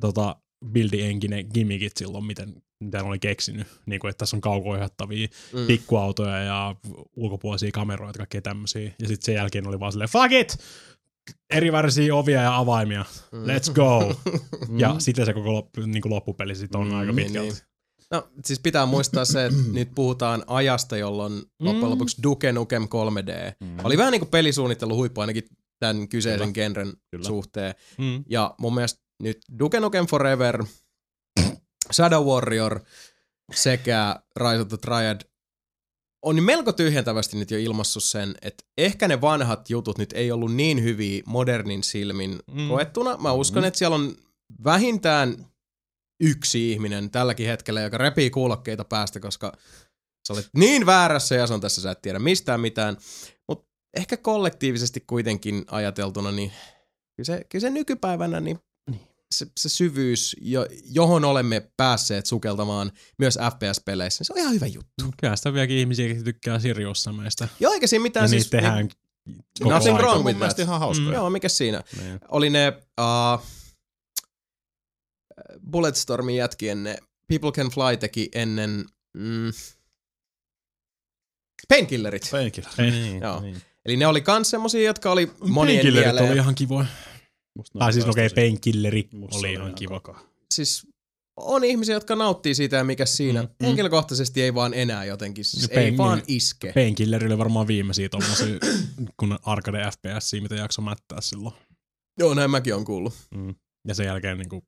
[SPEAKER 3] tota, buildi engine gimmickit silloin, miten, mitä ne oli keksinyt. Niinku, että tässä on kauko-ohjattavia
[SPEAKER 1] Mm.
[SPEAKER 3] pikkuautoja ja ulkopuolisia kameroita ja kaikkea tämmöisiä. Ja sitten sen jälkeen oli vaan silleen, fuck it! Eri värisiä ovia ja avaimia.
[SPEAKER 1] Mm.
[SPEAKER 3] Let's go! ja sitten se koko loppu, niin loppupeli sit on
[SPEAKER 2] Mm,
[SPEAKER 3] aika
[SPEAKER 1] Niin,
[SPEAKER 3] pitkälti.
[SPEAKER 1] niin. No, siis pitää muistaa se, että nyt puhutaan ajasta, jolloin loppujen lopuksi Duke Nukem 3D
[SPEAKER 2] Mm.
[SPEAKER 1] oli vähän niin kuin pelisuunnittelu huippu ainakin tämän kyseisen genren
[SPEAKER 2] Kyllä.
[SPEAKER 1] suhteen.
[SPEAKER 3] Mm.
[SPEAKER 1] Ja mun mielestä nyt Duke Nukem Forever, Shadow Warrior sekä Rise of the Triad on niin melko tyhjentävästi nyt jo ilmassut sen, että ehkä ne vanhat jutut nyt ei ollut niin hyviä modernin silmin
[SPEAKER 3] Mm.
[SPEAKER 1] koettuna. Mä uskon,
[SPEAKER 2] Mm.
[SPEAKER 1] että siellä on vähintään yksi ihminen tälläkin hetkellä, joka repii kuulokkeita päästä, koska sä olet niin väärässä ja se on tässä, sä et tiedä mistään mitään. Mutta ehkä kollektiivisesti kuitenkin ajateltuna, niin kyllä se, kyllä se nykypäivänä, niin se, se syvyys, jo, johon olemme päässeet sukeltamaan myös FPS-peleissä, niin se on ihan hyvä juttu.
[SPEAKER 3] Kyllä sitä on vieläkin ihmisiä, jotka tykkää Sirius-sameista.
[SPEAKER 1] Joo, eikä siinä
[SPEAKER 3] Ja
[SPEAKER 1] mitään
[SPEAKER 3] niitä
[SPEAKER 1] siis...
[SPEAKER 3] tehdään koko
[SPEAKER 1] nothing
[SPEAKER 3] aika.
[SPEAKER 1] wrong
[SPEAKER 2] Mun
[SPEAKER 1] with that.
[SPEAKER 2] mielestä ihan hauskoja.
[SPEAKER 1] Mm, joo, mikä siinä.
[SPEAKER 3] Niin.
[SPEAKER 1] Oli ne uh, Bulletstormin jätkien ne People Can Fly teki ennen mm, Painkillerit.
[SPEAKER 2] Painkiller.
[SPEAKER 3] Ei niin,
[SPEAKER 1] Joo.
[SPEAKER 3] niin.
[SPEAKER 1] Eli ne oli kans semmosia, jotka oli monien
[SPEAKER 3] Painkillerit
[SPEAKER 1] mieleen.
[SPEAKER 3] oli ihan kivoja.
[SPEAKER 2] Musta ne
[SPEAKER 3] Tai
[SPEAKER 2] on
[SPEAKER 3] siis
[SPEAKER 2] taas
[SPEAKER 3] okei,
[SPEAKER 2] tosi-
[SPEAKER 3] painkilleri
[SPEAKER 2] musta se
[SPEAKER 3] oli ihan
[SPEAKER 2] ihan
[SPEAKER 3] kiva.
[SPEAKER 2] kakaa.
[SPEAKER 1] Siis on ihmisiä, jotka nauttii siitä ja mikä siinä.
[SPEAKER 3] Mm,
[SPEAKER 1] Mm,
[SPEAKER 3] mm.
[SPEAKER 1] Henkilökohtaisesti ei vaan enää jotenkin, siis
[SPEAKER 3] No,
[SPEAKER 1] ei
[SPEAKER 3] Pain-
[SPEAKER 1] vaan
[SPEAKER 3] niin.
[SPEAKER 1] iske.
[SPEAKER 3] Painkilleri oli varmaan viimeisiä tommosia, kun arcade FPS, mitä jakso mättää silloin.
[SPEAKER 1] Joo, näin mäkin on kuullut.
[SPEAKER 3] Ja sen jälkeen niinku...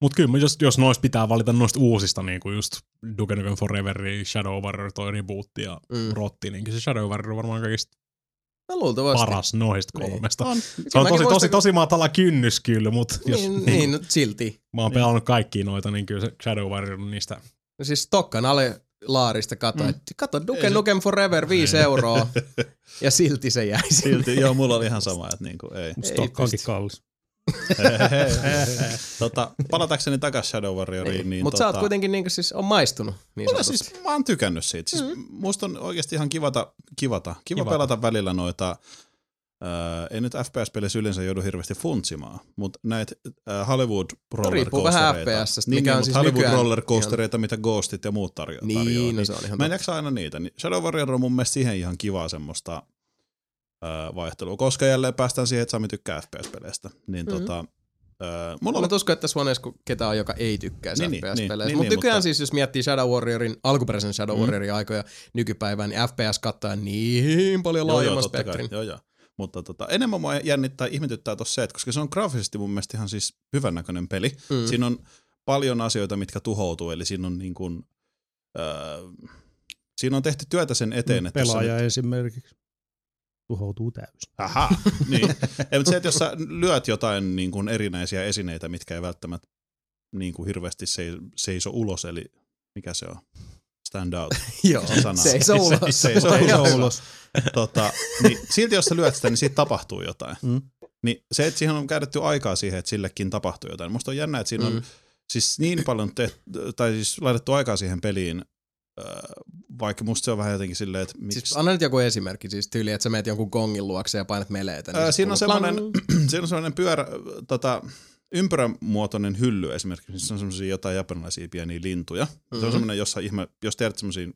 [SPEAKER 3] Mut kyllä, jos, jos noista pitää valita noista uusista, niinku just Duke Nukem Forever, Shadow Warrior, toi reboot ja
[SPEAKER 1] Mm.
[SPEAKER 3] Rotti, niin kyllä se Shadow Warrior on varmaan kaikista
[SPEAKER 1] No luultavasti.
[SPEAKER 3] paras noista
[SPEAKER 1] Niin.
[SPEAKER 3] kolmesta.
[SPEAKER 2] On.
[SPEAKER 3] Se on
[SPEAKER 1] Mäkin
[SPEAKER 3] tosi, tosi,
[SPEAKER 1] muistan,
[SPEAKER 3] tosi matala kynnys kyllä, mut
[SPEAKER 1] kun-
[SPEAKER 3] jos
[SPEAKER 1] Niin, niin, no, silti.
[SPEAKER 3] mä oon pelannut kaikki noita, niin kyllä se Shadow Warrior on niistä
[SPEAKER 1] No siis Tokkan ale laarista kato, mm. että kato Duke
[SPEAKER 2] Ei se-
[SPEAKER 1] Nukem Forever 5 euroa ja silti se jäi sinne.
[SPEAKER 2] Silti, joo, mulla oli ihan sama, että niinku, ei.
[SPEAKER 4] Stokka onkin kallis.
[SPEAKER 2] tota, palatakseni takas Shadow Warrioriin, niin
[SPEAKER 1] Mutta
[SPEAKER 2] tota,
[SPEAKER 1] sä oot kuitenkin niinku siis, on maistunut niin
[SPEAKER 2] Mulla
[SPEAKER 1] sanotusti. Mm-hmm.
[SPEAKER 2] siis, mä oon tykännyt siitä. Siis, mm. Musta on oikeasti ihan kivata, kivata. Kiva
[SPEAKER 3] Kivata.
[SPEAKER 2] kivata. pelata välillä noita, äh, ei nyt FPS-pelissä yleensä joudu hirveästi funtsimaan, mutta näitä äh, Hollywood
[SPEAKER 1] No riippuu
[SPEAKER 2] rollercoastereita.
[SPEAKER 1] vähän FPS:stä,
[SPEAKER 2] Niin,
[SPEAKER 1] mikä
[SPEAKER 2] niin,
[SPEAKER 1] on
[SPEAKER 2] mutta
[SPEAKER 1] siis
[SPEAKER 2] Hollywood
[SPEAKER 1] nykyään
[SPEAKER 2] rollercoastereita, mitä Ghostit ja muut tarjoaa. tarjoaa,
[SPEAKER 1] Niin, no se on ihan
[SPEAKER 2] Mä en
[SPEAKER 1] totta.
[SPEAKER 2] jaksa aina niitä. Niin Shadow Warrior on mun mielestä siihen ihan kivaa semmoista ö, vaihtelua, koska jälleen päästään siihen, että Sami tykkää FPS-peleistä. Niin
[SPEAKER 1] Mhm.
[SPEAKER 2] mm-hmm. tota, ö, mulla on
[SPEAKER 1] Mä uskon, että tässä huoneessa ku- ketään on, joka ei tykkää niin,
[SPEAKER 2] Niin, niin,
[SPEAKER 1] FPS-peleistä.
[SPEAKER 2] niin, niin,
[SPEAKER 1] Mutta
[SPEAKER 2] niin,
[SPEAKER 1] nykyään
[SPEAKER 2] mutta-
[SPEAKER 1] siis, jos miettii Shadow Warriorin, alkuperäisen Shadow
[SPEAKER 2] Mm.
[SPEAKER 1] Warriorin aikoja nykypäivään, niin FPS kattaa niin paljon laajemman
[SPEAKER 2] totta kai.
[SPEAKER 1] spektrin.
[SPEAKER 2] Joo, joo. Mutta tota, enemmän mua jännittää, ihmetyttää tuossa se, että koska se on graafisesti mun mielestä ihan siis hyvännäköinen peli. Mm.
[SPEAKER 1] Mm.
[SPEAKER 2] Siinä on paljon asioita, mitkä tuhoutuu, eli siinä on niin kuin, öö, siinä on tehty työtä sen eteen, että jos sä
[SPEAKER 4] Mm, Pelaaja esimerkiksi tuhoutuu täysin.
[SPEAKER 2] Aha, niin. Ei, mutta se, että jos sä lyöt jotain niin kuin erinäisiä esineitä, mitkä ei välttämättä niin kuin hirveästi se- seiso ulos, eli mikä se on? Stand out.
[SPEAKER 1] Mm. Joo,
[SPEAKER 2] Se sana.
[SPEAKER 1] se ei se ulos.
[SPEAKER 2] Se ei se
[SPEAKER 1] Joo.
[SPEAKER 2] ulos. ulos. Tota, niin silti jos sä lyöt sitä, niin siitä tapahtuu jotain.
[SPEAKER 4] Mm.
[SPEAKER 2] Niin se, että siihen on käytetty aikaa siihen, että sillekin tapahtuu jotain. Musta on jännä, että siinä on
[SPEAKER 1] Mm.
[SPEAKER 2] siis niin paljon te- tai siis laitettu aikaa siihen peliin, öö, vaikka musta se on vähän jotenkin silleen, että miksi...
[SPEAKER 1] Siis anna nyt joku esimerkki, siis tyyli, että sä meet jonkun gongin luokse ja painat meleitä.
[SPEAKER 2] Ää,
[SPEAKER 1] se
[SPEAKER 2] Öö, siinä on
[SPEAKER 1] siis kuuluu
[SPEAKER 2] semmoinen-
[SPEAKER 1] plang.
[SPEAKER 2] siinä on sellainen pyörä, tota, ympyrämuotoinen hylly esimerkiksi, missä on semmoisia jotain japanilaisia pieniä lintuja. Mm-hmm. Se
[SPEAKER 1] Mhm.
[SPEAKER 2] on semmoinen, jossa ihme, jos tiedät semmoisia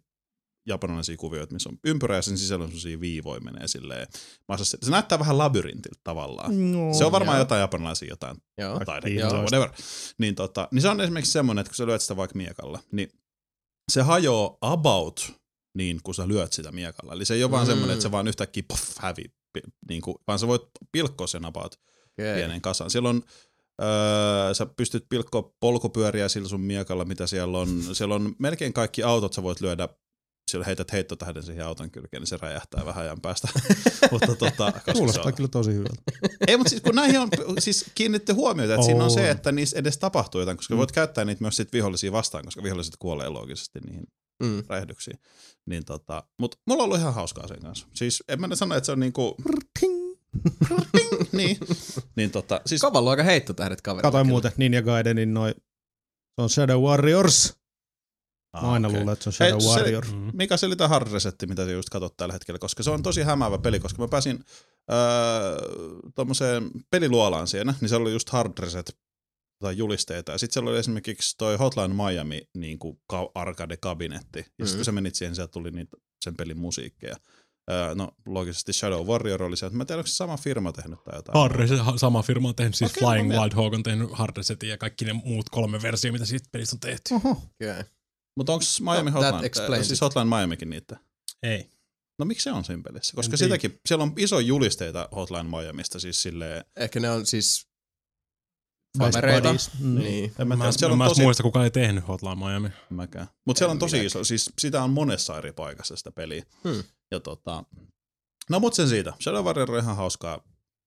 [SPEAKER 2] japanilaisia kuvioita, missä on ympyrä ja sen sisällä on semmoisia viivoja menee silleen. Mä osaan se, se näyttää vähän labyrintiltä tavallaan.
[SPEAKER 4] No.
[SPEAKER 2] Se on varmaan
[SPEAKER 1] Mm, joo.
[SPEAKER 2] jotain japanilaisia jotain
[SPEAKER 1] Joo.
[SPEAKER 2] taidetta,
[SPEAKER 1] Joo.
[SPEAKER 2] whatever. Niin, tota, niin se on esimerkiksi semmoinen, että kun sä lyöt sitä vaikka miekalla, niin se hajoaa about niin, kun sä lyöt sitä miekalla. Eli se ei ole vaan
[SPEAKER 1] Mm.
[SPEAKER 2] semmoinen, että se vaan yhtäkkiä puff, hävi, pi- niin kuin, vaan sä voit pilkkoa sen about
[SPEAKER 1] Okei.
[SPEAKER 2] pienen kasaan. Siellä on, öö, sä pystyt pilkkoa polkupyöriä sillä sun miekalla, mitä siellä on. Siellä on melkein kaikki autot, sä voit lyödä, siellä heität heittotähden siihen auton kylkeen, niin se räjähtää vähän ajan päästä. mutta tota, koska se
[SPEAKER 4] Kuulostaa
[SPEAKER 2] on.
[SPEAKER 4] kyllä tosi hyvältä.
[SPEAKER 2] Ei, mutta siis kun näihin on, siis kiinnitte huomiota, että siinä on
[SPEAKER 4] On. Mm.
[SPEAKER 2] se, että niissä edes tapahtuu jotain, koska voit käyttää niitä myös sit vihollisia vastaan, koska viholliset kuolee loogisesti niihin
[SPEAKER 1] Mm.
[SPEAKER 2] räjähdyksiin. Niin tota, mut mulla on ollut ihan hauskaa sen kanssa. Siis en mä nyt sano, että se on niinku, niin, niin tota, siis
[SPEAKER 1] Kova luokan heittotähdet kaverille.
[SPEAKER 4] Katoin
[SPEAKER 1] kyllä.
[SPEAKER 4] muuten Ninja Gaidenin noin. Se on Shadow Warriors. Mä
[SPEAKER 2] Ah,
[SPEAKER 4] aina
[SPEAKER 2] okei.
[SPEAKER 4] luulen, että se on
[SPEAKER 2] Hei,
[SPEAKER 4] Shadow
[SPEAKER 2] se-
[SPEAKER 4] Warrior.
[SPEAKER 3] Mm.
[SPEAKER 2] Mika, selitä Hard Resetti, mitä sä just katsot tällä hetkellä, koska se on tosi hämäävä peli, koska mä pääsin öö, tommoseen peliluolaan siinä, niin se oli just Hard Reset tai julisteita. Ja sitten siellä oli esimerkiksi toi Hotline Miami niin kuin ka- arcade-kabinetti. Ja sitten
[SPEAKER 1] Mhm.
[SPEAKER 2] kun sä menit siihen, sieltä tuli niitä, sen pelin musiikkeja. Öö, no, loogisesti Shadow Warrior oli se, että mä en tiedä, onko se sama firma tehnyt tai jotain.
[SPEAKER 3] Harre, se ha- sama firma on tehnyt, siis
[SPEAKER 2] Okei,
[SPEAKER 3] okay,
[SPEAKER 2] mä
[SPEAKER 3] Flying
[SPEAKER 2] mietin.
[SPEAKER 3] Wild Hawk on tehnyt Hardresetin ja kaikki ne muut kolme versiota, mitä siitä pelistä on tehty.
[SPEAKER 2] Uhuh.
[SPEAKER 4] Oho.
[SPEAKER 1] Okei.
[SPEAKER 2] Mutta onko Miami
[SPEAKER 1] No, that
[SPEAKER 2] Hotline,
[SPEAKER 1] explains
[SPEAKER 2] äh, siis Hotline Miamikin niitä?
[SPEAKER 3] Ei.
[SPEAKER 2] No miksi se on siinä pelissä? Koska
[SPEAKER 3] En tiedä.
[SPEAKER 2] sitäkin, siellä on iso julisteita Hotline Miamista, siis silleen
[SPEAKER 1] Ehkä ne on siis
[SPEAKER 4] Best
[SPEAKER 1] kavereita.
[SPEAKER 4] buddies. Mm.
[SPEAKER 1] Niin.
[SPEAKER 2] En
[SPEAKER 3] Mä,
[SPEAKER 2] mä,
[SPEAKER 3] mä,
[SPEAKER 2] tiedä,
[SPEAKER 3] mä,
[SPEAKER 2] siellä on
[SPEAKER 3] mä
[SPEAKER 2] tosi... No,
[SPEAKER 3] tosi... muista, kuka ei tehnyt Hotline Miami.
[SPEAKER 2] Mäkään. Mutta siellä
[SPEAKER 1] En
[SPEAKER 2] on tosi
[SPEAKER 1] minäkään.
[SPEAKER 2] iso, siis sitä on monessa eri paikassa sitä peliä.
[SPEAKER 1] Hmm.
[SPEAKER 2] Ja tota, no mut sen siitä. Shadow Warrior on ihan hauskaa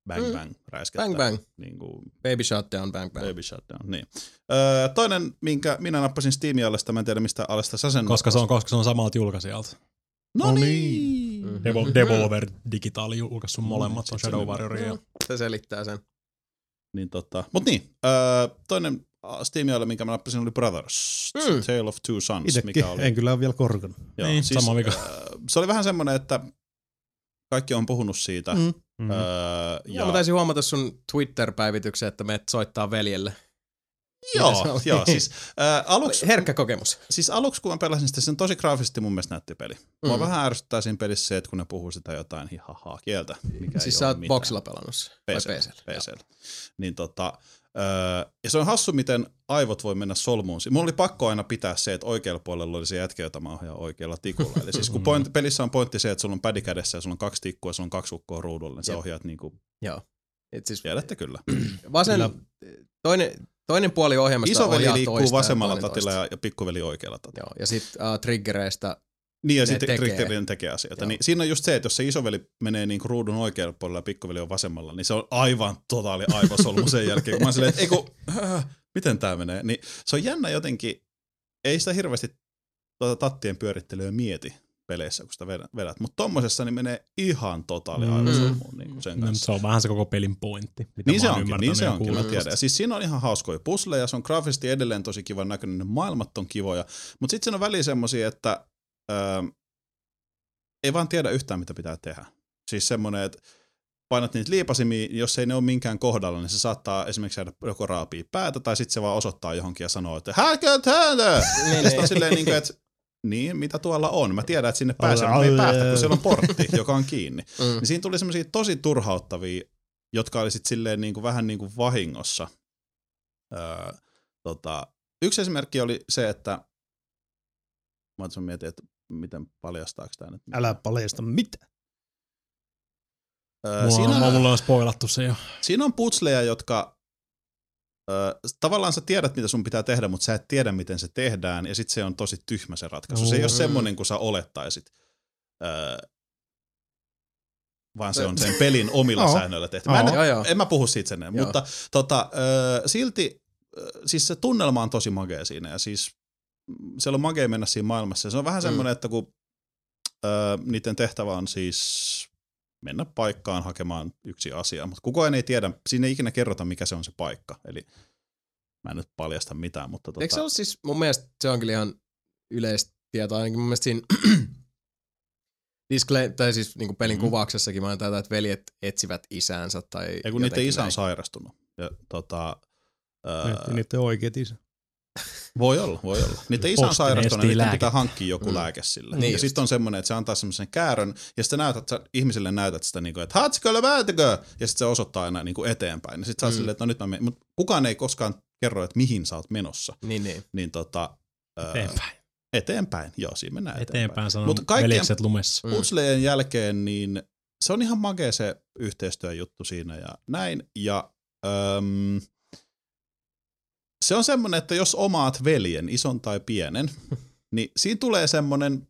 [SPEAKER 2] bang
[SPEAKER 1] Hmm.
[SPEAKER 2] bang räiskettä.
[SPEAKER 1] Bang bang.
[SPEAKER 2] Niin kuin
[SPEAKER 1] Baby shutdown, bang bang.
[SPEAKER 2] baby shutdown, niin. Öö, toinen, minkä minä nappasin Steamin alesta, mä en tiedä mistä alesta sä sen
[SPEAKER 3] Koska se on, koska se on samalta julkaisijalta.
[SPEAKER 2] No niin.
[SPEAKER 3] Hmm.
[SPEAKER 1] Mhm.
[SPEAKER 3] Devo, Devolver Digital julkaissut molemmat, on
[SPEAKER 2] Sit se
[SPEAKER 3] Shadow
[SPEAKER 2] meni.
[SPEAKER 3] Warrior ja
[SPEAKER 1] Se selittää Mm. sen.
[SPEAKER 2] Niin tota, mut niin, öö, toinen Steamilla, minkä mä nappasin, oli Brothers,
[SPEAKER 1] Mm.
[SPEAKER 2] mm. Tale of Two Sons,
[SPEAKER 4] Itsekin
[SPEAKER 2] mikä oli.
[SPEAKER 4] en kyllä ole vielä korkannut.
[SPEAKER 2] Joo,
[SPEAKER 3] Niin, sama vika.
[SPEAKER 2] öö, se oli vähän semmoinen, että kaikki on puhunut siitä. Mm.
[SPEAKER 1] Mm.
[SPEAKER 4] Mm.
[SPEAKER 2] Öö,
[SPEAKER 1] Ja.
[SPEAKER 2] ja,
[SPEAKER 1] Mä taisin huomata sun Twitter-päivityksen, että meet soittaa veljelle. Mitä se
[SPEAKER 2] joo,
[SPEAKER 1] oli?
[SPEAKER 2] joo, siis, öö, aluksi,
[SPEAKER 1] Herkkä kokemus.
[SPEAKER 2] siis aluksi kun mä pelasin sitä, sen tosi graafisesti mun mielestä näytti peli. Mm. Mua
[SPEAKER 1] Mm.
[SPEAKER 2] vähän ärsyttää siinä pelissä se, että kun ne puhuu sitä jotain hihahaa kieltä, mikä
[SPEAKER 1] Siis
[SPEAKER 2] ei
[SPEAKER 1] sä
[SPEAKER 2] ole
[SPEAKER 1] oot
[SPEAKER 2] mitään.
[SPEAKER 1] boksilla pelannut se. Vai
[SPEAKER 2] PCllä.
[SPEAKER 1] PCllä.
[SPEAKER 2] PCllä. Niin tota, öö, ja se on hassu, miten aivot voi mennä solmuun. Si- Mulla oli pakko aina pitää se, että oikealla puolella oli se jätkä, jota mä ohjaan oikealla tikulla. Eli siis kun point, pelissä on pointti se, että sulla on pädi kädessä ja sulla on kaksi tikkua ja sulla on kaksi ukkoa ruudulla, niin sä
[SPEAKER 1] Jep.
[SPEAKER 2] ohjaat niin kuin,
[SPEAKER 1] Joo. Et siis
[SPEAKER 2] tiedätte kyllä.
[SPEAKER 1] vasen,
[SPEAKER 4] Kyllä.
[SPEAKER 1] toinen, toinen puoli ohjelmasta
[SPEAKER 2] Isoveli
[SPEAKER 1] ohjaa
[SPEAKER 2] liikkuu
[SPEAKER 1] toista ja
[SPEAKER 2] vasemmalla
[SPEAKER 1] toinen
[SPEAKER 2] tatilla
[SPEAKER 1] toista.
[SPEAKER 2] ja, ja pikkuveli oikealla tatilla.
[SPEAKER 1] Joo, ja sit uh, triggereistä.
[SPEAKER 2] Niin ja
[SPEAKER 1] Ne
[SPEAKER 2] sitten
[SPEAKER 1] tekee.
[SPEAKER 2] triggerin tekee asioita.
[SPEAKER 1] Joo.
[SPEAKER 2] Niin siinä on just se, että jos se isoveli menee niin kuin ruudun oikealla puolella ja pikkuveli on vasemmalla, niin se on aivan totaali aivosolmu sen jälkeen, kun mä oon silleen, että ei kun, äh, miten tämä menee. Niin se on jännä jotenkin, ei sitä hirveästi tuota tattien pyörittelyä mieti peleissä, kun sitä vedä- vedät. Mutta tommosessa niin menee ihan totaali
[SPEAKER 3] Mm.
[SPEAKER 2] aivosolmuun niin kuin sen
[SPEAKER 3] No, mutta
[SPEAKER 2] kanssa.
[SPEAKER 3] se on vähän se koko pelin pointti. Mitä
[SPEAKER 2] Niin
[SPEAKER 3] mä
[SPEAKER 2] se
[SPEAKER 3] oon
[SPEAKER 2] onkin,
[SPEAKER 3] ymmärtänyt
[SPEAKER 2] niin se
[SPEAKER 3] ja
[SPEAKER 2] onkin, mä
[SPEAKER 3] kuullut.
[SPEAKER 2] tiedän. Ja siis siinä on ihan hauskoja pusleja, se on graafisesti edelleen tosi kivan näköinen, ne maailmat on kivoja, mutta sitten siinä on väliin semmosia, että öö, ei vaan tiedä yhtään, mitä pitää tehdä. Siis semmoinen, että painat niitä liipasimia, jos ei ne ole minkään kohdalla, niin se saattaa esimerkiksi jäädä joko raapii päätä, tai sitten se vaan osoittaa johonkin ja sanoo, että häkö täällä!
[SPEAKER 1] Niin,
[SPEAKER 2] Ja sitten on
[SPEAKER 1] niin.
[SPEAKER 2] silleen, niin kuin, että niin, mitä tuolla on? Mä tiedän, että sinne pääsee, mutta me ei päästä, kun siellä on portti, joka on kiinni.
[SPEAKER 1] Mm.
[SPEAKER 2] Niin siinä tuli semmoisia tosi turhauttavia, jotka oli sit silleen niinku, vähän niin kuin vahingossa. Öö, tota, yksi esimerkki oli se, että mä oon mietin, että miten paljastaako tämä nyt.
[SPEAKER 4] Älä paljasta mitään.
[SPEAKER 2] Öö,
[SPEAKER 3] Mulla,
[SPEAKER 2] siinä, Äh,
[SPEAKER 3] on,
[SPEAKER 2] on,
[SPEAKER 3] mulla on spoilattu se jo.
[SPEAKER 2] siinä on putsleja, jotka öö, tavallaan sä tiedät, mitä sun pitää tehdä, mutta sä et tiedä, miten se tehdään, ja sit se on tosi tyhmä se ratkaisu. Se ei ole
[SPEAKER 3] Mm.
[SPEAKER 2] semmoinen kuin sä olettaisit. Öö, vaan se on sen pelin omilla
[SPEAKER 4] Joo.
[SPEAKER 2] säännöillä tehty. Mä en,
[SPEAKER 4] Joo.
[SPEAKER 1] Joo, joo.
[SPEAKER 2] en mä puhu siitä sen enää,
[SPEAKER 1] Joo.
[SPEAKER 2] mutta tota, ö, silti ö, siis se tunnelma on tosi magea siinä ja siis mm, siellä on magea mennä siinä maailmassa. Ja Se on vähän
[SPEAKER 1] Mm.
[SPEAKER 2] semmoinen, että kun ö, niiden tehtävä on siis mennä paikkaan hakemaan yksi asia, mutta kukaan ei tiedä, siinä ei ikinä kerrota mikä se on se paikka, eli mä en nyt paljasta mitään, mutta
[SPEAKER 1] Eikö se
[SPEAKER 2] tota,
[SPEAKER 1] ole siis, mun mielestä se on kyllä ihan yleistä tietoa, ainakin mun mielestä siinä display, tai siis niin pelin
[SPEAKER 2] Mm.
[SPEAKER 1] mm. kuvauksessakin mä tätä, että veljet etsivät isäänsä tai
[SPEAKER 2] ei kun niiden
[SPEAKER 1] jotenkin
[SPEAKER 2] isä on
[SPEAKER 1] näin.
[SPEAKER 2] sairastunut. Ja, tota,
[SPEAKER 4] Miettii
[SPEAKER 2] ö,
[SPEAKER 4] niiden oikeat isä.
[SPEAKER 2] Voi olla, voi olla. Niiden isä on
[SPEAKER 3] Posti
[SPEAKER 2] sairastunut,
[SPEAKER 3] etsii
[SPEAKER 2] niin niiden pitää
[SPEAKER 3] lääkettä.
[SPEAKER 2] hankkia joku
[SPEAKER 1] Mm.
[SPEAKER 2] lääke sille.
[SPEAKER 1] Niin
[SPEAKER 2] ja
[SPEAKER 1] just.
[SPEAKER 2] sitten on semmoinen, että se antaa semmoisen käärön, ja sitten näytät, sä, ihmiselle näytät sitä, niin kuin, että hatsiköllä päätäkö, ja sitten se osoittaa aina niin kuin eteenpäin. Ja sitten sä oot
[SPEAKER 1] Mm.
[SPEAKER 2] silleen, että no nyt mä menen. Mutta kukaan ei koskaan kerro, että mihin sä oot menossa.
[SPEAKER 1] Niin, niin.
[SPEAKER 2] Niin tota, ää,
[SPEAKER 3] Eteenpäin.
[SPEAKER 2] eteenpäin. Joo, siinä mennään eteenpäin. eteenpäin.
[SPEAKER 3] Eteenpäin sanon
[SPEAKER 2] Mutta kaikkien-
[SPEAKER 3] veljekset lumessa.
[SPEAKER 1] Mm.
[SPEAKER 2] Putslejen jälkeen, niin se on ihan makea se yhteistyöjuttu siinä ja näin. Ja äm, se on semmoinen, että jos omaat veljen, ison tai pienen, niin siinä tulee semmoinen,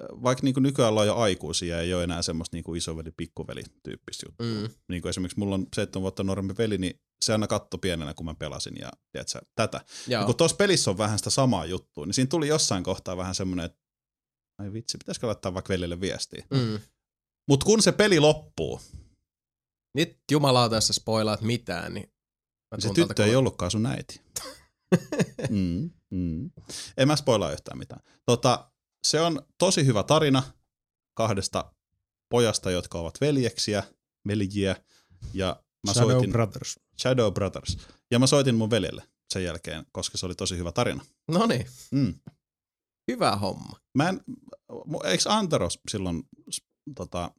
[SPEAKER 2] vaikka niin nykyään ollaan jo aikuisia, ei ole enää semmoista niin isoveli, pikkuveli tyyppistä juttua.
[SPEAKER 1] Mm.
[SPEAKER 2] Niin kuin esimerkiksi mulla on 7 vuotta nuorempi veli, niin se aina katto pienenä, kun mä pelasin ja tiedätkö, tätä. Ja
[SPEAKER 1] Joo.
[SPEAKER 2] kun tuossa pelissä on vähän sitä samaa juttua, niin siinä tuli jossain kohtaa vähän semmoinen, että ai vitsi, pitäisikö laittaa vaikka veljelle viestiä.
[SPEAKER 1] Mm.
[SPEAKER 2] Mutta kun se peli loppuu,
[SPEAKER 1] Nyt jumalauta, jos sä spoilaat mitään, niin mä
[SPEAKER 2] niin se
[SPEAKER 1] tuun tältä
[SPEAKER 2] tyttö ei
[SPEAKER 1] kova-
[SPEAKER 2] ollutkaan sun äiti. mm, mm. En mä spoilaa yhtään mitään. Tota, se on tosi hyvä tarina kahdesta pojasta, jotka ovat veljeksiä, veljiä, ja mä
[SPEAKER 4] Shadow
[SPEAKER 2] soitin
[SPEAKER 4] Brothers.
[SPEAKER 2] Shadow Brothers. Ja mä soitin mun veljelle sen jälkeen, koska se oli tosi hyvä tarina.
[SPEAKER 1] Noniin,
[SPEAKER 2] Mm.
[SPEAKER 1] No niin, hyvä homma.
[SPEAKER 2] Mä en, mu- eikö Antero silloin s- tota,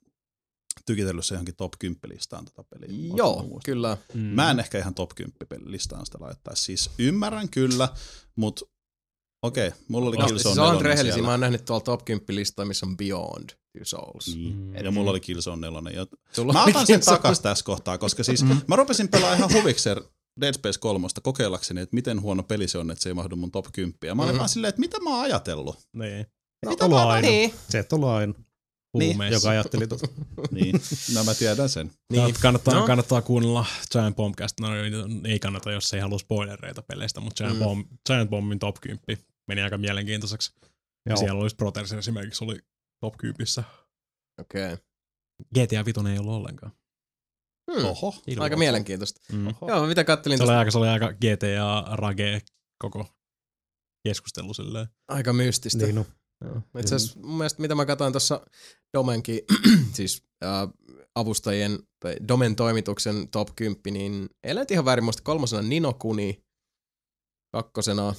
[SPEAKER 2] tykitellyt se johonkin top 10 listaan tota peliä? Ootko mä
[SPEAKER 1] Joo,
[SPEAKER 2] muista?
[SPEAKER 1] kyllä.
[SPEAKER 3] Mm.
[SPEAKER 2] Mä en ehkä ihan top 10 listaan sitä laittaisi. Siis ymmärrän kyllä, mutta okei, okay, mulla oli
[SPEAKER 1] No,
[SPEAKER 2] Killzone
[SPEAKER 1] siis on
[SPEAKER 2] nelonen
[SPEAKER 1] rehellisiä, mä
[SPEAKER 2] siellä.
[SPEAKER 1] oon nähnyt tuolla top 10 listaa, missä on Beyond Two Souls.
[SPEAKER 2] Niin.
[SPEAKER 1] Mm.
[SPEAKER 2] Ja mulla oli Killzone 4. Ja
[SPEAKER 1] Sulla
[SPEAKER 2] mä
[SPEAKER 1] on
[SPEAKER 2] otan sen
[SPEAKER 1] Killzone. Mm.
[SPEAKER 2] takas tässä kohtaa, koska siis mä rupesin pelaamaan ihan huvikseen Dead Space 3 kokeillakseni, että miten huono peli se on, että se ei mahdu mun top 10. Ja mä olin
[SPEAKER 1] Mhm.
[SPEAKER 2] vaan silleen, että mitä mä oon ajatellut.
[SPEAKER 3] Niin.
[SPEAKER 4] No,
[SPEAKER 2] Mitä
[SPEAKER 4] Olo
[SPEAKER 2] mä
[SPEAKER 4] aina.
[SPEAKER 1] Niin.
[SPEAKER 4] Se et ole aina.
[SPEAKER 3] Niin.
[SPEAKER 4] Joka ajatteli tota.
[SPEAKER 2] Niin, no mä tiedän sen.
[SPEAKER 1] Niin.
[SPEAKER 3] Niin. Kannattaa,
[SPEAKER 1] No.
[SPEAKER 3] no. kannattaa kuunnella Giant Bombcast. No ei kannata, jos ei halua spoilereita peleistä, mutta Giant,
[SPEAKER 1] Mm.
[SPEAKER 3] mm. Bomb, Giant Bombin top 10 meni aika mielenkiintoiseksi. Ja
[SPEAKER 4] Joo.
[SPEAKER 3] siellä olisi Proters esimerkiksi oli top 10.
[SPEAKER 1] Okei.
[SPEAKER 3] GTA 5 ei ollut ollenkaan.
[SPEAKER 1] Hmm.
[SPEAKER 2] Oho.
[SPEAKER 1] Aika mielenkiintoista.
[SPEAKER 3] Mm.
[SPEAKER 1] Oho. Joo, mitä kattelin
[SPEAKER 3] Se oli
[SPEAKER 1] tuosta?
[SPEAKER 3] aika, se oli aika GTA rage koko keskustelu silleen.
[SPEAKER 1] Aika mystistä.
[SPEAKER 4] Niin, no.
[SPEAKER 1] Itse asiassa mun mielestä, mitä mä katsoin tuossa Domenkin, siis ää, avustajien tai Domen toimituksen top 10, niin ei nyt ihan väärin muista kolmosena Ninokuni, kakkosena,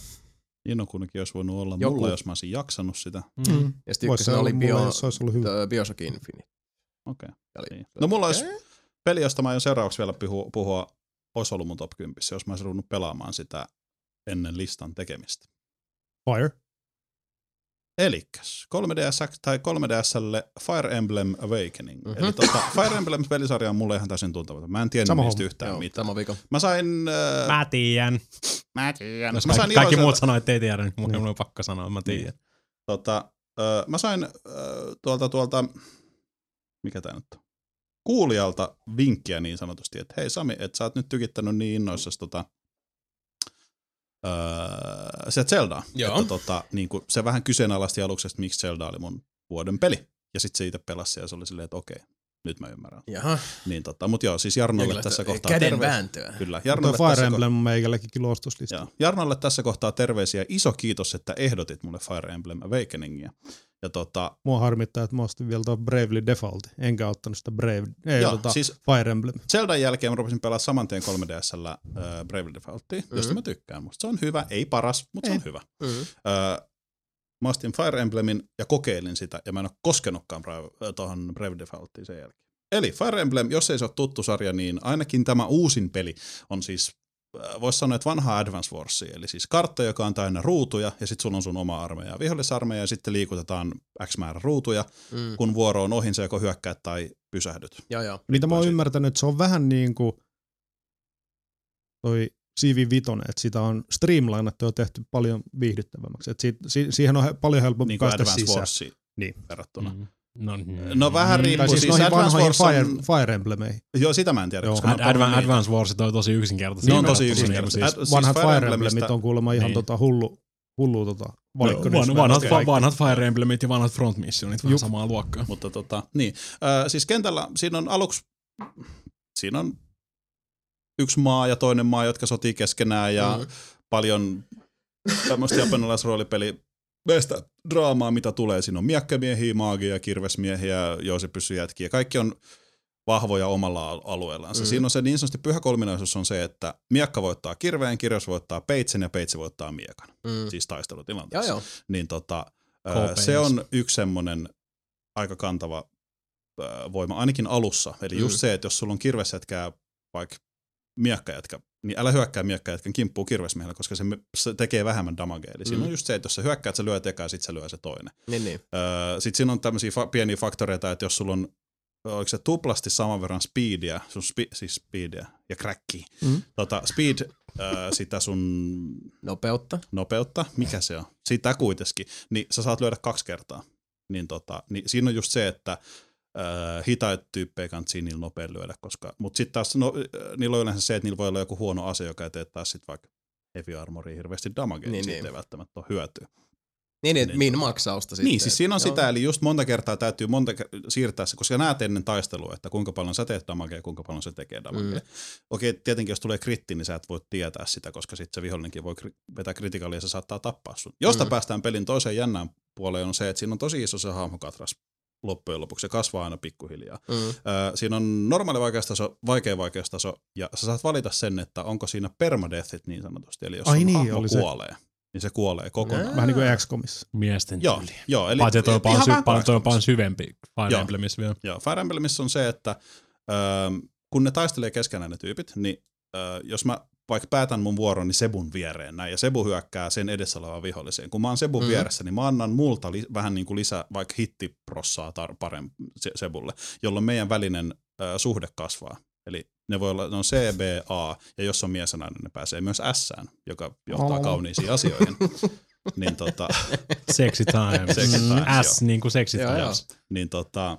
[SPEAKER 2] Innokunnakin olisi voinut olla
[SPEAKER 1] Joku.
[SPEAKER 2] Joku. mulla, jos mä olisin jaksanut sitä.
[SPEAKER 4] Mm.
[SPEAKER 1] ja sitten
[SPEAKER 4] Voisi
[SPEAKER 1] ykkösenä
[SPEAKER 4] olla
[SPEAKER 1] oli
[SPEAKER 4] mulla,
[SPEAKER 1] bio,
[SPEAKER 4] jos olisi ollut hyvä.
[SPEAKER 1] tö, Bioshock Infinite.
[SPEAKER 2] Okei.
[SPEAKER 1] Eli-
[SPEAKER 2] Niin. No mulla olisi peli, josta mä aion seuraavaksi vielä puhua, puhua olisi ollut mun top 10, jos mä olisin ruvennut pelaamaan sitä ennen listan tekemistä.
[SPEAKER 4] Fire.
[SPEAKER 2] Elikkäs, 3DS tai 3DSlle Fire Emblem Awakening.
[SPEAKER 1] Mhm.
[SPEAKER 2] Mm-hmm. Eli tota, Fire Emblem-pelisarja on mulle ihan täysin tuntematon. Mä en tiennyt
[SPEAKER 4] Sama
[SPEAKER 2] niistä
[SPEAKER 4] homma.
[SPEAKER 2] yhtään
[SPEAKER 1] Joo,
[SPEAKER 2] mitään.
[SPEAKER 1] Tämä viikon.
[SPEAKER 2] Mä sain... Äh,
[SPEAKER 3] Mä tiedän.
[SPEAKER 5] Mä tiedän.
[SPEAKER 3] Jos
[SPEAKER 2] mä sain
[SPEAKER 3] kaikki, kaikki
[SPEAKER 2] iloisella-
[SPEAKER 3] muut sanoo, että ei tiedä, niin mun
[SPEAKER 4] Niin.
[SPEAKER 3] mun on pakko sanoa, mä tiedän.
[SPEAKER 2] Niin. Tota, öö, mä sain öö, tuolta, tuolta, mikä tää nyt on, kuulijalta vinkkiä niin sanotusti, että hei Sami, että sä oot nyt tykittänyt niin innoissasi tota, öö, se Zelda.
[SPEAKER 1] Joo.
[SPEAKER 2] Että tota, niin kun, se vähän kyseenalaisti aluksi, että miksi Zelda oli mun vuoden peli. Ja sit se itse pelasi ja se oli silleen, että okei, nyt mä ymmärrän.
[SPEAKER 1] Jaha.
[SPEAKER 2] Niin tota, mut joo, siis Jarnolle tässä kohtaa
[SPEAKER 1] Käden
[SPEAKER 2] terve-
[SPEAKER 1] vääntöä.
[SPEAKER 2] Kyllä,
[SPEAKER 4] Tuo
[SPEAKER 2] Jarnolle
[SPEAKER 4] Fire
[SPEAKER 2] tässä ko-
[SPEAKER 4] Emblem on meikälläkin kyllä ostoslista.
[SPEAKER 2] Joo. Jarnalle tässä kohtaa terveisiä. Iso kiitos, että ehdotit mulle Fire Emblem Awakeningia. Ja tota,
[SPEAKER 4] Mua harmittaa, että mä ostin vielä tuon Bravely Default. Enkä ottanut sitä Brave, ei,
[SPEAKER 2] Joo,
[SPEAKER 4] tota,
[SPEAKER 2] siis-
[SPEAKER 4] siis... Fire Emblem.
[SPEAKER 2] Zeldan jälkeen mä rupesin pelaamaan saman tien 3DSllä äh, Bravely Defaultia, mm-hmm. josta mä tykkään. Musta se on hyvä, ei paras, mutta se on hyvä.
[SPEAKER 1] Mm.
[SPEAKER 2] Äh, mä ostin Fire Emblemin ja kokeilin sitä, ja mä en ole koskenutkaan Bra- äh, tuohon Bravely Defaultiin sen jälkeen. Eli Fire Emblem, jos ei se ole tuttu sarja, niin ainakin tämä uusin peli on siis, äh, voisi sanoa, että vanha Advance Wars, eli siis kartta, joka on täynnä ruutuja, ja sitten sulla on sun oma armeija ja vihollisarmeija, ja sitten liikutetaan X määrä ruutuja,
[SPEAKER 1] Mm.
[SPEAKER 2] kun vuoro on ohin, se joko hyökkäät tai pysähdyt.
[SPEAKER 1] Joo, joo.
[SPEAKER 4] Mitä mä oon
[SPEAKER 2] siitä.
[SPEAKER 4] ymmärtänyt, se on vähän niin kuin toi CV5, että sitä on streamlinattu ja tehty paljon viihdyttävämmäksi. Et siitä, si, siihen on he, paljon helpompi
[SPEAKER 2] Niin kuin
[SPEAKER 4] päästä
[SPEAKER 2] Advance
[SPEAKER 4] sisään.
[SPEAKER 2] Warsiin
[SPEAKER 4] Niin.
[SPEAKER 2] verrattuna.
[SPEAKER 3] No,
[SPEAKER 2] No vähän riippuu
[SPEAKER 4] Tai siis,
[SPEAKER 2] Siis
[SPEAKER 4] siis noihin
[SPEAKER 2] Advance
[SPEAKER 4] vanhoihin
[SPEAKER 2] Wars
[SPEAKER 4] Fire,
[SPEAKER 2] on-
[SPEAKER 4] Fire Emblemeihin.
[SPEAKER 2] Joo, sitä mä en tiedä.
[SPEAKER 4] Joo.
[SPEAKER 2] koska mä en
[SPEAKER 3] Ad-
[SPEAKER 2] pelannut
[SPEAKER 3] Advan,
[SPEAKER 2] niitä.
[SPEAKER 3] Advance Wars on tosi yksinkertaisia.
[SPEAKER 2] Ne on tosi
[SPEAKER 3] Verrattuna
[SPEAKER 2] yksinkertaisia.
[SPEAKER 3] niinku siis-
[SPEAKER 2] Ad- siis
[SPEAKER 4] Vanhat Fire
[SPEAKER 2] Emblemistä-
[SPEAKER 4] Emblemit on kuulemma ihan
[SPEAKER 3] Niin.
[SPEAKER 4] tota hullu, hullu tota valikko.
[SPEAKER 3] No,
[SPEAKER 4] niissä
[SPEAKER 3] van- vanhat, fa-
[SPEAKER 4] verrattuna kaikkiin.
[SPEAKER 3] vanhat Fire Emblemit ja vanhat Front Missionit, vähän samaa luokkaa.
[SPEAKER 2] Mutta tota, niin. Ö, siis kentällä siinä on aluksi, siinä on yksi maa ja toinen maa, jotka sotii keskenään ja mm.
[SPEAKER 1] Mm.
[SPEAKER 2] paljon tämmöistä japanilaisroolipeli meistä draamaa, mitä tulee. Siinä on miekkämiehiä, maagia, kirvesmiehiä, jousipysyjätkiä. Kaikki on vahvoja omalla al- alueellansa.
[SPEAKER 1] Mm.
[SPEAKER 2] Mm. Siinä on se niin sanotusti pyhä kolminaisuus on se, että miekka voittaa kirveen, kirves voittaa peitsen ja peitsi voittaa miekan.
[SPEAKER 1] Mm.
[SPEAKER 2] Siis taistelutilanteessa
[SPEAKER 1] Joo, joo.
[SPEAKER 2] niin tota, ö,
[SPEAKER 3] KPS.
[SPEAKER 2] se on yksi semmoinen aika kantava ö, voima, ainakin alussa. Eli mm.
[SPEAKER 1] Mm.
[SPEAKER 2] just se, että jos sulla on kirvesjätkää vaikka miekkäjätkä, niin älä hyökkää miekkäjätkän kimppuun kirvesmiehellä, koska se, se tekee vähemmän damagea. Eli siinä
[SPEAKER 1] Mm.
[SPEAKER 2] on just se, että jos sä hyökkäät, sä lyöt eka ja sit sä lyö se toinen.
[SPEAKER 1] Niin, niin.
[SPEAKER 2] Sitten siinä on tämmöisiä fa- pieniä faktoreita, että jos sulla on oliko se tuplasti saman verran speedia, sun spi, siis speedia ja crackia,
[SPEAKER 4] Mm.
[SPEAKER 2] mm. tota, speed ö, sitä sun
[SPEAKER 1] Nopeutta.
[SPEAKER 2] nopeutta, mikä se on, sitä kuitenkin, niin sä saat lyödä kaksi kertaa. Niin, tota, niin siinä on just se, että äh, hitaita tyyppejä kantsii niillä nopein lyödä, koska, mutta sitten taas no, äh, niillä on yleensä se, että niillä voi olla joku huono ase, joka ei tee taas sit vaikka heavy armoria hirveästi damagea,
[SPEAKER 1] Niin,
[SPEAKER 2] niin, siitä
[SPEAKER 1] niin.
[SPEAKER 2] ei välttämättä ole hyötyä.
[SPEAKER 1] Niin, niin,
[SPEAKER 2] Niin.
[SPEAKER 1] min maksausta sitten.
[SPEAKER 2] Sitten, niin, siis siinä on
[SPEAKER 1] Joo.
[SPEAKER 2] sitä, eli just monta kertaa täytyy monta ke- siirtää se, koska näet ennen taistelua, että kuinka paljon sä teet damagea ja kuinka paljon se tekee damagea.
[SPEAKER 1] Mm.
[SPEAKER 2] Mm. Okei, tietenkin jos tulee kritti, niin sä et voi tietää sitä, koska sitten se vihollinenkin voi kri- vetää kritikaalia ja se saattaa tappaa sun. Josta
[SPEAKER 1] Mm.
[SPEAKER 2] mm. päästään pelin toiseen jännään puoleen on se, että siinä on tosi iso se hahmokatras loppujen lopuksi. Se kasvaa aina pikkuhiljaa.
[SPEAKER 1] Mm.
[SPEAKER 2] Ö, siinä on normaali vaikeustaso, vaikea vaikeustaso, ja sä saat valita sen, että onko siinä permadeathit niin sanotusti. Eli jos
[SPEAKER 4] Ai
[SPEAKER 2] sun
[SPEAKER 4] niin,
[SPEAKER 2] hahmo
[SPEAKER 4] oli se.
[SPEAKER 2] kuolee, niin se kuolee kokonaan.
[SPEAKER 1] Nää.
[SPEAKER 4] Vähän niin kuin XCOMissa.
[SPEAKER 3] Miesten
[SPEAKER 2] Joo, joo, eli
[SPEAKER 3] Paitsi toi on
[SPEAKER 2] ihan
[SPEAKER 3] paljon sy-
[SPEAKER 2] vähän
[SPEAKER 3] paljon- toi on
[SPEAKER 2] parasta.
[SPEAKER 3] paljon syvempi Fire
[SPEAKER 2] Joo.
[SPEAKER 3] Emblemissa vielä.
[SPEAKER 2] Joo, Fire Emblemissa on se, että öö, kun ne taistelee keskenään ne tyypit, niin öö, jos mä vaikka päätän mun vuoroni Sebun viereen näin, ja Sebu hyökkää sen edessä olevaan viholliseen. Kun mä oon Sebun
[SPEAKER 1] Mhm.
[SPEAKER 2] mm-hmm. vieressä, niin mä annan multa li- vähän niin kuin lisää vaikka hittiprossaa tar- parempi se- Sebulle, jolloin meidän välinen öö, suhde kasvaa. Eli ne voi olla, ne on CBA, ja jos on mies ja nainen, ne pääsee myös S, joka johtaa
[SPEAKER 4] Oh.
[SPEAKER 2] kauniisiin asioihin. niin tota,
[SPEAKER 3] Sexy Times.
[SPEAKER 2] Sexy
[SPEAKER 3] Mm,
[SPEAKER 2] times,
[SPEAKER 3] S niin kuin Sexy
[SPEAKER 1] Joo,
[SPEAKER 3] Times.
[SPEAKER 2] niin tota,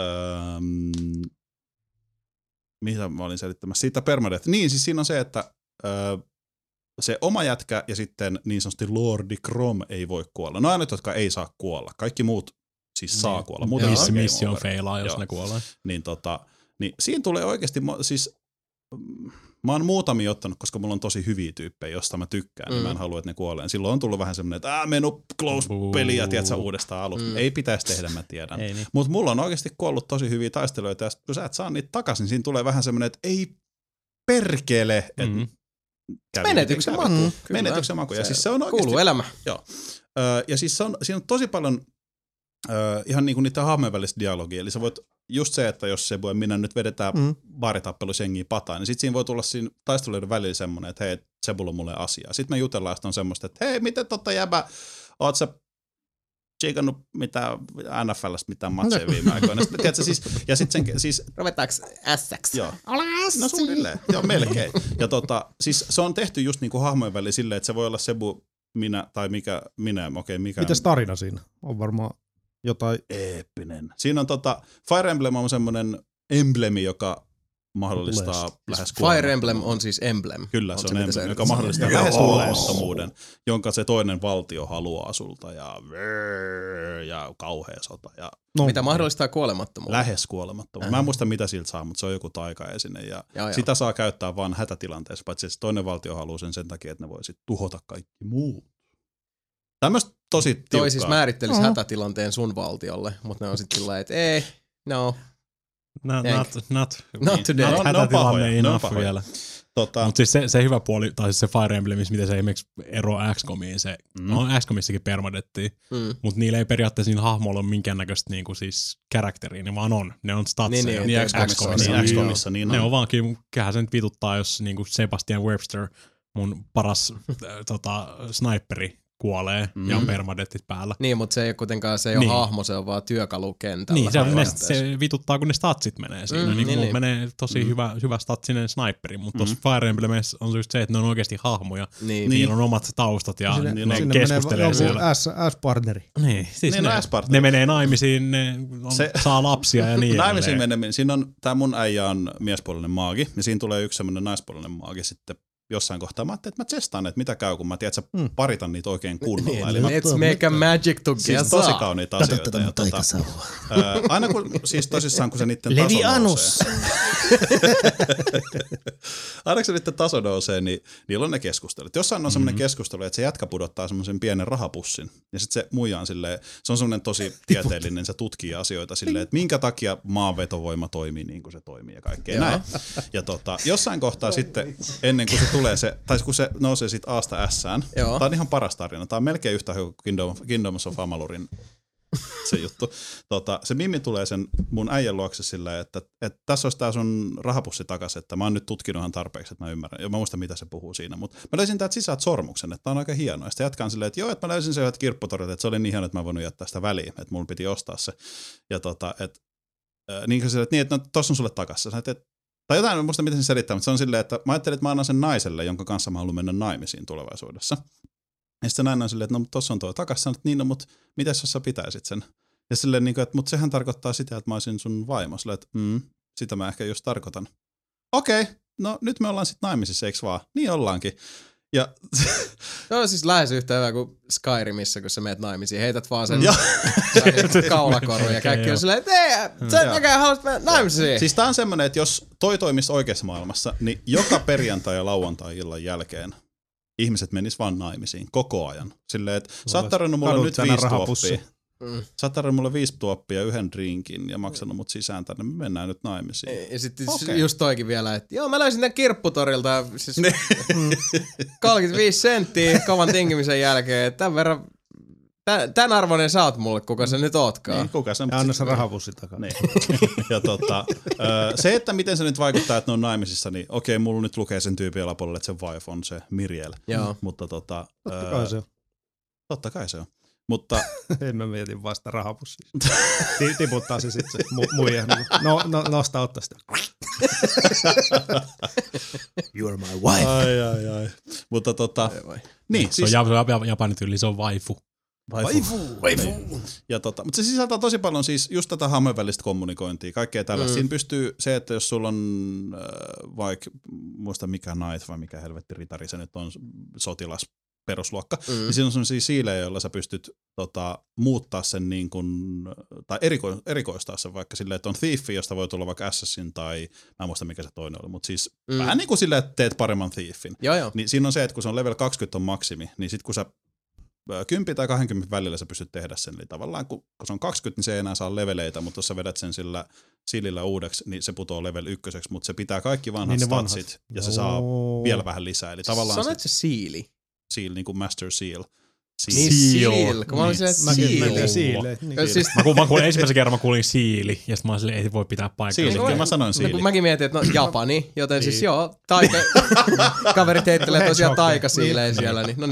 [SPEAKER 2] öö, mitä mä olin selittämässä, siitä permadeath. Niin, siis siinä on se, että öö, se oma jätkä ja sitten niin sanotusti Lordi Krom ei voi kuolla. No ainut, jotka ei saa kuolla. Kaikki muut siis saa kuolla.
[SPEAKER 1] Joo.
[SPEAKER 2] Muuten
[SPEAKER 3] Miss,
[SPEAKER 2] se on game
[SPEAKER 3] mission
[SPEAKER 2] over.
[SPEAKER 3] feilaa, jos
[SPEAKER 2] Joo.
[SPEAKER 3] ne kuolee.
[SPEAKER 2] Niin tota, Niin siinä tulee oikeasti, mo- siis mm, mä oon muutamia ottanut, koska mulla on tosi hyviä tyyppejä, josta mä tykkään, mm. niin mä en halua, että ne kuolee. Silloin on tullut vähän semmoinen, että aah, menu
[SPEAKER 3] Buu.
[SPEAKER 2] close-peliä, tiedät sä, uudestaan alusta. Mm. Ei pitäisi tehdä, mä tiedän.
[SPEAKER 3] Ei niin.
[SPEAKER 2] Mutta mulla on oikeasti kuollut tosi hyviä taisteluita, ja sit kun sä et saa niitä takaisin, niin siinä tulee vähän semmoinen, että ei perkele, että
[SPEAKER 3] Mm.
[SPEAKER 2] mm.
[SPEAKER 1] Menetyksen maku.
[SPEAKER 5] Mm.
[SPEAKER 1] Kyllä.
[SPEAKER 2] Menetyksen maku. Ja
[SPEAKER 1] Se
[SPEAKER 2] siis se on oikeasti
[SPEAKER 1] Kuuluu elämä.
[SPEAKER 2] Öö, ja siis se on, siinä on tosi paljon öö, ihan niinku niitä hahmojen välistä dialogia. Eli sä voit just se, että jos se voi minä nyt vedetään mm.
[SPEAKER 4] Mm.
[SPEAKER 2] baaritappelusengiä pataan, niin sit siinä voi tulla siinä taisteluiden välillä semmoinen, että hei, Sebulla on mulle asiaa. Sitten me jutellaan, sit on semmoista, että hei, miten totta jäbä, oot sä tsiikannut mitä NFLstä mitään matseja viime aikoina. Sitten, tiedätkö, siis, ja sitten sen, siis
[SPEAKER 5] Ruvetaanko S-ksi?
[SPEAKER 2] Joo.
[SPEAKER 5] Ole S.
[SPEAKER 2] No suunnilleen, joo melkein. Ja tota, siis se on tehty just niinku hahmojen väliin silleen, että se voi olla Sebu, minä tai mikä, minä, okei mikä.
[SPEAKER 4] Mitäs tarina siinä? On varmaan jotain.
[SPEAKER 2] Eeppinen. Siinä on tota, Fire Emblem on semmoinen emblemi, joka mahdollistaa lähes
[SPEAKER 1] Siis Fire
[SPEAKER 2] kuoleman.
[SPEAKER 1] Emblem on siis emblem.
[SPEAKER 2] Kyllä, se on
[SPEAKER 1] mitä
[SPEAKER 2] emblemi, joka mahdollistaa lähes kuolemattomuuden, jonka se toinen valtio haluaa sulta ja, ja kauhea sota ja
[SPEAKER 4] No,
[SPEAKER 1] Mitä mahdollistaa kuolemattomuuden.
[SPEAKER 2] lähes kuolemattomuus. Mä en muista mitä siltä saa, mutta se on joku taikaesine ja
[SPEAKER 1] Äh. Joo, joo.
[SPEAKER 2] sitä saa käyttää vain hätätilanteessa, paitsi se toinen valtio haluaa sen sen takia, että ne voi sit tuhota kaikki muut. Tämmöistä tosi tiukkaa.
[SPEAKER 1] Toi siis määrittelisi
[SPEAKER 5] Oho.
[SPEAKER 1] hätätilanteen sun valtiolle, mutta ne on sitten sillä lailla, että ei, no,
[SPEAKER 3] Not,
[SPEAKER 1] Eikä.
[SPEAKER 3] not, not,
[SPEAKER 1] not today.
[SPEAKER 2] No,
[SPEAKER 3] not
[SPEAKER 2] ne on pahoja, ne
[SPEAKER 3] hätätilanne
[SPEAKER 2] on
[SPEAKER 3] enough
[SPEAKER 2] pahoja.
[SPEAKER 3] vielä.
[SPEAKER 2] tota,
[SPEAKER 3] Mutta siis se, se, hyvä puoli, tai siis se Fire Emblem, miten se esimerkiksi eroaa XCOMiin, se
[SPEAKER 2] mm,
[SPEAKER 3] No XCOMissakin permadettiin,
[SPEAKER 1] Mm.
[SPEAKER 3] mutta niillä ei periaatteessa niillä hahmoilla ole minkäännäköistä niinku siis karakteria, ne vaan on. Ne on statseja.
[SPEAKER 1] Niin, niin,
[SPEAKER 2] niin
[SPEAKER 1] että
[SPEAKER 2] XCOMissa,
[SPEAKER 1] Joo.
[SPEAKER 2] niin XCOMissa, niin
[SPEAKER 3] Ne
[SPEAKER 2] on.
[SPEAKER 3] on vaankin, kyllähän se nyt vituttaa, jos niinku Sebastian Webster, mun paras äh, tota, sniperi, kuolee mm. ja on
[SPEAKER 2] Mm.
[SPEAKER 3] permadetit päällä.
[SPEAKER 1] Niin, mutta se ei ole kuitenkaan se ei ole
[SPEAKER 3] Niin.
[SPEAKER 1] hahmo, se on vaan työkalu kentällä.
[SPEAKER 3] Niin, se, ne,
[SPEAKER 1] Tilanteessa.
[SPEAKER 3] se vituttaa, kun ne statsit menee siinä.
[SPEAKER 1] Mm,
[SPEAKER 3] Mm, niin,
[SPEAKER 1] niin,
[SPEAKER 3] niin,
[SPEAKER 1] niin.
[SPEAKER 3] menee tosi
[SPEAKER 2] Mm.
[SPEAKER 3] mm. hyvä, hyvä statsinen sniperi, mutta tuossa
[SPEAKER 2] Mm.
[SPEAKER 3] Fire Emblemissä on just se, että ne on oikeasti hahmoja.
[SPEAKER 1] niin.
[SPEAKER 3] Niin.
[SPEAKER 1] niin.
[SPEAKER 3] Niillä on omat taustat ja
[SPEAKER 4] sinne,
[SPEAKER 3] sinne, ne
[SPEAKER 4] sinne
[SPEAKER 3] keskustelee
[SPEAKER 4] menee
[SPEAKER 3] siellä.
[SPEAKER 4] joku S, S-partneri.
[SPEAKER 3] Niin, siis
[SPEAKER 2] Niin,
[SPEAKER 3] ne,
[SPEAKER 2] no, S-partneri.
[SPEAKER 3] ne menee naimisiin, ne on,
[SPEAKER 2] Se-
[SPEAKER 3] se, saa lapsia ja niin
[SPEAKER 2] Naimisiin meneminen, siinä on, tää mun äijä on miespuolinen maagi, ja siinä tulee yksi semmoinen naispuolinen maagi sitten jossain kohtaa. Mä ajattelin, että mä testaan, että mitä käy, kun mä tiedät, sä
[SPEAKER 4] Mm.
[SPEAKER 2] paritan niitä oikein
[SPEAKER 1] Niin,
[SPEAKER 2] kunnolla. Eli mä,
[SPEAKER 1] Let's make a magic together.
[SPEAKER 2] siis tosi kauniita asioita. Ja, tota,
[SPEAKER 5] taikasauvaa.
[SPEAKER 2] ää, aina kun, siis tosissaan, kun se niiden
[SPEAKER 5] Levi
[SPEAKER 2] taso
[SPEAKER 5] Anus.
[SPEAKER 2] nousee, aina kun se niiden taso nousee, niin niillä on ne keskustelut. Jossain on
[SPEAKER 5] Mhm.
[SPEAKER 2] semmoinen keskustelu, että se jätkä pudottaa semmoisen pienen rahapussin, ja sitten se muija on silleen, se on semmoinen tosi tieteellinen, se tutkii asioita silleen, että minkä takia maan vetovoima toimii niin kuin se toimii ja kaikkea näin. Ja tota, jossain kohtaa sitten, ennen kuin se tulee se, tai kun se nousee sitten Asta S-ään,
[SPEAKER 1] Joo.
[SPEAKER 2] tämä on ihan paras tarina, tämä on melkein yhtä hyvä kuin Kingdom, Kingdoms of Amalurin se juttu. Tota, se Mimmi tulee sen mun äijän luokse silleen, että, että tässä olisi tää sun rahapussi takas, että mä oon nyt tutkinut ihan tarpeeksi, että mä ymmärrän. Ja mä muistan, mitä se puhuu siinä. Mutta mä löysin täältä sisältä sormuksen, että tää on aika hienoa. Ja Sitten jatkan silleen, että joo, että mä löysin sen sieltä kirpputorilta, että se oli niin hieno, että mä en voinut jättää sitä väliin, että mulla piti ostaa se. Ja tota, että äh, niin kuin silleen, että niin, että no, tossa on sulle takassa. Sä et, tai jotain, en muista miten se selittää, mutta se on silleen, että mä ajattelin, että mä annan sen naiselle, jonka kanssa mä haluan mennä naimisiin tulevaisuudessa. Ja sitten nainen on silleen, että no, mutta tossa on tuo takas. Sanoit, että niin, no, mutta mitäs jos sä pitäisit sen? Ja silleen, niin kuin, että mutta sehän tarkoittaa sitä, että mä olisin sun vaimo. Silleen, että mm, sitä mä ehkä just tarkoitan. Okei, no nyt me ollaan sitten naimisissa, eiks vaan? Niin ollaankin. Ja
[SPEAKER 1] Se on siis lähes yhtä hyvä kuin Skyrimissä, kun sä meet naimisiin. Heität vaan sen
[SPEAKER 2] Joo.
[SPEAKER 1] kaulakorun ja kaikki
[SPEAKER 3] Joo.
[SPEAKER 1] on silleen, että ei, sä et
[SPEAKER 2] Joo.
[SPEAKER 1] näkään haluat mennä naimisiin.
[SPEAKER 2] siis tää on semmonen, että jos toi toimisi oikeassa maailmassa, niin joka perjantai ja lauantai illan jälkeen ihmiset menis vaan naimisiin koko ajan. Silleen, että sä oot tarjonnut mulle
[SPEAKER 4] Kadut
[SPEAKER 2] nyt
[SPEAKER 4] tänä
[SPEAKER 2] viisi
[SPEAKER 4] rahapussi.
[SPEAKER 2] tuoppia.
[SPEAKER 1] Mm.
[SPEAKER 2] Sä oot tarjonnut mulle viisi tuoppia yhden drinkin ja maksanut mut sisään tänne. Me mennään nyt naimisiin.
[SPEAKER 1] Ja sitten okay.
[SPEAKER 2] Okei.
[SPEAKER 1] just toikin vielä, että joo mä löysin tän kirpputorilta siis mm, 35 senttiä kovan tinkimisen jälkeen, että tämän verran, tämän, tämän arvoinen sä oot mulle, kuka sä nyt ootkaan.
[SPEAKER 2] Niin, kuka sen
[SPEAKER 4] Ja anna se rahapussi takaa.
[SPEAKER 2] Niin. ja tota, ö, se, että miten se nyt vaikuttaa, että ne on naimisissa, niin okei, mulla nyt lukee sen tyypin alapuolelle, että se wife on se Miriel.
[SPEAKER 1] Joo.
[SPEAKER 2] Mutta tota,
[SPEAKER 4] Totta kai se on.
[SPEAKER 2] totta kai se on. Mutta
[SPEAKER 4] En mä mietin vasta rahapussia. Ti- Tiputtaa se sitten se mu- muija. No, no, nosta ottaa sitä.
[SPEAKER 5] You're my wife.
[SPEAKER 2] ai, ai, ai. Mutta tota,
[SPEAKER 1] Vai.
[SPEAKER 2] niin,
[SPEAKER 3] Se on
[SPEAKER 2] siis,
[SPEAKER 3] jap- jap- japanin tyyli, se on vaifu.
[SPEAKER 2] ja tota, mutta se sisältää tosi paljon siis just tätä hahmojen välistä kommunikointia, kaikkea tällaista.
[SPEAKER 1] Mm.
[SPEAKER 2] Mm. Siinä pystyy se, että jos sulla on äh, vaikka, muista mikä Knight vai mikä helvetti ritari se nyt on, sotilas perusluokka. Mm.
[SPEAKER 1] Mm.
[SPEAKER 2] Niin siinä on sellaisia siilejä, joilla sä pystyt tota, muuttaa sen niin kuin, tai eriko, erikoistaa sen vaikka silleen, että on thiefi, josta voi tulla vaikka assassin tai mä en muista mikä se toinen oli, mutta siis mm.
[SPEAKER 1] Mm.
[SPEAKER 2] vähän niin kuin silleen, että teet paremman thiefin.
[SPEAKER 1] Joo, joo.
[SPEAKER 2] Niin siinä on se, että kun se on level 20 on maksimi, niin sit kun sä ö, 10 tai 20 välillä sä pystyt tehdä sen, eli tavallaan kun, kun se on 20, niin se ei enää saa leveleitä, mutta jos sä vedät sen sillä silillä uudeksi, niin se putoaa level ykköseksi, mutta se pitää kaikki vanhat
[SPEAKER 4] Niin
[SPEAKER 2] niin
[SPEAKER 4] ne vanhat.
[SPEAKER 2] statsit, ja se saa
[SPEAKER 4] Joo.
[SPEAKER 2] vielä vähän lisää, eli tavallaan
[SPEAKER 1] Sanoit se siili.
[SPEAKER 2] se seal, niin kuin master seal. seal.
[SPEAKER 1] Niin seal. Kun mä olin silleen,
[SPEAKER 2] Niin,
[SPEAKER 1] että
[SPEAKER 4] Mäkin
[SPEAKER 1] siili.
[SPEAKER 4] menin siille. Niin.
[SPEAKER 1] Ja Siis,
[SPEAKER 3] Mä, kuulin, mä kuulin ensimmäisen kerran, mä kuulin siili, ja sitten mä olin silleen, ei voi pitää paikkaa.
[SPEAKER 2] Seal, kyllä mä sanoin
[SPEAKER 1] no,
[SPEAKER 2] seal.
[SPEAKER 1] kun mäkin mietin, että no Japani, joten siis
[SPEAKER 4] Niin.
[SPEAKER 1] joo, taika, kaverit heittelee tosiaan
[SPEAKER 4] Hedgehog.
[SPEAKER 1] taikasiileen siellä. Niin, no,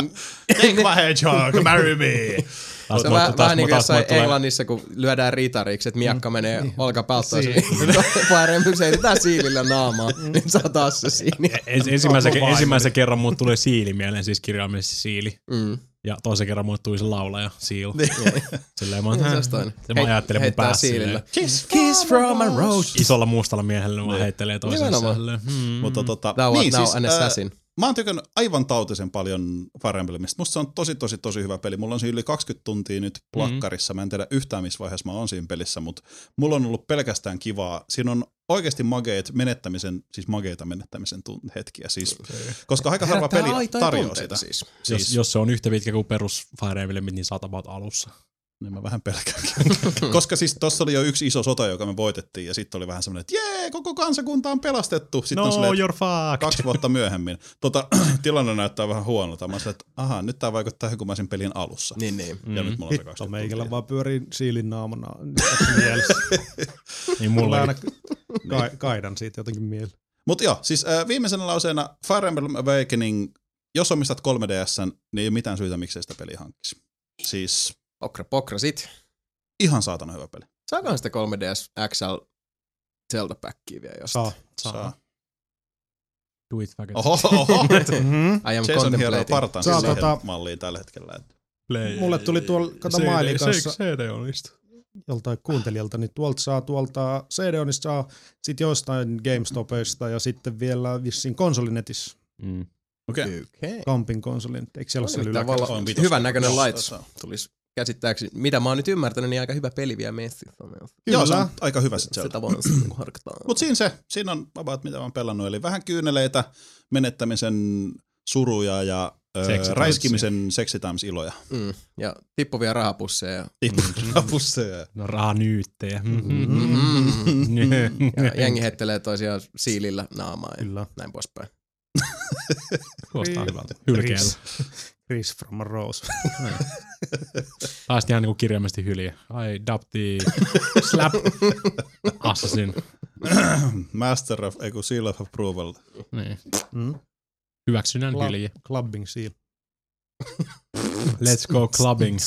[SPEAKER 2] Take my hedgehog, marry me!
[SPEAKER 3] Taas
[SPEAKER 1] se on
[SPEAKER 3] mulle-
[SPEAKER 1] vähän,
[SPEAKER 3] taas
[SPEAKER 1] vähän niin
[SPEAKER 3] mulle-
[SPEAKER 1] kuin
[SPEAKER 3] taas mulle
[SPEAKER 1] jossain
[SPEAKER 3] tulee-
[SPEAKER 1] Englannissa, kun lyödään ritariksi, että miakka menee
[SPEAKER 2] Niin.
[SPEAKER 1] mm. olkapäältä
[SPEAKER 4] Siin.
[SPEAKER 1] paremmin, se heitetään siilillä naamaa,
[SPEAKER 2] Mm.
[SPEAKER 1] niin saa taas se siini.
[SPEAKER 3] Ens, ensimmäisen,
[SPEAKER 4] Onko vain?
[SPEAKER 3] ensimmäisen kerran mulle tulee siili mieleen, siis kirjaimellisesti siili.
[SPEAKER 1] Mm.
[SPEAKER 3] Ja toisen kerran mulle tuli se laulaja, Seal. Silleen mä, oon,
[SPEAKER 1] Niin, se
[SPEAKER 3] "Häh."
[SPEAKER 1] olisi toinen.
[SPEAKER 3] Sitten mä
[SPEAKER 1] Niin. Hei-
[SPEAKER 3] ajattelin mun
[SPEAKER 1] heittää
[SPEAKER 3] päässä
[SPEAKER 1] siilillä.
[SPEAKER 3] silleen,
[SPEAKER 1] Kiss, Kiss from a rose. Niin.
[SPEAKER 3] isolla mustalla miehellä vaan heittelee toisensa.
[SPEAKER 1] Nimenomaan.
[SPEAKER 3] silleen,
[SPEAKER 2] Mm.
[SPEAKER 3] Hmm.
[SPEAKER 2] Mutta tota,
[SPEAKER 1] Thou
[SPEAKER 2] niin,
[SPEAKER 1] art now
[SPEAKER 2] siis,
[SPEAKER 1] an
[SPEAKER 2] ää,
[SPEAKER 1] assassin.
[SPEAKER 2] Mä oon tykännyt aivan tautisen paljon Fire Emblemista. Musta se on tosi, tosi, tosi hyvä peli. Mulla on siinä yli 20 tuntia nyt plakkarissa. Mä en tiedä yhtään missä vaiheessa mä oon siinä pelissä, mutta mulla on ollut pelkästään kivaa. Siinä on oikeasti mageet menettämisen, siis mageita menettämisen tun- hetkiä. Siis, koska aika harva
[SPEAKER 1] Herättää
[SPEAKER 2] peli
[SPEAKER 1] aitoja
[SPEAKER 2] tarjoaa sitä.
[SPEAKER 1] tunteita
[SPEAKER 2] Siis.
[SPEAKER 1] Siis.
[SPEAKER 3] jos, jos se on yhtä pitkä kuin perus Fire Emblem, niin sä oot about alussa.
[SPEAKER 2] Niin mä vähän pelkäänkin. Koska siis tossa oli jo yksi iso sota, joka me voitettiin, ja sitten oli vähän semmoinen, että jee, koko kansakunta on pelastettu. Sitten
[SPEAKER 3] No
[SPEAKER 2] on silleen, että
[SPEAKER 3] you're fucked.
[SPEAKER 2] kaksi vuotta myöhemmin. Tota, tilanne näyttää vähän huonolta. Mä sanoin, että aha, nyt tää vaikuttaa ihan kuin mä olisin pelin alussa.
[SPEAKER 1] Niin, niin.
[SPEAKER 2] Ja nyt mulla on se
[SPEAKER 4] Mm. Hitto,
[SPEAKER 2] 20
[SPEAKER 4] meikällä
[SPEAKER 2] tuntia.
[SPEAKER 4] vaan pyörii siilin naamana tässä mielessä.
[SPEAKER 3] Niin
[SPEAKER 4] Mulla
[SPEAKER 3] mulla
[SPEAKER 4] aina ka- kaidan siitä jotenkin mieleen.
[SPEAKER 2] Mut joo, siis äh, viimeisenä lauseena Fire Emblem Awakening, jos omistat 3DSn, niin ei ole mitään syytä, miksei sitä peliä hankkisi. Siis
[SPEAKER 1] Pokra, pokra sit.
[SPEAKER 2] ihan saatana hyvä peli.
[SPEAKER 1] Saakohan sitä 3DS XL Zelda Packia vielä jostain?
[SPEAKER 4] Saa.
[SPEAKER 2] Saa.
[SPEAKER 3] Do it fucking
[SPEAKER 2] Oho, oho.
[SPEAKER 4] Mm-hmm.
[SPEAKER 1] I am
[SPEAKER 2] Jason hieroo
[SPEAKER 1] contemplating.
[SPEAKER 2] partaan
[SPEAKER 4] Saa
[SPEAKER 2] siihen
[SPEAKER 4] tota-
[SPEAKER 2] malliin tällä hetkellä. että-
[SPEAKER 3] play.
[SPEAKER 4] Mulle tuli tuolla, kato mailin kanssa
[SPEAKER 3] CD on istu.
[SPEAKER 4] joltain kuuntelijalta, niin tuolta saa tuolta CD-onista saa, sit jostain GameStopista ja sitten vielä vissiin konsolinetissä,
[SPEAKER 3] Mm.
[SPEAKER 2] Okei. Okay.
[SPEAKER 1] Okei.
[SPEAKER 4] Kampin konsolin, eikö siellä ole
[SPEAKER 1] On
[SPEAKER 4] siellä
[SPEAKER 1] nimittäin
[SPEAKER 4] yläkäs?
[SPEAKER 1] valla-
[SPEAKER 2] On vitos-
[SPEAKER 1] Hyvän näköinen
[SPEAKER 2] Joo,
[SPEAKER 1] laitos.
[SPEAKER 2] se on.
[SPEAKER 1] Tulisi käsittääkseni, mitä mä oon nyt ymmärtänyt, niin aika hyvä peli vielä messissä.
[SPEAKER 2] Joo, se
[SPEAKER 4] Kyllä.
[SPEAKER 2] on aika hyvä se
[SPEAKER 1] Se,
[SPEAKER 2] Zelda.
[SPEAKER 1] se tavallaan se niinku harktaa.
[SPEAKER 2] Mutta siinä se, siinä on about mitä mä oon pelannut, eli vähän kyyneleitä, menettämisen suruja ja ö,
[SPEAKER 3] Sexy timesia.
[SPEAKER 2] räiskimisen sexy times iloja.
[SPEAKER 1] Mm. Ja tippuvia rahapusseja. ja-
[SPEAKER 2] Tippunapusseja.
[SPEAKER 3] No rahanyyttejä. Mm-hmm.
[SPEAKER 1] Mm.
[SPEAKER 3] Mm-hmm.
[SPEAKER 1] Ja jengi heittelee toisiaan siilillä naamaa ja
[SPEAKER 4] Kyllä.
[SPEAKER 1] näin poispäin.
[SPEAKER 3] Kuulostaa hyvältä. Hylkeellä.
[SPEAKER 4] Chris from a Rose.
[SPEAKER 3] Taas ihan niinku kirjaimesti hylje. Ai, dapti, slap, assassin.
[SPEAKER 2] Master of, ei kun seal of approval.
[SPEAKER 3] Niin.
[SPEAKER 4] Mm.
[SPEAKER 3] Hyväksynnän
[SPEAKER 4] Club,
[SPEAKER 3] hylje.
[SPEAKER 4] clubbing seal.
[SPEAKER 3] Let's go clubbing.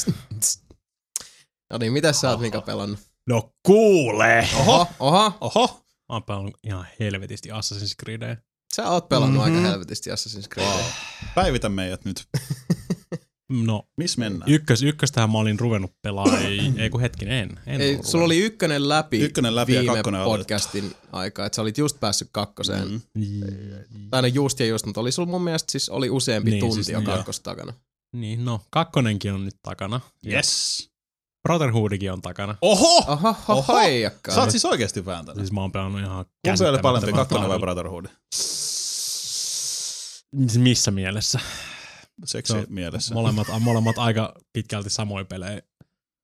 [SPEAKER 1] No niin, mitä sä oot Mika pelannut?
[SPEAKER 3] No kuule!
[SPEAKER 1] Oho, oho.
[SPEAKER 2] Oho!
[SPEAKER 3] Mä oon pelannut ihan helvetisti Assassin's Creedia.
[SPEAKER 1] Sä oot pelannut
[SPEAKER 4] Mhm.
[SPEAKER 1] aika helvetisti Assassin's Creedia.
[SPEAKER 2] Wow. Päivitä meidät nyt.
[SPEAKER 3] No,
[SPEAKER 2] Miss mennään?
[SPEAKER 3] ykkös, ykköstähän mä olin ruvennut pelaamaan, ei, ei kun hetken, en. en
[SPEAKER 1] Ei,
[SPEAKER 3] ollut
[SPEAKER 1] sulla oli ykkönen läpi,
[SPEAKER 2] Ykkönen läpi ja
[SPEAKER 1] viime
[SPEAKER 2] kakkonen
[SPEAKER 1] podcastin aikaa, että sä olit just päässyt kakkoseen. Mm.
[SPEAKER 2] Mm.
[SPEAKER 3] ruvennut.
[SPEAKER 1] Tai no just ja just, mutta oli sulla mun mielestä siis oli useampi
[SPEAKER 3] Niin,
[SPEAKER 1] niin, tunti
[SPEAKER 3] siis
[SPEAKER 1] siis, jo
[SPEAKER 3] niin,
[SPEAKER 1] kakkos takana.
[SPEAKER 3] Niin, no, kakkonenkin on nyt takana. Ja
[SPEAKER 2] Yes.
[SPEAKER 3] Brotherhoodikin on takana.
[SPEAKER 2] Oho!
[SPEAKER 1] Oho, ho,
[SPEAKER 2] Oho.
[SPEAKER 1] hoijakka.
[SPEAKER 2] Sä oot siis oikeesti vääntänyt.
[SPEAKER 3] Siis mä oon pelannut ihan
[SPEAKER 2] Kumpi oli parempi,
[SPEAKER 3] käsittämättömän
[SPEAKER 2] kakkonen vai
[SPEAKER 3] tahdilla.
[SPEAKER 2] Brotherhood?
[SPEAKER 3] Siis Missä mielessä?
[SPEAKER 2] Seksi
[SPEAKER 3] Se on
[SPEAKER 2] mielessä.
[SPEAKER 3] Molemmat, molemmat aika pitkälti samoja pelejä.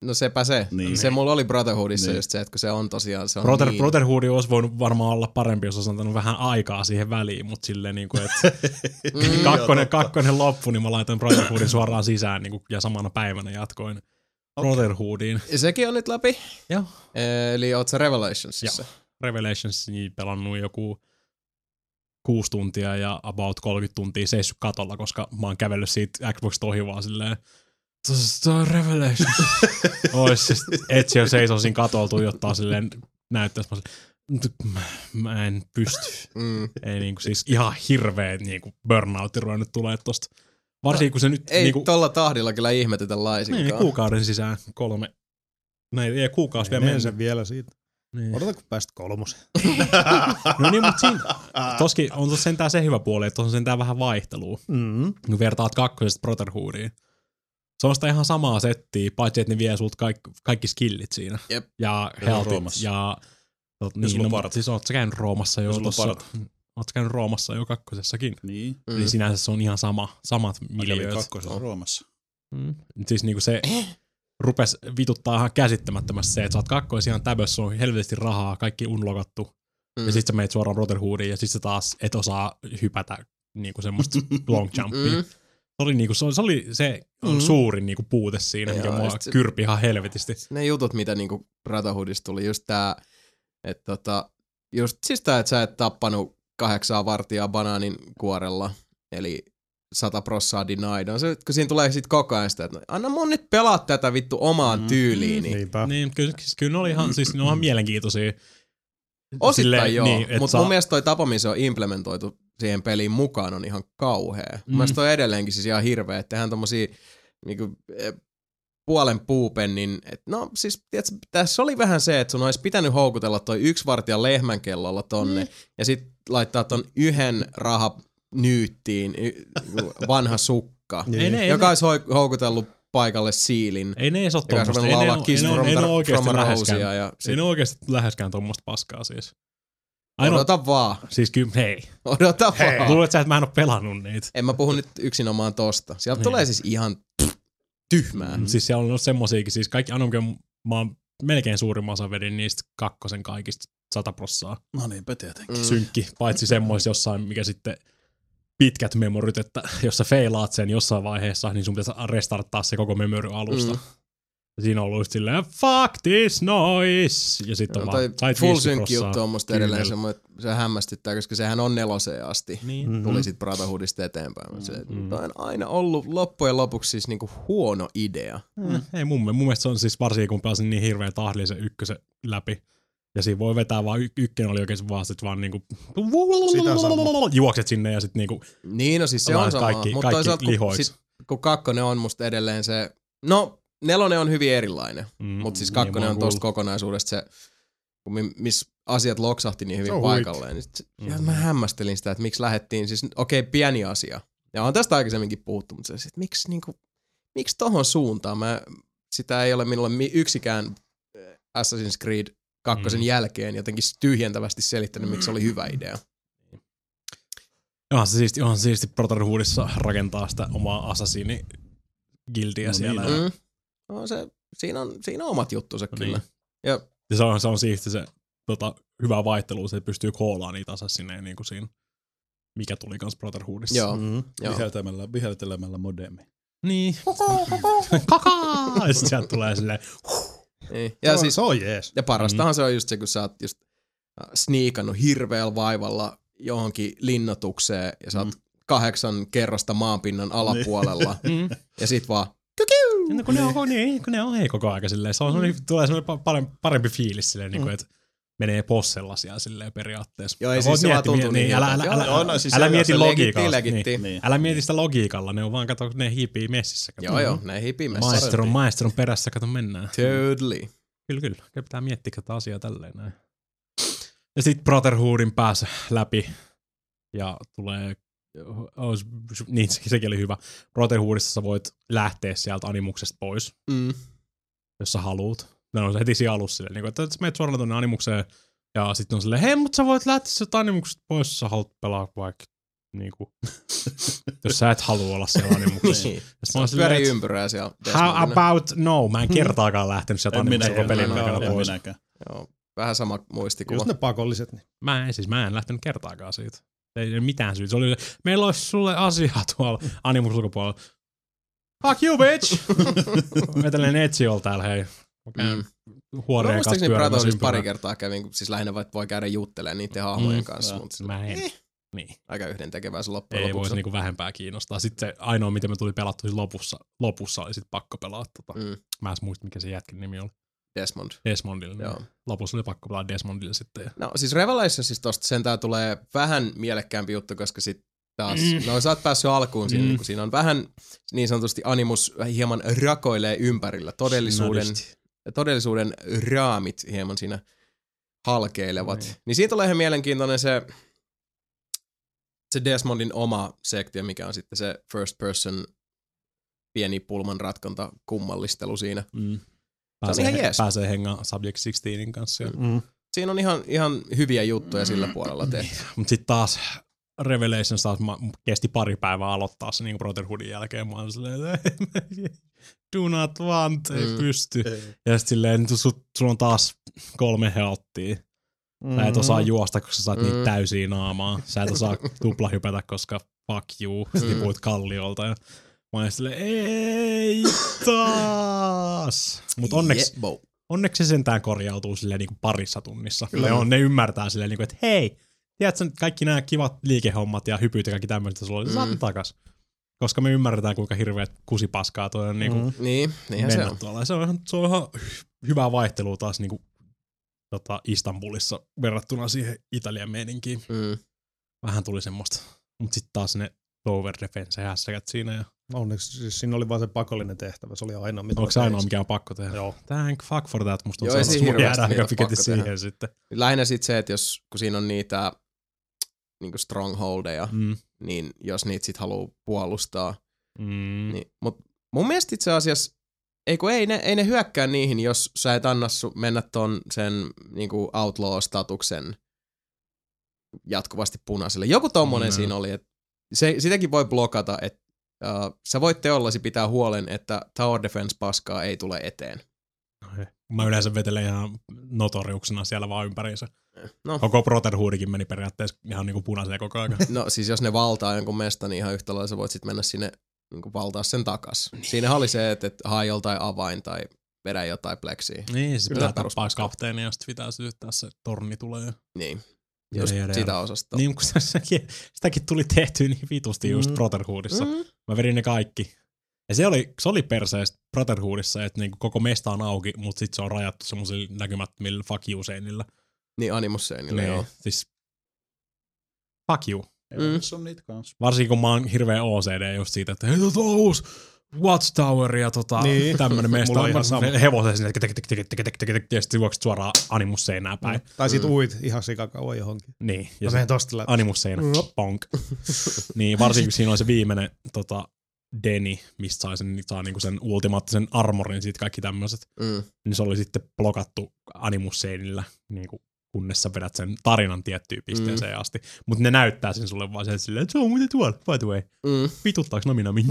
[SPEAKER 1] No sepä se.
[SPEAKER 2] Niin.
[SPEAKER 1] Niin. Se mulla oli Brotherhoodissa
[SPEAKER 2] Niin.
[SPEAKER 1] niin. just se, että kun se on tosiaan, se on
[SPEAKER 3] Brother,
[SPEAKER 1] niin.
[SPEAKER 3] Brotherhood olisi voinut varmaan olla parempi, jos olisi antanut vähän aikaa siihen väliin, mutta silleen niin kuin, että
[SPEAKER 1] Mm.
[SPEAKER 3] kakkonen,
[SPEAKER 2] totta.
[SPEAKER 3] kakkonen loppu, niin mä laitan Brotherhoodin suoraan sisään niin kuin, ja samana päivänä jatkoin Brotherhoodiin.
[SPEAKER 1] Ja Sekin on nyt läpi.
[SPEAKER 3] Joo.
[SPEAKER 1] Eli oot sä Revelationsissa.
[SPEAKER 3] Revelations niin pelannut joku kuusi tuntia ja about 30 tuntia seissyt katolla, koska mä oon kävellyt siitä Xbox ohi vaan silleen, Tuo on Revelation. Ois siis, etsi on seisoo siinä katolla, tuijottaa silleen näyttäisi. Mä, silleen, mä en pysty.
[SPEAKER 1] Mm.
[SPEAKER 3] Ei niinku siis ihan hirveet niinku burnoutti ruvennut tulee tosta. Varsinkin kun se nyt
[SPEAKER 1] Ei
[SPEAKER 3] niinku,
[SPEAKER 1] tolla tahdilla kyllä ihmetytä laisinkaan.
[SPEAKER 3] niin, kuukauden sisään kolme, näin ei kuukausi vielä
[SPEAKER 4] Menen
[SPEAKER 3] mennyt.
[SPEAKER 4] sen vielä siitä.
[SPEAKER 3] Niin.
[SPEAKER 4] Odota, kun pääst kolmoseen.
[SPEAKER 3] No niin, mutta siinä, toskin on tuossa sentään se hyvä puoli, että tuossa on sentään vähän vaihtelua,
[SPEAKER 4] Mm.
[SPEAKER 3] kun vertaat kakkosesta Brotherhoodiin. Se on sitä ihan samaa settiä, paitsi että ne vie sulta kaikki, kaikki skillit siinä.
[SPEAKER 1] Jep.
[SPEAKER 3] Ja
[SPEAKER 2] Ja
[SPEAKER 3] healthit
[SPEAKER 2] Roomassa.
[SPEAKER 3] ja... Tot,
[SPEAKER 2] sulla
[SPEAKER 3] niin,
[SPEAKER 2] on
[SPEAKER 3] no,
[SPEAKER 2] parat.
[SPEAKER 3] mutta siis oot sä käynyt Roomassa jo
[SPEAKER 2] Ja sulla on
[SPEAKER 3] tossa,
[SPEAKER 2] parat.
[SPEAKER 3] oot sä käynyt Roomassa jo kakkosessakin.
[SPEAKER 2] Niin.
[SPEAKER 1] Mm.
[SPEAKER 3] Mm. Eli sinänsä se on ihan sama, samat
[SPEAKER 2] Mä kävin
[SPEAKER 3] miljööt.
[SPEAKER 2] kakkosessa Roomassa.
[SPEAKER 3] Mm. Siis niinku se rupes vituttaa ihan käsittämättömästi se, että sä oot kakkois ihan täbössä, on helvetisti rahaa, kaikki unlokattu. Mm. Ja sit sä meet suoraan Brotherhoodiin ja sit sä taas et osaa hypätä niinku semmoista long jumpia. Mm.
[SPEAKER 1] Mm.
[SPEAKER 3] Se oli, niinku, se, oli- se, oli se
[SPEAKER 4] Mm.
[SPEAKER 3] mm. suurin niinku puute siinä, mikä
[SPEAKER 1] Joo,
[SPEAKER 3] mua
[SPEAKER 1] ja sit se-
[SPEAKER 3] kyrpi ihan helvetisti.
[SPEAKER 1] Ne jutut, mitä niinku Brotherhoodista tuli, just tää, että tota, just siis tää, että sä et tappanut kahdeksaa vartijaa banaanin kuorella, eli sata prossaa denied. On se, kun siinä tulee sit koko ajan sitä, että no, anna mun nyt pelaa tätä vittu omaan
[SPEAKER 2] Mm.
[SPEAKER 1] mm. tyyliin. Niin.
[SPEAKER 4] Niinpä.
[SPEAKER 3] Niin, kyllä, siis kyllä ne oli ihan, siis ne on ihan mielenkiintoisia.
[SPEAKER 1] Osittain
[SPEAKER 3] Silleen,
[SPEAKER 1] joo,
[SPEAKER 3] niin, et
[SPEAKER 1] mutta
[SPEAKER 3] saa-
[SPEAKER 1] mun mielestä toi tapa, missä se on implementoitu siihen peliin mukaan, on ihan kauhea. Mm. Mun mielestä toi edelleenkin siis ihan hirveä, että tehdään tommosia niinku, eh, puolen puupennin, että no siis tiedätkö, tässä oli vähän se, että sun olisi pitänyt houkutella toi yksi vartija lehmän kellolla tonne mm. ja sit laittaa ton yhden raha nyyttiin, y- niinku, vanha sukka,
[SPEAKER 4] Niin.
[SPEAKER 3] Ei ne, ei
[SPEAKER 1] joka
[SPEAKER 3] ne-
[SPEAKER 1] olisi hoi- houkutellut paikalle siilin,
[SPEAKER 3] Ei ne edes ole
[SPEAKER 1] joka olisi
[SPEAKER 3] tommosta. Ei
[SPEAKER 1] ruvennut
[SPEAKER 3] ne,
[SPEAKER 1] laulaa
[SPEAKER 3] oo- ei
[SPEAKER 1] Kiss
[SPEAKER 3] ne, oo-
[SPEAKER 1] from,
[SPEAKER 3] ei ne
[SPEAKER 1] the-
[SPEAKER 3] oo oikeesti
[SPEAKER 1] from a
[SPEAKER 3] läheskään.
[SPEAKER 1] Rosea ja
[SPEAKER 3] Ei
[SPEAKER 1] sit
[SPEAKER 3] ne oikeesti läheskään tommosta paskaa siis. Ainoa,
[SPEAKER 1] odota vaan,
[SPEAKER 3] siis kyllä, hei.
[SPEAKER 1] odota vaan.
[SPEAKER 3] Luulet sä, että mä en oo pelannut niitä?
[SPEAKER 1] En mä puhu nyt yksinomaan tosta. Sieltä
[SPEAKER 3] Niin.
[SPEAKER 1] tulee siis ihan pff, tyhmää.
[SPEAKER 3] Mm. Siis siellä on ollut semmosiakin, siis kaikki Anomken, mä oon melkein suurimman osan vedin niistä kakkosen kaikista sata prossaa
[SPEAKER 2] No niinpä tietenkin.
[SPEAKER 1] Mm.
[SPEAKER 3] synkki, paitsi semmois jossain, mikä sitten pitkät memorit, että jos sä feilaat sen jossain vaiheessa, niin sun pitäisi restarttaa se koko memory alusta.
[SPEAKER 1] Mm.
[SPEAKER 3] Mm. Siinä on ollut just silleen, fuck this noise! Ja sitten
[SPEAKER 1] No,
[SPEAKER 3] on
[SPEAKER 1] toi
[SPEAKER 3] vaan, sait
[SPEAKER 1] full
[SPEAKER 3] 50
[SPEAKER 1] synkki juttu
[SPEAKER 3] prossaa.
[SPEAKER 1] on musta edelleen
[SPEAKER 3] Kyynel.
[SPEAKER 1] semmoinen, että se hämmästyttää, koska sehän on neloseen asti.
[SPEAKER 3] Niin.
[SPEAKER 4] Mm.
[SPEAKER 1] Tuli sit Brotherhoodista eteenpäin. mutta Se,
[SPEAKER 3] Mm.
[SPEAKER 1] Tämä on aina ollut loppujen lopuksi siis niinku huono idea.
[SPEAKER 3] Mm. Ei mun, mielestä- mun mielestä se on siis varsinkin, kun pääsin niin hirveän tahdin sen ykkösen läpi. Ja siinä voi vetää vaan, y- ykkönen oli oikeesti vaan sit vaan niinku
[SPEAKER 4] Sitä samaa.
[SPEAKER 3] juokset sinne ja sit niinku
[SPEAKER 1] Niin, no siis se on
[SPEAKER 3] laitat
[SPEAKER 1] sama.
[SPEAKER 3] kaikki,
[SPEAKER 1] Mutta toisaalta
[SPEAKER 3] kaikki
[SPEAKER 1] kun,
[SPEAKER 3] lihoiksi.
[SPEAKER 1] sit, kun kakkonen on musta edelleen se... No, nelonen on hyvin erilainen.
[SPEAKER 3] Mm,
[SPEAKER 1] Mutta siis
[SPEAKER 3] niin mä oon
[SPEAKER 1] kakkonen on tosta
[SPEAKER 3] kuullut.
[SPEAKER 1] kokonaisuudesta se, kun mi- missä asiat loksahti niin
[SPEAKER 4] Se
[SPEAKER 1] hyvin
[SPEAKER 4] on huikea.
[SPEAKER 1] paikalleen. Niin sit, ja
[SPEAKER 3] Mm.
[SPEAKER 1] mä hämmästelin sitä, että miksi lähdettiin, siis okei okay, pieni asia. Ja on tästä aikaisemminkin puhuttu, mutta se, että miksi, niinku, miksi tohon suuntaan? Mä, sitä ei ole minulle mi- yksikään eh, Assassin's Creed kakkosen
[SPEAKER 3] Mm.
[SPEAKER 1] mm. jälkeen jotenkin tyhjentävästi selittänyt, miksi se oli hyvä idea.
[SPEAKER 3] Onhan se siisti, onhan se siisti Brotherhoodissa rakentaa sitä omaa assassini gildiä
[SPEAKER 2] No
[SPEAKER 3] no, siellä.
[SPEAKER 2] niin
[SPEAKER 3] Niin,
[SPEAKER 1] Mm. No, se, siinä, on, siinä on omat juttunsa
[SPEAKER 3] No
[SPEAKER 1] kyllä.
[SPEAKER 3] niin. ja se on, se on siisti se tota, hyvä vaihtelu, se pystyy koolaamaan niitä assassineja niin kuin siinä, mikä tuli kans Brotherhoodissa.
[SPEAKER 1] Joo,
[SPEAKER 4] Mm.
[SPEAKER 1] joo.
[SPEAKER 2] Viheltelemällä, viheltelemällä modemi.
[SPEAKER 3] Niin. Kakaa! Ja sit sieltä tulee silleen,
[SPEAKER 1] Niin.
[SPEAKER 4] Ja
[SPEAKER 1] Ja
[SPEAKER 4] se, siis...
[SPEAKER 1] siis
[SPEAKER 4] se on jees.
[SPEAKER 1] Ja parastahan
[SPEAKER 3] Mm-hmm.
[SPEAKER 1] mm. se on just se, kun sä oot just äh, sniikannut hirveällä vaivalla johonkin linnoitukseen ja sä oot mm.
[SPEAKER 3] Mm-hmm.
[SPEAKER 1] kahdeksan kerrosta maanpinnan
[SPEAKER 3] Niin.
[SPEAKER 1] alapuolella
[SPEAKER 3] mm.
[SPEAKER 1] ja sit vaan
[SPEAKER 3] No kun ne on, niin, kun ne on hei koko aika silleen. Se on, mm. tulee semmoinen parempi, parempi fiilis silleen, mm. niin kuin, että menee possella siellä silleen periaatteessa.
[SPEAKER 1] Joo, ei
[SPEAKER 3] Ja
[SPEAKER 1] siis
[SPEAKER 3] voit
[SPEAKER 1] se vaan
[SPEAKER 3] miettiä,
[SPEAKER 1] tuntuu
[SPEAKER 3] niin,
[SPEAKER 1] niin
[SPEAKER 3] älä,
[SPEAKER 1] hyvältä.
[SPEAKER 3] älä,
[SPEAKER 1] Joo,
[SPEAKER 3] älä,
[SPEAKER 1] joo,
[SPEAKER 3] älä,
[SPEAKER 2] no siis
[SPEAKER 3] älä
[SPEAKER 2] joo,
[SPEAKER 3] mieti
[SPEAKER 2] se
[SPEAKER 3] logiikalla.
[SPEAKER 1] legitti,
[SPEAKER 3] Niin.
[SPEAKER 1] legitti.
[SPEAKER 2] Niin.
[SPEAKER 3] Älä mieti sitä logiikalla, ne on vaan, kato, ne hiipii messissä. Kato.
[SPEAKER 1] Joo, joo, ne hipimässä.
[SPEAKER 3] Maestron, maestron perässä, kato, mennään.
[SPEAKER 1] Totally.
[SPEAKER 3] Kyllä, kyllä. Kyllä pitää miettiä tätä asiaa tälleen näin. Ja sitten Brotherhoodin päässä läpi ja tulee oh, s- niin se- sekin oli hyvä. Brotherhoodissa sä voit lähteä sieltä animuksesta pois,
[SPEAKER 1] Mm.
[SPEAKER 3] jos sä haluut. Ne on heti siinä alussa silleen, niinku, että sä menet suoraan tuonne animukseen ja sitten on silleen, hei, mutta sä voit lähteä sieltä animuksesta pois, jos sä haluat pelaa vaikka niinku, jos sä et halua olla siellä animuksessa.
[SPEAKER 1] Niin.
[SPEAKER 3] Ja sit mä oon
[SPEAKER 1] Se
[SPEAKER 3] silleen,
[SPEAKER 1] pyörii
[SPEAKER 3] että,
[SPEAKER 1] ympyrää siellä.
[SPEAKER 3] How
[SPEAKER 1] täsmälleen.
[SPEAKER 3] about no? Mä en kertaakaan lähtenyt sieltä
[SPEAKER 2] En
[SPEAKER 3] animuksesta
[SPEAKER 2] minäkään.
[SPEAKER 3] koko pelin
[SPEAKER 1] en
[SPEAKER 3] aikana
[SPEAKER 2] En
[SPEAKER 3] pois.
[SPEAKER 2] minäkään.
[SPEAKER 1] Joo, vähän sama muistikuva.
[SPEAKER 4] Just ne pakolliset. Niin.
[SPEAKER 3] Mä en siis, mä en lähtenyt kertaakaan siitä. Ei, ei mitään syytä. Se oli, se, meillä olisi sulle asiaa tuolla animus ulkopuolella. Fuck you, bitch! Vetelen etsiolla täällä, hei. Mä käyn
[SPEAKER 1] Mm. Mä
[SPEAKER 3] huoneen kanssa
[SPEAKER 1] muistaakseni
[SPEAKER 3] pyörimässä
[SPEAKER 1] Bratonis pari
[SPEAKER 3] ympyrää.
[SPEAKER 1] kertaa kävin, kun siis lähinnä vaan voi käydä juttelemaan niiden hahmojen
[SPEAKER 3] Mm.
[SPEAKER 1] kanssa,
[SPEAKER 2] Joo.
[SPEAKER 1] mutta
[SPEAKER 3] Mä en. Niin.
[SPEAKER 1] aika yhdentekevää se loppujen
[SPEAKER 3] Ei voisi
[SPEAKER 1] Eh, lopuksi.
[SPEAKER 3] niinku vähempää kiinnostaa. Sitten se ainoa, miten me tuli pelattu siinä lopussa, lopussa oli sit pakko pelaa. Tota.
[SPEAKER 1] Mm.
[SPEAKER 3] Mä en muista, mikä se jätkin nimi oli.
[SPEAKER 1] Desmond.
[SPEAKER 3] Desmondille. Niin.
[SPEAKER 1] Joo.
[SPEAKER 3] Lopussa oli pakko pelaa Desmondille sitten. Ja...
[SPEAKER 1] No siis Revelations siis tosta sentään tulee vähän mielekkäämpi juttu, koska sit taas, mm. no sä oot päässyt alkuun siinä,
[SPEAKER 3] Mm.
[SPEAKER 1] mm. kun siinä on vähän niin sanotusti animus hieman rakoilee ympärillä todellisuuden,
[SPEAKER 3] Snadisti.
[SPEAKER 1] todellisuuden raamit hieman siinä halkeilevat. Niin. niin siitä tulee ihan mielenkiintoinen se, se Desmondin oma sektio, mikä on sitten se first person pieni pulman ratkonta kummallistelu siinä.
[SPEAKER 3] Mm.
[SPEAKER 1] ihan jees.
[SPEAKER 3] Pääsee hengaan Subject 16 kanssa. Mm.
[SPEAKER 4] Mm.
[SPEAKER 1] Siinä on ihan, ihan hyviä juttuja sillä puolella tehty.
[SPEAKER 3] Mutta sitten taas Revelations taas ma- kesti pari päivää aloittaa se niin Brotherhoodin jälkeen. Mä olin silleen, do not want, ei
[SPEAKER 1] Mm.
[SPEAKER 3] mm. pysty. Ja sitten silleen, nyt sut, sulla on taas kolme healttia.
[SPEAKER 4] Mm.
[SPEAKER 3] Sä et osaa juosta, koska sä saat mm.
[SPEAKER 1] Mm.
[SPEAKER 3] niitä täysiä naamaa. Sä et osaa tuplahypätä, koska fuck you. Sä
[SPEAKER 1] Mm.
[SPEAKER 3] tipuit kalliolta. Ja mä olin silleen, ei taas. Mutta onneksi, yeah.
[SPEAKER 1] Jebo.
[SPEAKER 3] onneksi se sentään korjautuu silleen niinku parissa tunnissa. Kyllä. Ne, on, ne ymmärtää silleen, niinku, että hei, tiedätkö nyt kaikki nämä kivat liikehommat ja hypyt ja kaikki tämmöiset, että sulla oli,
[SPEAKER 1] Mm.
[SPEAKER 3] mm. saat ne takas. Koska me ymmärretään, kuinka hirveät kusipaskaa toi on niinku, mm.
[SPEAKER 1] Niin, niinhän se
[SPEAKER 3] mennä
[SPEAKER 1] on.
[SPEAKER 3] tuolla. Ja Se on, ihan, se on ihan hyvää vaihtelua taas niinku, tota, Istanbulissa verrattuna siihen Italian meininkiin.
[SPEAKER 1] Mm.
[SPEAKER 3] Vähän tuli semmoista. Mut sitten taas ne Tower Defense hässäkät siinä. Ja,
[SPEAKER 4] Onneksi siis siinä oli vaan se pakollinen tehtävä, se oli ainoa mitä
[SPEAKER 3] onko se
[SPEAKER 4] mä
[SPEAKER 3] ainoa,
[SPEAKER 4] tein.
[SPEAKER 3] mikä on pakko tehdä? Joo. Thank fuck for that. Musta on
[SPEAKER 1] Joo, ei
[SPEAKER 3] sanottu,
[SPEAKER 1] siinä
[SPEAKER 3] että mä
[SPEAKER 1] hirveästi
[SPEAKER 3] jäädään
[SPEAKER 1] niitä
[SPEAKER 3] aika pitkälti
[SPEAKER 1] pakko tehdä.
[SPEAKER 3] siihen sitten.
[SPEAKER 1] Lähinnä sitten se, että jos, kun siinä on niitä niin strongholdeja,
[SPEAKER 3] Mm.
[SPEAKER 1] niin jos niitä sitten haluaa puolustaa,
[SPEAKER 3] Mm.
[SPEAKER 1] Niin, mut mun mielestä itse asiassa, ei kun ei ne, ei ne hyökkää niihin, jos sä et anna su, mennä ton sen niinku outlaw-statuksen jatkuvasti punaiselle. Joku tommonen
[SPEAKER 3] Mm.
[SPEAKER 1] siinä oli, että se, sitäkin voi blokata, että uh, sä voit teollasi pitää huolen, että tower defense paskaa ei tule eteen.
[SPEAKER 3] Ai. Mä yleensä vetelen ihan notoriuksena siellä vaan ympäriinsä.
[SPEAKER 1] No,
[SPEAKER 3] Koko Brotherhoodikin meni periaatteessa ihan niinku punaiseen koko ajan.
[SPEAKER 1] no siis jos ne valtaa jonkun mesta, niin ihan yhtä lailla sä voit sit mennä sinne niinku valtaa sen takas. Siinä oli se, että, että hae joltain avain tai vedä jotain pleksiä.
[SPEAKER 3] niin, sit
[SPEAKER 1] Kyllä,
[SPEAKER 3] pitää tappaa
[SPEAKER 1] peruspaska.
[SPEAKER 3] kapteeni ja sit pitää sytyttää se torni tulee. Ja
[SPEAKER 1] Niin, just
[SPEAKER 3] jada, jada.
[SPEAKER 1] sitä osastoa.
[SPEAKER 3] Niin, kun sitäkin, sitäkin tuli tehty niin vitusti just
[SPEAKER 4] Mm.
[SPEAKER 3] Brotherhoodissa.
[SPEAKER 1] Mm.
[SPEAKER 3] Mä vedin ne kaikki. Ja se oli, se oli perseestä Brotherhoodissa, että niinku koko mesta on auki, mutta sit se on rajattu semmoisilla näkymättömillä fuck you seinillä.
[SPEAKER 1] Niin Animus Seinillä, joo.
[SPEAKER 3] Siis fuck you.
[SPEAKER 1] Mm.
[SPEAKER 2] Mm. Se on niitä kanssa.
[SPEAKER 3] Varsinkin kun mä oon hirveä OCD just siitä, että hei tota on uusi Watchtower ja tota
[SPEAKER 4] Niin.
[SPEAKER 3] niin. tämmönen mesta
[SPEAKER 4] Mulla on
[SPEAKER 3] on
[SPEAKER 4] ihan sama.
[SPEAKER 3] ihan hevosen sinne, tek, tek, tek, tek, tek, tek, tek, ja sitten juokset suoraan animus seinään päin.
[SPEAKER 4] Tai sit
[SPEAKER 1] Mm.
[SPEAKER 4] uit ihan sikakauan johonkin.
[SPEAKER 3] Mm. Niin.
[SPEAKER 4] Ja
[SPEAKER 3] Ja
[SPEAKER 4] mä
[SPEAKER 3] se
[SPEAKER 4] menen tosta läpi.
[SPEAKER 3] animus seinä,
[SPEAKER 4] Rop.
[SPEAKER 3] ponk. niin varsinkin kun siinä on se viimeinen tota, Deni, mistä sai sen, saa niinku sen ultimaattisen armorin, siitä kaikki tämmöiset.
[SPEAKER 1] Mm.
[SPEAKER 3] niin se oli sitten blokattu animusseinillä, niin kuin kunnes sä vedät sen tarinan tiettyyn pisteeseen mm. asti. Mutta ne näyttää sen sulle vaan sen silleen, että se on muuten tuolla, by the way.
[SPEAKER 1] Mm.
[SPEAKER 3] Vituttaaks naminami?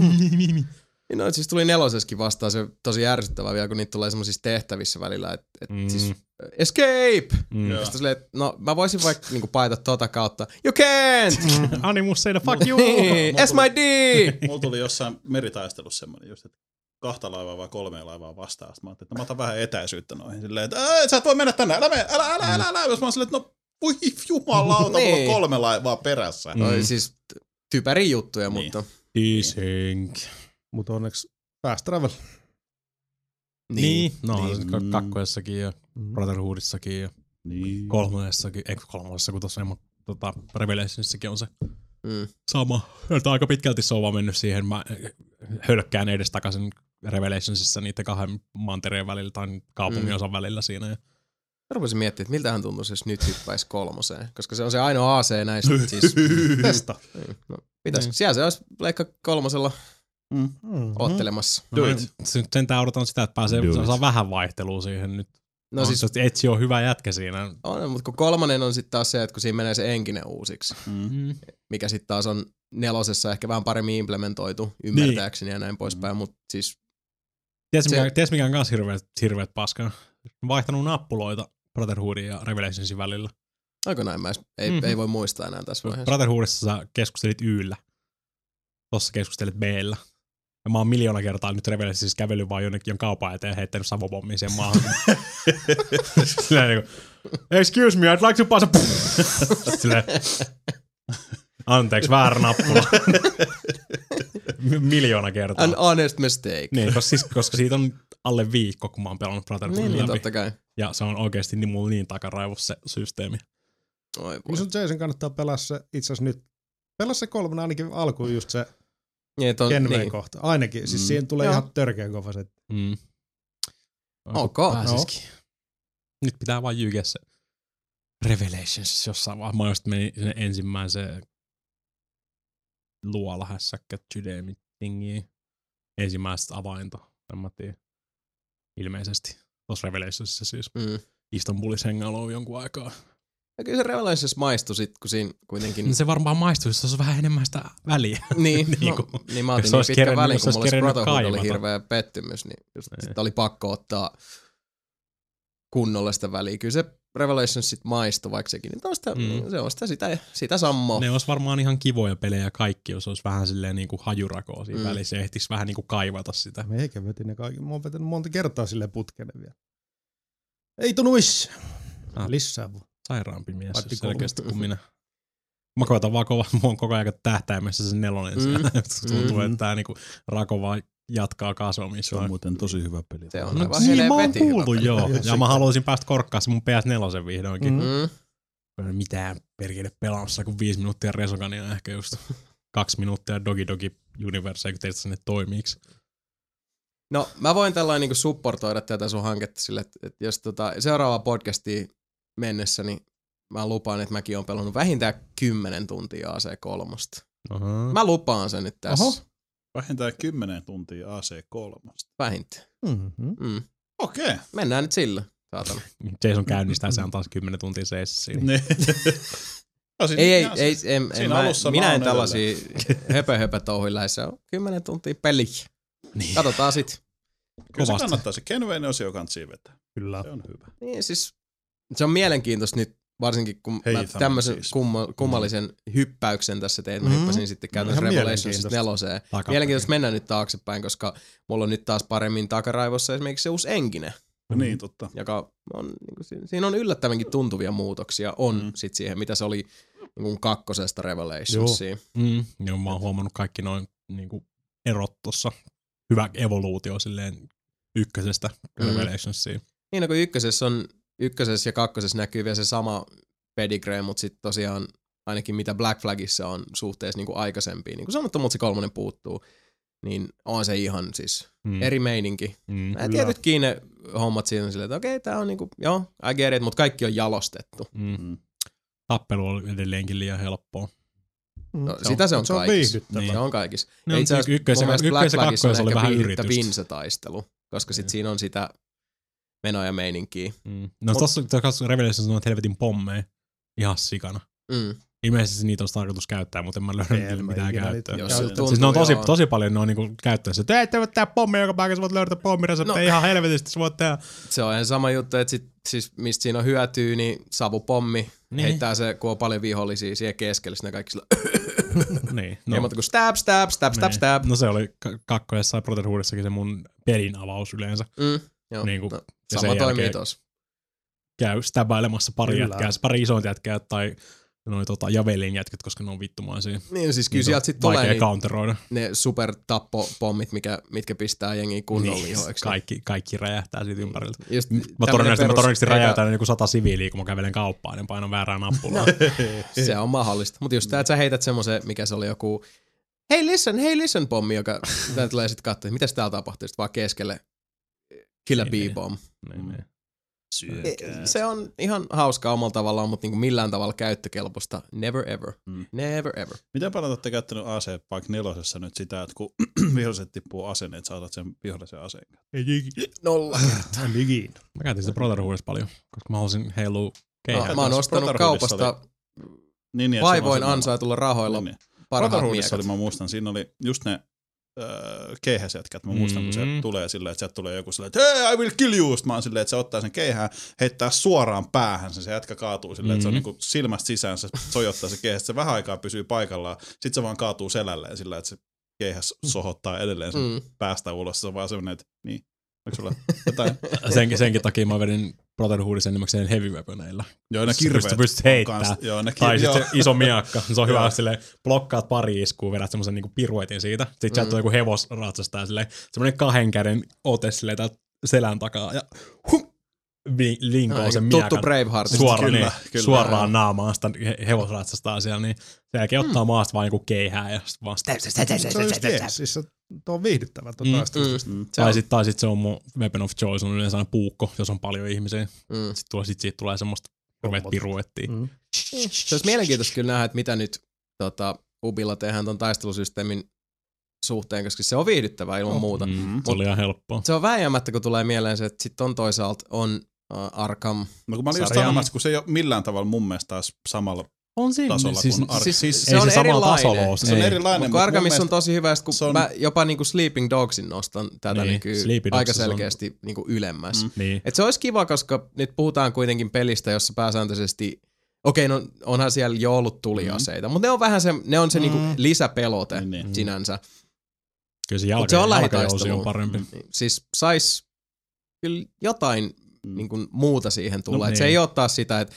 [SPEAKER 1] No et siis tuli neloseskin vastaan se tosi ärsyttävää vielä, kun niitä tulee semmoisissa tehtävissä välillä, että et mm.
[SPEAKER 3] Mm.
[SPEAKER 1] siis escape!
[SPEAKER 3] Mm.
[SPEAKER 2] Joo.
[SPEAKER 1] Sitten silleen, että no mä voisin vaikka niinku paita tota kautta, you can't!
[SPEAKER 3] Animusseinä, fuck you!
[SPEAKER 1] Niin,
[SPEAKER 2] Mulla
[SPEAKER 1] S my D!
[SPEAKER 2] Mulla tuli jossain meritaistelussa semmoinen just, että kahta laivaa vai kolmea laivaa vastaan. Sitten mä ajattelin, että mä otan vähän etäisyyttä noihin. Silleen, että "Ää, et sä et voi mennä tänne, älä mene, älä, älä, älä, älä. Jos mä oon silleen, että no voi jumalauta, mulla on
[SPEAKER 1] Niin.
[SPEAKER 2] kolme laivaa perässä.
[SPEAKER 3] Mm.
[SPEAKER 1] Oli siis typeri juttuja,
[SPEAKER 2] Niin.
[SPEAKER 1] mutta
[SPEAKER 3] Isink.
[SPEAKER 4] Mutta onneksi fast travel.
[SPEAKER 1] niin.
[SPEAKER 3] Niin, no
[SPEAKER 2] Niin.
[SPEAKER 3] niin. kakkosessakin ja
[SPEAKER 4] Mm.
[SPEAKER 3] Brotherhoodissakin ja
[SPEAKER 2] Niin.
[SPEAKER 3] kolmosessakin, ei kun kolmosessa, kun tuossa emma, tota, Revelationissakin on se
[SPEAKER 1] Mm.
[SPEAKER 3] sama. Että aika pitkälti se on vaan mennyt siihen, mä hölkkään edes takaisin Revelationsissa niiden kahden mantereen välillä tai
[SPEAKER 1] Mm.
[SPEAKER 3] kaupungin osan välillä siinä. Ja
[SPEAKER 1] Mä rupesin miettimään, että miltähän tuntuisi, jos nyt hyppäisi kolmoseen, koska se on se ainoa AC näistä. siis,
[SPEAKER 4] Testa.
[SPEAKER 1] niin, no, pitäis, siellä se olisi leikka kolmosella
[SPEAKER 4] Mm.
[SPEAKER 1] ottelemassa.
[SPEAKER 2] Do
[SPEAKER 3] mä
[SPEAKER 2] it.
[SPEAKER 3] nyt Sentään odotan sitä, että pääsee
[SPEAKER 2] Do
[SPEAKER 3] saa vähän vaihtelua siihen nyt.
[SPEAKER 1] No siis
[SPEAKER 3] Etsi on hyvä jätkä siinä.
[SPEAKER 1] on, mutta kun kolmonen on sitten taas se, että kun siinä menee se enkinen uusiksi.
[SPEAKER 3] Mm.
[SPEAKER 1] mikä sitten taas on nelosessa ehkä vähän paremmin implementoitu ymmärtääkseni niin. ja näin poispäin, mutta siis
[SPEAKER 3] Ties,
[SPEAKER 1] Se-
[SPEAKER 3] mikä, ties mikä on kans hirveet, hirveet paskaa. Vaihtanut nappuloita Brotherhoodin ja Revelationsin välillä.
[SPEAKER 1] aika näin mä edes- ei, mm-hmm.
[SPEAKER 3] Mhm.
[SPEAKER 1] ei voi muistaa enää tässä vaiheessa.
[SPEAKER 3] Brotherhoodissa sä keskustelit Yllä. Tossa keskustelit B-llä. Ja mä oon miljoona kertaa nyt Revelissa siis kävellyt vaan jonnekin kaupan eteen ja heittänyt savopommin siihen maahan. Silleen niinku, excuse me, I'd like to pass a... Silleen, anteeksi, väärä nappula. M- miljoona kertaa.
[SPEAKER 1] An honest mistake.
[SPEAKER 3] Niin, koska, siis, koska siitä on alle viikko, kun mä oon pelannut Brotherhoodin
[SPEAKER 1] niin, niin
[SPEAKER 3] läpi.
[SPEAKER 1] totta kai.
[SPEAKER 3] Ja se on oikeasti niin mulla niin takaraivossa se systeemi.
[SPEAKER 1] Oi
[SPEAKER 4] Kyllä
[SPEAKER 1] voi.
[SPEAKER 4] Niin sun Jason kannattaa pelaa se itse asiassa nyt. Pelaa se kolmena ainakin alkuun just se
[SPEAKER 1] Niin, ton,
[SPEAKER 4] Kenveen
[SPEAKER 1] niin.
[SPEAKER 4] kohta. Ainakin. Siis
[SPEAKER 2] Mm.
[SPEAKER 4] siihen tulee
[SPEAKER 1] Joo.
[SPEAKER 4] ihan törkeä kova se.
[SPEAKER 3] Mm. No.
[SPEAKER 1] Ok. No,
[SPEAKER 3] Pääsisikin. Nyt pitää vaan jykeä se Revelations jossain vaiheessa. Mä just menin sinne ensimmäiseen luolahässäkkä Judemi-tingiin. Ensimmäistä avainta, en mä tiedä. Ilmeisesti. Tuossa Revelationsissa siis.
[SPEAKER 1] Mm.
[SPEAKER 3] Istanbulissa hengailu jonkun aikaa.
[SPEAKER 1] Ja kyllä se Revelations maistui sit, kun siinä kuitenkin...
[SPEAKER 3] Niin se varmaan maistuu, jos olisi vähän enemmän sitä väliä.
[SPEAKER 1] niin,
[SPEAKER 3] Niin
[SPEAKER 1] no, niin mä otin
[SPEAKER 3] jos
[SPEAKER 1] niin
[SPEAKER 3] olisi
[SPEAKER 1] pitkän
[SPEAKER 3] kerennyt-
[SPEAKER 1] välin,
[SPEAKER 3] jos
[SPEAKER 1] kun
[SPEAKER 3] olisi
[SPEAKER 1] mulla se
[SPEAKER 3] kerennyt
[SPEAKER 1] Brotherhood oli
[SPEAKER 3] kaivata.
[SPEAKER 1] hirveä pettymys, niin just
[SPEAKER 3] Niin.
[SPEAKER 1] sit oli pakko ottaa kunnolla sitä väliä. Kyllä se Revelations sit maistui, vaikka sekin. Niin on sitä,
[SPEAKER 3] Mm.
[SPEAKER 1] mm. se on sitä, sitä, sitä sammoa.
[SPEAKER 3] Ne olisi varmaan ihan kivoja pelejä kaikki, jos olisi vähän silleen niin kuin hajurakoa siinä
[SPEAKER 1] Mm.
[SPEAKER 3] mm. välissä ja ehtisi vähän niin kuin kaivata sitä.
[SPEAKER 4] Meikä vetin ne kaikki. Mä oon vetänyt monta kertaa sille putkelle vielä. Ei tunnu missään.
[SPEAKER 3] Ah.
[SPEAKER 4] Lisää vaan.
[SPEAKER 3] Sairaampi mies
[SPEAKER 4] Paitsi
[SPEAKER 3] jos
[SPEAKER 4] kolme.
[SPEAKER 3] selkeästi kuin minä. Mä koitan vaan kova, mä oon koko ajan tähtäimessä se nelonen
[SPEAKER 1] Mm.
[SPEAKER 3] mm. siellä. Tuntuu,
[SPEAKER 4] Mm.
[SPEAKER 3] mm. että tää niinku rako vaan jatkaa kasvamista.
[SPEAKER 2] Se on muuten tosi hyvä peli.
[SPEAKER 1] Se on
[SPEAKER 3] No,
[SPEAKER 1] aivan
[SPEAKER 3] niin mä oon
[SPEAKER 1] helvetin hyvä
[SPEAKER 3] kuullut,
[SPEAKER 1] peli.
[SPEAKER 3] joo.
[SPEAKER 4] Ja
[SPEAKER 3] Ja
[SPEAKER 4] sitten-
[SPEAKER 3] mä haluaisin päästä korkkaa se mun PS4 vihdoinkin.
[SPEAKER 4] Mm.
[SPEAKER 3] Mm.
[SPEAKER 1] Mm.
[SPEAKER 3] Mä en ole mitään perkele pelaamassa kuin viisi minuuttia Resogania ehkä just kaksi minuuttia Dogi Dogi Universe, kun teistä sinne toimiiksi.
[SPEAKER 1] No mä voin tällainen niin supportoida tätä sun hanketta sille, että, että jos tota, seuraava podcastiin mennessä, niin mä lupaan, että mäkin on pelannut vähintään 10 tuntia AC3.
[SPEAKER 3] Aha.
[SPEAKER 1] Mä lupaan sen nyt tässä.
[SPEAKER 4] Oho.
[SPEAKER 1] Oho.
[SPEAKER 2] Vähintään 10 tuntia AC3.
[SPEAKER 1] Vähintään.
[SPEAKER 4] Mm-hmm.
[SPEAKER 1] Mm.
[SPEAKER 2] Okei. Okay.
[SPEAKER 1] Mennään nyt sillä. Saatana.
[SPEAKER 3] Jason käynnistää, se on taas 10 tuntia seissä siinä.
[SPEAKER 2] Niin. No, siinä
[SPEAKER 1] Ei, ei,
[SPEAKER 2] ihan
[SPEAKER 1] ei,
[SPEAKER 2] siis-
[SPEAKER 1] en, en,
[SPEAKER 2] siinä
[SPEAKER 1] mä,
[SPEAKER 2] alussa mä
[SPEAKER 1] minä en
[SPEAKER 2] oon
[SPEAKER 1] tällaisia höpö höpö touhuja lähde. Se on 10 tuntia peli.
[SPEAKER 3] Niin.
[SPEAKER 1] Katsotaan sit.
[SPEAKER 2] Kyllä se
[SPEAKER 3] kovasti.
[SPEAKER 2] kannattaa se Ken Wayne osio kansiin vetää.
[SPEAKER 4] Kyllä.
[SPEAKER 2] Se on hyvä.
[SPEAKER 1] Niin siis, se on mielenkiintoista nyt, varsinkin kun
[SPEAKER 2] Hei,
[SPEAKER 1] Hei, mä
[SPEAKER 2] Thanos
[SPEAKER 1] tämmöisen
[SPEAKER 2] siis. Mm. Mm-hmm. No,
[SPEAKER 1] siis. kumma, kummallisen hyppäyksen tässä tein, mä
[SPEAKER 4] Mhm.
[SPEAKER 1] hyppäsin sitten käytännössä
[SPEAKER 4] Ihan
[SPEAKER 1] Revelationsista
[SPEAKER 4] mielenkiintoista.
[SPEAKER 1] neloseen.
[SPEAKER 3] Takaperin.
[SPEAKER 1] Mielenkiintoista mennä nyt taaksepäin, koska mulla on nyt taas paremmin takaraivossa esimerkiksi se uusi enkinen,
[SPEAKER 2] Mm. Niin, totta.
[SPEAKER 1] joka on, niin kuin, siinä- siinä on yllättävänkin tuntuvia muutoksia on
[SPEAKER 2] Mm.
[SPEAKER 1] mm. sit siihen, mitä se oli niin kuin kakkosesta Revelationsiin.
[SPEAKER 3] Mm, niin mä oon huomannut kaikki noin niin kuin erot tuossa. Hyvä evoluutio silleen ykkösestä
[SPEAKER 1] Mm.
[SPEAKER 3] Revelationsiin.
[SPEAKER 1] Niin no, kun ykkösessä, on, ykkösessä ja kakkosessa näkyy vielä se sama pedigree, mutta sitten tosiaan ainakin mitä Black Flagissa on suhteessa niin kuin aikaisempiin, niin kuin sanottu, mutta se kolmonen puuttuu, niin on se ihan siis
[SPEAKER 3] Mm.
[SPEAKER 1] eri meininki.
[SPEAKER 3] Mm.
[SPEAKER 1] Nämä tietytkin ne hommat siinä on silleen, että okei, tämä on niinku, joo, I get it, mutta kaikki on jalostettu.
[SPEAKER 3] Mm.
[SPEAKER 2] Mm.
[SPEAKER 3] Tappelu oli edelleenkin liian helppoa.
[SPEAKER 4] Mm.
[SPEAKER 1] No, sitä se on
[SPEAKER 4] Se on
[SPEAKER 1] kaikissa.
[SPEAKER 4] viihdyttävää.
[SPEAKER 1] Se on kaikissa.
[SPEAKER 3] No,
[SPEAKER 1] itse
[SPEAKER 3] itse
[SPEAKER 1] asiassa
[SPEAKER 3] ykkös
[SPEAKER 1] mun
[SPEAKER 3] ja
[SPEAKER 1] mielestä
[SPEAKER 3] ykkös ja
[SPEAKER 1] Black Flagissa on
[SPEAKER 3] kakkonen oli
[SPEAKER 1] ehkä
[SPEAKER 3] vähän
[SPEAKER 1] viihdyttävin
[SPEAKER 3] yritystä.
[SPEAKER 1] se taistelu, koska sit
[SPEAKER 3] Niin.
[SPEAKER 1] siinä on sitä menoja meininkiä.
[SPEAKER 3] Mm. No tuossa tuossa Revelationissa on noita helvetin pommeja ihan sikana.
[SPEAKER 1] Mm.
[SPEAKER 3] Ilmeisesti niitä olisi tarkoitus käyttää, mutta en mä löydä
[SPEAKER 4] En
[SPEAKER 3] niille
[SPEAKER 4] mä
[SPEAKER 3] mitään
[SPEAKER 4] ikinä
[SPEAKER 3] käyttöä.
[SPEAKER 4] niitä
[SPEAKER 1] Jos se
[SPEAKER 4] käytä.
[SPEAKER 1] tuntuu,
[SPEAKER 3] Siis ne on tosi,
[SPEAKER 1] joo.
[SPEAKER 3] tosi paljon ne on niinku käyttäessä. Te ette voi tehdä pommeja, joka paikassa voit löydä pommireseptejä
[SPEAKER 1] No.
[SPEAKER 3] no. ihan helvetisti. Sä voit tehdä
[SPEAKER 1] Se on ihan sama juttu, että sit, siis mistä siinä on hyötyä, niin savupommi niin.
[SPEAKER 3] Niin.
[SPEAKER 1] heittää se, kun on paljon vihollisia siihen keskelle, sitten ne kaikki sillä,
[SPEAKER 3] niin,
[SPEAKER 1] no. ei muuta kuin stab, stab, stab, stab,
[SPEAKER 3] Niin.
[SPEAKER 1] stab.
[SPEAKER 3] No se oli k- kakkosessa ja Brotherhoodissakin se mun pelin avaus yleensä.
[SPEAKER 1] Mm. Joo.
[SPEAKER 3] Niin kuin-
[SPEAKER 1] no,
[SPEAKER 3] ja
[SPEAKER 1] sama
[SPEAKER 3] sen
[SPEAKER 1] toimii
[SPEAKER 3] jälkeen-
[SPEAKER 1] tossa.
[SPEAKER 3] Käy stabailemassa pari
[SPEAKER 4] Kyllä.
[SPEAKER 3] jätkää, siis pari isointa jätkää tai noin tota, javelin jätkät, koska ne on vittumaisia.
[SPEAKER 1] Niin siis kyllä
[SPEAKER 3] Niitä on
[SPEAKER 1] sieltä sitten tulee
[SPEAKER 3] Vaikea
[SPEAKER 1] niitä
[SPEAKER 3] counteroida.
[SPEAKER 1] ne supertappopommit, mikä, mitkä pistää jengiä kunnon niin, lihoiksi.
[SPEAKER 3] kaikki, kaikki räjähtää siitä ympäriltä.
[SPEAKER 1] Just
[SPEAKER 3] siis Mä
[SPEAKER 1] tämmönen
[SPEAKER 3] todennäköisesti, mä
[SPEAKER 1] perus-
[SPEAKER 3] todennäköisesti
[SPEAKER 1] eikä-
[SPEAKER 3] räjäytän joku sata siviiliä, kun mä kävelen kauppaan, niin painan väärää nappulaa.
[SPEAKER 1] Se on mahdollista. Mutta just tää, että sä heität semmoisen, mikä se oli joku hei listen, hei listen pommi, joka tää tulee sitten katsoa, että mitäs täällä tapahtuu, sitten vaan keskelle kill a
[SPEAKER 3] Niin, niin.
[SPEAKER 1] bee-bomb.
[SPEAKER 3] niin, niin.
[SPEAKER 2] Syökää.
[SPEAKER 1] Se on ihan hauskaa omalla tavallaan, mutta niinku millään tavalla käyttökelpoista. Never ever.
[SPEAKER 2] Mm.
[SPEAKER 1] Never ever.
[SPEAKER 2] Miten paljon te olette käyttänyt AC Park 4 nyt sitä, että kun viholliset tippuu aseen, että saatat sen vihollisen aseen?
[SPEAKER 1] Nolla.
[SPEAKER 4] Hän ligin.
[SPEAKER 3] Mä käytin sitä Brotherhoodissa paljon, koska mä halusin
[SPEAKER 1] Ah.
[SPEAKER 3] heilua keihään.
[SPEAKER 1] Mä, mä oon
[SPEAKER 2] Tässä
[SPEAKER 1] ostanut
[SPEAKER 2] Brotherhoodissa
[SPEAKER 1] kaupasta
[SPEAKER 2] Niin, niin, että se
[SPEAKER 1] vaivoin
[SPEAKER 2] on se-
[SPEAKER 1] ansaitulla rahoilla
[SPEAKER 2] Niin, niin.
[SPEAKER 1] parhaat
[SPEAKER 2] Brotherhoodissa
[SPEAKER 1] miekat.
[SPEAKER 2] oli, mä muistan, siinä oli just ne öö, keihäsjätkät. Mä muistan, kun se
[SPEAKER 3] Mm.
[SPEAKER 2] tulee silleen, että sieltä tulee joku silleen, että hei, I will kill you! Sitten mä oon silleen, että se ottaa sen keihään, heittää suoraan päähän, sen, se jätkä kaatuu silleen, että se on
[SPEAKER 3] Mm.
[SPEAKER 2] niinku silmästä sisään, se sojottaa se keihäs, se vähän aikaa pysyy paikallaan, sitten se vaan kaatuu selälleen sillä, että se keihäs sohottaa edelleen sen
[SPEAKER 1] Mm.
[SPEAKER 2] päästä ulos. Se on vaan semmoinen, että niin, onko sulla jotain?
[SPEAKER 3] Senkin, senkin takia mä vedin Brotherhoodissa enimmäkseen heavy weaponeilla.
[SPEAKER 2] joo, ne
[SPEAKER 3] Sä
[SPEAKER 2] kirveet.
[SPEAKER 3] pystyt- pystyt
[SPEAKER 2] on
[SPEAKER 3] heittää.
[SPEAKER 2] kans- Joo, ne
[SPEAKER 3] Tai
[SPEAKER 2] kirveet.
[SPEAKER 3] sitten se iso miakka. Se on hyvä,
[SPEAKER 2] Joo.
[SPEAKER 3] jos silleen blokkaat pari iskua, vedät semmoisen niinku piruetin siitä. Sitten mm. sieltä
[SPEAKER 1] Mm.
[SPEAKER 3] on joku hevosratsastaja silleen, semmoinen kahden käden ote silleen täältä selän takaa ja huh, vi- linkoo sen
[SPEAKER 1] Tuttu
[SPEAKER 3] miakan
[SPEAKER 1] Braveheartista.
[SPEAKER 3] suoraan,
[SPEAKER 2] Kyllä,
[SPEAKER 3] kyllä, niin,
[SPEAKER 2] kyllä.
[SPEAKER 3] kyllä. suoraan naamaan sitä he- hevosratsastaa siellä, niin sen jälkeen ottaa maasta vain joku keihää ja sit vaan sitä.
[SPEAKER 4] Se on just jees. Siis se tuo on viihdyttävä tuo
[SPEAKER 3] Mm.
[SPEAKER 4] taistelu.
[SPEAKER 1] Mm.
[SPEAKER 3] Tai sitten tai sit se on mun weapon of choice on yleensä aina puukko, jos on paljon ihmisiä.
[SPEAKER 1] Mm.
[SPEAKER 3] Sitten tulee, sit siitä tulee semmoista Ruvet piruettiin.
[SPEAKER 4] Mm.
[SPEAKER 1] Se olisi mielenkiintoista kyllä nähdä, että mitä nyt tota, Ubilla tehdään ton taistelusysteemin suhteen, koska se on viihdyttävää
[SPEAKER 2] Oh.
[SPEAKER 1] ilman muuta.
[SPEAKER 3] Mm, se oli ihan helppoa.
[SPEAKER 1] Se on vääjäämättä, kun tulee mieleen se, että sitten on toisaalta on äh, Arkham.
[SPEAKER 2] No kun mä olin just
[SPEAKER 1] Sarjaa.
[SPEAKER 2] sanomassa, kun se ei ole millään tavalla mun mielestä taas samalla
[SPEAKER 3] On siinä.
[SPEAKER 2] tasolla
[SPEAKER 3] Siis,
[SPEAKER 2] kuin Ark.
[SPEAKER 1] siis-
[SPEAKER 2] Siis,
[SPEAKER 1] Se
[SPEAKER 3] ei
[SPEAKER 1] on
[SPEAKER 3] se samalla
[SPEAKER 1] erilainen.
[SPEAKER 3] tasolla ole.
[SPEAKER 2] se on
[SPEAKER 3] ei.
[SPEAKER 2] erilainen,
[SPEAKER 1] Mutta
[SPEAKER 2] mutta
[SPEAKER 1] kun
[SPEAKER 2] mun
[SPEAKER 1] Arkamissa
[SPEAKER 2] mielestä-
[SPEAKER 1] on tosi hyvä, sit kun
[SPEAKER 2] se on-
[SPEAKER 1] mä jopa niinku Sleeping Dogsin nostan tätä
[SPEAKER 3] Niin,
[SPEAKER 1] niin, niinku
[SPEAKER 3] Sleepy Dogsissa
[SPEAKER 1] aika
[SPEAKER 3] se on-
[SPEAKER 1] selkeästi niinku ylemmäs.
[SPEAKER 2] Mm.
[SPEAKER 1] Mm.
[SPEAKER 3] Niin.
[SPEAKER 1] Et se olisi kiva, koska nyt puhutaan kuitenkin pelistä, jossa pääsääntöisesti, okei, no onhan siellä jo ollut tuliaseita, mutta ne on vähän se, ne on se
[SPEAKER 2] Mm-hmm. Mm.
[SPEAKER 1] niinku lisäpelote
[SPEAKER 2] Niin,
[SPEAKER 3] Mm.
[SPEAKER 2] niin.
[SPEAKER 1] sinänsä.
[SPEAKER 3] Kyllä se
[SPEAKER 1] Mut se
[SPEAKER 3] jalka,
[SPEAKER 1] on
[SPEAKER 3] jalkajousi
[SPEAKER 1] lähitaistelu.
[SPEAKER 3] on parempi. Mm.
[SPEAKER 1] Siis sais kyllä jotain niin kuin muuta siihen tulla. No,
[SPEAKER 3] Mm. No
[SPEAKER 1] niin. Se
[SPEAKER 3] niin.
[SPEAKER 1] ei ole taas sitä, että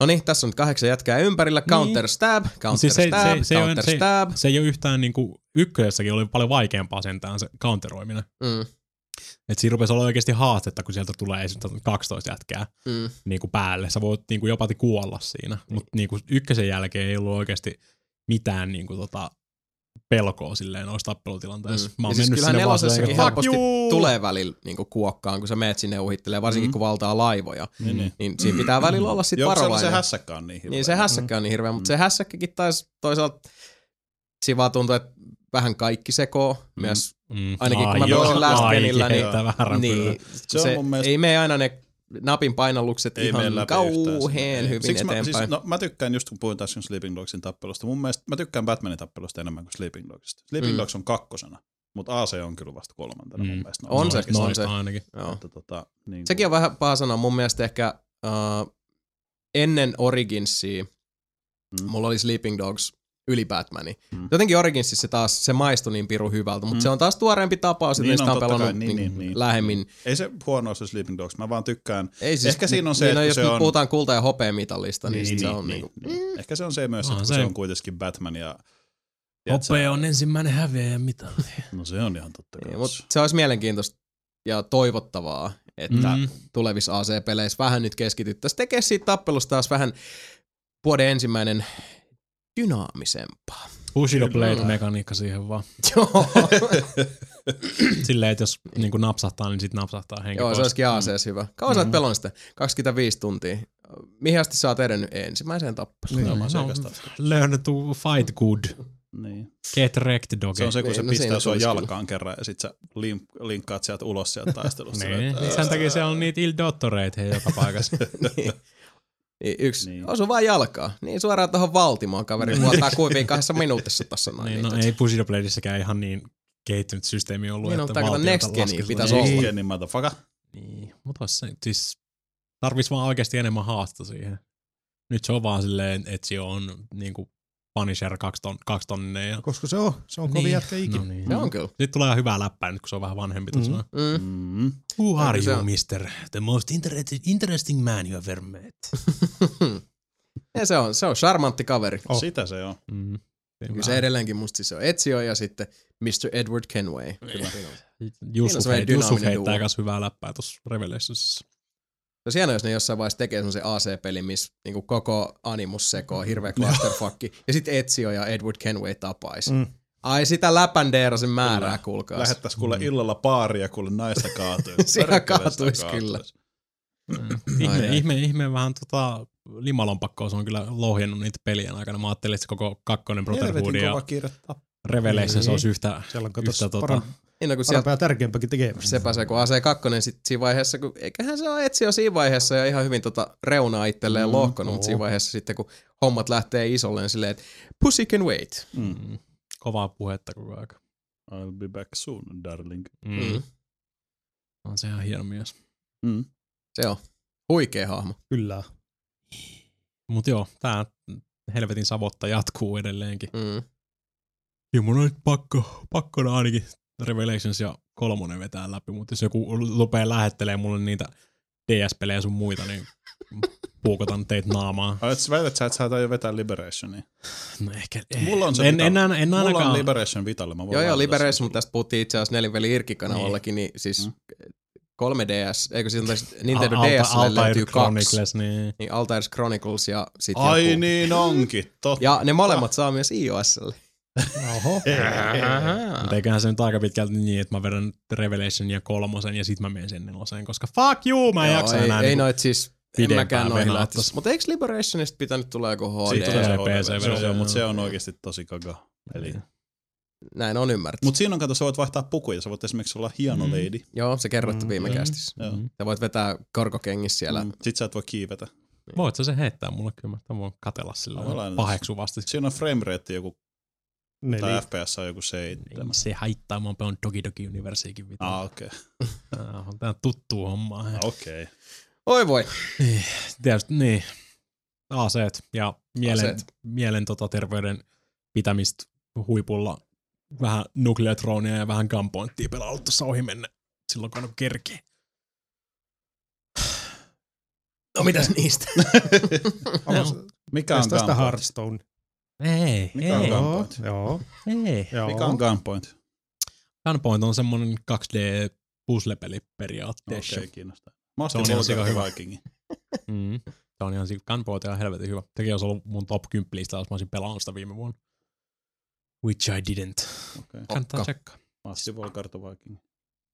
[SPEAKER 1] no niin, tässä on kahdeksan jätkää ympärillä, counter niin. stab, counter
[SPEAKER 3] Siis se- se-
[SPEAKER 1] stab,
[SPEAKER 3] se on-
[SPEAKER 1] counter
[SPEAKER 3] se-
[SPEAKER 1] stab.
[SPEAKER 3] Se ei ole yhtään niinku, ykkösessäkin oli paljon vaikeampaa sentään se counteroiminen.
[SPEAKER 1] Mm,
[SPEAKER 3] Et siinä rupesi olla oikeasti haastetta, kun sieltä tulee esimerkiksi 12 jätkää
[SPEAKER 1] mm.
[SPEAKER 3] niinku päälle. Sä voit niinku jopa kuolla siinä.
[SPEAKER 1] Niin.
[SPEAKER 3] Mutta niinku ykkösen jälkeen ei ollut oikeasti mitään niinku tota pelkoa silleen noissa tappelutilanteissa.
[SPEAKER 1] Mm. Ja siis kyllähän
[SPEAKER 3] vaan
[SPEAKER 1] nelosessakin
[SPEAKER 3] silleen, "Fuck
[SPEAKER 1] helposti
[SPEAKER 3] you!"
[SPEAKER 1] tulee välillä niin kuin kuokkaan, kun sä meet sinne uhittelee, varsinkin mm.
[SPEAKER 2] Mm.
[SPEAKER 1] kun valtaa laivoja.
[SPEAKER 2] Niin, niin.
[SPEAKER 1] Niin siinä pitää välillä olla sit
[SPEAKER 2] Joo, kun se oli se
[SPEAKER 1] varovainen.
[SPEAKER 2] hässäkkä on niin hirveä.
[SPEAKER 1] niin se hässäkkä on niin hirveä, mutta se hässäkkäkin taisi toisaalta, siinä vaan tuntuu, että vähän kaikki sekoo mm. myös
[SPEAKER 3] Mm.
[SPEAKER 1] Ainakin kun
[SPEAKER 3] Ai
[SPEAKER 1] mä
[SPEAKER 3] joo,
[SPEAKER 2] pelasin
[SPEAKER 1] Last
[SPEAKER 3] ai
[SPEAKER 1] Genillä, niin-
[SPEAKER 3] että vähän rämpylää.
[SPEAKER 1] Niin, se,
[SPEAKER 2] Se on
[SPEAKER 1] se
[SPEAKER 2] mun mielestä-
[SPEAKER 1] ei mene aina ne napin painallukset
[SPEAKER 2] ei
[SPEAKER 1] ei
[SPEAKER 2] mene
[SPEAKER 1] ihan
[SPEAKER 2] läpi
[SPEAKER 1] kauhean
[SPEAKER 2] yhtään.
[SPEAKER 1] hyvin
[SPEAKER 2] Siksi
[SPEAKER 1] eteenpäin.
[SPEAKER 2] Mä, siis, no, mä tykkään just kun puhutaan äsken Sleeping Dogsin tappelusta. Mun mielestä mä tykkään Batmanin tappelusta enemmän kuin Sleeping Dogsista. Sleeping
[SPEAKER 1] Mm.
[SPEAKER 2] Dogs on kakkosena, mutta AC on kyllä vasta kolmantena
[SPEAKER 3] Mm.
[SPEAKER 2] mun mielestä. No,
[SPEAKER 1] On se,
[SPEAKER 3] Noista-
[SPEAKER 1] on
[SPEAKER 3] noista
[SPEAKER 1] se.
[SPEAKER 3] ainakin.
[SPEAKER 1] Joo.
[SPEAKER 2] Että, tota, niin kuin-
[SPEAKER 1] Sekin on vähän paha sanoa. Mun mielestä ehkä uh, ennen Originsia mm.
[SPEAKER 2] Mm.
[SPEAKER 1] mulla oli Sleeping Dogs yli Batmani. Mm.
[SPEAKER 2] Mm.
[SPEAKER 1] Jotenkin Originsissa se taas se maistui niin pirun hyvältä, mutta mm.
[SPEAKER 2] Mm.
[SPEAKER 1] se on taas tuoreempi tapaus, että
[SPEAKER 2] Niin
[SPEAKER 1] niin sitä
[SPEAKER 2] on,
[SPEAKER 1] on
[SPEAKER 2] totta
[SPEAKER 1] pelannut
[SPEAKER 2] kai. Niin,
[SPEAKER 1] niin,
[SPEAKER 2] niin,
[SPEAKER 1] niin,
[SPEAKER 2] niin.
[SPEAKER 1] lähemmin.
[SPEAKER 2] Ei se huono ole se Sleeping Dogs, mä vaan tykkään.
[SPEAKER 1] Ei siis,
[SPEAKER 2] Ehkä siinä on se,
[SPEAKER 1] niin,
[SPEAKER 2] että
[SPEAKER 1] no,
[SPEAKER 2] kun
[SPEAKER 1] jos
[SPEAKER 2] se
[SPEAKER 1] nyt
[SPEAKER 2] on-
[SPEAKER 1] puhutaan kulta- ja hopeamitalista, niin, niin, se on niin, niin,
[SPEAKER 2] niin. Ehkä se on se myös, että
[SPEAKER 3] Mm. Onhan
[SPEAKER 2] kun se
[SPEAKER 3] se.
[SPEAKER 2] on kuitenkin Batman ja...
[SPEAKER 3] Hopea on ensimmäinen häveä mitä.
[SPEAKER 2] No se on ihan totta kai.
[SPEAKER 1] niin, mutta se olisi mielenkiintoista ja toivottavaa, että mm.
[SPEAKER 3] Mm.
[SPEAKER 1] tulevissa AC-peleissä vähän nyt keskityttäisiin. Tekee siitä tappelusta taas vähän vuoden ensimmäinen dynaamisempaa.
[SPEAKER 3] Bushido
[SPEAKER 2] Kyllä.
[SPEAKER 3] Blade-mekaniikka siihen vaan.
[SPEAKER 1] Joo,
[SPEAKER 3] Silleen, että jos niin napsahtaa, niin sit napsahtaa henki
[SPEAKER 1] Joo se
[SPEAKER 3] pois. Mm.
[SPEAKER 1] olisikin ACS hyvä. Kauan sä oot pelannut sitä? 25 tuntia. Mihin asti sä oot edennyt ensimmäiseen tappeluun?
[SPEAKER 2] Niin,
[SPEAKER 3] No,
[SPEAKER 2] se on oikeastaan-
[SPEAKER 3] learn to fight good.
[SPEAKER 2] Niin.
[SPEAKER 3] Get wrecked, dog.
[SPEAKER 2] Se on se, kun
[SPEAKER 1] Niin,
[SPEAKER 2] se
[SPEAKER 1] no siinä
[SPEAKER 2] pistää sua
[SPEAKER 1] tulisi
[SPEAKER 2] jalkaan kerran ja sit sä link, linkkaat sieltä ulos sieltä taistelusta.
[SPEAKER 3] Niin,
[SPEAKER 2] Että,
[SPEAKER 3] niin sen takia siellä on niitä ill dottoreita hei joka paikassa.
[SPEAKER 1] niin. Niin, yksi, niin.
[SPEAKER 2] Niin.
[SPEAKER 1] osu vaan jalkaa. Niin suoraan tuohon valtimoon kaveri kuottaa kuiviin kahdessa minuutissa tossa noin.
[SPEAKER 3] niin, no ei Bushido Bladeissäkään ihan niin kehittynyt systeemi ollut,
[SPEAKER 1] tota- Niin, no,
[SPEAKER 3] että
[SPEAKER 1] tää kato
[SPEAKER 3] valtiota
[SPEAKER 1] next geniä
[SPEAKER 3] laskisi-
[SPEAKER 1] pitäisi
[SPEAKER 3] Niin.
[SPEAKER 1] olla.
[SPEAKER 2] Niin, niin motherfucker.
[SPEAKER 3] Niin, mutta olisi se, siis tarvitsisi vaan oikeasti enemmän haasta siihen. Nyt se on vaan silleen, että se on niinku Punisher kaksi, ton, kaksi tonnia. Ja...
[SPEAKER 4] No, Koska se on, se on kovin niin. jätkä ikinä.
[SPEAKER 3] No niin.
[SPEAKER 1] Se on kyllä.
[SPEAKER 3] Sitten tulee ihan hyvää läppää nyt, kun se on vähän vanhempi
[SPEAKER 4] Mm.
[SPEAKER 3] mm. tosiaan.
[SPEAKER 1] Mm.
[SPEAKER 2] Mm.
[SPEAKER 3] Who are
[SPEAKER 1] Se
[SPEAKER 3] you,
[SPEAKER 1] on-
[SPEAKER 3] mister? The most inter- interesting man you have ever met.
[SPEAKER 1] ja se on, se on charmantti kaveri.
[SPEAKER 4] Oh.
[SPEAKER 2] Sitä se on.
[SPEAKER 3] Mm.
[SPEAKER 1] Kyllä se edelleenkin musta siis on Ezio ja sitten Mr. Edward Kenway.
[SPEAKER 3] Niin.
[SPEAKER 2] Kyllä.
[SPEAKER 1] Siinä on
[SPEAKER 3] Jusuf,
[SPEAKER 1] semmoinen
[SPEAKER 3] heit, Jusuf
[SPEAKER 1] dynaaminen
[SPEAKER 3] heittää
[SPEAKER 1] duo.
[SPEAKER 3] myös hyvää läppää tuossa Revelationsissa.
[SPEAKER 1] Se olisi hienoa, jos ne jossain vaiheessa tekee semmoisen AC-pelin, missä niinku koko animus sekoo,
[SPEAKER 3] Mm.
[SPEAKER 1] hirveä clusterfuckki, ja sitten Ezio ja Edward Kenway tapaisi. Mm.
[SPEAKER 4] Mm.
[SPEAKER 1] Ai sitä läpändeerasin määrää, kuulkaa.
[SPEAKER 2] Lähettäis kuule
[SPEAKER 3] Mm.
[SPEAKER 2] illalla paaria, ja kuule naista kaatuu.
[SPEAKER 1] Siellä
[SPEAKER 2] Perkele, sitä
[SPEAKER 1] kaatuis kyllä. Ai,
[SPEAKER 3] ihme,
[SPEAKER 1] ai.
[SPEAKER 3] ihme, ihme vähän tota limalompakkoa se on kyllä lohjennut niitä pelien aikana. Mä ajattelin, että se koko kakkonen Brotherhood
[SPEAKER 2] Helvetin kova
[SPEAKER 3] ja
[SPEAKER 2] kiire tappaa.
[SPEAKER 3] Revelations
[SPEAKER 4] Niin.
[SPEAKER 3] olisi yhtä,
[SPEAKER 4] Siellä on
[SPEAKER 3] yhtä
[SPEAKER 4] katsottu
[SPEAKER 3] tota,
[SPEAKER 4] tota...
[SPEAKER 1] Niin, no, kun sieltä
[SPEAKER 4] parempaa ja tärkeämpäkin tekemistä.
[SPEAKER 1] se pääsee, kun AC2, niin sit siinä vaiheessa, kun eiköhän se ole Ezio siinä vaiheessa ja ihan hyvin tota reunaa itselleen mm,
[SPEAKER 2] Mm,
[SPEAKER 1] lohkonut, mutta
[SPEAKER 3] oo.
[SPEAKER 1] siinä vaiheessa sitten, kun hommat lähtee isolleen silleen, että pussy can wait.
[SPEAKER 3] mm, kovaa puhetta koko aika.
[SPEAKER 2] I'll be back soon, darling.
[SPEAKER 3] Mm.
[SPEAKER 1] Mm.
[SPEAKER 3] Mm. On se ihan hieno mies.
[SPEAKER 2] Mm.
[SPEAKER 1] Se on huikea hahmo.
[SPEAKER 4] Kyllä.
[SPEAKER 3] Mut joo, tää helvetin savotta jatkuu edelleenkin.
[SPEAKER 1] Mm.
[SPEAKER 3] Ja Niin mun on nyt pakko, pakkona ainakin Revelations ja kolmonen vetää läpi, mutta jos joku rupeaa lähettelee mulle niitä DS-pelejä sun muita, niin puukotan teitä naamaa.
[SPEAKER 2] Ai, et sä väität, sä et saata jo vetää Liberationia.
[SPEAKER 3] No ehkä.
[SPEAKER 2] Mulla on se
[SPEAKER 3] en,
[SPEAKER 2] Vita-
[SPEAKER 3] en, en, en
[SPEAKER 2] Mulla on
[SPEAKER 3] ainakaan.
[SPEAKER 2] Liberation Vitalle. Mä voin
[SPEAKER 1] Joo, joo,
[SPEAKER 2] laittaa
[SPEAKER 1] Liberation,
[SPEAKER 2] sen
[SPEAKER 1] mutta tästä puhuttiin itse asiassa nelinveli Irkki-kanavallakin, niin siis
[SPEAKER 2] Mm.
[SPEAKER 1] 3DS, eikö siinä taisi Nintendo
[SPEAKER 3] Alta-
[SPEAKER 1] DS löytyy
[SPEAKER 3] Altair
[SPEAKER 1] kaksi,
[SPEAKER 3] Chronicles, niin.
[SPEAKER 1] niin Altair's Chronicles ja sit
[SPEAKER 2] sulle. Ai
[SPEAKER 1] joku.
[SPEAKER 2] niin onkin, totta.
[SPEAKER 1] Ja ne molemmat saa myös iOSlle.
[SPEAKER 4] Oho.
[SPEAKER 1] Ah.
[SPEAKER 3] Mutta eiköhän se nyt aika pitkälti niin, että mä vedän Revelation ja kolmosen ja sit mä menen sen neloseen, koska fuck you, mä en
[SPEAKER 1] Joo,
[SPEAKER 3] jaksa
[SPEAKER 1] ei,
[SPEAKER 3] enää.
[SPEAKER 1] ei
[SPEAKER 3] niinku-
[SPEAKER 1] noit siis en
[SPEAKER 3] pidempään
[SPEAKER 1] mäkään noihin
[SPEAKER 3] venaa
[SPEAKER 1] lähtisi. Mutta eikö Liberationista pitänyt tulla joku
[SPEAKER 2] Siitä
[SPEAKER 1] HD?
[SPEAKER 2] tulee se
[SPEAKER 3] Joo,
[SPEAKER 2] HD-versio,
[SPEAKER 3] PC-versio,
[SPEAKER 2] mutta se
[SPEAKER 3] joo.
[SPEAKER 2] on oikeasti tosi kaga. Eli,
[SPEAKER 1] Näin on ymmärtänyt.
[SPEAKER 2] mut siinä on kato, sä voit vaihtaa pukuja, sä voit esimerkiksi olla hieno
[SPEAKER 3] Mm.
[SPEAKER 2] lady.
[SPEAKER 1] Joo, se kerrottu
[SPEAKER 4] Mm,
[SPEAKER 1] viime
[SPEAKER 3] joo.
[SPEAKER 1] kästissä.
[SPEAKER 2] Joo.
[SPEAKER 3] Mm.
[SPEAKER 1] Sä voit vetää korkokengissä siellä.
[SPEAKER 2] Mm. Sit sä et voi kiivetä.
[SPEAKER 3] Voit sä sen heittää mulle, kyllä mä tämän voin katella sillä
[SPEAKER 2] Mä voin
[SPEAKER 3] lailla
[SPEAKER 2] lainata.
[SPEAKER 3] paheksuvasti.
[SPEAKER 2] Siinä on frame rate joku,
[SPEAKER 4] Neli.
[SPEAKER 2] tai FPS on joku seitsemän.
[SPEAKER 3] Ei se haittaa, mä oon Dogi Dogi Universiikin vitu.
[SPEAKER 2] Ah, okei. Okay.
[SPEAKER 3] Tää Äh, on tää tuttu hommaa.
[SPEAKER 2] Okei. Okay.
[SPEAKER 1] Oi voi.
[SPEAKER 3] Tietysti, niin. Aseet ja mielen,
[SPEAKER 1] Aseet.
[SPEAKER 3] mielen tota, terveyden pitämistä huipulla. Vähän nukleotronia ja vähän gunpointtia pelailut tuossa ohi menne silloin, kun on kerki.
[SPEAKER 1] No mitäs niistä?
[SPEAKER 4] Alas,
[SPEAKER 2] Mikä on
[SPEAKER 4] tästä sitä
[SPEAKER 2] gunpoint?
[SPEAKER 4] Hearthstone.
[SPEAKER 3] Ei,
[SPEAKER 2] Mikä
[SPEAKER 3] ei,
[SPEAKER 2] on
[SPEAKER 4] Joo,
[SPEAKER 2] gunpoint?
[SPEAKER 4] joo,
[SPEAKER 3] ei.
[SPEAKER 4] joo.
[SPEAKER 2] Mikä on gunpoint?
[SPEAKER 3] Gunpoint on semmonen 2D puzzlepeli periaatteessa.
[SPEAKER 2] Okei, kiinnostaa. Mä ostin
[SPEAKER 3] Se on ihan sika
[SPEAKER 2] Vulcan
[SPEAKER 3] hyvä.
[SPEAKER 2] Vikingin.
[SPEAKER 3] Mm. Se on ihan Gunpoint on ihan helvetin hyvä. Sekin olisi ollut mun top 10 listalla, jos mä olisin pelannut sitä viime vuonna. Which I didn't.
[SPEAKER 2] Okei.
[SPEAKER 3] Kannattaa
[SPEAKER 1] Okka.
[SPEAKER 3] tsekkaa.
[SPEAKER 2] Mä ostin Volkarto Vikingin.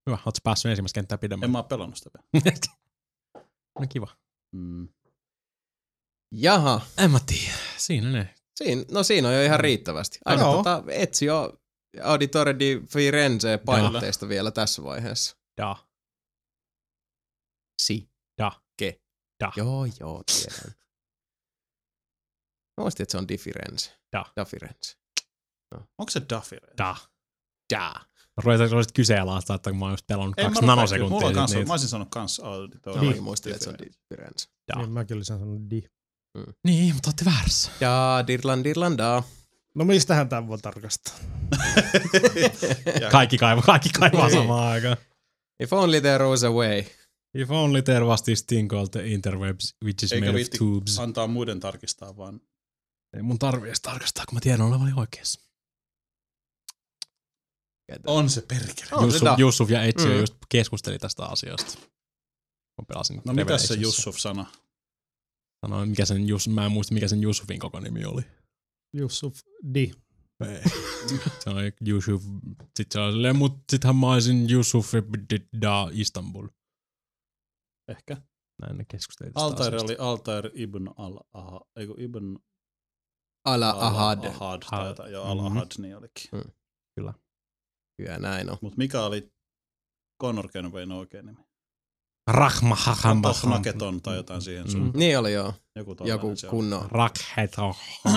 [SPEAKER 3] Hyvä, oot sä päässyt ensimmäistä kenttää
[SPEAKER 2] En
[SPEAKER 3] pidemmälle.
[SPEAKER 2] mä oo pelannut sitä vielä.
[SPEAKER 3] no kiva.
[SPEAKER 2] Mm.
[SPEAKER 1] Jaha.
[SPEAKER 3] En mä tiedä. Siinä ne.
[SPEAKER 1] Siin, no siinä on jo ihan riittävästi. Aika
[SPEAKER 4] Joo.
[SPEAKER 1] tota Ezio Auditore di Firenze painotteista vielä tässä vaiheessa.
[SPEAKER 3] Da.
[SPEAKER 1] Si.
[SPEAKER 3] Da.
[SPEAKER 1] Ke.
[SPEAKER 3] Da.
[SPEAKER 1] Joo, joo, tiedän. Mä muistin, että se on di Firenze.
[SPEAKER 3] Da.
[SPEAKER 1] Da Firenze.
[SPEAKER 2] Onko se Duffy?
[SPEAKER 3] Da.
[SPEAKER 1] Da.
[SPEAKER 3] Ruvetaan sellaiset kyseenalaistaa, että kun mä oon just pelannut
[SPEAKER 2] En mä
[SPEAKER 3] kaksi
[SPEAKER 2] rupea kyllä.
[SPEAKER 3] nanosekuntia.
[SPEAKER 2] Mulla on
[SPEAKER 3] sit
[SPEAKER 2] kans,
[SPEAKER 3] niitä- Niin.
[SPEAKER 2] mä olisin sanonut kans auditoria.
[SPEAKER 1] Joo, mä muistin, että se on di Firenze.
[SPEAKER 3] Da.
[SPEAKER 4] Niin mäkin olisin sanonut di.
[SPEAKER 3] Niin, mutta ootte väärässä.
[SPEAKER 1] Da, dirlan, dirlan, da.
[SPEAKER 4] No mistähän tämän voi tarkastaa?
[SPEAKER 3] Kaikki kaivaa, kaikki kaivaa
[SPEAKER 1] Niin.
[SPEAKER 3] samaan aikaan.
[SPEAKER 1] If only there was a way.
[SPEAKER 3] If only there was this thing called the interwebs, which is
[SPEAKER 2] Eikä
[SPEAKER 3] made of
[SPEAKER 2] viitti- Ah.
[SPEAKER 3] tubes.
[SPEAKER 2] Antaa muiden tarkistaa vaan.
[SPEAKER 3] Ei mun tarvii edes tarkastaa, kun mä tiedän olevani oikeassa.
[SPEAKER 2] On se perkele.
[SPEAKER 1] On No, se
[SPEAKER 3] Jussuf,
[SPEAKER 1] da.
[SPEAKER 3] Jussuf ja Etsio
[SPEAKER 1] Mm.
[SPEAKER 3] mm. just keskusteli tästä asiasta. Mä pelasin
[SPEAKER 2] No mitä se
[SPEAKER 3] Revelationsia.
[SPEAKER 2] Jussuf sana?
[SPEAKER 3] Sanoin, mikä sen Jus, mä en muista, mikä sen Jussufin koko nimi oli.
[SPEAKER 4] Jussuf di.
[SPEAKER 3] se oli Yusuf. Sitten se oli silleen, mut sittenhän mä olisin Yusuf da Istanbul.
[SPEAKER 2] Ehkä.
[SPEAKER 3] Näin ne keskusteli tästä
[SPEAKER 2] Altair
[SPEAKER 3] asiasta.
[SPEAKER 2] oli Altair ibn al aha, eiku ibn
[SPEAKER 1] Ala
[SPEAKER 2] al ahad.
[SPEAKER 1] ahad.
[SPEAKER 2] ahad
[SPEAKER 3] Ahad.
[SPEAKER 2] tai jotain, joo, al
[SPEAKER 3] Mhm.
[SPEAKER 2] ahad niin olikin.
[SPEAKER 1] Kyllä näin on.
[SPEAKER 2] Mut mikä oli Conor Kenwayn oikein nimi?
[SPEAKER 3] Rahma hahamba.
[SPEAKER 2] Naketon tai jotain siihen
[SPEAKER 3] Mm.
[SPEAKER 2] suuntaan.
[SPEAKER 1] Niin oli joo.
[SPEAKER 2] Mm-hmm. Joku, tollainen
[SPEAKER 1] Joku
[SPEAKER 2] se oli.
[SPEAKER 1] kunnon.
[SPEAKER 3] Rakheto.
[SPEAKER 2] Ja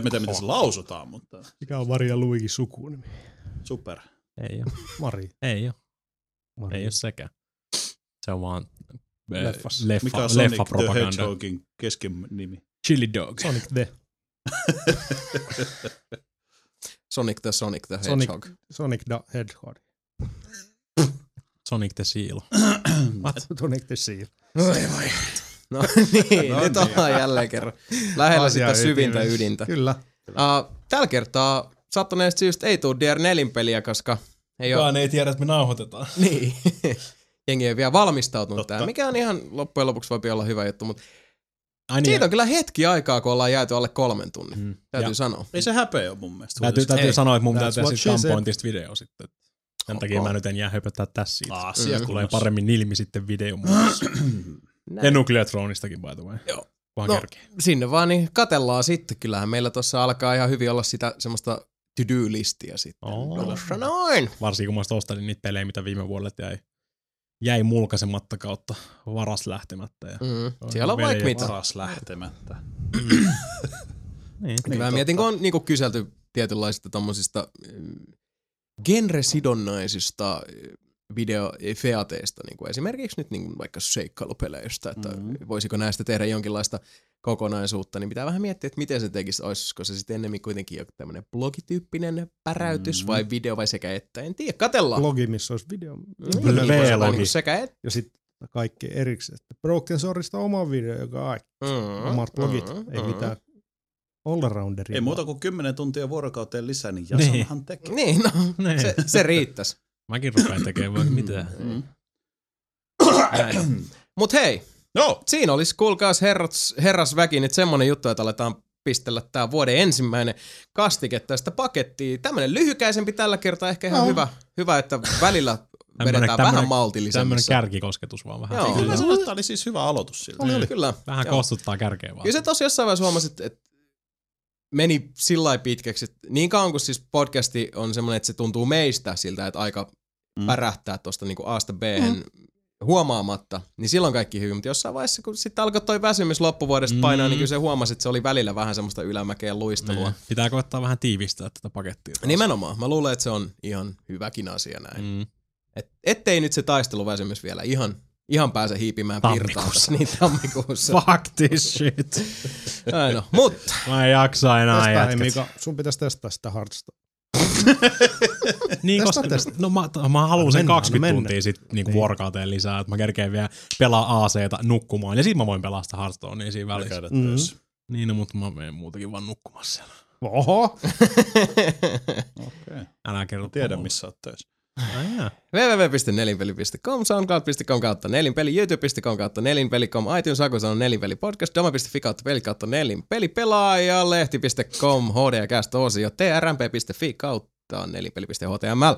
[SPEAKER 2] miten, miten se lausutaan, mutta
[SPEAKER 4] Mikä on Maria Luigi sukunimi?
[SPEAKER 2] super.
[SPEAKER 3] Ei oo,
[SPEAKER 4] Mari.
[SPEAKER 3] ei oo,
[SPEAKER 4] Mari.
[SPEAKER 3] ei oo sekään. Se on vaan eh,
[SPEAKER 4] Leffassa.
[SPEAKER 3] leffa,
[SPEAKER 2] Mikä on Sonic
[SPEAKER 3] leffa
[SPEAKER 2] the
[SPEAKER 3] propaganda.
[SPEAKER 2] Hedgehogin kesken nimi?
[SPEAKER 3] Chili dog.
[SPEAKER 4] Sonic the.
[SPEAKER 1] Sonic the Sonic the
[SPEAKER 4] Sonic.
[SPEAKER 1] Hedgehog.
[SPEAKER 4] Sonic the Hedgehog.
[SPEAKER 3] Sonic the Seal.
[SPEAKER 4] Sonic the Seal.
[SPEAKER 1] Oi voi. No niin,
[SPEAKER 2] No
[SPEAKER 1] nyt
[SPEAKER 2] niin.
[SPEAKER 1] ollaan jälleen kerran. Lähellä
[SPEAKER 4] Asia
[SPEAKER 1] sitä syvintä
[SPEAKER 4] ytimessä.
[SPEAKER 1] ydintä.
[SPEAKER 4] Kyllä.
[SPEAKER 1] Uh, tällä kertaa sattuneesta syystä ei tule DR4-peliä, koska ei ole...
[SPEAKER 3] ei tiedä, että me nauhoitetaan.
[SPEAKER 1] Niin. Jengi ei vielä valmistautunut
[SPEAKER 2] Totta.
[SPEAKER 1] tähän, mikä on ihan loppujen lopuksi voi olla hyvä juttu, mutta
[SPEAKER 3] Ai niin,
[SPEAKER 1] siitä on kyllä hetki aikaa, kun ollaan jääty alle kolmen tunnin.
[SPEAKER 3] Mm.
[SPEAKER 1] Täytyy
[SPEAKER 3] Ja
[SPEAKER 1] sanoa.
[SPEAKER 2] Ei se häpeä ole mun mielestä.
[SPEAKER 3] täytyy, täytyy
[SPEAKER 1] Ei.
[SPEAKER 3] sanoa, että mun pitää
[SPEAKER 4] That's
[SPEAKER 3] tehdä
[SPEAKER 4] what
[SPEAKER 3] siitä
[SPEAKER 4] she said.
[SPEAKER 3] gunpointista video sitten. Sen takia
[SPEAKER 1] Oho.
[SPEAKER 3] mä nyt en jää höpöttää tässä siitä.
[SPEAKER 2] Ah,
[SPEAKER 1] Mm.
[SPEAKER 2] siellä
[SPEAKER 3] Tulee
[SPEAKER 2] kunnossa.
[SPEAKER 3] paremmin ilmi sitten video muodossa.
[SPEAKER 1] Näin.
[SPEAKER 3] ja Nucleatronistakin, by the way.
[SPEAKER 1] Joo.
[SPEAKER 3] Vaan
[SPEAKER 1] No.
[SPEAKER 3] no. kerkeä.
[SPEAKER 1] Sinne vaan niin katellaan sitten. Kyllähän meillä tuossa alkaa ihan hyvin olla sitä semmoista to-do-listiä sitten.
[SPEAKER 3] Oo.
[SPEAKER 1] Tulossa noin.
[SPEAKER 3] Varsinkin kun mä sitten ostelin niitä pelejä, mitä viime vuodet jäi, jäi mulkaisematta kautta varas lähtemättä. Ja,
[SPEAKER 1] Mm.
[SPEAKER 3] Oi,
[SPEAKER 1] Siellä on
[SPEAKER 3] veli
[SPEAKER 1] vaikka
[SPEAKER 3] ja
[SPEAKER 1] mitä.
[SPEAKER 2] Paras lähtemättä.
[SPEAKER 3] niin.
[SPEAKER 1] Niin, mä
[SPEAKER 2] totta.
[SPEAKER 1] mietin, kun on niinku kyselty tietynlaisista tommosista mm, genresidonnaisista mm, videofeateista, niin kuin esimerkiksi nyt niin kuin vaikka seikkailupeleistä, että
[SPEAKER 2] Mhm.
[SPEAKER 1] mm-hmm. voisiko näistä tehdä jonkinlaista kokonaisuutta, niin pitää vähän miettiä, että miten se tekisi, olisiko se sitten ennemmin kuitenkin joku tämmöinen blogityyppinen päräytys
[SPEAKER 2] Mhm.
[SPEAKER 1] mm-hmm. vai video vai sekä että, en tiedä, katellaan.
[SPEAKER 4] Blogi, missä olisi video.
[SPEAKER 1] Niin,
[SPEAKER 3] Blogi.
[SPEAKER 1] voisi olla niinku
[SPEAKER 3] Blogi.
[SPEAKER 1] sekä että.
[SPEAKER 4] Ja sitten kaikki erikseen. Sitten Broken Swordista oma video, joka ai,
[SPEAKER 1] Mm-hmm.
[SPEAKER 4] omat blogit. Ei mitään allrounderia.
[SPEAKER 2] Ei muuta kuin 10 tuntia vuorokauteen lisää, niin
[SPEAKER 3] Niin.
[SPEAKER 2] Jasanhan tekee.
[SPEAKER 1] Niin, no,
[SPEAKER 3] Niin.
[SPEAKER 1] se, se riittäisi.
[SPEAKER 3] Mäkin rupean tekemään vaikka mitä.
[SPEAKER 2] Mm.
[SPEAKER 1] Näin. Mut hei,
[SPEAKER 2] No,
[SPEAKER 1] Siinä olisi, kuulkaas herrat, herrasväki, nyt semmonen juttu, että aletaan pistellä tää vuoden ensimmäinen kastike tästä pakettiin. Tämmönen lyhykäisempi tällä kertaa, ehkä ihan
[SPEAKER 4] Joo.
[SPEAKER 1] hyvä, hyvä, että välillä
[SPEAKER 3] No. Tämmönen-
[SPEAKER 1] vedetään
[SPEAKER 3] tämmönen-
[SPEAKER 1] vähän
[SPEAKER 3] Tämmöinen
[SPEAKER 1] maltillisemmissa.
[SPEAKER 3] kärkikosketus vaan vähän.
[SPEAKER 1] Joo.
[SPEAKER 3] Joo.
[SPEAKER 2] Kyllä sanotaan, että oli siis hyvä aloitus siltä.
[SPEAKER 1] Oli, oli, kyllä.
[SPEAKER 3] Vähän
[SPEAKER 1] Joo.
[SPEAKER 3] kostuttaa kärkeä vaan.
[SPEAKER 1] Kyllä se tosiaan jossain vaiheessa huomasit, että meni sillä lailla pitkäksi, että niin kauan kuin siis podcasti on semmoinen, että se tuntuu meistä siltä, että aika
[SPEAKER 2] Mm.
[SPEAKER 1] mm. pärähtää tuosta niinku A-sta b mm. huomaamatta, niin silloin kaikki hyvin, mutta jossain vaiheessa, kun sitten alkoi toi väsymys loppuvuodesta
[SPEAKER 3] Mm.
[SPEAKER 1] painaa, niin kyllä se huomasi, että se oli välillä vähän semmoista ylämäkeen luistelua.
[SPEAKER 3] Niin. Pitää koettaa vähän tiivistää tätä pakettia. taas.
[SPEAKER 1] Nimenomaan. Mä luulen, että se on ihan hyväkin asia näin. Mm.
[SPEAKER 3] Mm.
[SPEAKER 1] Et, ettei nyt se taisteluväsymys vielä ihan, ihan pääse hiipimään pirtaan.
[SPEAKER 3] Tammikuussa.
[SPEAKER 1] tässä, Niin tammikuussa.
[SPEAKER 3] Fuck this shit.
[SPEAKER 1] Aino. Mutta
[SPEAKER 3] Mä en jaksa enää
[SPEAKER 4] Testaa, hei
[SPEAKER 3] jatkaa.
[SPEAKER 4] Mika, sun pitäisi testaa sitä hardstone.
[SPEAKER 3] Niin,
[SPEAKER 4] Tästä
[SPEAKER 3] koska,
[SPEAKER 4] tästä.
[SPEAKER 3] no mä, mä haluan
[SPEAKER 4] No
[SPEAKER 3] sen
[SPEAKER 4] mennään,
[SPEAKER 3] 20
[SPEAKER 4] no
[SPEAKER 3] mennään.
[SPEAKER 4] mennään.
[SPEAKER 3] tuntia sit niinku niin. vuorokauteen lisää, että mä kerkeen vielä pelaa ACta nukkumaan, ja sit mä voin pelaa sitä Hearthstonea siinä
[SPEAKER 2] Ja
[SPEAKER 3] välissä.
[SPEAKER 2] käydä
[SPEAKER 4] Mm.
[SPEAKER 2] töissä.
[SPEAKER 3] Niin, no, mutta mä menen muutenkin vaan nukkumaan siellä.
[SPEAKER 4] Oho,
[SPEAKER 2] Okei.
[SPEAKER 3] Älä kerro.
[SPEAKER 2] Tiedän,
[SPEAKER 3] mulle.
[SPEAKER 2] missä oot töissä.
[SPEAKER 3] Ai jaa.
[SPEAKER 1] www.nelinpeli.com, soundcloud.com kautta nelinpeli, youtube.com kautta nelinpeli.com, iTunes Akus on nelinpeli podcast, doma.fi kautta peli kautta nelinpeli, pelaaja, lehti.com, hdcast osio, trmp.fi kautta nelinpeli.html,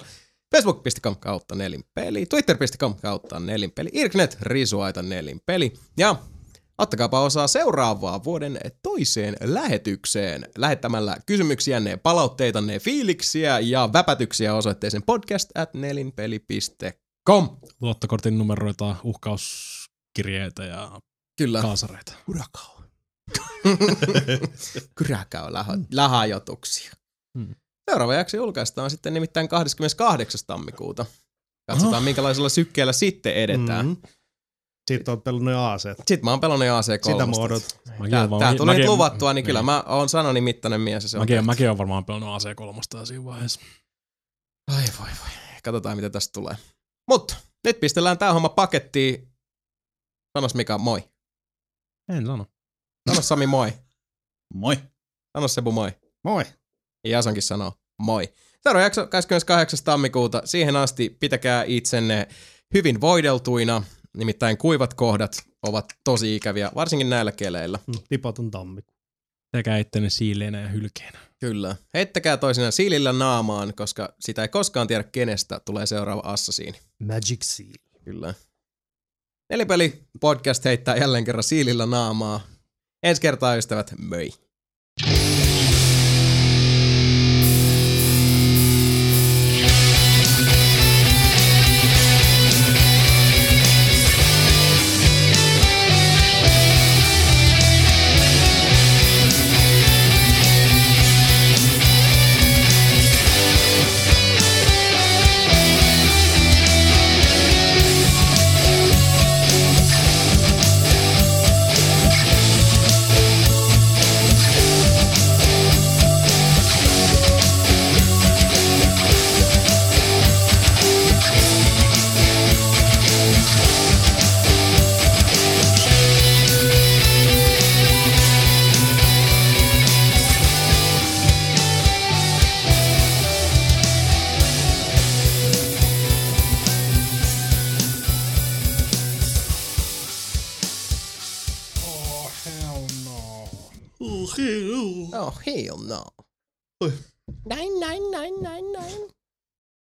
[SPEAKER 1] facebook.com kautta nelinpeli, twitter.com kautta nelinpeli, irknet, risuaita nelinpeli ja Ottakaapa osaa seuraavaan vuoden toiseen lähetykseen lähettämällä kysymyksiänne, palautteitanne, fiiliksiä ja väpätyksiä osoitteeseen podcast at nelinpeli.com.
[SPEAKER 3] Luottokortin numeroita, uhkauskirjeitä ja
[SPEAKER 1] Äh. Kyllä.
[SPEAKER 3] kaasareita.
[SPEAKER 1] Kurakao. Kurakao läha- lahajotuksia.
[SPEAKER 3] Hmm.
[SPEAKER 1] Seuraava jakso julkaistaan sitten nimittäin 28. tammikuuta.
[SPEAKER 3] Ah.
[SPEAKER 1] Katsotaan, minkälaisella sykkeellä sitten
[SPEAKER 3] Hmm.
[SPEAKER 1] edetään.
[SPEAKER 4] Mm. Siitä on pelannut jo aaseet.
[SPEAKER 1] Sitten mä oon pelannut jo AC3.
[SPEAKER 4] Sitä mä odotan.
[SPEAKER 3] Mäkin
[SPEAKER 1] Tää,
[SPEAKER 3] oon vaan-
[SPEAKER 1] tää tuli nyt
[SPEAKER 3] mäkin-
[SPEAKER 1] luvattua, niin
[SPEAKER 3] niin.
[SPEAKER 1] kyllä mä oon sanani mittainen mies. ja Se on
[SPEAKER 3] Mäkin,
[SPEAKER 1] tehty.
[SPEAKER 3] mäkin on varmaan pelannut AC3 siinä vaiheessa.
[SPEAKER 1] Ai voi voi. Katsotaan mitä tästä tulee. Mut nyt pistellään tää homma pakettiin. Sanos Mika moi.
[SPEAKER 3] En sano.
[SPEAKER 1] Sano Sami moi.
[SPEAKER 2] Moi.
[SPEAKER 1] Sano Sebu moi.
[SPEAKER 4] Moi.
[SPEAKER 1] Ja Jasonkin sanoo moi. Seuraava jakso 28. tammikuuta. Siihen asti pitäkää itsenne hyvin voideltuina. Nimittäin kuivat kohdat ovat tosi ikäviä, varsinkin näillä keleillä.
[SPEAKER 4] Mm, Tipaton tammi.
[SPEAKER 3] Tekää ittenne siileinä ja hylkeinä.
[SPEAKER 1] Kyllä. Heittäkää toisinaan siilillä naamaan, koska sitä ei koskaan tiedä kenestä tulee seuraava assasiini.
[SPEAKER 4] Magic Seal.
[SPEAKER 1] Kyllä. Nelipeli podcast heittää jälleen kerran siilillä naamaa. Ensi kertaa ystävät, möi. Oh, hell no. No,
[SPEAKER 6] Nine, nine, nine, nine, nine.